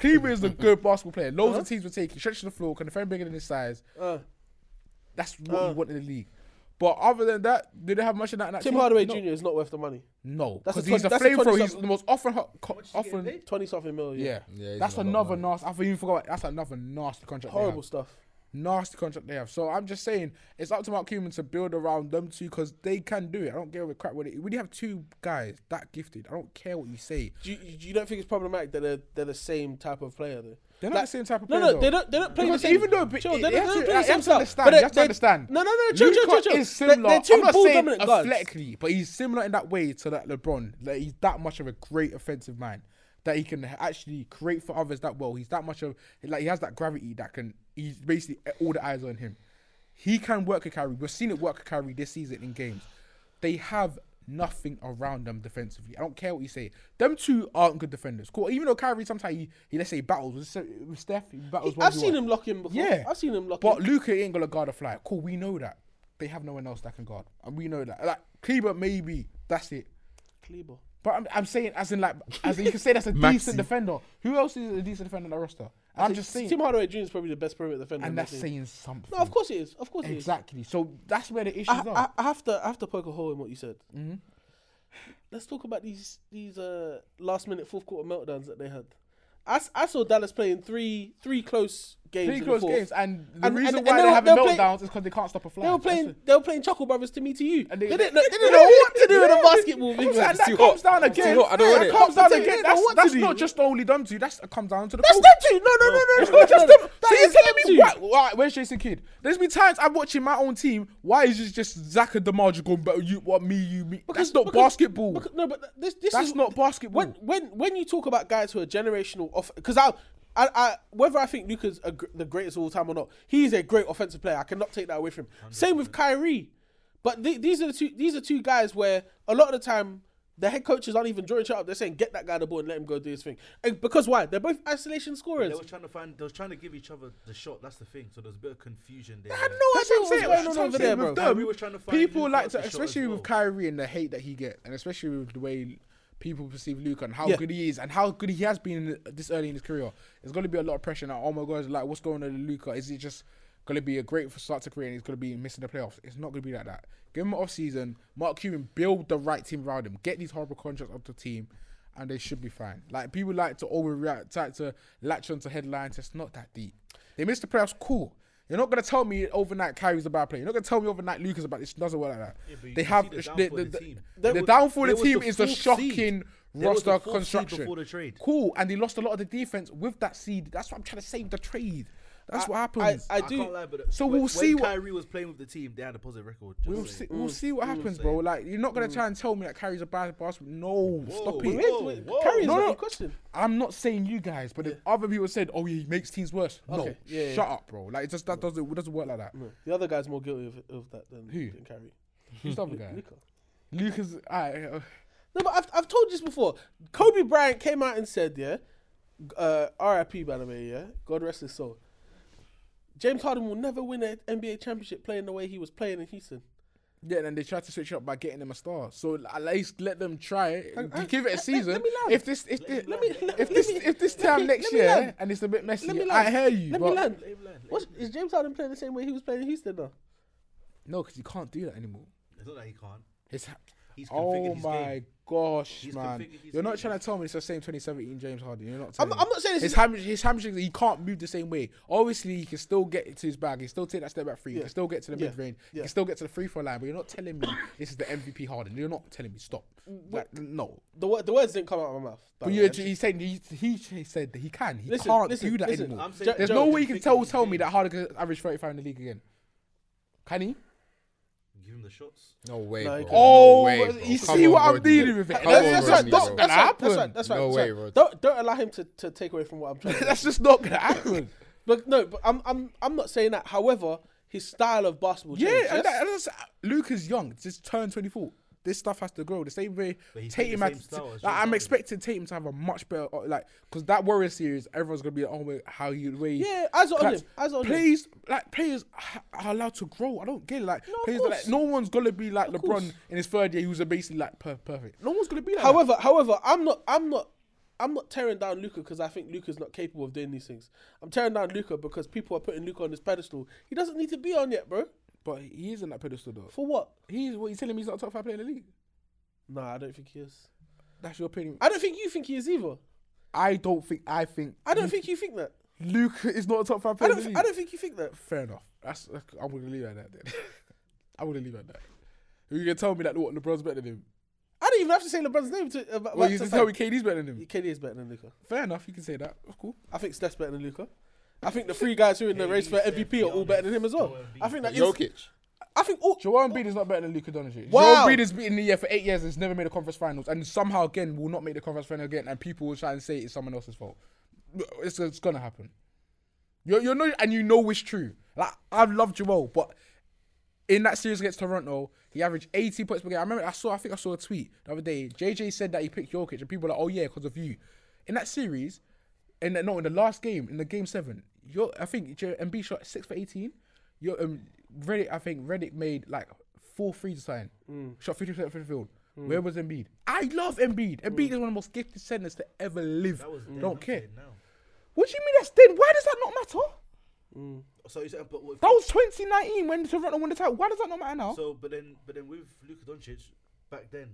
Speaker 5: Kleber is a good basketball player. Loads of teams were taking. Stretches the floor, can defend bigger than his size.
Speaker 6: Uh,
Speaker 5: That's what you want in the league. But other than that, do they have much of that? In that
Speaker 6: Tim
Speaker 5: team?
Speaker 6: Hardaway
Speaker 5: no.
Speaker 6: Jr. is not worth the money.
Speaker 5: No,
Speaker 6: That's a
Speaker 5: because he's a
Speaker 6: 20 that's a
Speaker 5: flamethrower. He's
Speaker 6: 27
Speaker 5: the most often, hot, co- often,
Speaker 6: Twenty something million.
Speaker 5: yeah.
Speaker 4: Yeah, he's
Speaker 5: that's
Speaker 4: got a lot of
Speaker 5: another
Speaker 4: money.
Speaker 5: nasty. I've even forgot. That's another nasty contract. they
Speaker 6: Horrible
Speaker 5: have.
Speaker 6: stuff.
Speaker 5: nasty contract they have. So I'm just saying, it's up to Mark Cuban to build around them two because they can do it. I don't give a crap what it. When you have two guys that gifted, I don't care what you say.
Speaker 6: Do you, you don't think it's problematic that they're, they're the same type of player though?
Speaker 5: They're not the same type of
Speaker 6: no,
Speaker 5: player,
Speaker 6: No, they
Speaker 5: though.
Speaker 6: don't. They don't play
Speaker 5: Because
Speaker 6: the same.
Speaker 5: even though it-
Speaker 6: chill,
Speaker 5: it-
Speaker 6: they,
Speaker 5: you
Speaker 6: don't-
Speaker 5: have
Speaker 6: they don't play
Speaker 5: to- you
Speaker 6: the
Speaker 5: have
Speaker 6: same
Speaker 5: to
Speaker 6: style.
Speaker 5: understand,
Speaker 6: But
Speaker 5: you
Speaker 6: they-
Speaker 5: have to
Speaker 6: they-
Speaker 5: understand.
Speaker 6: No, no, no. Chill, chill, chill,
Speaker 5: Luka
Speaker 6: chill.
Speaker 5: is similar.
Speaker 6: They're, they're
Speaker 5: I'm
Speaker 6: two
Speaker 5: not
Speaker 6: ball
Speaker 5: saying
Speaker 6: dominant guards.
Speaker 5: athletically, but he's similar in that way to that LeBron. Like he's that much of a great offensive mind that he can actually create for others that well. He's that much of like he has that gravity that can. He's basically all the eyes are on him. He can work a carry. We've seen it work a carry this season in games. They have nothing around them defensively. I don't care what you say. Them two aren't good defenders. Cool. Even though Kyrie sometimes he, he let's say he battles with Se- with Steph, he battles.
Speaker 6: I've
Speaker 5: 1v1.
Speaker 6: seen him lock in before.
Speaker 5: Yeah,
Speaker 6: I've seen him lock
Speaker 5: But
Speaker 6: in.
Speaker 5: Luca ain't gonna guard a fly. Cool, we know that. They have no one else that can guard, and we know that. Like Kleber, maybe that's it.
Speaker 6: Kleber.
Speaker 5: But I'm, I'm saying, as in like, as in, you can say that's a
Speaker 4: Maxi.
Speaker 5: decent defender. Who else is a decent defender on the roster? I'm just saying,
Speaker 6: Tim Hardaway Jr. is probably the best perimeter defender. in
Speaker 5: and
Speaker 6: the
Speaker 5: that's
Speaker 6: team.
Speaker 5: saying something.
Speaker 6: No, of course it is. Of course it is.
Speaker 5: exactly. So that's where the issues
Speaker 6: I,
Speaker 5: are.
Speaker 6: I, I have to I have to poke a hole in what you said. Let's talk about these these uh, last minute fourth quarter meltdowns that they had. I, s- I saw Dallas playing three three close games.
Speaker 5: Three
Speaker 6: in the
Speaker 5: close
Speaker 6: fourth.
Speaker 5: games, and the
Speaker 6: And-
Speaker 5: reason
Speaker 6: and- and
Speaker 5: why they
Speaker 6: they were-
Speaker 5: have
Speaker 6: they were play-
Speaker 5: meltdowns is because they can't stop a fly.
Speaker 6: They were
Speaker 5: That's
Speaker 6: playing
Speaker 5: it.
Speaker 6: they were playing Chuckle Brothers to me to you.
Speaker 5: And
Speaker 6: They, didn't know, they didn't know what to do with a basketball.
Speaker 5: And
Speaker 6: thing.
Speaker 5: that
Speaker 6: That's
Speaker 4: too
Speaker 5: comes
Speaker 4: hot.
Speaker 5: down
Speaker 4: It's too
Speaker 5: again.
Speaker 4: hot. I don't want
Speaker 5: That
Speaker 4: it.
Speaker 5: comes
Speaker 6: That's
Speaker 5: down
Speaker 6: it. They don't
Speaker 5: again. That's,
Speaker 6: know what
Speaker 5: that's
Speaker 6: to do.
Speaker 5: not just only them two. That's it comes down to the
Speaker 6: them
Speaker 5: coach.
Speaker 6: two. No, no, no, no,
Speaker 5: It's
Speaker 6: no,
Speaker 5: not just
Speaker 6: no.
Speaker 5: them.
Speaker 6: That
Speaker 5: So you're
Speaker 6: is
Speaker 5: telling
Speaker 6: them
Speaker 5: me
Speaker 6: two.
Speaker 5: why, why? Where's Jason Kidd? There's been times I'm watching my own team. Why is it just Zach and Demar just going better? You, what me, you, me? That's not
Speaker 6: because-
Speaker 5: basketball.
Speaker 6: because- no, but th- this, this
Speaker 5: That's
Speaker 6: is,
Speaker 5: not basketball.
Speaker 6: When when when you talk about guys who are generational off, because I, I I whether I think Luca's a, gr- the greatest of all time or not, he is a great offensive player. I cannot take that away from him. Same with Kyrie, but the- these are the two these are two guys where a lot of the time. The head coaches aren't even drawing each other up. They're saying, "Get that guy the ball and let him go do his thing." And because why? They're both isolation scorers.
Speaker 3: They were trying to find. They were trying to give each other the shot. That's the thing. So there's a bit of confusion there.
Speaker 5: I had no
Speaker 6: That's
Speaker 5: idea
Speaker 6: what
Speaker 5: what's
Speaker 6: I'm
Speaker 5: going
Speaker 6: saying.
Speaker 5: on
Speaker 6: That's
Speaker 5: over
Speaker 6: what
Speaker 5: there,
Speaker 6: I'm
Speaker 5: bro.
Speaker 6: saying,
Speaker 3: bro. And we were trying to find
Speaker 5: people
Speaker 3: who
Speaker 5: like
Speaker 3: got
Speaker 5: to,
Speaker 3: the shot as
Speaker 5: especially
Speaker 3: well.
Speaker 5: with Kyrie and the hate that he gets, and especially with the way people perceive Luca and how
Speaker 6: Yeah.
Speaker 5: good he is and how good he has been this early in his career. It's going to be a lot of pressure now. Oh my God, like what's going on with Luca? Is it just going to be a great start to career and he's going to be missing the playoffs. It's not going to be like that. Give him an off season. Mark Cuban build the right team around him. Get these horrible contracts off the team, and they should be fine. Like people like to overreact, like to latch onto headlines. It's not that deep. They missed the playoffs. Cool. You're not gonna tell me overnight Kyrie's a bad player. You're not gonna tell me overnight Lucas about this. It doesn't work like that.
Speaker 3: but you
Speaker 5: they
Speaker 3: can
Speaker 5: have
Speaker 3: see the
Speaker 5: sh-
Speaker 3: downfall of the
Speaker 5: the,
Speaker 3: team.
Speaker 5: the
Speaker 3: They were-
Speaker 5: downfall of
Speaker 3: they
Speaker 5: the
Speaker 3: was
Speaker 5: team
Speaker 3: the
Speaker 5: is the
Speaker 3: fourth seed.
Speaker 5: shocking
Speaker 3: They was the
Speaker 5: roster
Speaker 3: fourth seed
Speaker 5: construction.
Speaker 3: before the trade.
Speaker 5: Cool, and they lost a lot of the defense with that seed. That's what I'm trying to say with the trade. That's what happens.
Speaker 6: I
Speaker 3: I
Speaker 6: do-
Speaker 3: can't lie, but
Speaker 5: So
Speaker 3: when,
Speaker 5: we'll
Speaker 3: when
Speaker 5: see what-
Speaker 3: Kyrie was playing with the team. They had a positive record. just
Speaker 5: we'll see.
Speaker 3: saying.
Speaker 6: Mm,
Speaker 5: We'll see what happens, bro.
Speaker 3: Mm.
Speaker 5: Like you're not gonna try and tell me that Kyrie's a bad basketball. No, stop it.
Speaker 6: Wait,
Speaker 3: Whoa,
Speaker 6: wait,
Speaker 3: whoa.
Speaker 6: Carry is
Speaker 5: No,
Speaker 6: not
Speaker 5: no.
Speaker 6: in question.
Speaker 5: I'm not saying you guys, but if other people said, "Oh, he makes teams worse." No,
Speaker 6: Okay, yeah, yeah. Mm.
Speaker 5: shut up, bro. Like it just that doesn't it doesn't work like that.
Speaker 6: The other guy's more guilty of, of that than,
Speaker 5: Who?
Speaker 6: than Carry.
Speaker 5: Who's the other guy?
Speaker 6: Luka.
Speaker 5: Lucas. I. Uh,
Speaker 6: No, but I've, I've told you this before. Kobe Bryant came out and said, yeah, uh, RIP, by the way, yeah, God rest his soul. James Harden will never win an NBA championship playing the way he was playing in Houston.
Speaker 5: Yeah, and then they tried to switch up by getting them a star. So at least let them try it.
Speaker 6: I-
Speaker 5: give it a
Speaker 6: let-
Speaker 5: season.
Speaker 6: let me land.
Speaker 5: if this, if this,
Speaker 6: Let me- let-
Speaker 5: if
Speaker 6: let
Speaker 5: this,
Speaker 6: me-
Speaker 5: if this
Speaker 6: let me-
Speaker 5: time next
Speaker 6: let me
Speaker 5: year
Speaker 6: land.
Speaker 5: and it's a bit messy,
Speaker 6: Let me
Speaker 5: I
Speaker 6: land.
Speaker 5: hear you.
Speaker 6: Let
Speaker 5: but
Speaker 6: me land.
Speaker 3: Let him land, let
Speaker 6: What's,
Speaker 3: him
Speaker 6: is James Harden playing the same way he was playing in Houston now?
Speaker 5: No, because you can't do that anymore.
Speaker 3: It's not that he can't.
Speaker 5: It's
Speaker 3: He's configured
Speaker 5: oh
Speaker 3: his
Speaker 5: my
Speaker 3: game.
Speaker 5: gosh,
Speaker 3: He's
Speaker 5: man!
Speaker 3: configured his
Speaker 5: You're not
Speaker 3: game.
Speaker 5: trying to tell me it's the same 2017 James Harden. You're not.
Speaker 6: I'm-
Speaker 5: Telling me.
Speaker 6: I'm not saying this
Speaker 5: his
Speaker 6: is-
Speaker 5: hamstring. His hamstring. He can't move the same way. Obviously, he can still get to his bag. He still take that step back free. He
Speaker 6: Yeah.
Speaker 5: can still get to the
Speaker 6: Yeah.
Speaker 5: mid range. He
Speaker 6: Yeah.
Speaker 5: can still get to the free throw line. But you're not telling me this is the MVP Harden. You're not telling me stop.
Speaker 6: Mm,
Speaker 5: Like, no,
Speaker 6: The, wo- the words didn't come out of my mouth. by
Speaker 5: But
Speaker 6: the
Speaker 5: you're,
Speaker 6: way.
Speaker 5: he's saying he, he said that he can. He
Speaker 6: Listen,
Speaker 5: can't
Speaker 6: listen,
Speaker 5: do that
Speaker 6: listen.
Speaker 5: anymore.
Speaker 6: I'm saying
Speaker 5: There's
Speaker 6: Joe
Speaker 5: no
Speaker 6: can
Speaker 5: way you can
Speaker 3: figure
Speaker 5: tell
Speaker 3: his
Speaker 5: tell
Speaker 3: game.
Speaker 5: me that Harden can average 35 in the league again. Can he?
Speaker 3: Give him the shots.
Speaker 4: No way.
Speaker 6: No,
Speaker 4: bro.
Speaker 6: he couldn't.
Speaker 5: Oh,
Speaker 4: way,
Speaker 5: but
Speaker 4: bro.
Speaker 5: you
Speaker 4: Come
Speaker 5: see
Speaker 4: on,
Speaker 5: what I'm
Speaker 4: Rodney.
Speaker 5: dealing with?
Speaker 4: Come
Speaker 5: That's-
Speaker 4: on,
Speaker 5: that's
Speaker 6: that's, right,
Speaker 5: right,
Speaker 4: Rodney,
Speaker 6: that's,
Speaker 4: bro.
Speaker 6: right,
Speaker 5: that's-
Speaker 6: that's
Speaker 5: happen.
Speaker 6: right. That's right.
Speaker 4: No
Speaker 6: that's
Speaker 4: way,
Speaker 6: right.
Speaker 4: bro.
Speaker 6: Don't don't allow him to, to take away from what I'm trying. to do.
Speaker 5: That's just not gonna happen.
Speaker 6: But no, but I'm I'm I'm not saying that. However, his style of basketball.
Speaker 5: yeah,
Speaker 6: changed.
Speaker 5: and
Speaker 6: Yes.
Speaker 5: that, and that's, Luca's young, just turned 24. This stuff has to grow the same way.
Speaker 3: he's
Speaker 5: Tatum,
Speaker 3: got the same
Speaker 5: had-
Speaker 3: style as
Speaker 5: like,
Speaker 3: James
Speaker 5: I'm
Speaker 3: Harden.
Speaker 5: expecting Tatum to have a much better uh, like because that Warrior series, everyone's gonna be like, oh wait, how you the way. he
Speaker 6: Yeah, eyes on
Speaker 5: claps."
Speaker 6: him, eyes on him.
Speaker 5: Players like players ha- are allowed to grow. I don't get it. Like
Speaker 6: of
Speaker 5: players, are like,
Speaker 6: course.
Speaker 5: no one's gonna be like LeBron
Speaker 6: course.
Speaker 5: in his third year. He was a basically like per- perfect. No one's gonna be like. that.
Speaker 6: However, however, I'm not, I'm not, I'm not tearing down Luca because I think Luca's not capable of doing these things. I'm tearing down Luca because people are putting Luca on this pedestal. He doesn't need to be on yet, bro.
Speaker 5: but he is on that pedestal though.
Speaker 6: For what?
Speaker 5: He's what you telling me he's not a top five player in the league.
Speaker 6: Nah, I don't think he is.
Speaker 5: That's your opinion.
Speaker 6: I don't think you think he is either.
Speaker 5: I don't think. I think.
Speaker 6: I don't think you think that.
Speaker 5: Luca is not a top five
Speaker 6: I
Speaker 5: player. in the
Speaker 6: don't,
Speaker 5: league.
Speaker 6: I don't think Mm. you think that.
Speaker 5: Fair enough. That's, that's I'm gonna leave it at that then. I'm gonna leave it at that. You gonna tell me that what LeBron's better than him?
Speaker 6: I don't even have to say LeBron's name to. uh, About,
Speaker 5: Well, you just tell me KD's better than him.
Speaker 6: KD is better than Luca.
Speaker 5: Fair enough. You can say that. That's cool.
Speaker 6: I think Steph's better than Luca. I think the three guys who are in the race for MVP are all better than him as well. I think that is.
Speaker 4: Jokic.
Speaker 6: I think all.
Speaker 5: Joel Embiid is not better than Luka Doncic.
Speaker 6: Wow.
Speaker 5: Joel Embiid has been in the year for eight years and has never made the conference finals, and somehow again will not make the conference final again. And people will try and say it's someone else's fault. It's, it's gonna happen. You're, you're not, and you know it's true. Like I love Joel, but in that series against Toronto, he averaged 80 points per game. I remember I saw, I think I saw a tweet the other day. JJ said that he picked Jokic, and people were like, "Oh yeah, because of you." In that series, in the, no, in the last game, in the game seven, your I think J- Embiid shot six for 18. Your um, Reddick, I think Reddick made like four free to sign, shot 50 percent from the field. Where was Embiid? I love Embiid. Embiid is one of the most gifted centers to ever live.
Speaker 3: That was then,
Speaker 5: Mm. Don't
Speaker 3: I'm
Speaker 5: care.
Speaker 3: saying Now.
Speaker 5: What do you mean that's dead? Why does that not matter?
Speaker 3: So you said, but what if-
Speaker 5: That was 2019 when Toronto won the title. Why does that not matter now?
Speaker 3: so, but then, but then with Luka Doncic back then,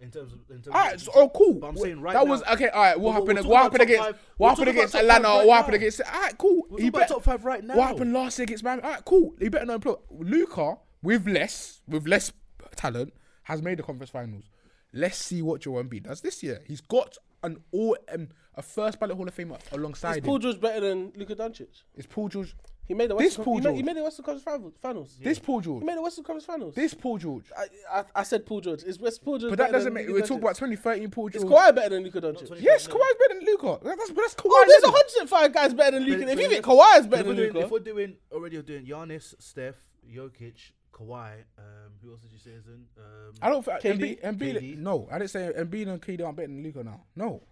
Speaker 3: in terms of, in terms
Speaker 5: All right,
Speaker 3: of
Speaker 5: so, oh cool.
Speaker 3: But I'm saying right
Speaker 5: that
Speaker 3: now-
Speaker 5: was okay. All right, what
Speaker 3: But we're
Speaker 5: happened?
Speaker 3: talking
Speaker 5: What
Speaker 3: about
Speaker 5: happened
Speaker 3: top
Speaker 5: against?
Speaker 3: five-
Speaker 5: What
Speaker 3: we're
Speaker 5: happened
Speaker 3: talking
Speaker 5: against
Speaker 3: about top five
Speaker 5: Atlanta?
Speaker 3: right
Speaker 5: what happened
Speaker 3: now.
Speaker 5: against? All right, cool.
Speaker 3: We're talking about top five right now.
Speaker 5: What happened last year against Miami? All right, cool. He better not employ Luca with less with less talent has made the conference finals. Let's see what Joel Embiid does this year. He's got an all um, a first ballot Hall of Famer alongside
Speaker 6: Is Paul
Speaker 5: him.
Speaker 6: George better than Luka Doncic?
Speaker 5: It's Paul George.
Speaker 6: He made the
Speaker 5: This
Speaker 6: Western.
Speaker 5: Paul
Speaker 6: he, made, he
Speaker 5: George.
Speaker 6: made the Western Conference Finals- Finals.
Speaker 5: This Paul George.
Speaker 6: He made the Western Conference Finals.
Speaker 5: This Paul George.
Speaker 6: I, I, I said Paul George. Is West Paul George?
Speaker 5: But that
Speaker 6: better
Speaker 5: doesn't
Speaker 6: than
Speaker 5: make.
Speaker 6: Luka
Speaker 5: We're talking
Speaker 6: Doncic?
Speaker 5: about 2013 Paul
Speaker 6: Is
Speaker 5: George.
Speaker 6: Kawhi better than Luka Doncic?
Speaker 5: Yes, Kawhi's better than Luca. That's that's Kawhi.
Speaker 6: Oh, there's
Speaker 5: level.
Speaker 6: 105 guys better
Speaker 3: But-
Speaker 6: than Luka. If
Speaker 3: but
Speaker 6: you
Speaker 3: if-
Speaker 6: think Kawhi
Speaker 3: But
Speaker 6: is
Speaker 3: if
Speaker 6: better
Speaker 3: we're,
Speaker 6: than
Speaker 3: doing, if
Speaker 6: Luka,
Speaker 3: we're doing already, we're doing Giannis, Steph, Jokic, Kawhi. Um, who else did you say is in? Um,
Speaker 5: I don't. think
Speaker 6: KD?
Speaker 5: Embiid, Embiid,
Speaker 3: KD?
Speaker 5: No, I didn't say Embiid and KD aren't better than Luca now. No,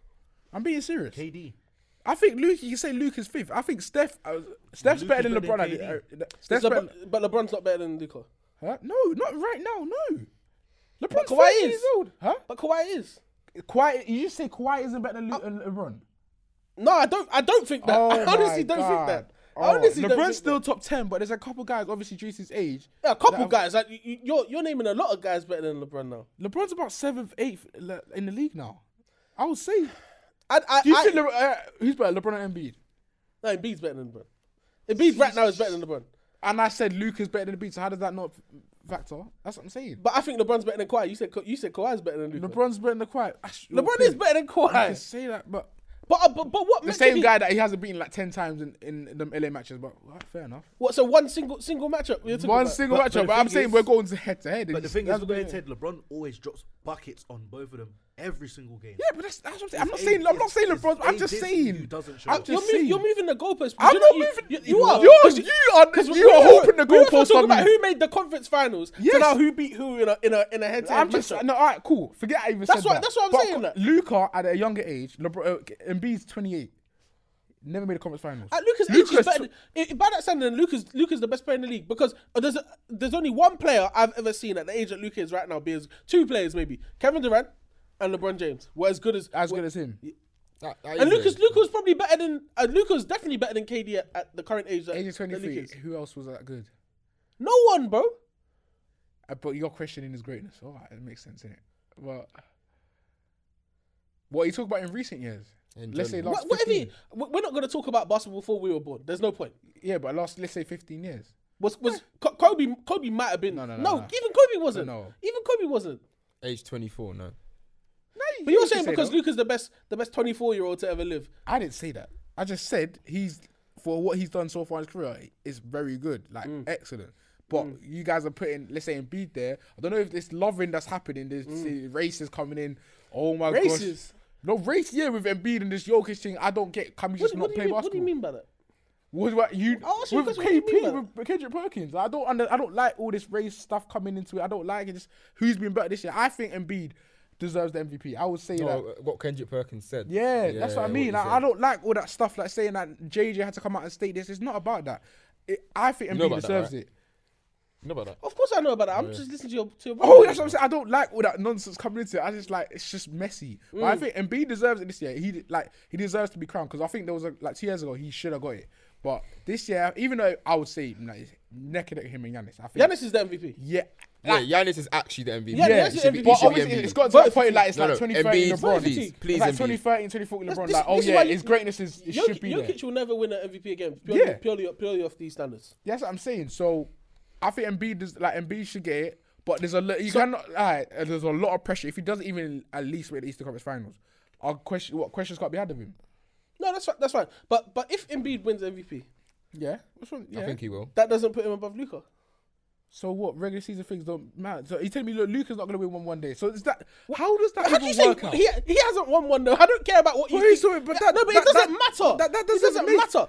Speaker 5: I'm being serious.
Speaker 3: KD.
Speaker 5: I think Luke. You can say Luke is fifth. I think Steph. Uh, Steph's
Speaker 3: Luka's
Speaker 5: better than
Speaker 3: better
Speaker 5: LeBron.
Speaker 3: than
Speaker 5: at the-
Speaker 3: KD.
Speaker 5: uh, Steph's
Speaker 6: Le-
Speaker 5: better.
Speaker 6: but LeBron's not better than Luka.
Speaker 5: Huh? No, not right now. No. LeBron's
Speaker 6: Kawhi
Speaker 5: 30
Speaker 6: is.
Speaker 5: years old. Huh?
Speaker 6: But Kawhi is.
Speaker 5: Kawhi. You Uh, just say Kawhi isn't better than Luke and LeBron.
Speaker 6: No, uh, I don't. I don't think that.
Speaker 5: Oh
Speaker 6: I honestly
Speaker 5: my
Speaker 6: don't think
Speaker 5: God.
Speaker 6: that. I honestly don't think
Speaker 5: Oh, LeBron's still
Speaker 6: that-
Speaker 5: top ten, but there's a couple guys obviously due to his age.
Speaker 6: Yeah, a couple
Speaker 5: Like,
Speaker 6: guys. Like you- you, you're you're naming a lot of guys better than LeBron now.
Speaker 5: LeBron's about seventh, eighth le- in the league now. I would say.
Speaker 6: I, I,
Speaker 5: Do you
Speaker 6: I,
Speaker 5: think Le- uh, who's better, LeBron or Embiid?
Speaker 6: no, Embiid's better than LeBron. Embiid right now is better than LeBron.
Speaker 5: And I said Luke is better than Embiid. So how does that not factor? That's what I'm saying.
Speaker 6: But I think LeBron's better than Kawhi. You said Ka- you said Kawhi's better than Luka. LeBron.
Speaker 5: LeBron's better than Kawhi. That's your
Speaker 6: LeBron is
Speaker 5: opinion.
Speaker 6: better than
Speaker 5: I can
Speaker 6: Kawhi.
Speaker 5: say that, but
Speaker 6: But, uh, but but what
Speaker 5: the
Speaker 6: match did
Speaker 5: same
Speaker 6: he-
Speaker 5: guy that he hasn't beaten like ten times in in them LA matches. But well, fair enough.
Speaker 6: What? So one single single matchup. you're talking
Speaker 5: One
Speaker 6: about?
Speaker 5: single
Speaker 3: but- but
Speaker 5: matchup,
Speaker 3: the
Speaker 5: but I'm
Speaker 3: thing
Speaker 5: saying
Speaker 3: is-
Speaker 5: we're going to head to head.
Speaker 3: But the thing is, we're Ted, LeBron always drops buckets on both of them every single game.
Speaker 5: Yeah, but that's, that's what I'm saying. I'm not
Speaker 3: It's
Speaker 5: saying I'm not
Speaker 3: ageist-
Speaker 5: saying
Speaker 3: it's
Speaker 5: LeBron. I'm just
Speaker 3: ageist
Speaker 5: saying.
Speaker 3: who doesn't show
Speaker 5: I'm
Speaker 3: up.
Speaker 5: just
Speaker 6: You're,
Speaker 5: saying.
Speaker 6: moving, you're moving the goalpost. but
Speaker 5: I'm
Speaker 6: you know
Speaker 5: not
Speaker 6: you-
Speaker 5: moving.
Speaker 6: You, you are.
Speaker 5: You're,
Speaker 6: 'Cause
Speaker 5: you are. You are hoping the
Speaker 6: we were
Speaker 5: goalpost
Speaker 6: talking
Speaker 5: on
Speaker 6: about
Speaker 5: me.
Speaker 6: who made the conference finals.
Speaker 5: Yes.
Speaker 6: So now who beat who in a in a in a head to
Speaker 5: I'm
Speaker 6: head
Speaker 5: just
Speaker 6: matchup?
Speaker 5: no. All right, cool. Forget I even
Speaker 6: That's
Speaker 5: said
Speaker 6: what-
Speaker 5: that.
Speaker 6: that's what I'm saying, like-
Speaker 5: Luca at a younger age, LeBron, uh, Embiid's 28, never made a conference finals.
Speaker 6: At Uh, Lucas,
Speaker 5: Luka's
Speaker 6: Luka's better.
Speaker 5: tw-
Speaker 6: i- i- by that standard, Lucas Lucas the best player in the league because uh, there's a, there's only one player I've ever seen at the age that Lucas is right now. Be as two players maybe Kevin Durant and LeBron James were as good as
Speaker 5: as good as him.
Speaker 4: That- that
Speaker 6: And
Speaker 4: is
Speaker 6: Lucas
Speaker 4: it.
Speaker 6: Lucas probably better than uh, Lucas definitely better than KD at, at the current age. That,
Speaker 5: Age of
Speaker 6: that Luka
Speaker 5: 23.
Speaker 6: is.
Speaker 5: Who else was that good?
Speaker 6: No one, bro.
Speaker 5: Uh, but you're questioning his greatness. All right, it makes sense, innit? But what are you talking about in recent years?
Speaker 4: In
Speaker 5: let's say
Speaker 4: general.
Speaker 5: last
Speaker 6: What, what if he?
Speaker 5: 15.
Speaker 6: we- We're not going to talk about basketball before we were born. There's no point.
Speaker 5: Yeah, but last let's say 15 years.
Speaker 6: Was was Co- Kobe? Kobe might have been.
Speaker 5: Eh. No, no, no, no.
Speaker 6: even Kobe wasn't.
Speaker 5: No, no.
Speaker 6: Even Kobe wasn't.
Speaker 4: Age 24, no.
Speaker 6: But you're
Speaker 5: can
Speaker 6: saying
Speaker 5: say
Speaker 6: because
Speaker 5: that.
Speaker 6: Luca's the best, the best 24 year old to ever live.
Speaker 5: I didn't say that. I just said he's for what he's done so far in his career is very good, like
Speaker 6: Mm.
Speaker 5: excellent. But you guys are putting, let's say, Embiid there. I don't know if this loving that's happening, this races race is coming in. Oh my
Speaker 6: Mm. Races?
Speaker 5: gosh. No race, yeah, with Embiid and this Jokic thing. I don't get. Can we
Speaker 6: What,
Speaker 5: just
Speaker 6: do-
Speaker 5: not
Speaker 6: what do
Speaker 5: play
Speaker 6: you mean, what
Speaker 5: basketball?
Speaker 6: do you mean by that?
Speaker 5: What about you?
Speaker 6: I'll ask you a
Speaker 5: with
Speaker 6: question, what do you
Speaker 5: KP,
Speaker 6: mean by that?
Speaker 5: with Kendrick Perkins, I don't under, I don't like all this race stuff coming into it. I don't like it. Just who's been better this year? I think Embiid deserves the MVP. I would say
Speaker 4: No,
Speaker 5: that.
Speaker 4: what Kendrick Perkins said.
Speaker 5: Yeah, that's what I mean.
Speaker 4: he
Speaker 5: Like,
Speaker 4: said.
Speaker 5: I don't like all that stuff, like saying that JJ had to come out and state this. It's not about that. It, I think Embiid
Speaker 4: know about that,
Speaker 5: deserves
Speaker 4: right?
Speaker 5: it.
Speaker 4: You know about that.
Speaker 6: Of course I know about that. I'm just listening to your. To your
Speaker 5: Oh, that's what I'm saying. I don't like all that nonsense coming into it. I just like it's just messy. But I think Embiid deserves it this year. He de- like he deserves to be crowned because I think there was a, like two years ago he should have got it. But this year, even though I would say like, neck and neck him and Giannis, I think
Speaker 6: Giannis is the MVP.
Speaker 5: yeah,
Speaker 4: Yeah, Giannis is actually the MVP.
Speaker 6: Yeah,
Speaker 5: yeah.
Speaker 6: Giannis
Speaker 4: he
Speaker 6: is
Speaker 4: should
Speaker 6: MVP.
Speaker 4: be,
Speaker 5: but
Speaker 4: he should be
Speaker 5: obviously
Speaker 4: MVP.
Speaker 5: it's got to
Speaker 6: Vote
Speaker 5: that
Speaker 6: for
Speaker 5: point
Speaker 6: Embiid.
Speaker 5: like it's
Speaker 4: No,
Speaker 5: like
Speaker 4: no,
Speaker 5: 2013
Speaker 4: Embiid,
Speaker 5: LeBron.
Speaker 4: please,
Speaker 5: It's
Speaker 4: please,
Speaker 5: like
Speaker 4: Embiid.
Speaker 5: 2013, 2014 LeBron.
Speaker 6: this-
Speaker 5: like, oh
Speaker 6: this is
Speaker 5: yeah,
Speaker 6: why you-
Speaker 5: his greatness is it should
Speaker 6: Jokic,
Speaker 5: be there.
Speaker 6: Jokic will never win an MVP again purely,
Speaker 5: Yeah.
Speaker 6: purely, purely off these standards.
Speaker 5: That's what I'm saying. So I think Embiid does like Embiid should get it, but there's a lot you cannot like uh, there's a lot of pressure if he doesn't even at least make the Eastern Conference Finals. Our question, what questions can't be had of him?
Speaker 6: No, that's right. That's right. But but if Embiid wins MVP,
Speaker 5: Yeah, what's wrong? Yeah.
Speaker 4: I think he will.
Speaker 6: that doesn't put him above Luca.
Speaker 5: so what? Regular season things don't matter. So you telling me look, Luca's not gonna win one one day. So is that how does that
Speaker 6: How do
Speaker 5: even
Speaker 6: you say
Speaker 5: work out?
Speaker 6: he, he hasn't won one though? I don't care about what you.
Speaker 5: Well, he's
Speaker 6: think.
Speaker 5: sorry, but
Speaker 6: Yeah,
Speaker 5: that-
Speaker 6: no, but
Speaker 5: that-
Speaker 6: it doesn't
Speaker 5: that-
Speaker 6: matter.
Speaker 5: that- that
Speaker 6: It
Speaker 5: doesn't make-
Speaker 6: matter.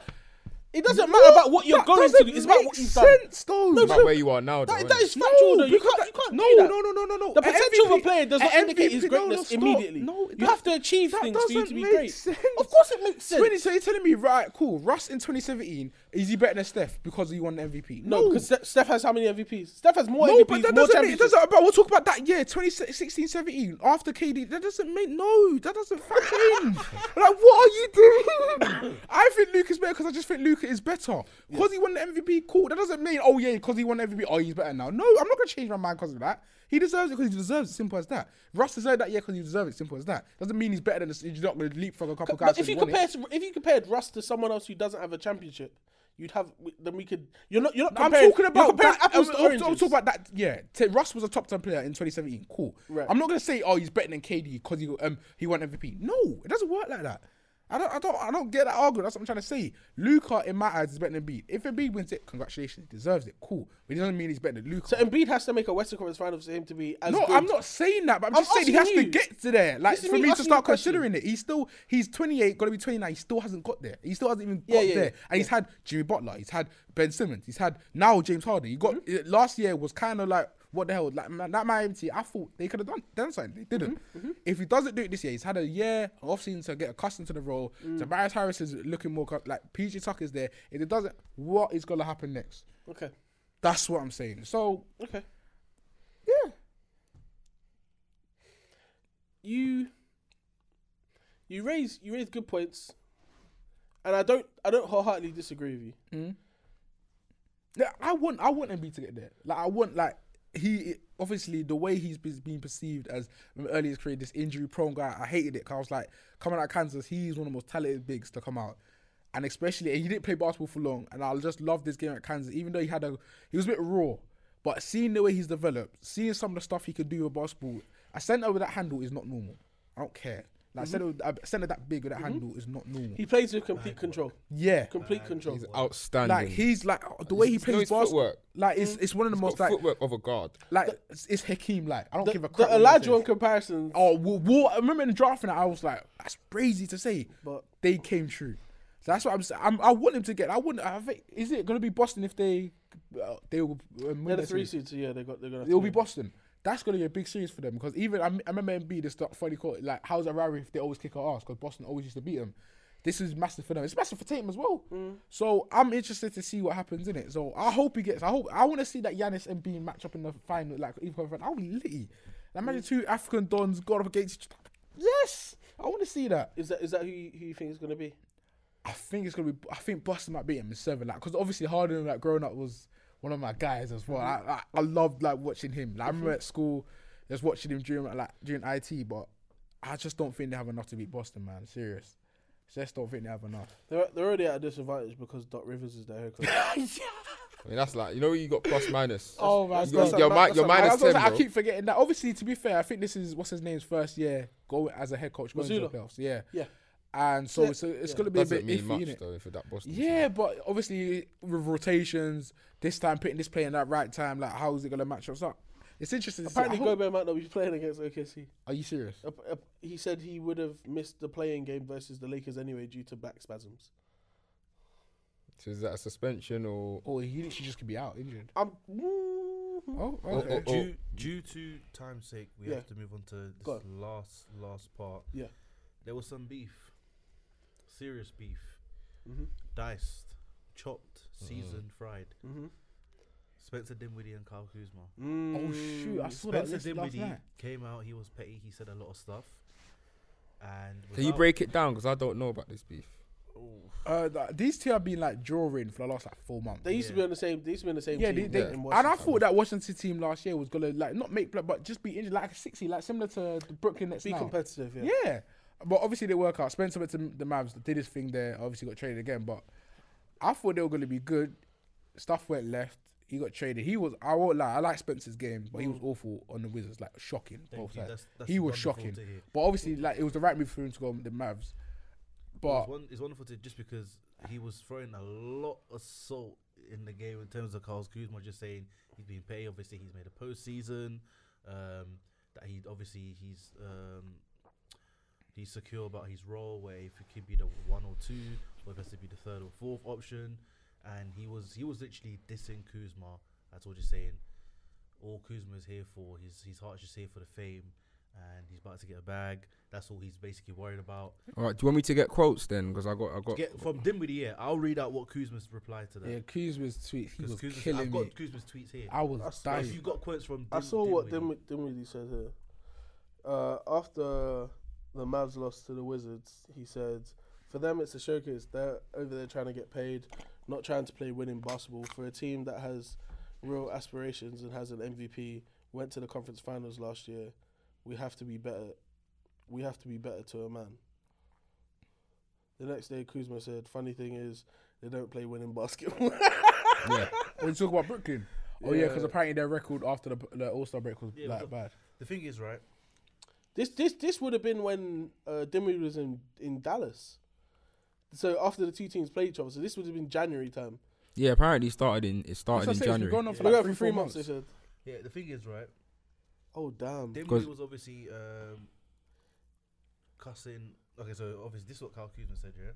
Speaker 6: It doesn't matter about what you're
Speaker 5: That
Speaker 6: going to do.
Speaker 5: doesn't
Speaker 6: It's about
Speaker 5: make
Speaker 6: what you've done.
Speaker 5: sense, though.
Speaker 6: No,
Speaker 5: It's
Speaker 6: but
Speaker 4: About where you are now,
Speaker 6: That,
Speaker 4: though,
Speaker 6: that
Speaker 4: innit?
Speaker 6: is factual. though. You
Speaker 5: because
Speaker 6: can't. You
Speaker 5: that-
Speaker 6: can't
Speaker 5: no,
Speaker 6: do that.
Speaker 5: No, no, no, no, no.
Speaker 6: The
Speaker 5: An
Speaker 6: potential of a
Speaker 5: MVP
Speaker 6: player does not
Speaker 5: an
Speaker 6: indicate his
Speaker 5: MVP no, no,
Speaker 6: greatness
Speaker 5: stop.
Speaker 6: immediately.
Speaker 5: No,
Speaker 6: you
Speaker 5: that-
Speaker 6: have to achieve
Speaker 5: that
Speaker 6: things for you to
Speaker 5: doesn't
Speaker 6: be
Speaker 5: make
Speaker 6: great.
Speaker 5: sense.
Speaker 6: Of course, it makes sense.
Speaker 5: 20, so you're telling me, right, cool. Russ in 2017, is he better than Steph because he won the MVP?
Speaker 6: No, because Steph has how many MVPs? Steph has more
Speaker 5: No,
Speaker 6: MVPs,
Speaker 5: but that
Speaker 6: more
Speaker 5: doesn't make, it
Speaker 6: championships.
Speaker 5: doesn't, but we'll talk about that year, 2016, 17, after KD. That doesn't make, no, that doesn't factor in. like, what are you doing? I think Luke is better because I just think Luca is better. Because he won the MVP, cool. That doesn't mean, oh, yeah, because he won the MVP, oh, he's better now. No, I'm not going to change my mind because of that. He deserves it because he deserves it, simple as that. Russ deserved that year because he deserves it, simple as that. Doesn't mean he's better than, the, you're not going to leapfrog a couple guys.
Speaker 6: But if
Speaker 5: who
Speaker 6: you
Speaker 5: won it.
Speaker 6: compare, to, if you compared Russ to someone else who doesn't have a championship, you'd have. Then we could. You're not. You're not.
Speaker 5: I'm
Speaker 6: Comparing,
Speaker 5: talking
Speaker 6: you're
Speaker 5: about
Speaker 6: comparing
Speaker 5: that, um,
Speaker 6: apples
Speaker 5: I'm,
Speaker 6: to
Speaker 5: I'm- I'm
Speaker 6: oranges.
Speaker 5: talking about that. Yeah, T- Russ was a top ten player in 2017. Cool.
Speaker 6: Right.
Speaker 5: I'm not gonna say oh he's better than KD because he um he won MVP. No, it doesn't work like that. I don't I don't I don't get that argument. That's what I'm trying to say. Luca in my eyes is better than Embiid. If Embiid wins it, congratulations, he deserves it. Cool, but it doesn't mean he's better than Luca.
Speaker 6: So Embiid has to make a Western Conference Finals for him to be as
Speaker 5: no,
Speaker 6: good.
Speaker 5: I'm not saying that, but I'm,
Speaker 6: I'm
Speaker 5: just saying he has
Speaker 6: asking
Speaker 5: to
Speaker 6: you.
Speaker 5: get to there. Like
Speaker 6: This is
Speaker 5: for
Speaker 6: me
Speaker 5: me to
Speaker 6: asking you a
Speaker 5: start
Speaker 6: question.
Speaker 5: considering it, he's still he's 28, gonna be 29. He still hasn't got there. He still hasn't even
Speaker 6: Yeah,
Speaker 5: got
Speaker 6: yeah,
Speaker 5: there.
Speaker 6: yeah,
Speaker 5: And he's had Jimmy Butler. He's had Ben Simmons. He's had now James Harden. He got
Speaker 6: Mm-hmm.
Speaker 5: uh, last year was kind of like what the hell? Like man, that Miami team, I thought they could have done done something. They didn't.
Speaker 6: Mm-hmm,
Speaker 5: If he doesn't do it this year, he's had a year off season to get accustomed to the role.
Speaker 6: Mm.
Speaker 5: Tobias Harris is looking more co- like PG Tucker's there. If it doesn't, what is gonna happen next?
Speaker 6: Okay.
Speaker 5: That's what I'm saying. So
Speaker 6: Okay.
Speaker 5: yeah.
Speaker 6: You. You raise you raise good points, and I don't, I don't wholeheartedly disagree with you.
Speaker 5: Yeah, I want I want Embiid to get there. Like I want like he obviously the way he's been being perceived as earlier in his career, this injury prone guy. I hated it because I was like coming out of Kansas, he's one of the most talented bigs to come out. And especially and he didn't play basketball for long, and I just love this game at Kansas, even though he had a he was a bit raw. But seeing the way he's developed, seeing some of the stuff he could do with basketball, a center with that handle is not normal. I don't care. Like center, a center that big with that handle is not normal.
Speaker 6: He plays with complete control,
Speaker 5: yeah,
Speaker 6: complete control.
Speaker 4: He's outstanding.
Speaker 5: like he's like the way he
Speaker 4: It's- no,
Speaker 5: plays
Speaker 4: it's
Speaker 5: basketball.
Speaker 4: footwork.
Speaker 5: Like it's it's one of the most
Speaker 4: got
Speaker 5: like
Speaker 4: footwork of a guard.
Speaker 5: like it's, it's Hakeem. Like I don't
Speaker 6: The,
Speaker 5: give a
Speaker 6: the
Speaker 5: crap. what anyone
Speaker 6: Olajuwon
Speaker 5: says.
Speaker 6: comparison,
Speaker 5: Oh, well, well, I remember in the drafting, I was like, that's crazy to say,
Speaker 6: But-
Speaker 5: they came true. So that's what I'm saying. I'm, I want him to get. I wouldn't. I think is it gonna be Boston if they uh, they will uh, win
Speaker 6: they're the
Speaker 5: their
Speaker 6: three
Speaker 5: series?
Speaker 6: seeds. Yeah, they got, they're gonna. have
Speaker 5: It'll
Speaker 6: to
Speaker 5: be
Speaker 6: win.
Speaker 5: Boston. That's gonna be a big series for them because even I, m- I remember Embiid is that funny call like how's that rivalry if they always kick our ass because Boston always used to beat them. This is massive for them. It's massive for Tatum as well. So I'm interested to see what happens in it. So I hope he gets. I hope I want to see that Giannis and Embiid match up in the final. Like even if- I'll be litty. And Imagine two African dons got up against. each- Yes, I want to see that.
Speaker 6: Is that is that who you, who you think is gonna be?
Speaker 5: I think it's gonna be. I think Boston might beat him in seven, like because obviously Harden, like growing up, was one of my guys as well. I, I, I loved like watching him. Like I remember at school, just watching him during like during IT, but I just don't think they have enough to beat Boston, man. Serious, just don't think they have enough.
Speaker 6: They're they're already at a disadvantage because Doc Rivers is their head coach.
Speaker 4: I mean, that's like you know you got plus minus.
Speaker 5: Oh my
Speaker 4: you got,
Speaker 5: God.
Speaker 4: you're,
Speaker 6: That's
Speaker 4: mi-
Speaker 6: a-
Speaker 4: you're
Speaker 5: I,
Speaker 4: minus
Speaker 5: was gonna
Speaker 4: ten.
Speaker 5: say, I
Speaker 4: bro.
Speaker 5: keep forgetting that. Obviously, to be fair, I think this is what's his name's first year going as a head coach going to the
Speaker 6: Mazzulla.
Speaker 5: playoffs. Yeah,
Speaker 6: Yeah.
Speaker 5: And so,
Speaker 6: Yeah.
Speaker 5: it's it's
Speaker 6: Yeah.
Speaker 5: gonna be a
Speaker 4: Doesn't
Speaker 5: bit
Speaker 4: mean
Speaker 5: iffy,
Speaker 4: much
Speaker 5: innit?
Speaker 4: though for that Boston. team.
Speaker 5: Yeah, but obviously with rotations, this time putting this player in that right time, like how is it gonna match us up? It's interesting. To see. I
Speaker 6: Apparently,
Speaker 5: hope-
Speaker 6: Gobert might not be playing against OKC.
Speaker 5: Are you serious?
Speaker 6: Ap- ap- He said he would have missed the playing game versus the Lakers anyway due to back spasms.
Speaker 4: So is that a suspension or?
Speaker 5: Or he literally just could be out injured.
Speaker 6: I'm. Mhm.
Speaker 5: Oh,
Speaker 4: or-
Speaker 5: okay.
Speaker 4: or-
Speaker 3: Due, due to time's sake, we
Speaker 6: Yeah.
Speaker 3: have to move on to this
Speaker 6: Go
Speaker 3: last last part.
Speaker 6: Yeah.
Speaker 3: There was some beef, serious beef,
Speaker 6: Mm-hmm.
Speaker 3: diced, chopped,
Speaker 4: Mm.
Speaker 3: seasoned, fried.
Speaker 5: Mm-hmm.
Speaker 6: Mhm.
Speaker 3: Spencer Dinwiddie and Kyle Kuzma.
Speaker 5: oh shoot! I saw that
Speaker 3: Spencer
Speaker 5: list last
Speaker 3: Dinwiddie
Speaker 5: night.
Speaker 3: came out. He was petty. He said a lot of stuff. And
Speaker 4: Can you
Speaker 3: without-
Speaker 4: break it down? Because I don't know about this beef.
Speaker 5: Uh, th- these two have been like drawing for the last like four months.
Speaker 6: They used to be
Speaker 3: Yeah.
Speaker 6: on the same. They used to be on the same
Speaker 5: yeah,
Speaker 6: team.
Speaker 5: they, they,
Speaker 6: in
Speaker 5: and I
Speaker 6: Washington.
Speaker 5: thought that Washington team last year was gonna like not make play, but just be injured like a sixty, like similar to the Brooklyn Nets.
Speaker 6: be
Speaker 5: now.
Speaker 6: competitive. Yeah.
Speaker 5: Yeah. But obviously they work out. Spencer went to the Mavs, did his thing there, obviously got traded again. But I thought they were gonna be good. Stuff went left. He got traded. He was I won't lie, I like Spencer's game, but he was awful on the Wizards, like shocking. both
Speaker 3: Mm. you.
Speaker 5: sides.
Speaker 3: That's- that's
Speaker 5: he was
Speaker 3: wonderful
Speaker 5: shocking.
Speaker 3: to hear.
Speaker 5: But obviously like it was the right move for him to go with the Mavs. But
Speaker 3: It's, one, it's wonderful to just because he was throwing a lot of salt in the game in terms of Carl Kuzma just saying he's been paid. Obviously, he's made a postseason. Um, that he obviously he's um, he's secure about his role where if he could be the one or two, or if it has to be the third or fourth option. And he was he was literally dissing Kuzma. That's all just saying. All Kuzma's here for his his heart's just here for the fame, and he's about to get a bag. That's all he's basically worried about.
Speaker 4: All right. Do you want me to get quotes then? Because I got I got.
Speaker 3: Get from Dinwiddie, yeah. I'll read out what Kuzma's replied to that.
Speaker 5: yeah, Kuzma's tweet, he
Speaker 3: 'Cause
Speaker 5: was
Speaker 3: Kuzma's-
Speaker 5: killing
Speaker 3: I've
Speaker 5: me.
Speaker 3: got Kuzma's tweets here.
Speaker 5: I was
Speaker 6: That's-
Speaker 5: dying.
Speaker 3: if you got quotes from, Din,
Speaker 6: I saw what
Speaker 3: Dinwiddie.
Speaker 6: Dinwi- Dinwiddie said here. Uh, after the Mavs lost to the Wizards, he said, "For them, it's a showcase. They're over there trying to get paid, not trying to play winning basketball. For a team that has real aspirations and has an MVP, went to the conference finals last year. We have to be better. We have to be better to a man." The next day, Kuzma said, "Funny thing is, they don't play winning basketball."
Speaker 4: Yeah.
Speaker 5: When you talk about Brooklyn. Oh yeah, because
Speaker 6: Yeah.
Speaker 5: apparently their record after the, the All Star break was
Speaker 3: Yeah,
Speaker 5: like
Speaker 3: but-
Speaker 5: bad.
Speaker 3: The thing is, right?
Speaker 6: This this this would have been when uh, Dinwiddie was in, in Dallas. So after the two teams played each other, so this would have been January time.
Speaker 4: Yeah. Apparently it started in it started
Speaker 5: So I
Speaker 4: in
Speaker 5: say it's been
Speaker 4: January.
Speaker 5: going on
Speaker 6: For
Speaker 5: for
Speaker 6: like
Speaker 5: like
Speaker 6: three,
Speaker 5: four
Speaker 6: months, they said.
Speaker 3: Yeah, the thing is, right?
Speaker 6: Oh damn!
Speaker 3: Dinwiddie
Speaker 4: 'Cause-
Speaker 3: was obviously um, cussing. Okay, so obviously this is what Kyle Kuzma said, yeah.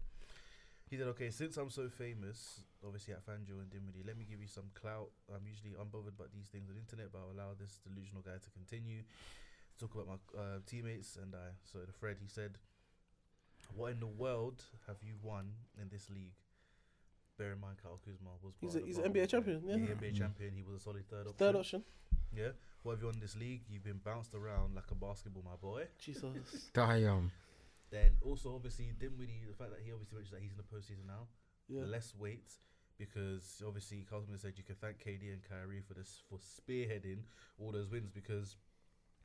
Speaker 3: He said, "Okay, since I'm so famous, obviously at Fangio and Dinwiddie, let me give you some clout. I'm usually unbothered about these things on the internet, but I'll allow this delusional guy to continue." talk about my uh, teammates and I. So the Fred, he said, "What in the world have you won in this league?" Bear in mind, Kyle Kuzma was
Speaker 6: He's
Speaker 3: part
Speaker 6: a-
Speaker 3: of the
Speaker 6: he's an
Speaker 3: Barton
Speaker 6: NBA
Speaker 3: Clan.
Speaker 6: champion, yeah.
Speaker 3: NBA champion. He was a solid third option.
Speaker 6: Third option.
Speaker 3: Yeah. What have you won in this league? You've been bounced around like a basketball, my boy.
Speaker 6: Jesus.
Speaker 4: Damn.
Speaker 3: Then also obviously Dinwiddie, the fact that he obviously mentions that he's in the postseason now,
Speaker 6: Yeah.
Speaker 3: less weight because obviously Carlton said you can thank KD and Kyrie for this for spearheading all those wins because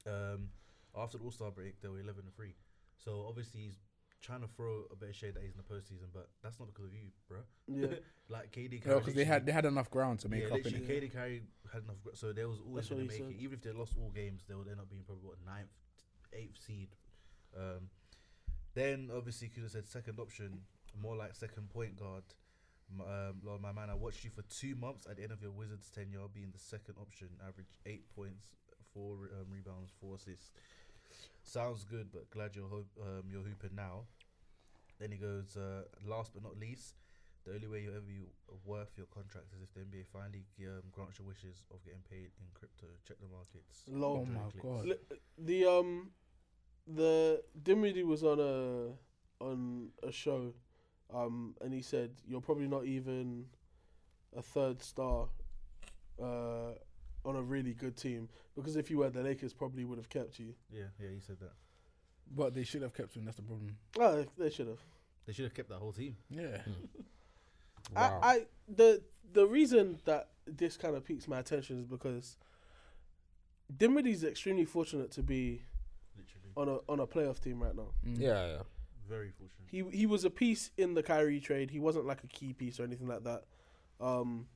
Speaker 3: um, after the All Star break they were eleven and three, so obviously he's trying to throw a bit of shade that he's in the postseason, but that's not because of you, bro.
Speaker 6: Yeah.
Speaker 3: like KD, Kyrie
Speaker 5: No, because they
Speaker 3: literally-
Speaker 5: had they had enough ground to make
Speaker 3: yeah,
Speaker 5: up in
Speaker 3: literally,
Speaker 5: it.
Speaker 3: KD Kyrie had enough, gr- so they was always
Speaker 6: That's what
Speaker 3: going to
Speaker 6: he
Speaker 3: make it.
Speaker 6: said.
Speaker 3: Even if they lost all games, they would end up being probably what ninth, eighth seed. Um, then obviously, Kudo said second option, more like second point guard. M- Um, Lord, my man, I watched you for two months at the end of your Wizards tenure, being the second option, average eight points, four re- um, rebounds, four assists. Sounds good, but glad you're ho- um, you're hooping now. Then he goes, uh, last but not least, the only way you'll ever be worth your contract is if the NBA finally um, grants your wishes of getting paid in crypto. Check the markets.
Speaker 6: Lol.
Speaker 5: Oh my
Speaker 3: Clicks.
Speaker 5: god.
Speaker 6: Li- The um, the Dimity was on a on a show, um, and he said you're probably not even a third star, uh, on a really good team because if you were, the Lakers probably would have kept you.
Speaker 3: Yeah, yeah, he said that.
Speaker 5: But they should have kept him. That's the problem.
Speaker 6: Oh, they should have.
Speaker 3: They should have kept that whole team.
Speaker 5: Yeah.
Speaker 3: Hmm.
Speaker 4: Wow.
Speaker 6: I, I the the reason that this kind of piques my attention is because Dimity's extremely fortunate to be
Speaker 3: Literally,
Speaker 6: on a on a playoff team right now.
Speaker 5: Mm.
Speaker 4: yeah, yeah.
Speaker 3: very fortunate.
Speaker 6: He he was a piece in the Kyrie trade. He wasn't like a key piece or anything like that. Um,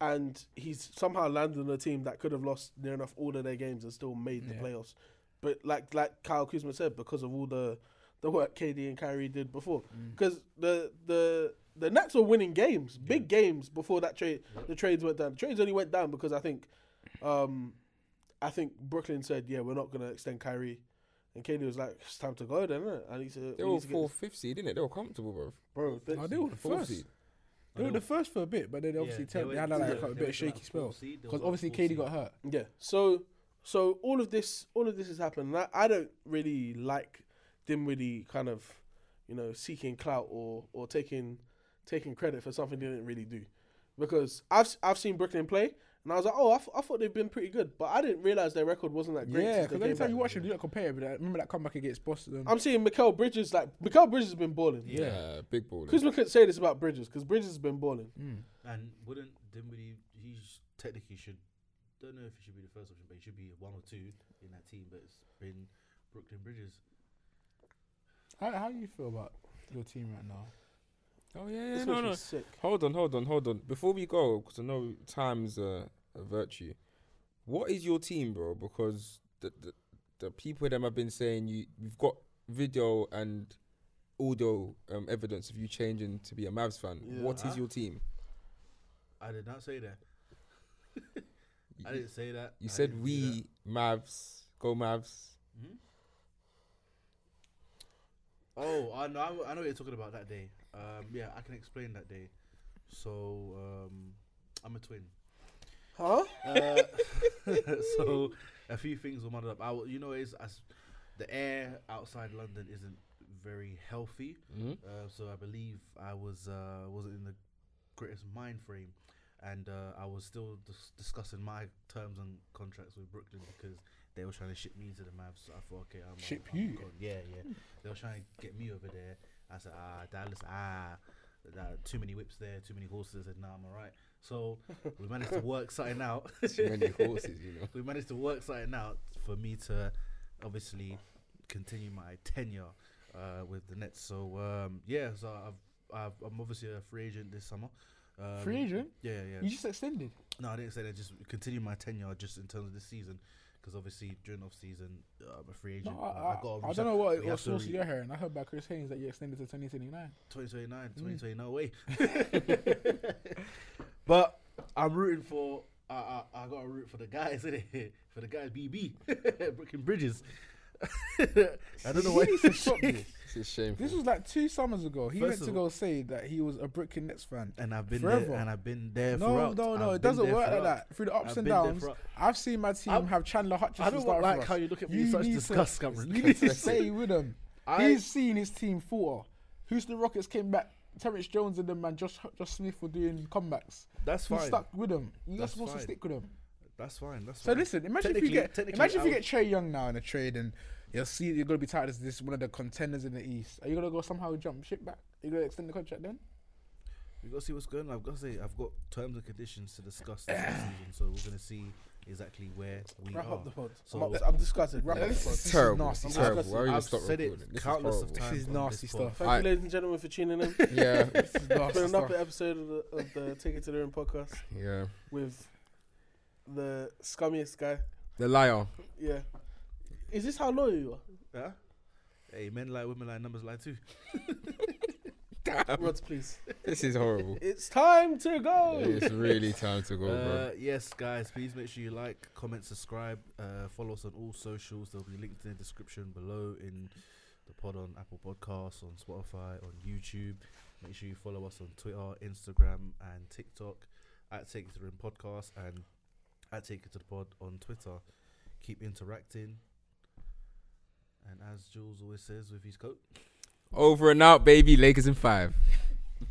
Speaker 6: and he's somehow landed on a team that could have lost near enough all of their games and still made the
Speaker 5: Yeah.
Speaker 6: playoffs. But like like Kyle Kuzma said, because of all the the work KD and Kyrie did before, because the the the Nets were winning games, big games before that trade. The trades went down. The trades only went down because I think, um, I think Brooklyn said, yeah, we're not gonna extend Kyrie. And KD was like, it's time to go then, innit? I need to.
Speaker 4: They were
Speaker 6: we need to get
Speaker 4: four fifth seed, didn't it? They were comfortable, bro.
Speaker 6: Bro,
Speaker 5: Oh, they were the
Speaker 4: Fourth
Speaker 5: first.
Speaker 4: seed.
Speaker 5: They were the first for a bit, but then obviously
Speaker 3: they
Speaker 5: tell, they,
Speaker 3: went-
Speaker 5: had
Speaker 3: yeah,
Speaker 5: like, quite
Speaker 3: they
Speaker 5: a bit
Speaker 3: went
Speaker 5: of
Speaker 3: to, like,
Speaker 5: shaky spell
Speaker 3: fourth seed, they
Speaker 5: because
Speaker 3: were, like,
Speaker 5: obviously
Speaker 3: fourth
Speaker 5: KD
Speaker 3: seed.
Speaker 5: got hurt.
Speaker 6: Yeah. So so all of this all of this is happening. and I, I don't really like Dinwiddie kind of, you know, seeking clout or or taking taking credit for something they didn't really do. Because I've s- I've seen Brooklyn play and I was like, "Oh, I, th- I thought they've been pretty good, but I didn't realize their record wasn't that great."
Speaker 5: Yeah,
Speaker 6: since they
Speaker 5: because
Speaker 6: came
Speaker 5: every time
Speaker 6: back.
Speaker 5: you watch him, you don't compare. But I remember that comeback against Boston.
Speaker 6: I'm seeing Mikel Bridges like Mikel Bridges has been balling.
Speaker 4: Yeah, big ball.
Speaker 6: Kuzma couldn't say this about Bridges because Bridges has been balling.
Speaker 5: Hmm.
Speaker 3: And wouldn't Dinwiddie? He sh- technically should. Don't know if he should be the first option, but he should be one or two in that team. But it's been Brooklyn Bridges.
Speaker 5: How, how do you feel about your team right now?
Speaker 4: Oh yeah, yeah,
Speaker 6: This makes
Speaker 4: no,
Speaker 6: me
Speaker 4: no.
Speaker 6: sick.
Speaker 4: Hold on, hold on, hold on. Before we go, because I know time is a, a virtue. What is your team, bro? Because the, the the people them have been saying you you've got video and audio um, evidence of you changing to be a Mavs fan. What is
Speaker 3: Huh?
Speaker 4: your team?
Speaker 3: I did not say that. I didn't say that.
Speaker 4: You
Speaker 3: I
Speaker 4: said
Speaker 3: didn't do that.
Speaker 4: we Mavs go Mavs.
Speaker 3: Oh, I know. I know- I know what you're talking about that day. Um, yeah, I can explain that day. So um, I'm a twin.
Speaker 6: Huh?
Speaker 3: Uh, so a few things were muddled up. I, w- you know, is as the air outside London isn't very healthy.
Speaker 5: Mm-hmm.
Speaker 4: Mhm.
Speaker 3: Uh, so I believe I was uh, wasn't in the greatest mind frame, and uh, I was still dis- discussing my terms and contracts with Brooklyn because they were trying to ship me to the Mavs. So I thought, okay, I'm
Speaker 5: Ship
Speaker 3: I'm,
Speaker 5: you?
Speaker 3: gone. Yeah, yeah. They were trying to get me over there. I said, ah, Dallas, ah, that, too many whips there, too many horses. I said, nah, I'm alright. So we managed to work something out.
Speaker 4: Too many horses, you know.
Speaker 3: we managed to work something out for me to obviously continue my tenure uh, with the Nets. So um, yeah, so I've, I've, I'm obviously a free agent this summer. Um,
Speaker 5: Free agent?
Speaker 3: Yeah, yeah.
Speaker 5: You just extended.
Speaker 3: No, I didn't say that. Just continue my tenure, just in terms of this season, because obviously during off season, uh, I'm a free
Speaker 5: No,
Speaker 3: agent.
Speaker 5: I,
Speaker 3: Uh,
Speaker 5: I,
Speaker 3: gotta
Speaker 5: I
Speaker 3: reach
Speaker 5: don't
Speaker 3: out-
Speaker 5: know what,
Speaker 3: we
Speaker 5: what
Speaker 3: have to
Speaker 5: source
Speaker 3: re-
Speaker 5: you're hearing. I heard about Chris Haynes that you extended to 2029.
Speaker 3: 2029,
Speaker 5: Mm.
Speaker 3: 2020, no way. but I'm rooting for. I, I, I got to root for the guys, innit? For the guys, BB, Brooklyn Bridges. I don't know why.
Speaker 5: He needs to stop this.
Speaker 4: This is shameful.
Speaker 5: This was like two summers ago. He
Speaker 3: First
Speaker 5: went
Speaker 3: of
Speaker 5: to go say that he was a Brooklyn Nets fan.
Speaker 3: and I've been
Speaker 5: Forever.
Speaker 3: there, and I've been there.
Speaker 5: no,
Speaker 3: throughout.
Speaker 5: no, no,
Speaker 3: I've
Speaker 5: it
Speaker 3: been
Speaker 5: doesn't
Speaker 3: there
Speaker 5: work like
Speaker 3: throughout.
Speaker 5: that. Through the ups
Speaker 3: I've been
Speaker 5: and
Speaker 3: there
Speaker 5: downs,
Speaker 3: throughout.
Speaker 5: I've seen my team
Speaker 3: I'm-
Speaker 5: have Chandler Hutchinson.
Speaker 3: I don't
Speaker 5: start
Speaker 3: like
Speaker 5: for us.
Speaker 3: how you look at me with such
Speaker 5: need to-
Speaker 3: disgust, Cameron.
Speaker 5: You need to stay with him.
Speaker 3: I-
Speaker 5: He's seen his team fall. Who's the Rockets came back? Terrence Jones and them, man. Josh, Josh Smith were doing comebacks.
Speaker 3: That's
Speaker 5: You
Speaker 3: fine.
Speaker 5: stuck with them. You're
Speaker 3: That's
Speaker 5: supposed to
Speaker 3: fine.
Speaker 5: stick with them.
Speaker 3: That's fine. That's
Speaker 5: So
Speaker 3: fine.
Speaker 5: listen, imagine if you
Speaker 3: Technically-
Speaker 5: get
Speaker 3: technically
Speaker 5: imagine if you
Speaker 3: out.
Speaker 5: get Trey Young now in a trade and you'll see you're gonna be tied as this one of the contenders in the East. Are you gonna go somehow jump ship back? Are you gonna extend the contract then?
Speaker 3: We gotta see what's going on. I've got to say, I've got terms and conditions to discuss this season, so we're gonna see exactly where we
Speaker 6: Wrap
Speaker 3: are.
Speaker 6: up the pod.
Speaker 3: So uh,
Speaker 6: I'm, I'm disgusted. Wrap up the pod.
Speaker 5: This is
Speaker 4: terrible.
Speaker 5: nasty.
Speaker 4: It's
Speaker 5: I'm
Speaker 4: terrible.
Speaker 5: disgusting.
Speaker 4: Why are we gonna
Speaker 3: I've
Speaker 4: stop
Speaker 3: said
Speaker 4: recording?
Speaker 3: it
Speaker 4: This is
Speaker 3: countless of
Speaker 4: horrible.
Speaker 3: times.
Speaker 5: This is
Speaker 3: on
Speaker 5: nasty
Speaker 3: pod.
Speaker 5: stuff.
Speaker 6: Thank
Speaker 4: I-
Speaker 6: you, ladies and gentlemen, for tuning in. It's
Speaker 4: Yeah,
Speaker 5: This is nasty
Speaker 6: been
Speaker 5: stuff.
Speaker 6: another episode of the, of the Take It to the Rim podcast
Speaker 4: yeah.
Speaker 6: with the scummiest guy.
Speaker 4: The liar.
Speaker 6: Yeah. Is this how low you
Speaker 3: Huh? Hey, men lie, women lie, numbers lie too.
Speaker 6: are? Rods, please.
Speaker 4: This is horrible.
Speaker 6: It's time to go.
Speaker 4: it's really time to go, bro.
Speaker 3: Uh, yes, guys, please make sure you like, comment, subscribe, uh, follow us on all socials. They'll be linked in the description below in the pod on Apple Podcasts, on Spotify, on YouTube. Make sure you follow us on Twitter, Instagram, and TikTok at Take It to the Rim Podcast and at Take It to the Pod on Twitter. Keep interacting. And as Jules always says with his coat.
Speaker 4: Over and out, baby. Lakers in five.